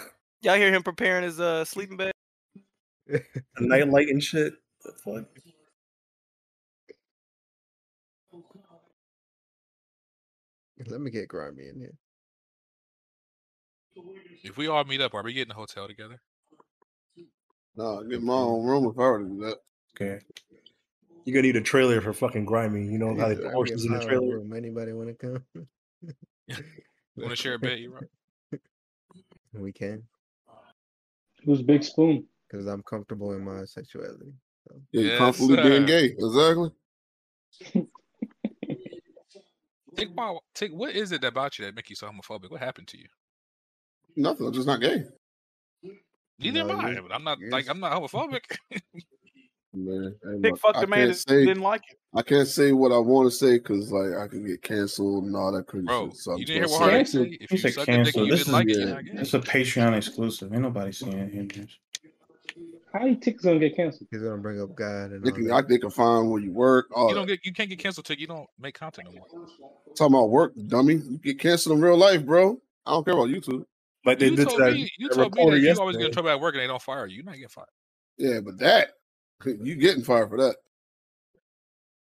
Y'all hear him preparing his uh sleeping bag? A nightlight and shit. The fuck? Let me get grimy in here. If we all meet up, are we getting a hotel together? No, I get my own room if I were to do that. Okay. You're gonna need a trailer for fucking grimy. You know how they Either put I horses get in the my own trailer. room. Anybody want to come? Want to share a bed? You right? we can, Who's Big Spoon? because I'm comfortable in my sexuality. Yeah, you Yes, comfortably being sir. gay. Exactly. Tick, why- Tick, what is it about you that make you so homophobic? What happened to you? Nothing. I'm just not gay. Neither No, am I. you're- but I'm not like I'm not homophobic. Man, hey, Big look, fuck I the man can't that say- didn't like it. I can't say what I want to say because like I can get canceled and all that crazy shit. So I'm you didn't just hear gonna what Hardy say- said? If He you said suck a dick cancel. and you This didn't is like it, you're yeah, not gay. this is a Patreon exclusive. Ain't nobody seeing him. How you tickets gonna get canceled? He's gonna bring up God and They all can, that. I, they can find where you work. Oh, All You that. don't get you can't get canceled till you don't make content no more. talking about work, dummy. You get canceled in real life, bro. I don't care about YouTube. Like You told me you told me that you always get in trouble at work and they don't fire you. You're not getting fired. Yeah, but that you getting fired for that.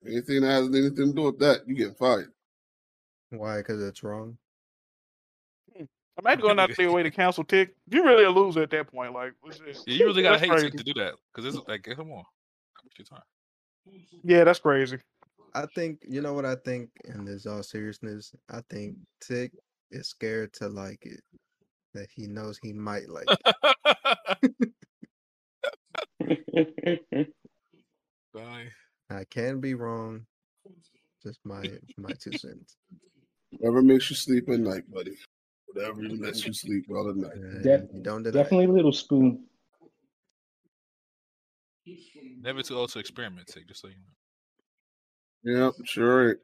Anything that has anything to do with that, you getting fired. Why? Because it's wrong. Imagine going out there way to cancel Tick. You really a loser at that point. Like, what's this? Yeah, you really gotta That's hate crazy. Tick to do that because it's like come on, It's your time. Yeah, that's crazy. I think you know what I think, and this all seriousness, I think Tick is scared to like it. That he knows he might like it. Bye. I can be wrong. Just my my two cents. Whatever makes you sleep at night, buddy. Whatever lets you sleep well at night. Def- don't definitely little spoon. Never too old to experiment, Tick. Just so you know. Yep, sure. ain't.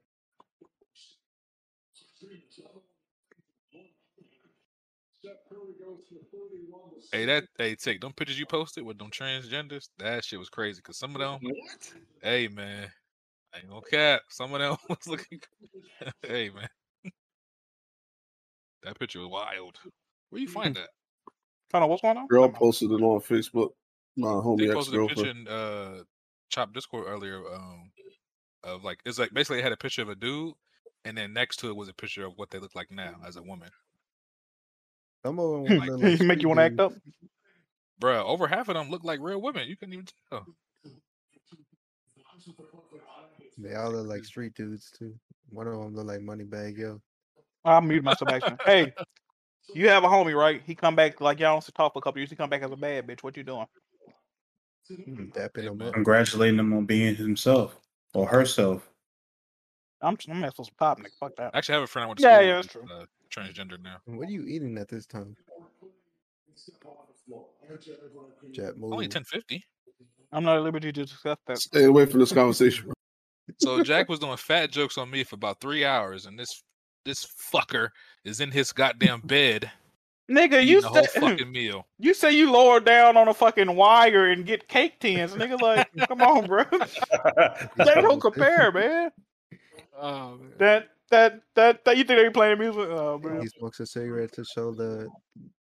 Hey, that hey Tick, them pictures you posted with them transgenders, that shit was crazy. Cause some of them, hey man, I ain't gonna cap. Some of them was looking, hey man, that picture was wild. Where you find that? Hold on, what's going on? Girl posted it on Facebook. My They homie ex posted a picture girlfriend. in uh Chop Discord earlier um of like it's like basically it had a picture of a dude and then next to it was a picture of what they look like now as a woman. Some of them Hmm. look like Make you street want to act up? dudes. Bruh, over half of them look like real women. You couldn't even tell. They all look like street dudes too. One of them look like Moneybag Yo. I'll mute myself actually. Hey, you have a homie, right? He come back like y'all used to talk for a couple years. He come back as a bad bitch. What you doing? Hmm, Mm, Dapping him up. Congratulating him on being himself or herself. I'm I'm messing with pop, nigga. Fuck that. Actually, I have a friend I went to Yeah, school yeah, with that's who's, true. uh, transgender now. What are you eating at this time? Jet move. Only ten fifty. I'm not at liberty to discuss that. Stay away from this conversation. So Jack was doing fat jokes on me for about three hours, and this this fucker is in his goddamn bed Nigga, eating you the whole say- fucking meal. you say you lower down on a fucking wire and get cake tins, nigga. Like, come on, bro. they don't compare, man. Oh, man. That that that, that you think they be playing music? Oh, man. He smokes a cigarette to show the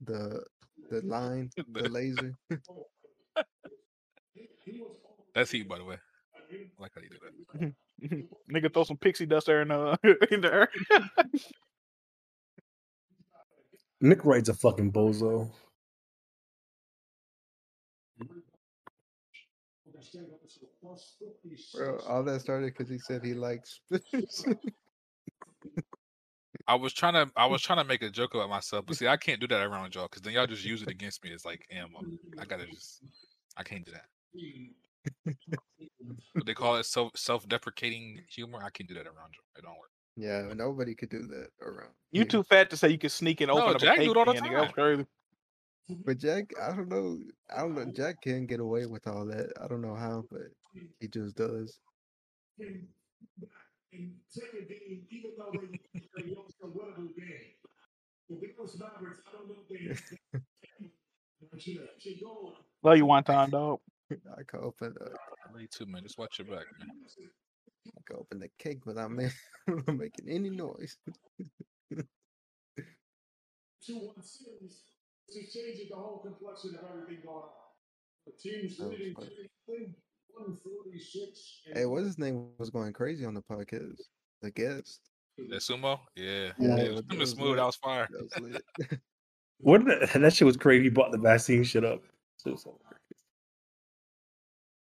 the the line, the laser. That's heat, by the way. I like how you do that. nigga, throw some pixie dust there in the in the air. Nick Wright's a fucking bozo. Bro, all that started because he said he likes. I was trying to I was trying to make a joke about myself, but see, I can't do that around y'all because then y'all just use it against me. It's like, damn, I'm- I gotta just I can't do that. What they call it self self deprecating humor. I can't do that around y'all. It don't work. yeah, nobody could do that around. You too fat to say you can sneak and No, open up Jack a do cake it all the can, nigga. That was time. crazy. But Jack, I don't know. I don't know. Jack can get away with all that. I don't know how, but he just does. Love you one time, dog. I can open the Me too, man. Just watch your back, man. I can open the cake without ma- without making any noise. to one series is changing the whole complexion of everything going on. The team's That was leading funny. 146 and Hey, what's his name was going crazy on the podcast? The guest. That sumo, yeah, Yeah, yeah. it was, it was- it it was was smooth. lit. I was fire. What did that, that shit was crazy. He brought the vaccine shit up. So- so-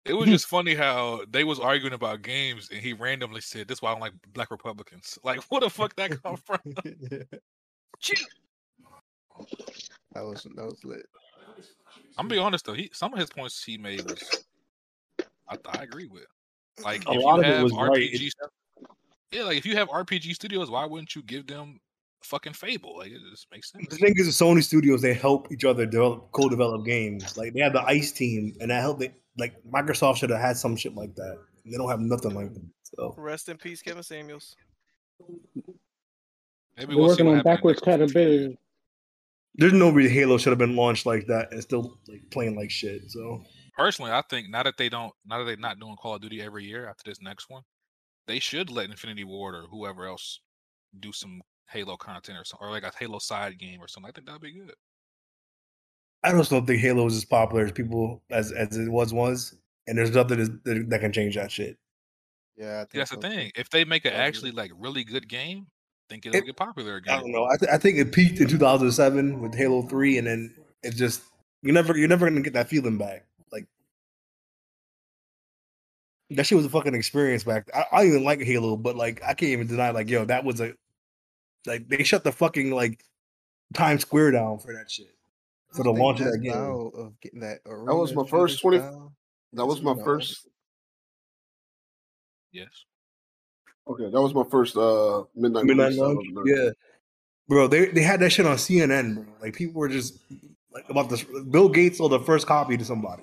It was just funny how they was arguing about games, and he randomly said, "This why I don't like black Republicans." Like, what the fuck that come from? That was that was lit. I'm gonna be honest though. He some of his points he made was I, I agree with. Like A if lot you of it have was right. RPG, It's- stu- yeah, like if you have RPG studios, why wouldn't you give them fucking Fable? Like it just makes sense. The thing is, with Sony Studios, they help each other develop, co-develop games. Like they have the Ice team, and that helped. They, like Microsoft should have had some shit like that. They don't have nothing like that. So Rest in peace, Kevin Samuels. They're Maybe we'll see working what on happened in backwards compatibility. there's no reason Halo should have been launched like that and still like playing like shit. So Personally, I think now that they don't, now that they're not doing Call of Duty every year after this next one, they should let Infinity Ward or whoever else do some Halo content or something, or like a Halo side game or something. I think that'd be good. I just don't think Halo is as popular as people as as it was once. And there's nothing that, that can change that shit. Yeah, I think See, that's the thing. If they make an actually like really good game, think it'll get popular again. I don't know. I, th- I think it peaked in 2007 with Halo 3, and then it just you never you're never gonna get that feeling back. Like that shit was a fucking experience back. I, I don't even like Halo, but like I can't even deny like yo that was a like they shut the fucking like Times Square down for that shit for the I think launch of that that game. style of ge- that arena. That was my shooter first twenty. style That is was my kinda old. first. Yes. Okay, that was my first uh midnight. Midnight release, so I Launch? wasn't there. Yeah, bro. They they had that shit on CNN, bro. Like people were just like about this. Bill Gates sold the first copy to somebody.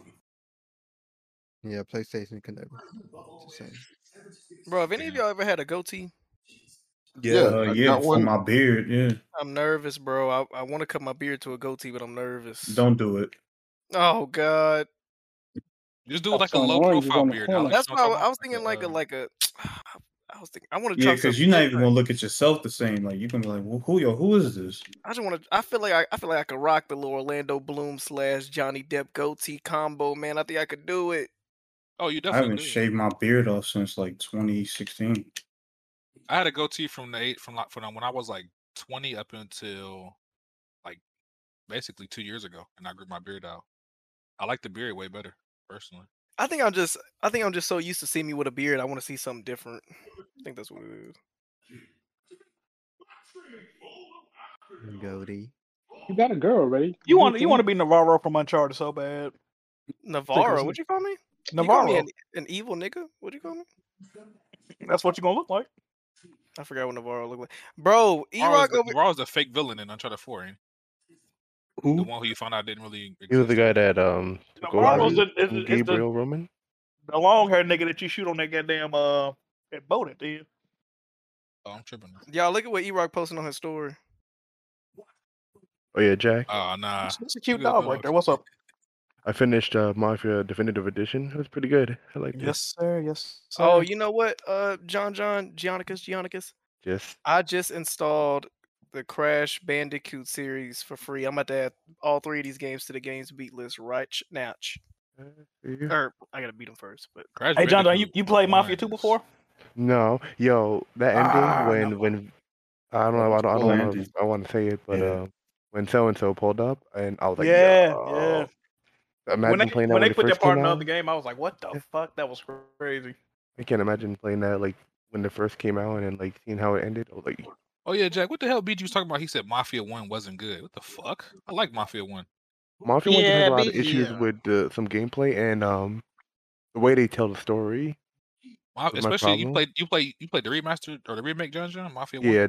Yeah, PlayStation can never. Just saying. Bro, have any of y'all ever had a goatee? Yeah, uh, I yeah, got for one. my beard. Yeah, I'm nervous, bro. I, I want to cut my beard to a goatee, but I'm nervous. don't do it. Oh God. Just do Stop like a selling low oranges profile on the beard. corner. Alex. That's You know why I what was I'm I was thinking like a uh like a. I was thinking I want to Yeah, try some. because you're not even gonna look at yourself the same. Like you're gonna be like, well, who yo, who is this? I just want to. I feel like I, I feel like I could rock the little Orlando Bloom slash Johnny Depp goatee combo, man. I think I could do it. Oh, you I haven't shaved my beard off since like 2016. I had a goatee from the eight from like from um, when I was like twenty up until like basically two years ago, and I grew my beard out. I like the beard way better personally. I think I'm just. I think I'm just so used to seeing me with a beard. I want to see something different. I think that's what it is. Goatee. You got a girl, right? You want you want to be Navarro from Uncharted so bad. Navarro, what'd you call me? You call me Navarro. an, an evil nigga? What'd you call me? That's what you're gonna look like. I forgot what Navarro looked like. Bro, E Raw is Rock the, over. Ra's the fake villain in Uncharted Four, ain't he? The one who you found out didn't really. He was the guy that um took over Marvel's the- is- from is the- Gabriel Roman. The long hair nigga that you shoot on that goddamn uh that boat at the end. Oh, I'm tripping. Y'all look at what E Rock posting on his story. Oh yeah, Jack. Ah, Oh nah. That's a cute dog right there. What's up? I finished uh, Mafia Definitive Edition. It was pretty good. I liked it. Yes, sir. Yes. Oh, sir. you know what? Uh, John, John, Giannicus, Giannicus. Yes. I just installed the Crash Bandicoot series for free. I'm about to add all three of these games to the games beat list right ch- now. ch- Or I gotta beat them first, but Crash Hey John, John, you, you played Mafia Two before? No, yo, that ending Ah, when when I don't know, I don't, I spoil don't want ending. to, I want to say it, but Yeah. uh, when so and so pulled up, and I was like, yeah, yo, yeah. Imagine When they, playing that when when they it put that first part came in out. the other game, I was like, what the fuck? That was crazy. I can't imagine playing that like when it first came out and then like seeing how it ended. I was like, Oh yeah, Jack. What the hell? BG was talking about. He said Mafia One wasn't good. What the fuck? I like Mafia One. Mafia One just Yeah, has a lot but- of issues yeah. with uh, some gameplay and um the way they tell the story. Ma- was my especially you problem. played you play you played the remaster or the remake dungeon Mafia One. Yeah.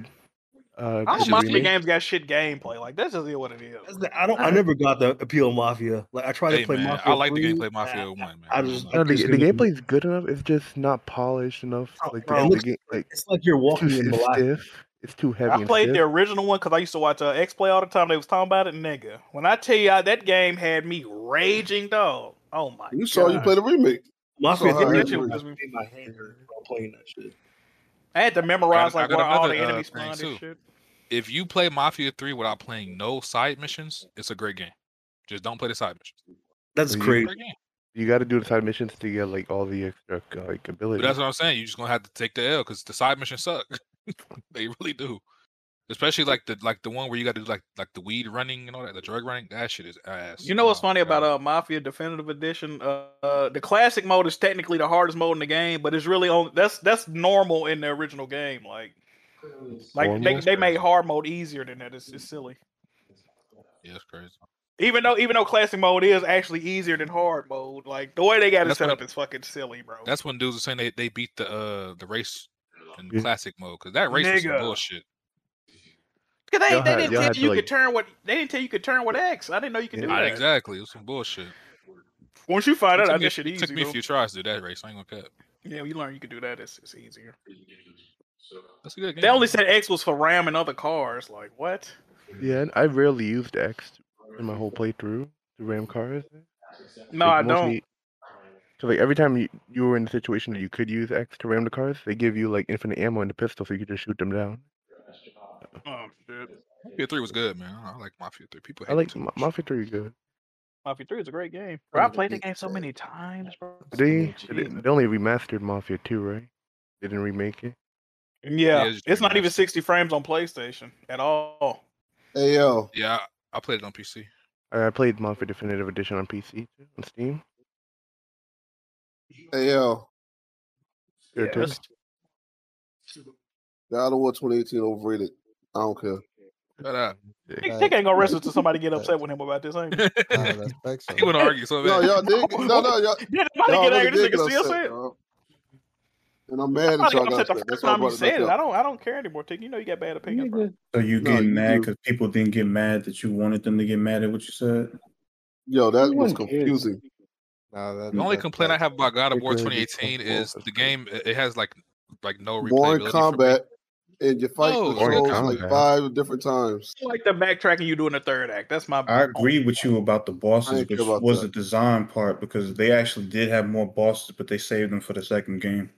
Uh, I the don't mind the remake. games got shit gameplay. Like that's just what it is. I don't. I never got the appeal of Mafia. Like I tried Hey, to play man, Mafia. I like the 3. gameplay Mafia One. Man. I just. No, I the, just the gameplay is good enough. It's just not polished enough. Like the, Oh, bro, it the looks- game, like it's like you're walking it's in too, it's molasses. stiff. It's too heavy. I and played stiff. the original one because I used to watch uh, X Play all the time. They was talking about it, nigga. When I tell you that game had me raging, dog. Oh my! You saw you play the remake. Mafia So, all right, three. that shit was made my hand hurt from playing that shit. I had to memorize I like got where all another, the uh, enemies thing, spawned and too. shit. If you play Mafia Three without playing no side missions, it's a great game. Just don't play the side missions. That's So you- crazy. You got to do the side missions to get like all the extra uh, like But abilities. that's what I'm saying. You're just gonna have to take the L because the side missions suck. they really do. Especially like the like the one where you got to do like like the weed running and all that, the drug running. That shit is ass. You know what's funny about uh, Mafia Definitive Edition? Uh, uh, the classic mode is technically the hardest mode in the game, but it's really on. That's that's normal in the original game. Like, like they, Normal? they made hard mode easier than that. It's, it's silly. Yeah, it's crazy. Even though even though classic mode is actually easier than hard mode, like the way they got it That's set what- up is fucking silly, bro. That's when dudes are saying they, they beat the uh the race in classic mode because that race was some Nigga. bullshit. Because they, Y'all they had- didn't y'all tell had you to, you like- could turn what they didn't tell you could turn with X. I didn't know you could do Not that. exactly. It was some bullshit. Once you find It out, took I me, a- did shit it took easy, me a bro. few tries to do that race. I ain't gonna cap. Yeah, you learn you could do that. It's, it's easier. That's a good They only said X was for ramming other cars. Like what? Yeah, and I rarely used X in my whole playthrough. The ram cars. No, I don't. So like every time you, you were in a situation that you could use X to ram the cars, they give you like infinite ammo in the pistol, so you could just shoot them down. Oh shit! Mafia Three was good, man. I like Mafia Three. People I hate it like too. Ma- Mafia Three good. Mafia Three is a great game. That Bro, I was a played the good game so many times, bro. They they, Jesus. they only remastered Mafia Two, right? They didn't remake it. Yeah, it's not even sixty frames on PlayStation at all. Hey yo. Yeah, I, I played it on PC. I I played Mafia Definitive Edition on PC too, on Steam. Hey yo. There too. that's- God of War 2018 overrated. I don't care. Shut up. Nick, Nick ain't gonna wrestle to somebody get upset with him about this, ain't he? He wouldn't argue so No, bad. y'all did. No, no, y'all. Yeah, nobody y'all get really angry. This did nigga get still upset, said it. y'all. And I'm mad that Probably y'all got got upset the upset. That's first why I time brought you it back said it. up. I don't. I don't care anymore, Tick. You know you got bad opinions, bro. So you No, getting you mad do. because people didn't get mad that you wanted them to get mad at what you said? Yo, that was wasn't confusing. The only complaint I have about God of War 2018 is the game. it- It has like like no Boring replayability combat, for me. Oh, and you fight No, the Boring trolls like combat. five different times. I like the backtracking you do in the third act. That's my. I agree with you about the I bosses, didn't care which about was that. the design part because they actually did have more bosses, but they saved them for the second game.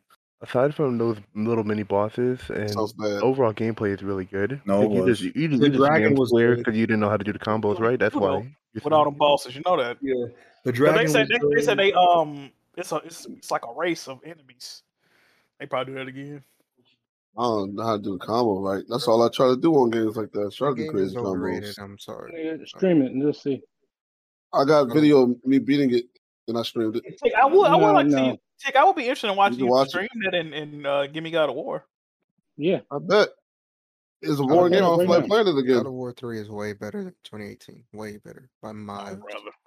Aside from those little mini bosses and Sounds bad. overall gameplay is really good. No, it Like, you just was. you, you The just dragon named was players good. because you didn't know how to do the combos, right? That's Who know? why. With all them bosses, you know that. Yeah, the they dragon was said they, they said good. they um, it's a it's, it's like a race of enemies. They probably do that again. I don't know how to do the combo right. That's all I try to do on games like that. I try to do Game is crazy overrated. combos. I'm sorry. Oh. Stream it and just see. I got video of me beating it, and I streamed it. Tick, I would. I would No, like to see. no. You, Tick, I would be interested in watching can you, watch it. stream that and and uh, give me God of War. Yeah. I bet. It's a God boring of game. I War don't feel like 3 playing it God of again. War 3 is way better than 2018. Way better. By miles.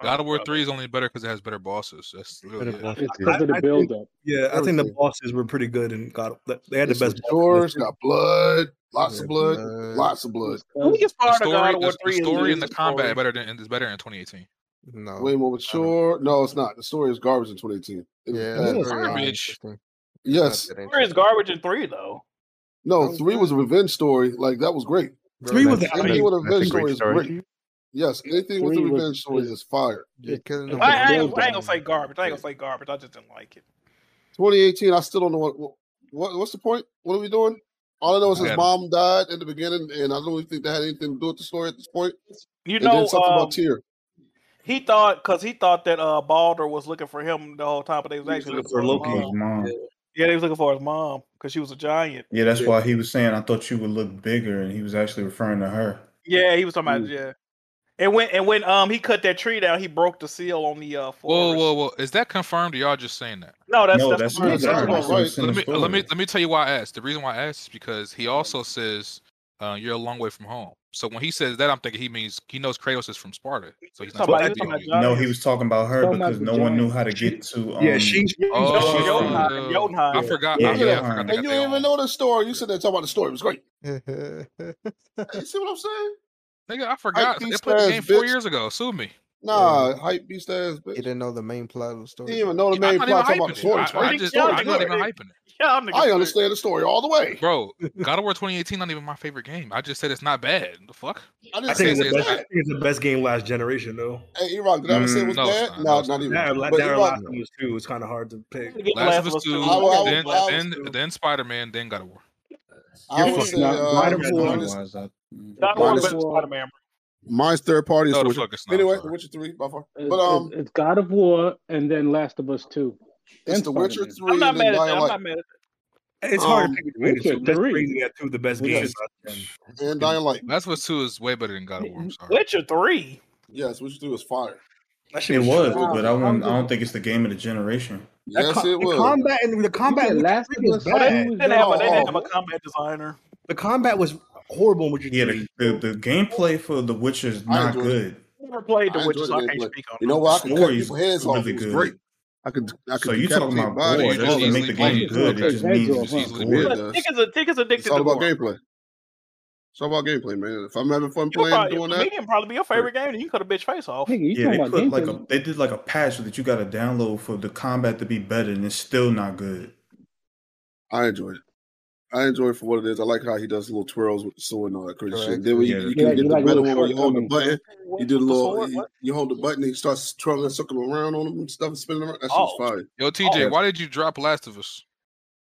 God of War Three is only better because it has better bosses. That's literally Better it. bosses, Because of the build up. Yeah, I think the Everything. bosses were pretty good and got they had the It's best. George got blood, lots of Yeah, blood, blood. lots of blood. Who gets The part of God story, of the, War the Three? is story and the is combat story. is better than is better in 2018. No. Way more mature. No, it's not. The story is garbage in 2018. It is Yeah, bad. it's very Garbage. uninteresting. Yes. Three is garbage in three though. No, three was a revenge story. Like that was great. Three was anything the- I mean, with a that's a revenge great story is story. great. Yes, anything with a Three was- revenge story is fire. You're killing them. I, I, with ain't, I ain't bullshit. gonna say garbage. I ain't gonna say garbage. I just didn't like it. 2018. I still don't know what, what. What's the point? What are we doing? All I know is his Yeah. mom died in the beginning, and I don't really think that had anything to do with the story at this point. You and know, then something um, about tear. He thought because he thought that uh Balder was looking for him the whole time, but they was actually looking for, uh, Loki. his His mom. mom. Yeah, they was looking for his mom because she was a giant. Yeah, that's why he was saying I thought you would look bigger, and he was actually referring to her. Yeah, he was talking about yeah. And when and when um he cut that tree down, he broke the seal on the uh. Whoa, whoa, whoa! Is that confirmed? Or y'all just saying that? No, that's- No, that's that's confirmed. confirmed. That's Let, what's in the me, story. let me let me tell you why I asked. The reason why I asked is because he also says uh, you're a long way from home. So when he says that, I'm thinking he means he knows Kratos is from Sparta. So he's not. But- supposed to be on you. no, he was talking about her Talking about because the no one knew giant. how to get to. Um, Yeah, she's- Oh, Jotunheim, Jotunheim. I forgot. Yeah, I, yeah, I Jotunheim. forgot And they got And you their didn't own. even know the story. You said that talking about the story. It was great. you see what I'm saying? Nigga, I forgot. They beast played the ass game four bitch. years ago. Sue me. Nah, hype beast ass bitch. You didn't know the main plot of the story. You didn't even know the main I'm not plot. Talking even about hyping the it. story. I, I twice. just, Story I'm not good. even hyping it. I understand the story all the way. Bro, God of War 2018 not even my favorite game. I just said it's not bad. The fuck? I I didn't think, say it's the it's best, I bad. think it's the best game last generation, though. Hey, Iraq, did I ever say it was Mm. No, it's bad? not. No, not even. Now, But now Iraq, Last of Us 2 is kind of hard to pick. Last of Us 2, I will- I will- then, I will then, then Spider Man, then God of War. I would say uh, Wise up. God of War better than Spider-Man. Mine's third party. No, so the Witcher- fuck it's not. anyway, The Witcher Three by far. It's, But um, it's- it's God of War and then Last of Us Two. it's And The Witcher Spider-Man. Three. and then Dying Light. mad at that. It's hard Um, to pick between the two. That's crazy that two of the best Witcher games. And Dying Light. Last of Us 2 is way better than God of War. I'm sorry. Witcher Three. Yes, Witcher Three was fire. It was, but I wouldn't. I don't think it's the game of the generation. That Yes, co- it the was. combat and the combat in Witcher Last 3 was bad. They didn't have a, they didn't "Oh." have a combat designer. The combat was horrible in Witcher Yeah, 3. the, the, the gameplay for The Witcher is I not enjoyed good. Never played I The Witcher, enjoyed so I the can't gameplay. speak on You know what? I could cut Story's people heads off. really It was good. great. I could. I could. So you talking decapitate about bodies. gore? That All doesn't that make the stuff. game good. It Cut just heads means off, it's huh? just Yeah, it gore. does. it. Tickets, are- tickets It's addicted all to about gore. gameplay. It's all about gameplay, man. If I'm having fun You playing, probably, doing for me, that, it can probably be your favorite game, and you cut a bitch face off. Yeah, they put like a they did like a patch that you got to download for the combat to be better, and it's still not good. I enjoy it. I enjoy it for what it is. I like how he does little twirls with the sword and all that crazy shit. Correct. Then when you, Yeah, you you can like- get you the like better little one when you hold the shortcomings, button. You do the With the little. sword, You, you hold the button. He starts twirling, and circling around on him and stuff, and spinning around. That shit's Oh. fire. Yo, TJ, Oh. why did you drop Last of Us?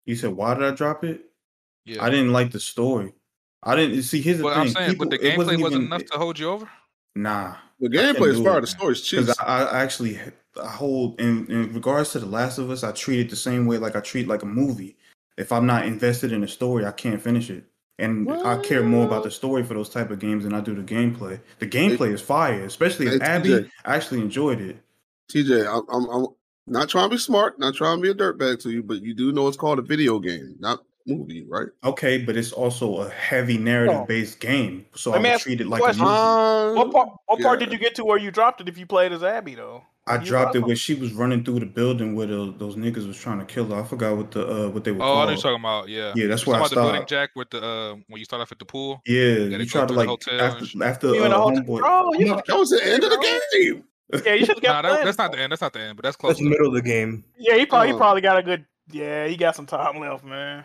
You said, why did I drop it? Yeah. I didn't like the story. I didn't see. Here's the But thing. I'm saying, but the People- gameplay wasn't, enough to hold you over. Nah, the gameplay is fire, the story's Because I, I actually I hold in, in regards to The Last of Us, I treat it the same way like I treat like a movie. If I'm not invested in the story, I can't finish it, and I care more about the story for those type of games than I do the gameplay. The gameplay is fire, especially Hey, if Abby. TJ. I actually enjoyed it. TJ, I'm, I'm, I'm not trying to be smart, not trying to be a dirtbag to you, but you do know it's called a video game, not movie, right? Okay, but it's also a heavy narrative based game, so Let me I would ask treat you it a like question. a movie. Um, what part? What part yeah. did you get to where you dropped it? If you played as Abby though, I You dropped it dropped when she was running through the building where the, those niggas was trying to kill her. I forgot what the uh, what they were Oh, I called. know you're talking about. Yeah. Yeah, that's You're where talking I about the building stopped. jack with the uh, when you start off at the pool. Yeah, you you, gotta go tried to through the like hotel. and shit. after after You in the uh, hotel- homeboy. Oh, No, you should've that was the end of bro. the game. Yeah, you should Nah, have kept that, playing. that's not the end. That's not the end, but that's close. That's the middle of the game. Yeah, he probably he Uh. probably got a good. Yeah, he got some time left, man.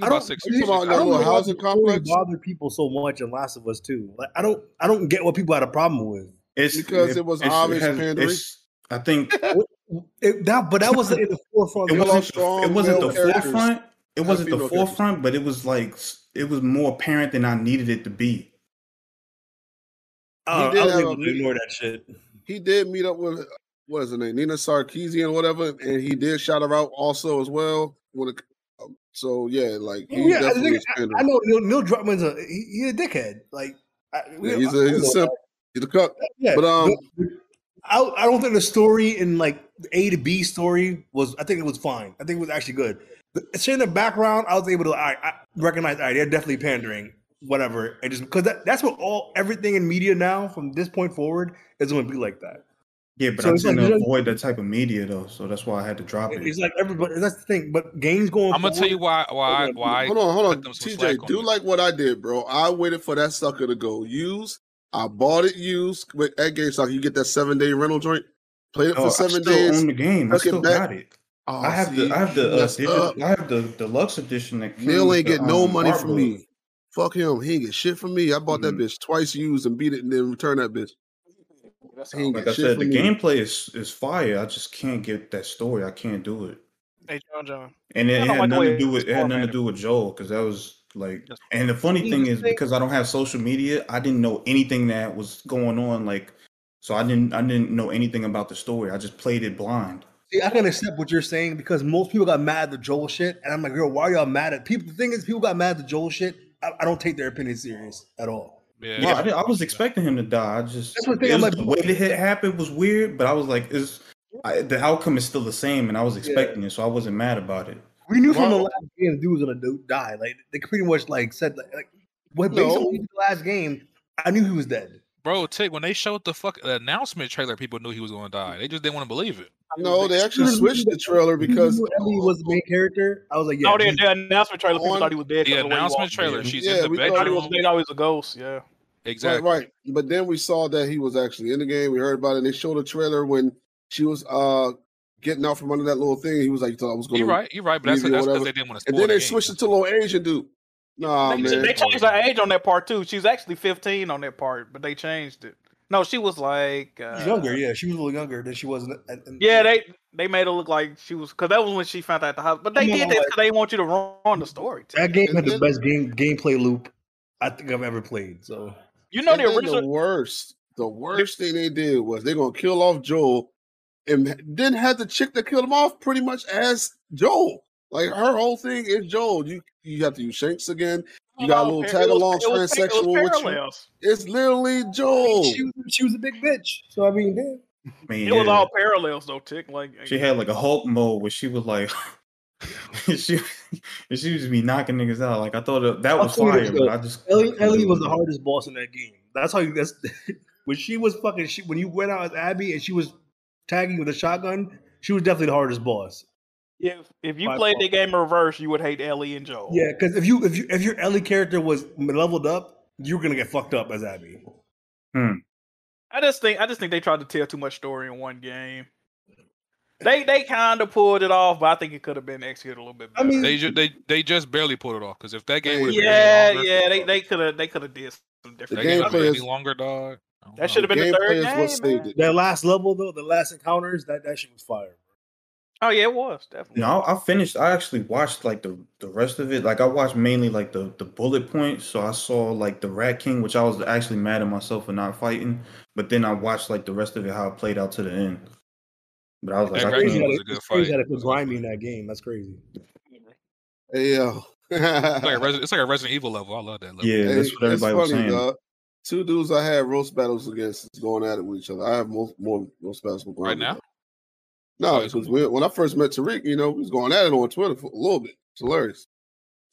I don't. six- I don't six know hours. why housing the story bothered people so much in Last of Us too. Like I don't. I don't get what people had a problem with. It's Because it was it's- it obvious has- pandering. it's- I think it, that, but that was in the forefront. it of the wasn't conversation. the, it wasn't the forefront. It wasn't the forefront, but it was like s- it was more apparent than I needed it to be. Oh, Uh, I did don't- I was have able a- to ignore that shit. He did meet up with what is her name, Nina Sarkeesian, whatever, and he did shout her out also as well. When it, um, so yeah, like he Yeah, I, definitely think, was I, pandering. I know Neil, Neil Druckmann's a he, he a dickhead. Like I, we- Yeah, he's I a he's a know simp. He's a cuck. Yeah, But um, I, I don't think the story in like the A to B story was. I think it was fine. I think it was actually good. The, it's in the background, I was able to I, I recognize. All right, they're definitely pandering. Whatever, and just because that, that's what all everything in media now from this point forward is going to be like that. Yeah, but So I it's tend like- to avoid that type of media though, so that's why I had to drop it. It's like everybody. That's the thing. But games going. I'm gonna tell you why. Why? Hold on, Why? hold on, hold on, some slack TJ, on do like what I did, bro. I waited for that sucker to go used. I bought it used with at GameStop. You get that seven day rental joint. Played it Oh, for I seven still days. own the game. I took still back. got it. Oh, I have see, the I have the uh, messed up. digital, I have the deluxe edition that came Neil with ain't the, get no um, money art from book. me. Fuck him. He ain't get shit from me. I bought Mm-hmm. that bitch twice used and beat it and then returned that bitch. He ain't Like get I shit said, the from me. gameplay is is fire. I just can't get that story. I can't do it. Hey, John, John. And I it don't had like the nothing to way do with it's it had nothing to formatted. do with Joel because that was like. That's- And the funny See, thing this is thing- because I don't have social media, I didn't know anything that was going on. Like, so I didn't I didn't know anything about the story. I just played it blind. See, I can accept what you're saying because most people got mad at the Joel shit, and I'm like, yo, why are y'all mad at people? The thing is, people got mad at the Joel shit. I, I don't take their opinion serious at all. Yeah. No, I, didn't- I was expecting him to die. I just That's the thing, it I'm was- like- the way that it happened was weird, but I was like, it's, I, the outcome is still the same, and I was expecting it, so I wasn't mad about it. We knew from the last game the dude was gonna do, die. Like they pretty much like said like, like what No. based on what we did the last game, I knew he was dead. Bro, Tick, when they showed the fuck the announcement trailer, people knew he was going to die. They just didn't want to believe it. No, they actually switched the trailer because Ellie was the main character. I was like, yeah. oh, the, the announcement trailer. People On- thought he was dead. The 'cause of way he announcement walked. trailer, she's in Yeah, the we thought he bedroom. was- They thought he was a ghost. Yeah. Exactly. Right, right. But then we saw that he was actually in the game. We heard about it. And they showed a trailer when she was uh getting out from under that little thing. He was like, "You thought I was going You're right. You're right. But that's that's because they didn't want to And spoil then the they game. switched it to little Asian dude. Nah, they, man. they changed her age on that part too. She's actually 15 on that part, but they changed it. No, she was like uh, Oh, She was younger, yeah. She was a little younger than she was. In, in, in- Yeah, they they made it look like she was because that was when she found out the house. But they Come did on, that like- because they want you to ruin the story. Too. that game had the best game gameplay loop I think I've ever played. So You know And the then original- worst. The worst thing they did was they're gonna kill off Joel, and then had the chick that killed him off pretty much as Joel. Like her whole thing is Joel. You you have to use Shanks again. You got a little It was- tag along it was- it was transsexual with you. parallels. It's literally Joel. She was, she was a big bitch. So I mean, damn. I mean, It was yeah. all parallels though, Tick. Like She had like a Hulk mode where she was like, she and she would just be knocking niggas out. Like I thought it- that I'll was tell you fire, this, though. but I just Ellie, Ellie was the hardest boss in that game. That's how you. That's when she was fucking. She, when you went out with Abby and she was tagging with a shotgun, she was definitely the hardest boss. if if you By played far. the game in reverse, you would hate Ellie and Oh. Joel. Yeah, because if you if you if your Ellie character was leveled up, you're gonna get fucked up as Abby. Hmm. I just think I just think they tried to tell too much story in one game. They they kind of pulled it off, but I think it could have been executed a little bit better. they just they they just barely pulled it off because if that game would have yeah, been any longer, yeah, they they could have they could have did some that different. game would have been things. any longer, dog. I don't That know. should have been the third game. man. That last level though, the last encounters, that that shit was fire. Oh yeah, it was definitely. No, I, I finished. I actually watched like the the rest of it. Like I watched mainly like the the bullet points. So I saw like the Rat King, which I was actually mad at myself for not fighting. But then I watched like the rest of it how it played out to the end. But I was like, It's I crazy can't- how they- it's crazy how they put grimy in that game. That's crazy. Yeah. It's like, a Resi- it's like a Resident Evil level. I love that level. Yeah, that's what everybody was saying. dawg. Two dudes I had roast battles against is going at it with each other. I have more more roast battles with Right Grimy. now, No, because when I first met Tariq, you know, we was going at it on Twitter for a little bit. It's hilarious.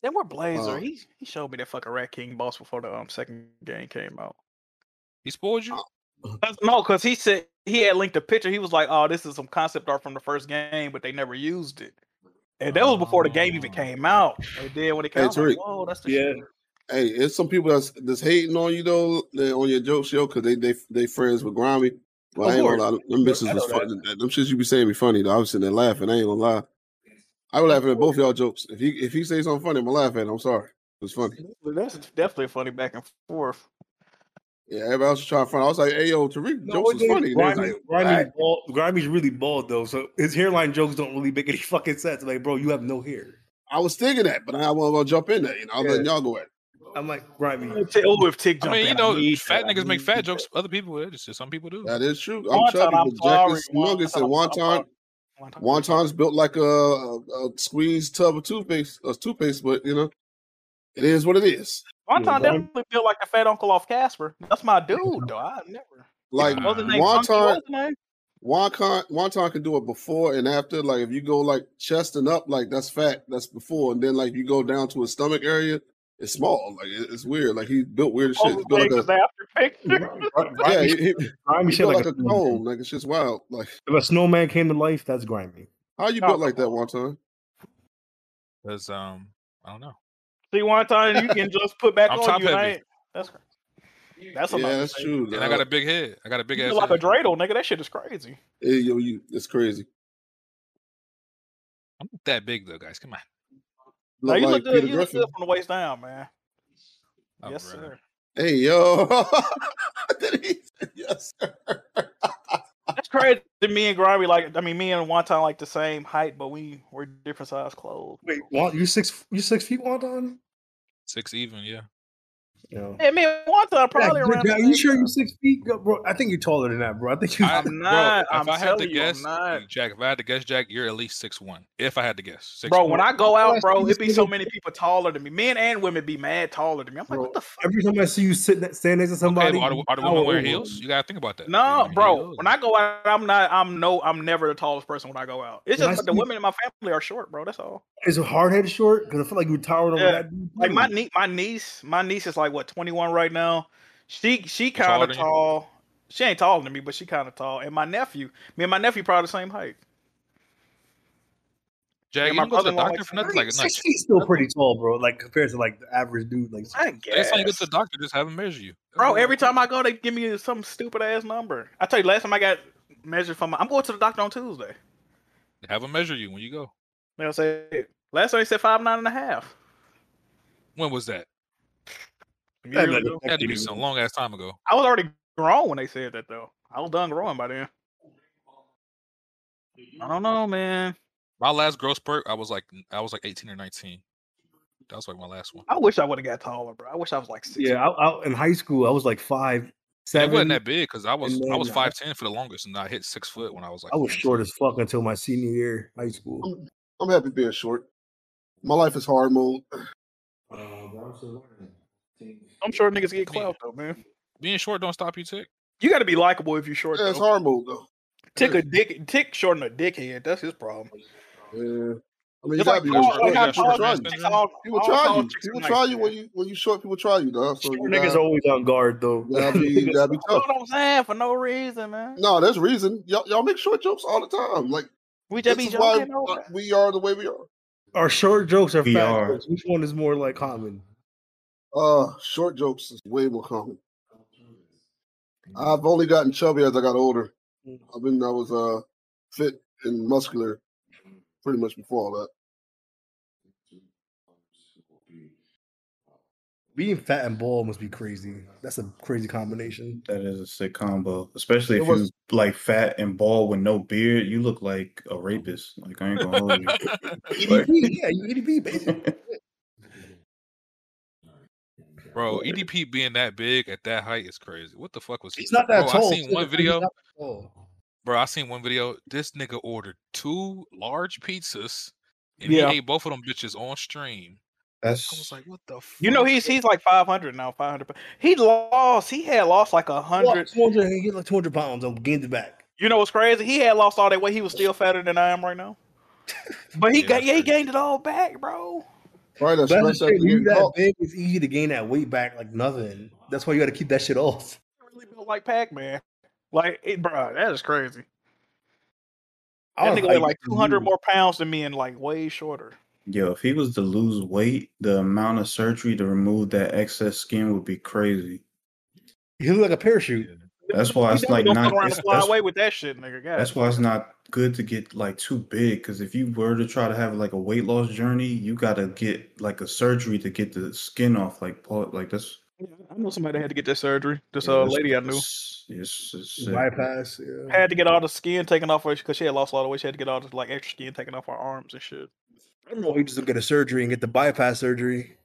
Then were Blazer. Uh, he he showed me that fucking Rat King boss before the um second game came out. he spoiled you. Uh, That's- No, because he said he had linked a picture. He was like, "Oh, this is some concept art from the first game, but they never used it." And that was before the game Ah. even came out. And then when it came Hey, out, I was Tariq. like, whoa, that's the Yeah. shit. Hey, it's some people that's that's hating on you though, they, on your jokes, yo, because they, they they friends with Grimy. But Of I ain't gonna lie, course. them bitches I was know funny. Them shits you be saying be funny though. I was sitting there laughing. I ain't gonna lie. I was laughing at both y'all jokes. If he if he say something funny, I'm gonna laugh at him. I'm sorry. It was funny. But That's definitely funny back and forth. Yeah, everybody else was trying to find. I was like, hey yo, Tariq No, jokes it is didn't. funny. And they was Grimy, like, Grimy's, "Alright." bald, Grimy's really bald though, so his hairline jokes don't really make any fucking sense. Like, bro, you have no hair. I was thinking that, but I wasn't gonna jump in there. You know, I'm letting Yeah. y'all go at it. I'm like, Grimy. Oh, if Tig I mean, you know, fat niggas make fat jokes. Other people, it's just some people do. That is true. I'm trying to project this nuggets and wonton. Wonton's built like a, a, a squeezed tub of toothpaste, uh, toothpaste, but you know, it is what it is. One time, definitely feel like the fat uncle off Casper. That's my dude, though. I never. Like What's his name? Funky, wonton, what's his name? wonton, wonton can do it before and after. Like if you go like chest and up, like that's fat, that's before, and then like you go down to his stomach area, it's small. Like it- it's weird. Like he built weird shit. He's built like a, yeah, he, he, he Grimy shit built like, like a a cone. Like it's just wild. Like If a snowman came to life, that's Grimy. how you No, built like that, wonton? Because um, I don't know. See, one time you can just put back I'm on top you. and I heavy. ain't- That's cra- that's yeah, another that's thing. true. And I got a big head. I got a big You ass. feel like a head. dreidel, nigga. That shit is crazy. Hey, yo, you, it's crazy. I'm not that big though, guys. Come on. Now, you look like good. Peter You look Griffin. good from the waist down, man. Oh, yes, bruh. sir. Hey, yo. Then he said, yes, sir. That's crazy. Me and Grimy, like, I mean, me and Wonton like the same height, but we we're different size clothes. Wait, Wan- you six you six feet Wonton? Six even, yeah. No. Yeah, me and Wanta are probably Jack, around. Jack, are you sure you're six feet, Go- bro? I think you're taller than that, bro. I think you. I'm Bro, if i had to guess, Jack, if I had to guess, Jack, you're at least six one. If I had to guess, six Bro, when I go out, bro, it be so many people taller than me. Men and women be mad taller than me. I'm like, what the fuck? Every time I see you sitting, stand next to Okay, somebody, well, are the, are the I women will- wearing heels? You gotta think about that. No, bro. When I go out, I'm not. I'm no. I'm never the tallest person when I go out. It's When I just that the see- women in my family are short, bro. That's all. Is her hard head short? Because I feel like you were towered over Yeah. that. dude. Like my niece, my niece, my niece is like what 21 right now. She she kind Taller of than you? tall. She ain't taller than me, but she kind of tall. And my nephew, me and my nephew probably the same height. Jack, and you don't my go to the brother-in-law doctor likes- for nothing. Like, no, Six feet's still pretty tall, bro. Like compared to like the average dude, like I that's guess. why you go to the doctor. Just have him measure you. Bro, every time I go, they give me some stupid ass number. I tell you, last time I got measured from, my, I'm going to the doctor on Tuesday. Have him measure you when you go. They gonna say last time they said five nine and a half. When was that? Years That ago. had to be some long ass time ago. I was already grown when they said that though. I was done growing by then. I don't know, man. My last growth spurt, I was like, I was like 18 or 19. That was like my last one. I wish I would have got taller, bro. I wish I was like six. yeah. I, I, in high school, I was like five, It seven. wasn't that big because I was and I was then I- five ten for the longest, and I hit six foot when I was like. I was short as fuck until my senior year high school. I'm happy being short. Oh, My life is hard mode. I'm sure niggas get clout though, man. Being short don't stop you, Tick. You got to be likable if you're short. Yeah, it's though. hard mode though. Tick a dick, tick shorten a dickhead. That's his problem. Yeah. I mean, you It's gotta like be tall- short. like how People tall try chicks you. are- People all try tall you. chicks are People nice, try you when you when you short. People try you, dog. So you Niggas gotta- always on guard though. you gotta be, you gotta be tough. That's what I'm saying for no reason, man. No, there's reason. Y'all, y'all make short jokes all the time. Like we just be why joking, though, uh, we are the way we are. Our short jokes are We fat are. jokes. Which one is more like common? Uh, short jokes is way more common. I've only gotten chubby as I got older. I've been I was uh fit and muscular pretty much before all that. Being fat and bald must be crazy. That's a crazy combination. That is a sick combo, especially It if was- you like fat and bald with no beard. You look like a rapist. Like I ain't gonna hold you. Like, E yeah, you EDP basically. Bro, EDP being that big at that height is crazy. What the fuck was he? He's not that bro, tall. Oh, I seen too. one He's video. not that tall. Bro, I seen one video. This nigga ordered two large pizzas, and Yeah. he ate both of them bitches on stream. I was like, what the? F-? You know he's he's like 500 now. 500. pounds. He lost. He had lost like a Well, hundred. 200, he get like 200 pounds and gained it back. You know what's crazy? He had lost all that weight. He was still fatter than I am right now. But he Yeah, got yeah, he gained it all back, bro. Right, that's that's but I'm stress saying, after when you getting that caught. big, it's easy to gain that weight back like nothing. That's why you got to keep that shit off. Really built like Pac Man. Like, it, bro, that is crazy. I Oh, That was nigga weighed hyped like for 200 mm-hmm. more pounds than me and like way shorter. Yo, if he was to lose weight, the amount of surgery to remove that excess skin would be crazy. He looked like a parachute. That's why You it's like definitely don't not. fuck around It's, and fly that's, away with that shit, nigga. God. that's why it's not good to get like too big. Because if you were to try to have like a weight loss journey, you gotta get like a surgery to get the skin off. Like Paul, like that's I know somebody had to get that surgery. This Yeah, uh, that's- lady I knew yes, it's sick. Bypass. Yeah. had to get all the skin taken off her because she had lost a lot of weight. She had to get all the like extra skin taken off her arms and shit. I don't know. why He just don't get a surgery and get the bypass surgery.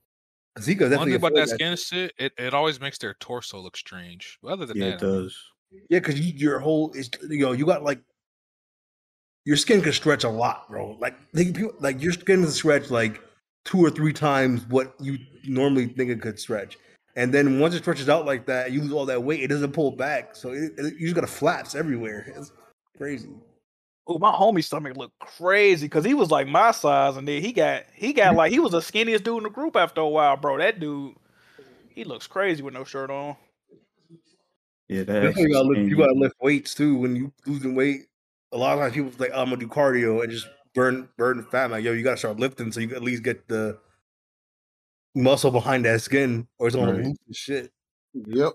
Because he could One definitely thing about afford that skin shit, it, it always makes their torso look strange. But Other than Yeah, that, it does. Yeah, because you, your whole is you know you got like your skin can stretch a lot, bro. Like they, people, like your skin can stretch like two or three times what you normally think it could stretch. And then once it stretches out like that, you lose all that weight. It doesn't pull back, so it, it- you just got flaps everywhere. It's crazy. Oh, my homie's stomach looked crazy because he was like my size, and then he got he got Mm-hmm. like he was the skinniest dude in the group after a while, bro. That dude, he looks crazy with no shirt on. Yeah, that That's why you excess gotta, lift, skin, you you- gotta lift weights too. When you losing weight, a lot of times people think, oh, "I'm gonna do cardio and just burn burn fat." Like, yo, you gotta start lifting so you can at least get the muscle behind that skin, or it's gonna Right. lose the shit. Yep.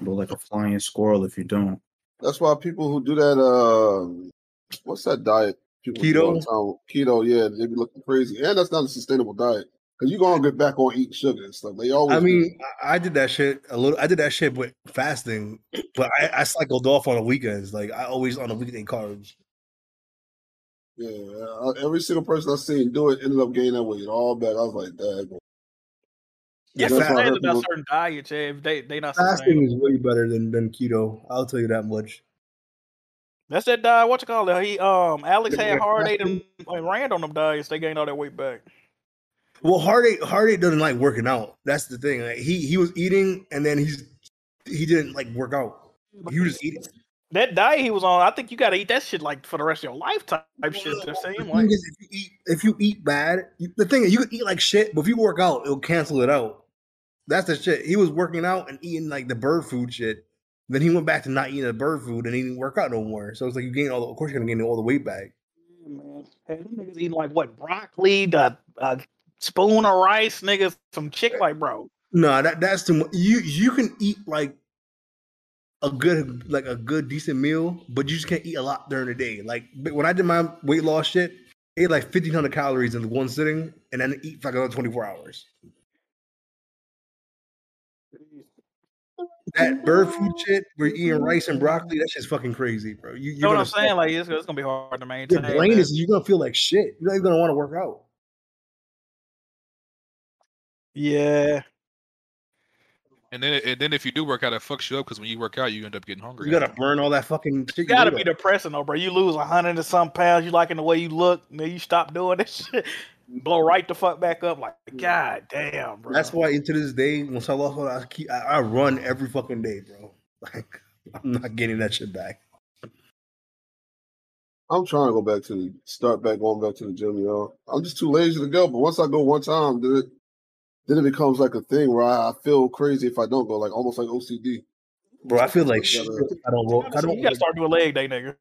look like a flying squirrel if you don't. That's why people who do that, um, what's that diet? People do all the time? Keto, yeah, they be looking crazy, and that's not a sustainable diet because you're gonna get back on eating sugar and stuff. They always, I do. mean, I I did that shit a little. I did that shit with fasting, but I, I cycled off on the weekends. Like I always on the weekday carbs. yeah, uh, every single person I've seen do it ended up gaining that weight all back. I was like, that. That's Yeah, what fat- I'm saying people- about certain diets. Yeah, if they they not Fasting sustainable. is way better than, than keto. I'll tell you that much. That's that diet. What you call it? He um Alex Yeah, had hard eight and, and Rand on them diets. They gained all that weight back. Well, Heartache Heartache doesn't like working out. That's the thing. Like, he he was eating and then he's he didn't like work out. He was just eating. That diet he was on, I think you got to eat that shit like for the rest of your life type shit. Just saying, thing like, is, if you eat, if you eat bad, you, the thing is, you can eat like shit, but if you work out, it'll cancel it out. That's the shit. He was working out and eating like the bird food shit. Then he went back to not eating the bird food and he didn't work out no more. So it's like you gain all. The, of course, you're gonna gain all the weight back. hey, them niggas eating like what broccoli, the a spoon of rice, niggas, some chick like bro. No, that that's too much. You you can eat like a good like a good decent meal, but you just can't eat a lot during the day. Like but when I did my weight loss shit, I ate like fifteen hundred calories in one sitting, and then eat for like another twenty four hours. That bird food shit, where you're eating rice and broccoli, that shit's fucking crazy, bro. You You you're know what gonna I'm feel- saying? Like, it's, it's gonna be hard to maintain. your brain man. is you're gonna feel like shit. You're not even gonna want to work out. Yeah. And then, and then if you do work out, it fucks you up because when you work out, you end up getting hungry. You gotta burn all that fucking shit. You gotta be depressing though, bro. You lose a hundred and some pounds. You liking the way you look, and then you stop doing that shit. Blow right the fuck back up. Like, god damn, bro. That's why into this day, when I lost all that, I keep I, I run every fucking day, bro. Like I'm not getting that shit back. I'm trying to go back to the start back going back to the gym, y'all. I'm just too lazy to go. But once I go one time, then it then it becomes like a thing where I, I feel crazy if I don't go, like almost like OCD. Bro, I feel like Gotta- shit. I don't walk. I don't you gotta start doing leg day, nigga.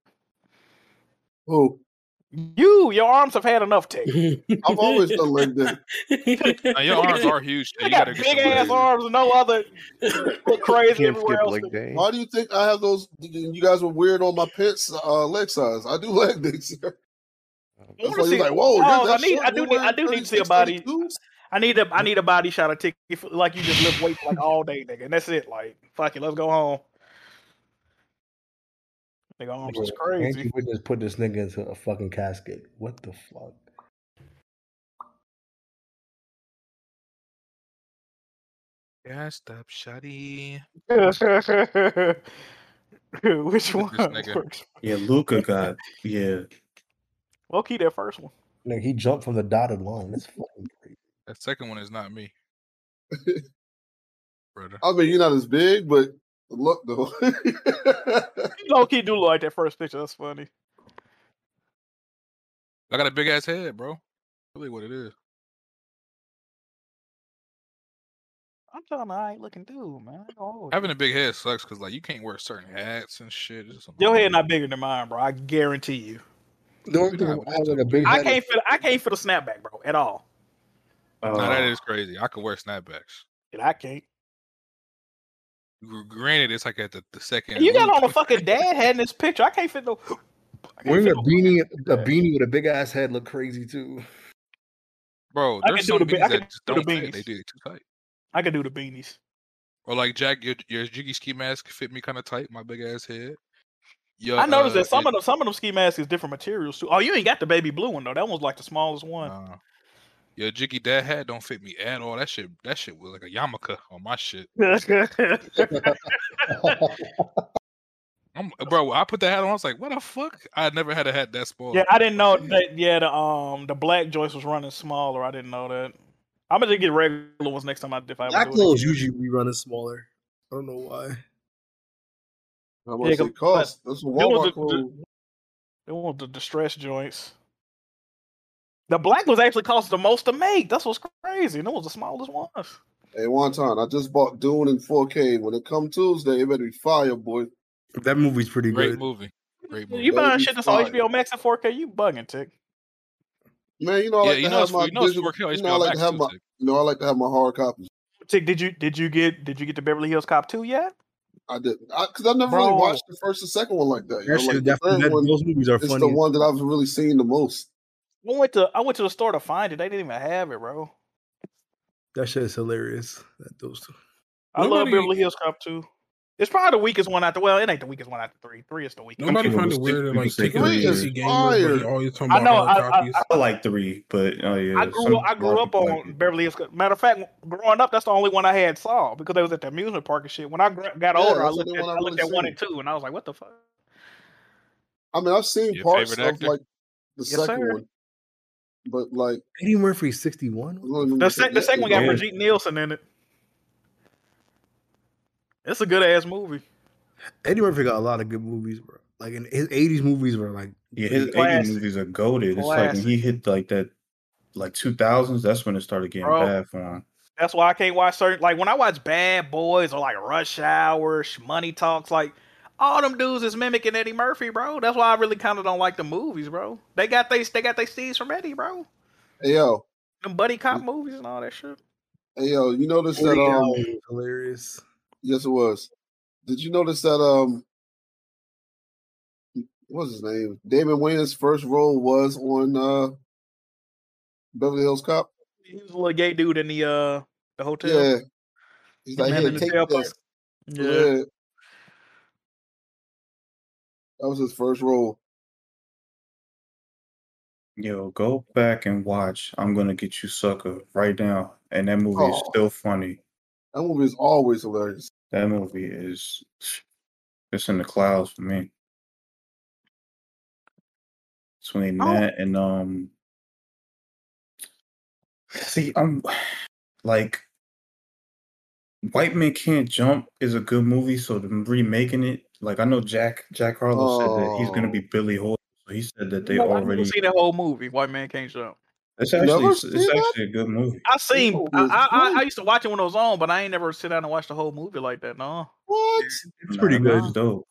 Who? You, your arms have had enough take. I've always done leg day. Now, your arms are huge. so You You got gotta big get some ass legs. arms and no other look crazy everywhere else. Why do you think I have those? You guys were weird on my pants uh, leg size. I do leg days. That's I why wanna you're see- like, whoa, you're Dawg, that I need, short, I you're do need, I wearing do need to see a 36, body. 32? I need a, I need a body shot of tick, if- like you just lift weight like all day, nigga, and that's it. Like, fuck it, let's go home. Nigga, arms is crazy. Andrew Wiggins put this nigga into a fucking casket. What the fuck? Yeah, stop, shotty. Which one? works? Yeah, Luca got yeah. Low key, that first one. Nigga, he jumped from the dotted line. That's fucking That second one is not me. Brother. I mean, you're not as big, but look though. Low key, do look like that first picture. That's funny. I got a big ass head, bro. Really, what it is? I'm telling I ain't looking dude, man. I ain't gonna hold you. Having a big head sucks because like you can't wear certain hats and shit. It's just annoying. Your head not bigger than mine, bro. I guarantee you. The only thing I have like a big I head. can't fit. I can't fit a snapback, bro, at all. Nah, that Oh. is crazy. I could wear snapbacks. And I can't. Gr- Granted, it's like at the, the second. You got loop. on a fucking dad hat in this picture. I can't fit no. Wearing a beanie, a beanie with a big ass head look crazy too. bro. I There's some can do the be- I beanies can that just do the don't fit. They beanies. do it too tight. I could do the beanies. Or like Jack, your, your jiggy ski mask fit me kind of tight. My big ass head. Your, I noticed uh, that some your- of them, some of them ski masks is different materials too. Oh, you ain't got the baby blue one though. That one's like the smallest one. Your jiggy dad hat don't fit me at all. That shit, that shit was like a yarmulke on my shit. I'm, bro, I put the hat on. I was like, what the fuck? I never had a hat that small. yeah, I didn't know that. Yeah, the um the black joints was running smaller. I didn't know that. I'm gonna just get regular ones next time. I if I ever Black do it. clothes usually we run is smaller. I don't know why. How much Yeah, it cost? That's They want the- the- They want the distress joints. The black ones actually cost the most to make. That's what's crazy. And it was the smallest ones. Hey, one time I just bought Dune in 4K. When it come Tuesday, it better be fire, boy. That movie's pretty Great movie. Great movie. You buying shit that's on HBO Max and 4K? You bugging, tick. Man, you know I Yeah, like you to know have it's- my you know it's digital- 4K you know I like Max to have too, my Zach. you know I like to have my hard copies. Tick, did you did you get did you get the Beverly Hills Cop two yet? I didn't because I, never really Bro. watched the first and second one like that. You That know, shit like is the third definitely- that- one those movies are is the funny as one that I've really seen the most. I went to I went to the store to find it. They didn't even have it, bro. That shit is hilarious. That those. I love Nobody- Beverly Hills Cop two. It's probably the weakest one out the. Well, it ain't the weakest one out the three. Three is the weakest. Nobody I'm find sure it weird to people like say take a three legacy is game over fire. and always talking I about know, all I- I- copies. I like three, but oh yeah. I grew I grew up on Beverly Hills. Cop. Matter of fact, growing up, that's the only one I had saw because they was at the amusement park and shit. When I gra- got Yeah, older, I that's the looked only at, one I I looked really at one seen. and two, and I was like, "What the fuck?" I mean, I've seen Your parts of favorite actor? like the Yes, second sir. one, but like Eddie Murphy, sixty-one. The, sec- the second one got Yeah. Brigitte Nielsen in it. It's a good ass movie. Eddie Murphy got a lot of good movies, bro. Like in his '80s movies were like Yeah, his classic. eighty movies are goaded. It's like when he hit like that, like two thousands. That's when it started getting Bro. bad for him. That's why I can't watch certain like when I watch Bad Boys or like Rush Hour, Sh- Money Talks, like all them dudes is mimicking Eddie Murphy, bro. That's why I really kind of don't like the movies, bro. They got they they got they steeds from Eddie, bro. hey, yo, Them buddy Mm. cop movies and all that shit. hey, yo, you notice that Woody um, Allen, hilarious. Yes, it was. Did you notice that um, what's his name? David Wayne's first role was on uh, Beverly Hills Cop. He was a little gay dude in the uh the hotel. Yeah, he's The like, man "Here, in the take tailpipe. this." Yeah. that was his first role. Yo, go back and watch. I'm gonna get you sucker right now, and that movie is Oh. still funny. That movie is always hilarious. That movie is it's in the clouds for me. Between Oh. that and um, see, I'm like, White Men Can't Jump is a good movie, so the remaking it, like I know Jack Jack Harlow said that he's gonna be Billy Horton, so he said that they No, I've already. never seen that whole movie. White Man Can't Jump. It's You actually never it's, it's seen that? actually a good movie. I seen. I, I, I I used to watch it when it was on, but I ain't never sit down and watch the whole movie like that. No. What? It's pretty good. It's dope.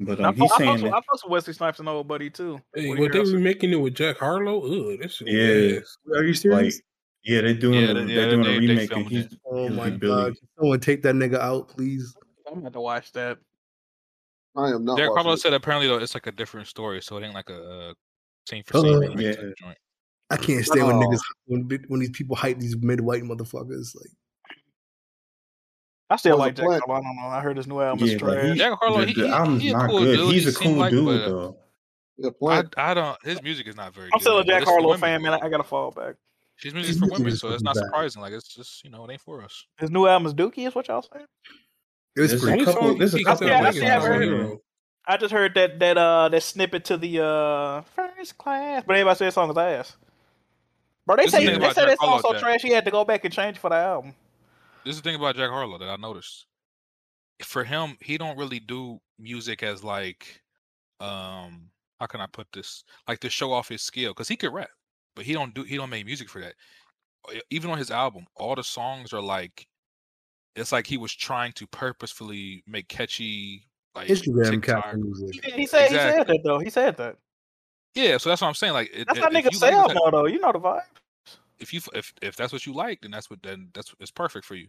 But I, um, fu- he's I, fucks saying that with, I fucks with Wesley Snipes and old buddy too. Hey, When he what they does- remaking it with Jack Harlow? Ugh, that's Yeah. Are you serious? yeah, they're doing Yeah, a- they- they're yeah, doing they- a they remake. and filming he's, it. Oh he's my the Billy. god! Can someone take that nigga out, please. I'm gonna have to watch that. I am not. Jack watching Harlow it. said apparently though it's like a different story, so it ain't like a uh, scene for Uh, scene remake yeah. type joint. I can't stand when Oh. niggas when, bi- when these people hype these mid-white motherfuckers. Like I still Boy's a like Jack plant. Harlow. I don't know. I heard his new album is Yeah, like trash. he's, Jack Harlow, the, he- the he- album's he a not cool good. dude, He's he a seem cool like, dude but- though. I, I don't. His music is not very. I'm good, still a but Jack it's for Harlow women, fan, man. though. I gotta fall back. His music is for women, so it's not surprising. Like it's just you know it ain't for us. His new album is Dookie. Is what y'all saying? It's There's pretty a couple. cool. There's a He couple. got of that good nigga songs on on there. there. I just heard that that uh that snippet to the uh first class, but everybody said that song is ass. Bro, they This is say the they thing say about Jack that Harlow. song so Jack. trash he had to go back and change for the album. This is the thing about Jack Harlow that I noticed. For him, he don't really do music as like, um, how can I put this? Like to show off his skill, because he could rap, but he don't do he don't make music for that. E- Even on his album, all the songs are like, it's like he was trying to purposefully make catchy like Instagram TikTok. caption music. He said he said Exactly. that though. He said that. Yeah, so that's what I'm saying. Like, it, That's it- how if niggas you like what sell type- more though. You know the vibe. if you f- if if that's what you like, then that's what then that's it's perfect for you.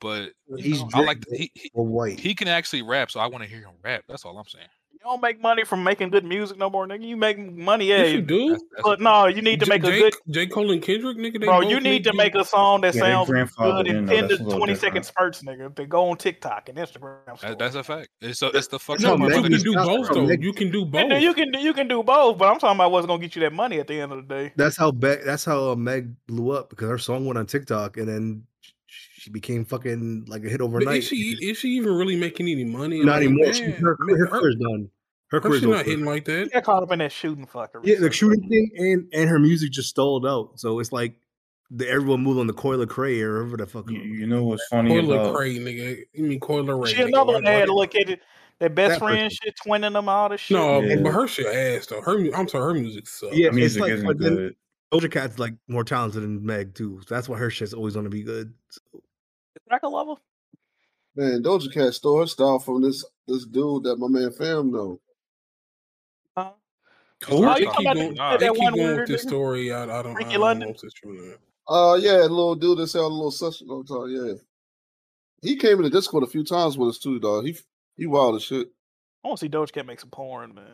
But you He's know, I like Drake, he, he but white. he can actually rap, so I want to hear him rap. That's all I'm saying. You don't make money from making good music no more, nigga. You make money, yeah. Yes, you do. But no, you need to J- make a J- good J. Cole and Kendrick, nigga. They bro. both You need make to make a song that Yeah, they sounds good grandfathered in in, though. ten to That's a little twenty second spurts, nigga. They go on TikTok and Instagram. Oh, That, that's a fact. It's so it's the fucked No, up part but you about can this. do both though. You can do And then both. you can do- you can do both, but I'm talking about what's gonna get you that money at the end of the day. That's how Be- that's how uh, Meg blew up because her song went on TikTok and then sh- she became fucking like a hit But overnight. is she is she even really making any money? not Like, anymore. She- man, her, man, her her- career's done. Her her career's shit not over. hitting like that. She got caught up in that shooting fuckery. Yeah, the shooting thing and and her music just stalled out. So it's like the everyone moved on the Coil Cray or whatever the fuck. You, know what's Coiler Cray, nigga. You mean Coiler Ray? She another one that had a little kid, their best That friend, shit, twinning them all this shit. No, but her shit ass though. Her, mu- I'm sorry, her music sucks. Yeah, it's like but then Doja Cat's like more talented than Meg too. So that's why her shit's always gonna be good. Record level. Man, Doja Cat stole her style from this this dude that my man Fam know. Who? Oh, They you keep talking about going, that- they that keep one going word, with this nigga? story. I, I don't. Ricky I don't London? know if it's true or not. Uh yeah, little dude that sounded a little sus. I'm talking- Yeah, he came in the Discord a few times with us too, dog. He he wild as shit. I want to see Doja Cat make some porn, man.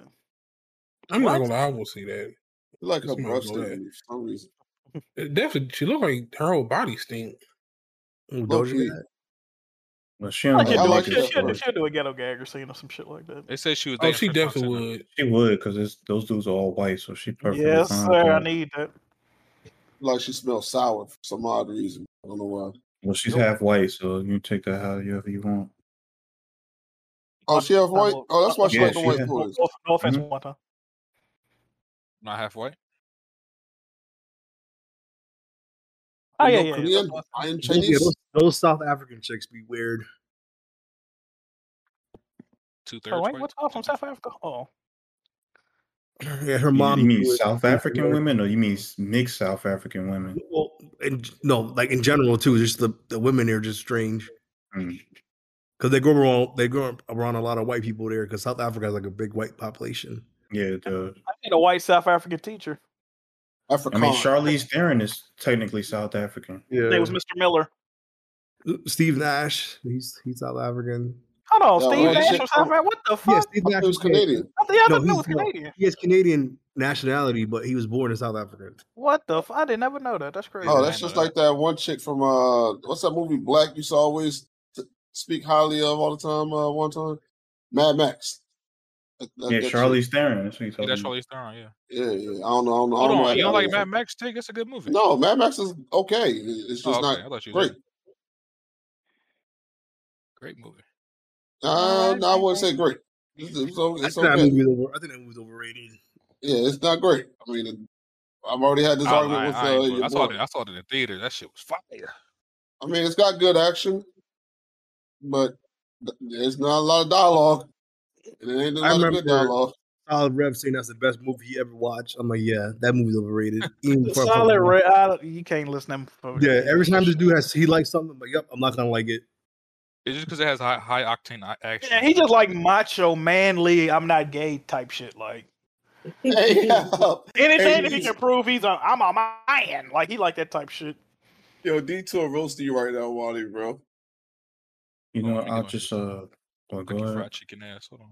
I'm not What? gonna lie. I will see that. He like her This might breath go ahead. for some reason. It Definitely, she look like her whole body stink. Low-key. Well, she don't she'll, know do how it. to She'll- make she'll- it she'll do a ghetto gag or scene or some shit like that. They said she was. Oh, she definitely would. She would, because those dudes are all white, so she perfectly Yes, fine. sir. with I that. need that. Like she smells sour for some odd reason. I don't know why. Well, she's half white, so you take that however you want. Oh, she have white. Oh, that's why she Yeah, like the she white have- boys. No, no offense, Mm-hmm. Mhm. Wanta. Not halfway. Oh, With yeah, no yeah, yeah. Korean, That's I am Yeah, Chinese. those, those South African chicks be weird. Two Oh, wait, what's up from South Africa? Oh, Yeah, her You- mom. You mean was- South African women, or you mean s- mixed South African women? Well, in, no, like in general too. Just the, the women there are just strange. Because they grow around, they grow around a lot of white people there. Because South Africa has like a big white population. Yeah, the I need a white South African teacher. I mean Charlize Theron is technically South African. His name was Mr. Miller. Steve Nash, he's he's South African. Hold on, Yeah, Steve well, Nash shit, from South Africa. What the fuck? Yes, Steve Nash was Canadian. I thought- I thought he was Canadian. He has Canadian nationality, but he was born in South Africa. What the? F- I didn't ever know that. That's crazy. Oh, that's just like that one chick from uh, what's that movie Black used to always t- speak highly of all the time. Uh, one time, Mad Max. That- that- Yeah, that chick. Charlize Theron. That's what you Yeah, talking that's about. Charlize Theron. Yeah. Yeah, yeah. I don't know. I don't know. Hold I don't on. know You don't how- like Mad Max? Tick. It's a good movie. oh No, Mad Max is okay. It- It's Oh, just okay. I not thought you was great. Great movie. Uh, no, I wouldn't say great. It's, it's, o- it's I think that okay. movie's over- I think that movie's overrated. Yeah, it's not great. I mean, I've already had this I, argument I, with I, uh, ain't- your I saw boy. it. I saw it in the theater. That shit was fire. I mean, it's got good action, but th- there's not a lot of dialogue. And it ain't a I lot of remember good dialogue. Solid Rev saying that's the best movie he ever watched. I'm like, yeah, that movie's overrated. Even before I fucking Solid watched red. I don't- You can't listen to him. For it. Yeah, every time this dude has he likes something, I'm like, yep, I'm not gonna like it. It's just because it has high, high octane a- action. Yeah, he just like macho, manly. I'm not gay type shit. Like Hey, anything Hey, that he he's- can prove he's a I'm a man. Like he like that type shit. Yo, Detour roasting you right now, Wally, bro. You know, I'll just uh well, go ahead. Fried chicken ass. Hold on.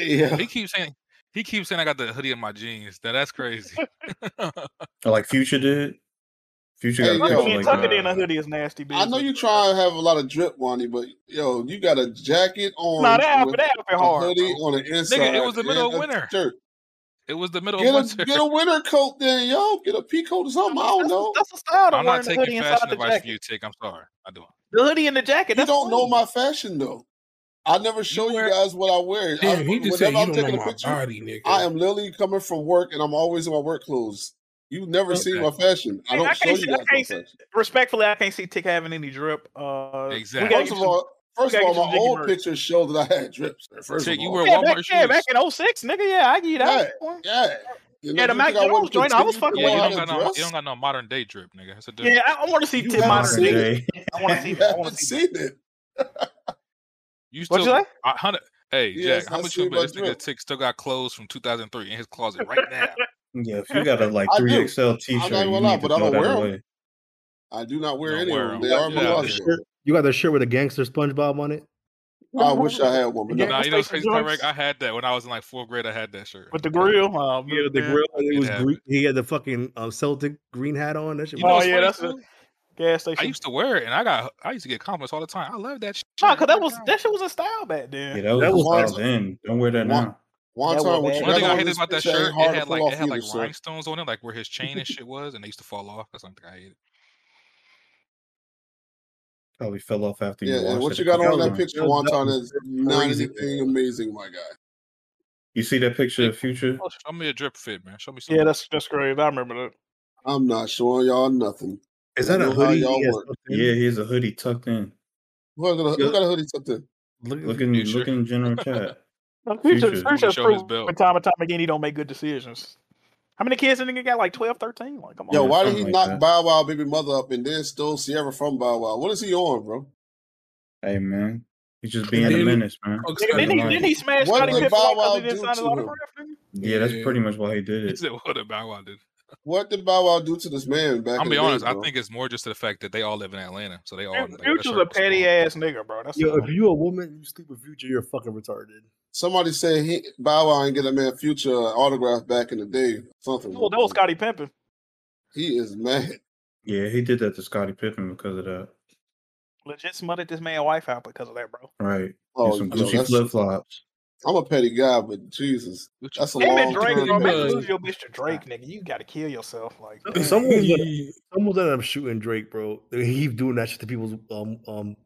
Yeah. He keeps saying. He keeps saying I got the hoodie in my jeans. Now that's crazy. Or Like Future did. Future Hey, got a yo. picture like uh, Tuck that. it In a hoodie is nasty. Bitch. I know you try and have a lot of drip, Wani, but yo, you got a jacket on. Nah, that outfit- with that outfit a hard, hoodie bro. on the Nigga, inside. it was the middle of and a winter. Shirt. It was the middle Get of a winter. get a winter coat then, yo. Get a pea coat or something. I don't know. That's the style I'm not taking fashion advice from you, Tick. I'm sorry. I don't. The hoodie and the jacket. You don't know my fashion though. I never show you, guys what I wear. I- Damn, he just said whenever you I'm don't taking know a my picture, body, nigga. I am literally coming from work and I'm always in my work clothes. You've never seen my fashion. I I don't can't show see- you I guys my can't see- fashion. Respectfully, I can't see Tick having any drip. Uh, Exactly. First of all, first of all, my old picture. pictures show that I had drips. First Shit, of you all. wear yeah, back, yeah, back in 06, nigga. Yeah, I give you that. one. Yeah, yeah, the Mac Jones joint. I was fucking Yeah, you don't with him. got no. You don't got no modern day drip, nigga. That's a different. Yeah, I, I want to see Tim haven't modern seen day. it. I want to see You that. I want to haven't see seen it. You What'd still, you say? I, hundred, hey Yes, Jack, how I much see you bet my this nigga drip. Tick still got clothes from 2003 in his closet right now? Yeah, if you got a like I do. three XL I'm t not shirt, gonna you lie, need to but I throw don't that wear 'em. away. I do not wear any of them. them. They are in my Get out of closet. here. though. You got that shirt with a gangster SpongeBob on it. I wish I had one, but no. Nah, you know what's crazy, Tyrek? I had that when I was in like fourth grade. I had that shirt. With the grill, uh, Yeah, with the grill. and It It was happened. green, he had the fucking um, Celtic green hat on. That shit. Oh, You know was- what's funny, too? gas station. I used to wear it, and I got I used to get compliments all the time. I love that shit. that. Nah, cause that was that shit was in style back then. Yeah, that was, the style then. Don't wear that now. One That time was what you bad. One thing got I on hated this about that bitch ain't shirt, hard it to had like pull it off had like either, son. rhinestones on it, like where his chain and shit was, and they used to fall off. That's something I hated. Probably fell off after Yeah, you and washed what it. you a got couple on that times. picture, Wonton, is not anything amazing, my guy. You see that picture of Future? Oh, Show me a drip fit, man. Show me something. Yeah, that's that's crazy. I remember that. I'm not showing y'all nothing. Is I that a know how hoodie Y'all he has work. tucked Yeah, he has a hoodie tucked in. Who got a, who got a hoodie tucked in? Look in, look in general chat. Now, Future, Future. Future's Show his proven belt. time and time again he don't make good decisions. How many kids the nigga got? Like 12, 13? Like, come on. Yo, why did he knock Bow Wow baby mother up and then stole Sierra from Bow Wow? What is he on, bro? Hey man, he's just being a then- menace, man. Oh, Nigga, didn't, he, didn't he smash What Scotty did Pippen Bow because Wow he didn't do sign his to him? autograph? Yeah, that's pretty much why he did He it. said, "What about Bow Wow did?" What did Bow Wow do to this man back I'm in be the honest. day, I bro? think it's more just to the fact that they all live in Atlanta, so they all. Like, that Future's shirt a was- petty ass nigga, bro. That's Yo, if you a woman, you sleep with Future, you're fucking retarded. Somebody said he Bow Wow ain't get a man future autograph back in the day. Something. well, that was Scotty Pimpin. He is mad. Yeah, he did that to Scottie Pippen because of that. Legit smutted this man's wife out because of that, bro. Right. and Oh, some you know, Gucci that's- flip flops. I'm a petty guy, but Jesus, that's a They've long been Drake, time. bro. Make man. lose your Mr. Drake, nigga. You gotta kill yourself. Like Someone's gonna, someone's gonna end up shooting Drake, bro. He doing that shit to people's um um.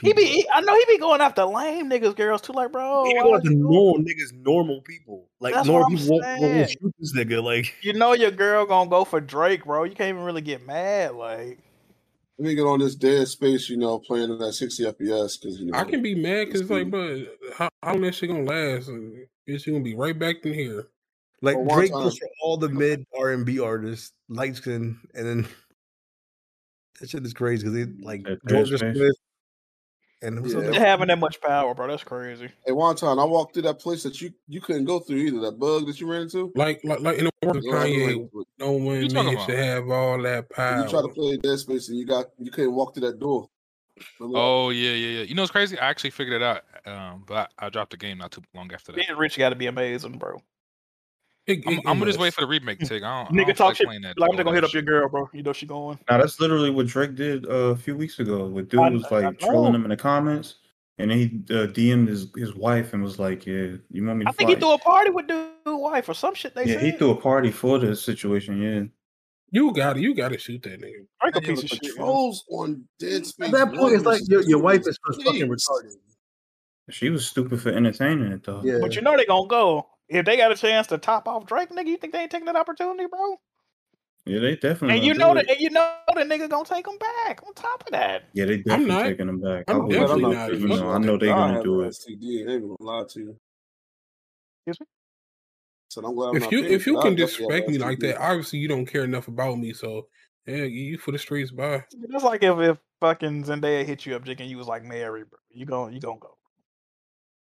he be. he- I know he be going after lame niggas, girls too. Like, bro, He why going would to you- normal niggas, normal people. Like That's what normal I'm people won't, saying. won't shoot this nigga. Like you know your girl gonna go for Drake, bro. You can't even really get mad. Like, Let me get on this dead space, you know, playing at 60 FPS because you know I can be mad because like, bro, how, how long that shit gonna last? It's gonna be right back in here. like But one Drake time- goes for all the mid R and B artists, light skin, and then that shit is crazy because they like Georgia Space. Smith and who's Yeah. the other- they're having that much power, bro. That's crazy. At one time, I walked through that place that you you couldn't go through either. That bug that you ran into. Like, like, like in the world of You know, like, Kanye, no one You needs talking to about? have all that when power. you try to play Dead Space and you got you couldn't walk through that door. Remember that? Oh yeah, yeah, yeah. You know what's crazy? I actually figured it out, um, but I, I dropped the game not too long after that. Being rich got to be amazing, bro. I'm, I'm gonna just wait for the remake. Tig. I don't, I Nigga don't talk like shit. playing that. Like, I'm all just gonna that hit up your girl, bro. You know she going. Now that's literally what Drake did uh, a few weeks ago. With dude I- was I like trolling know. him in the comments, and then he uh, DM'd his, his wife and was like, "Yeah, you want me?" To I think he fight?" threw a party with dude wife or some shit. They Yeah, said. he threw a party for the situation. Yeah. You got it. You got to shoot that nigga. Drake a piece of shit. Controls on Dead Space. At that point, it's like your, your wife is just fucking retarded. She was stupid for entertaining it though. But you know they gonna go if they got a chance to top off Drake, nigga. You think they ain't taking that opportunity, bro? yeah, they definitely. And gonna you Hmm, do know it. that, and you know the nigga gonna take him back. On top of that, Yeah, they I'm definitely not- taking them back. I'm I would, definitely too, not. You know, I know they're I gonna have do it. STD. I ain't gonna lie to you. Excuse me. So I'm glad I'm If not you paying, if you but I can definitely have disrespect me like STD. that, obviously you don't care enough about me. So yeah, you for the streets, bye. That's like if, if fucking Zendaya hit you up, Jake, and you was like, Mary, bro, you gon' you gonna go.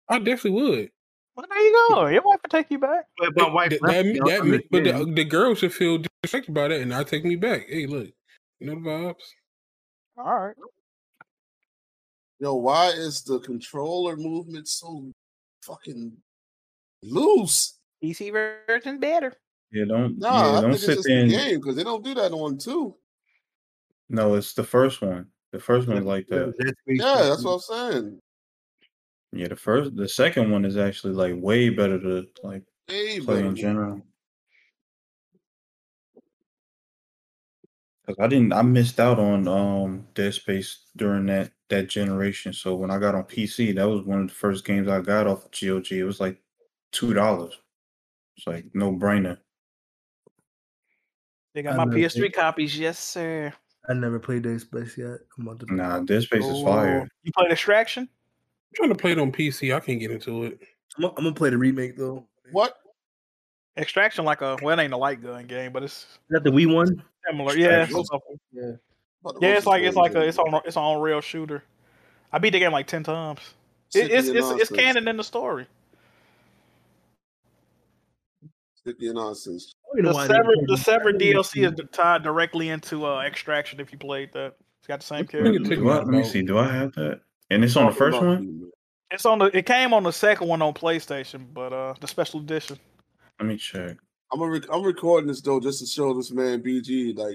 I definitely would. Well, there you go. Your wife will take you back. But my wife, that, that, me- that me- but the, the girl should feel disrespected by that, and I take me back. Hey, look, you know the vibes. All right. Yo, why is the controller movement so fucking loose? PC version E better. Yeah, don't. Nah, yeah, I don't think it's sit just there. the And, game because they don't do that on two. No, it's the first one. The first one is like that. Yeah, that's what I'm saying. Yeah, the first, the second one is actually like way better to like Way play better. in general. Cause I didn't, I missed out on um Dead Space during that that generation. So when I got on PC, that was one of the first games I got off of GOG. It was like two dollars. It's like no brainer. They got I my know, PS3 Jake. copies. Yes, sir. I never played Dead Space yet. I'm about to Nah, Dead Space is fire. You play Distraction? I'm trying to play it on PC. I can't get into it. I'm, gonna play the remake though. What? Extraction like a well, it ain't a light gun game, but it's Is that the Wii one? similar. Yeah, Extraction. yeah. yeah. It's like it's like a it's on it's on real shooter. I beat the game like ten times. It, Sick of it's your it's it's nonsense. canon in the story. Stick to your nonsense. The severed the severed DLC is tied directly into uh, Extraction. If you played that, it's got the same character. Do I- let me see. Do I have that? And it's on the first one. It's on the. It came on the second one on PlayStation, but uh, the special edition. Let me check. I'm a rec- I'm recording this though just to show this man BG like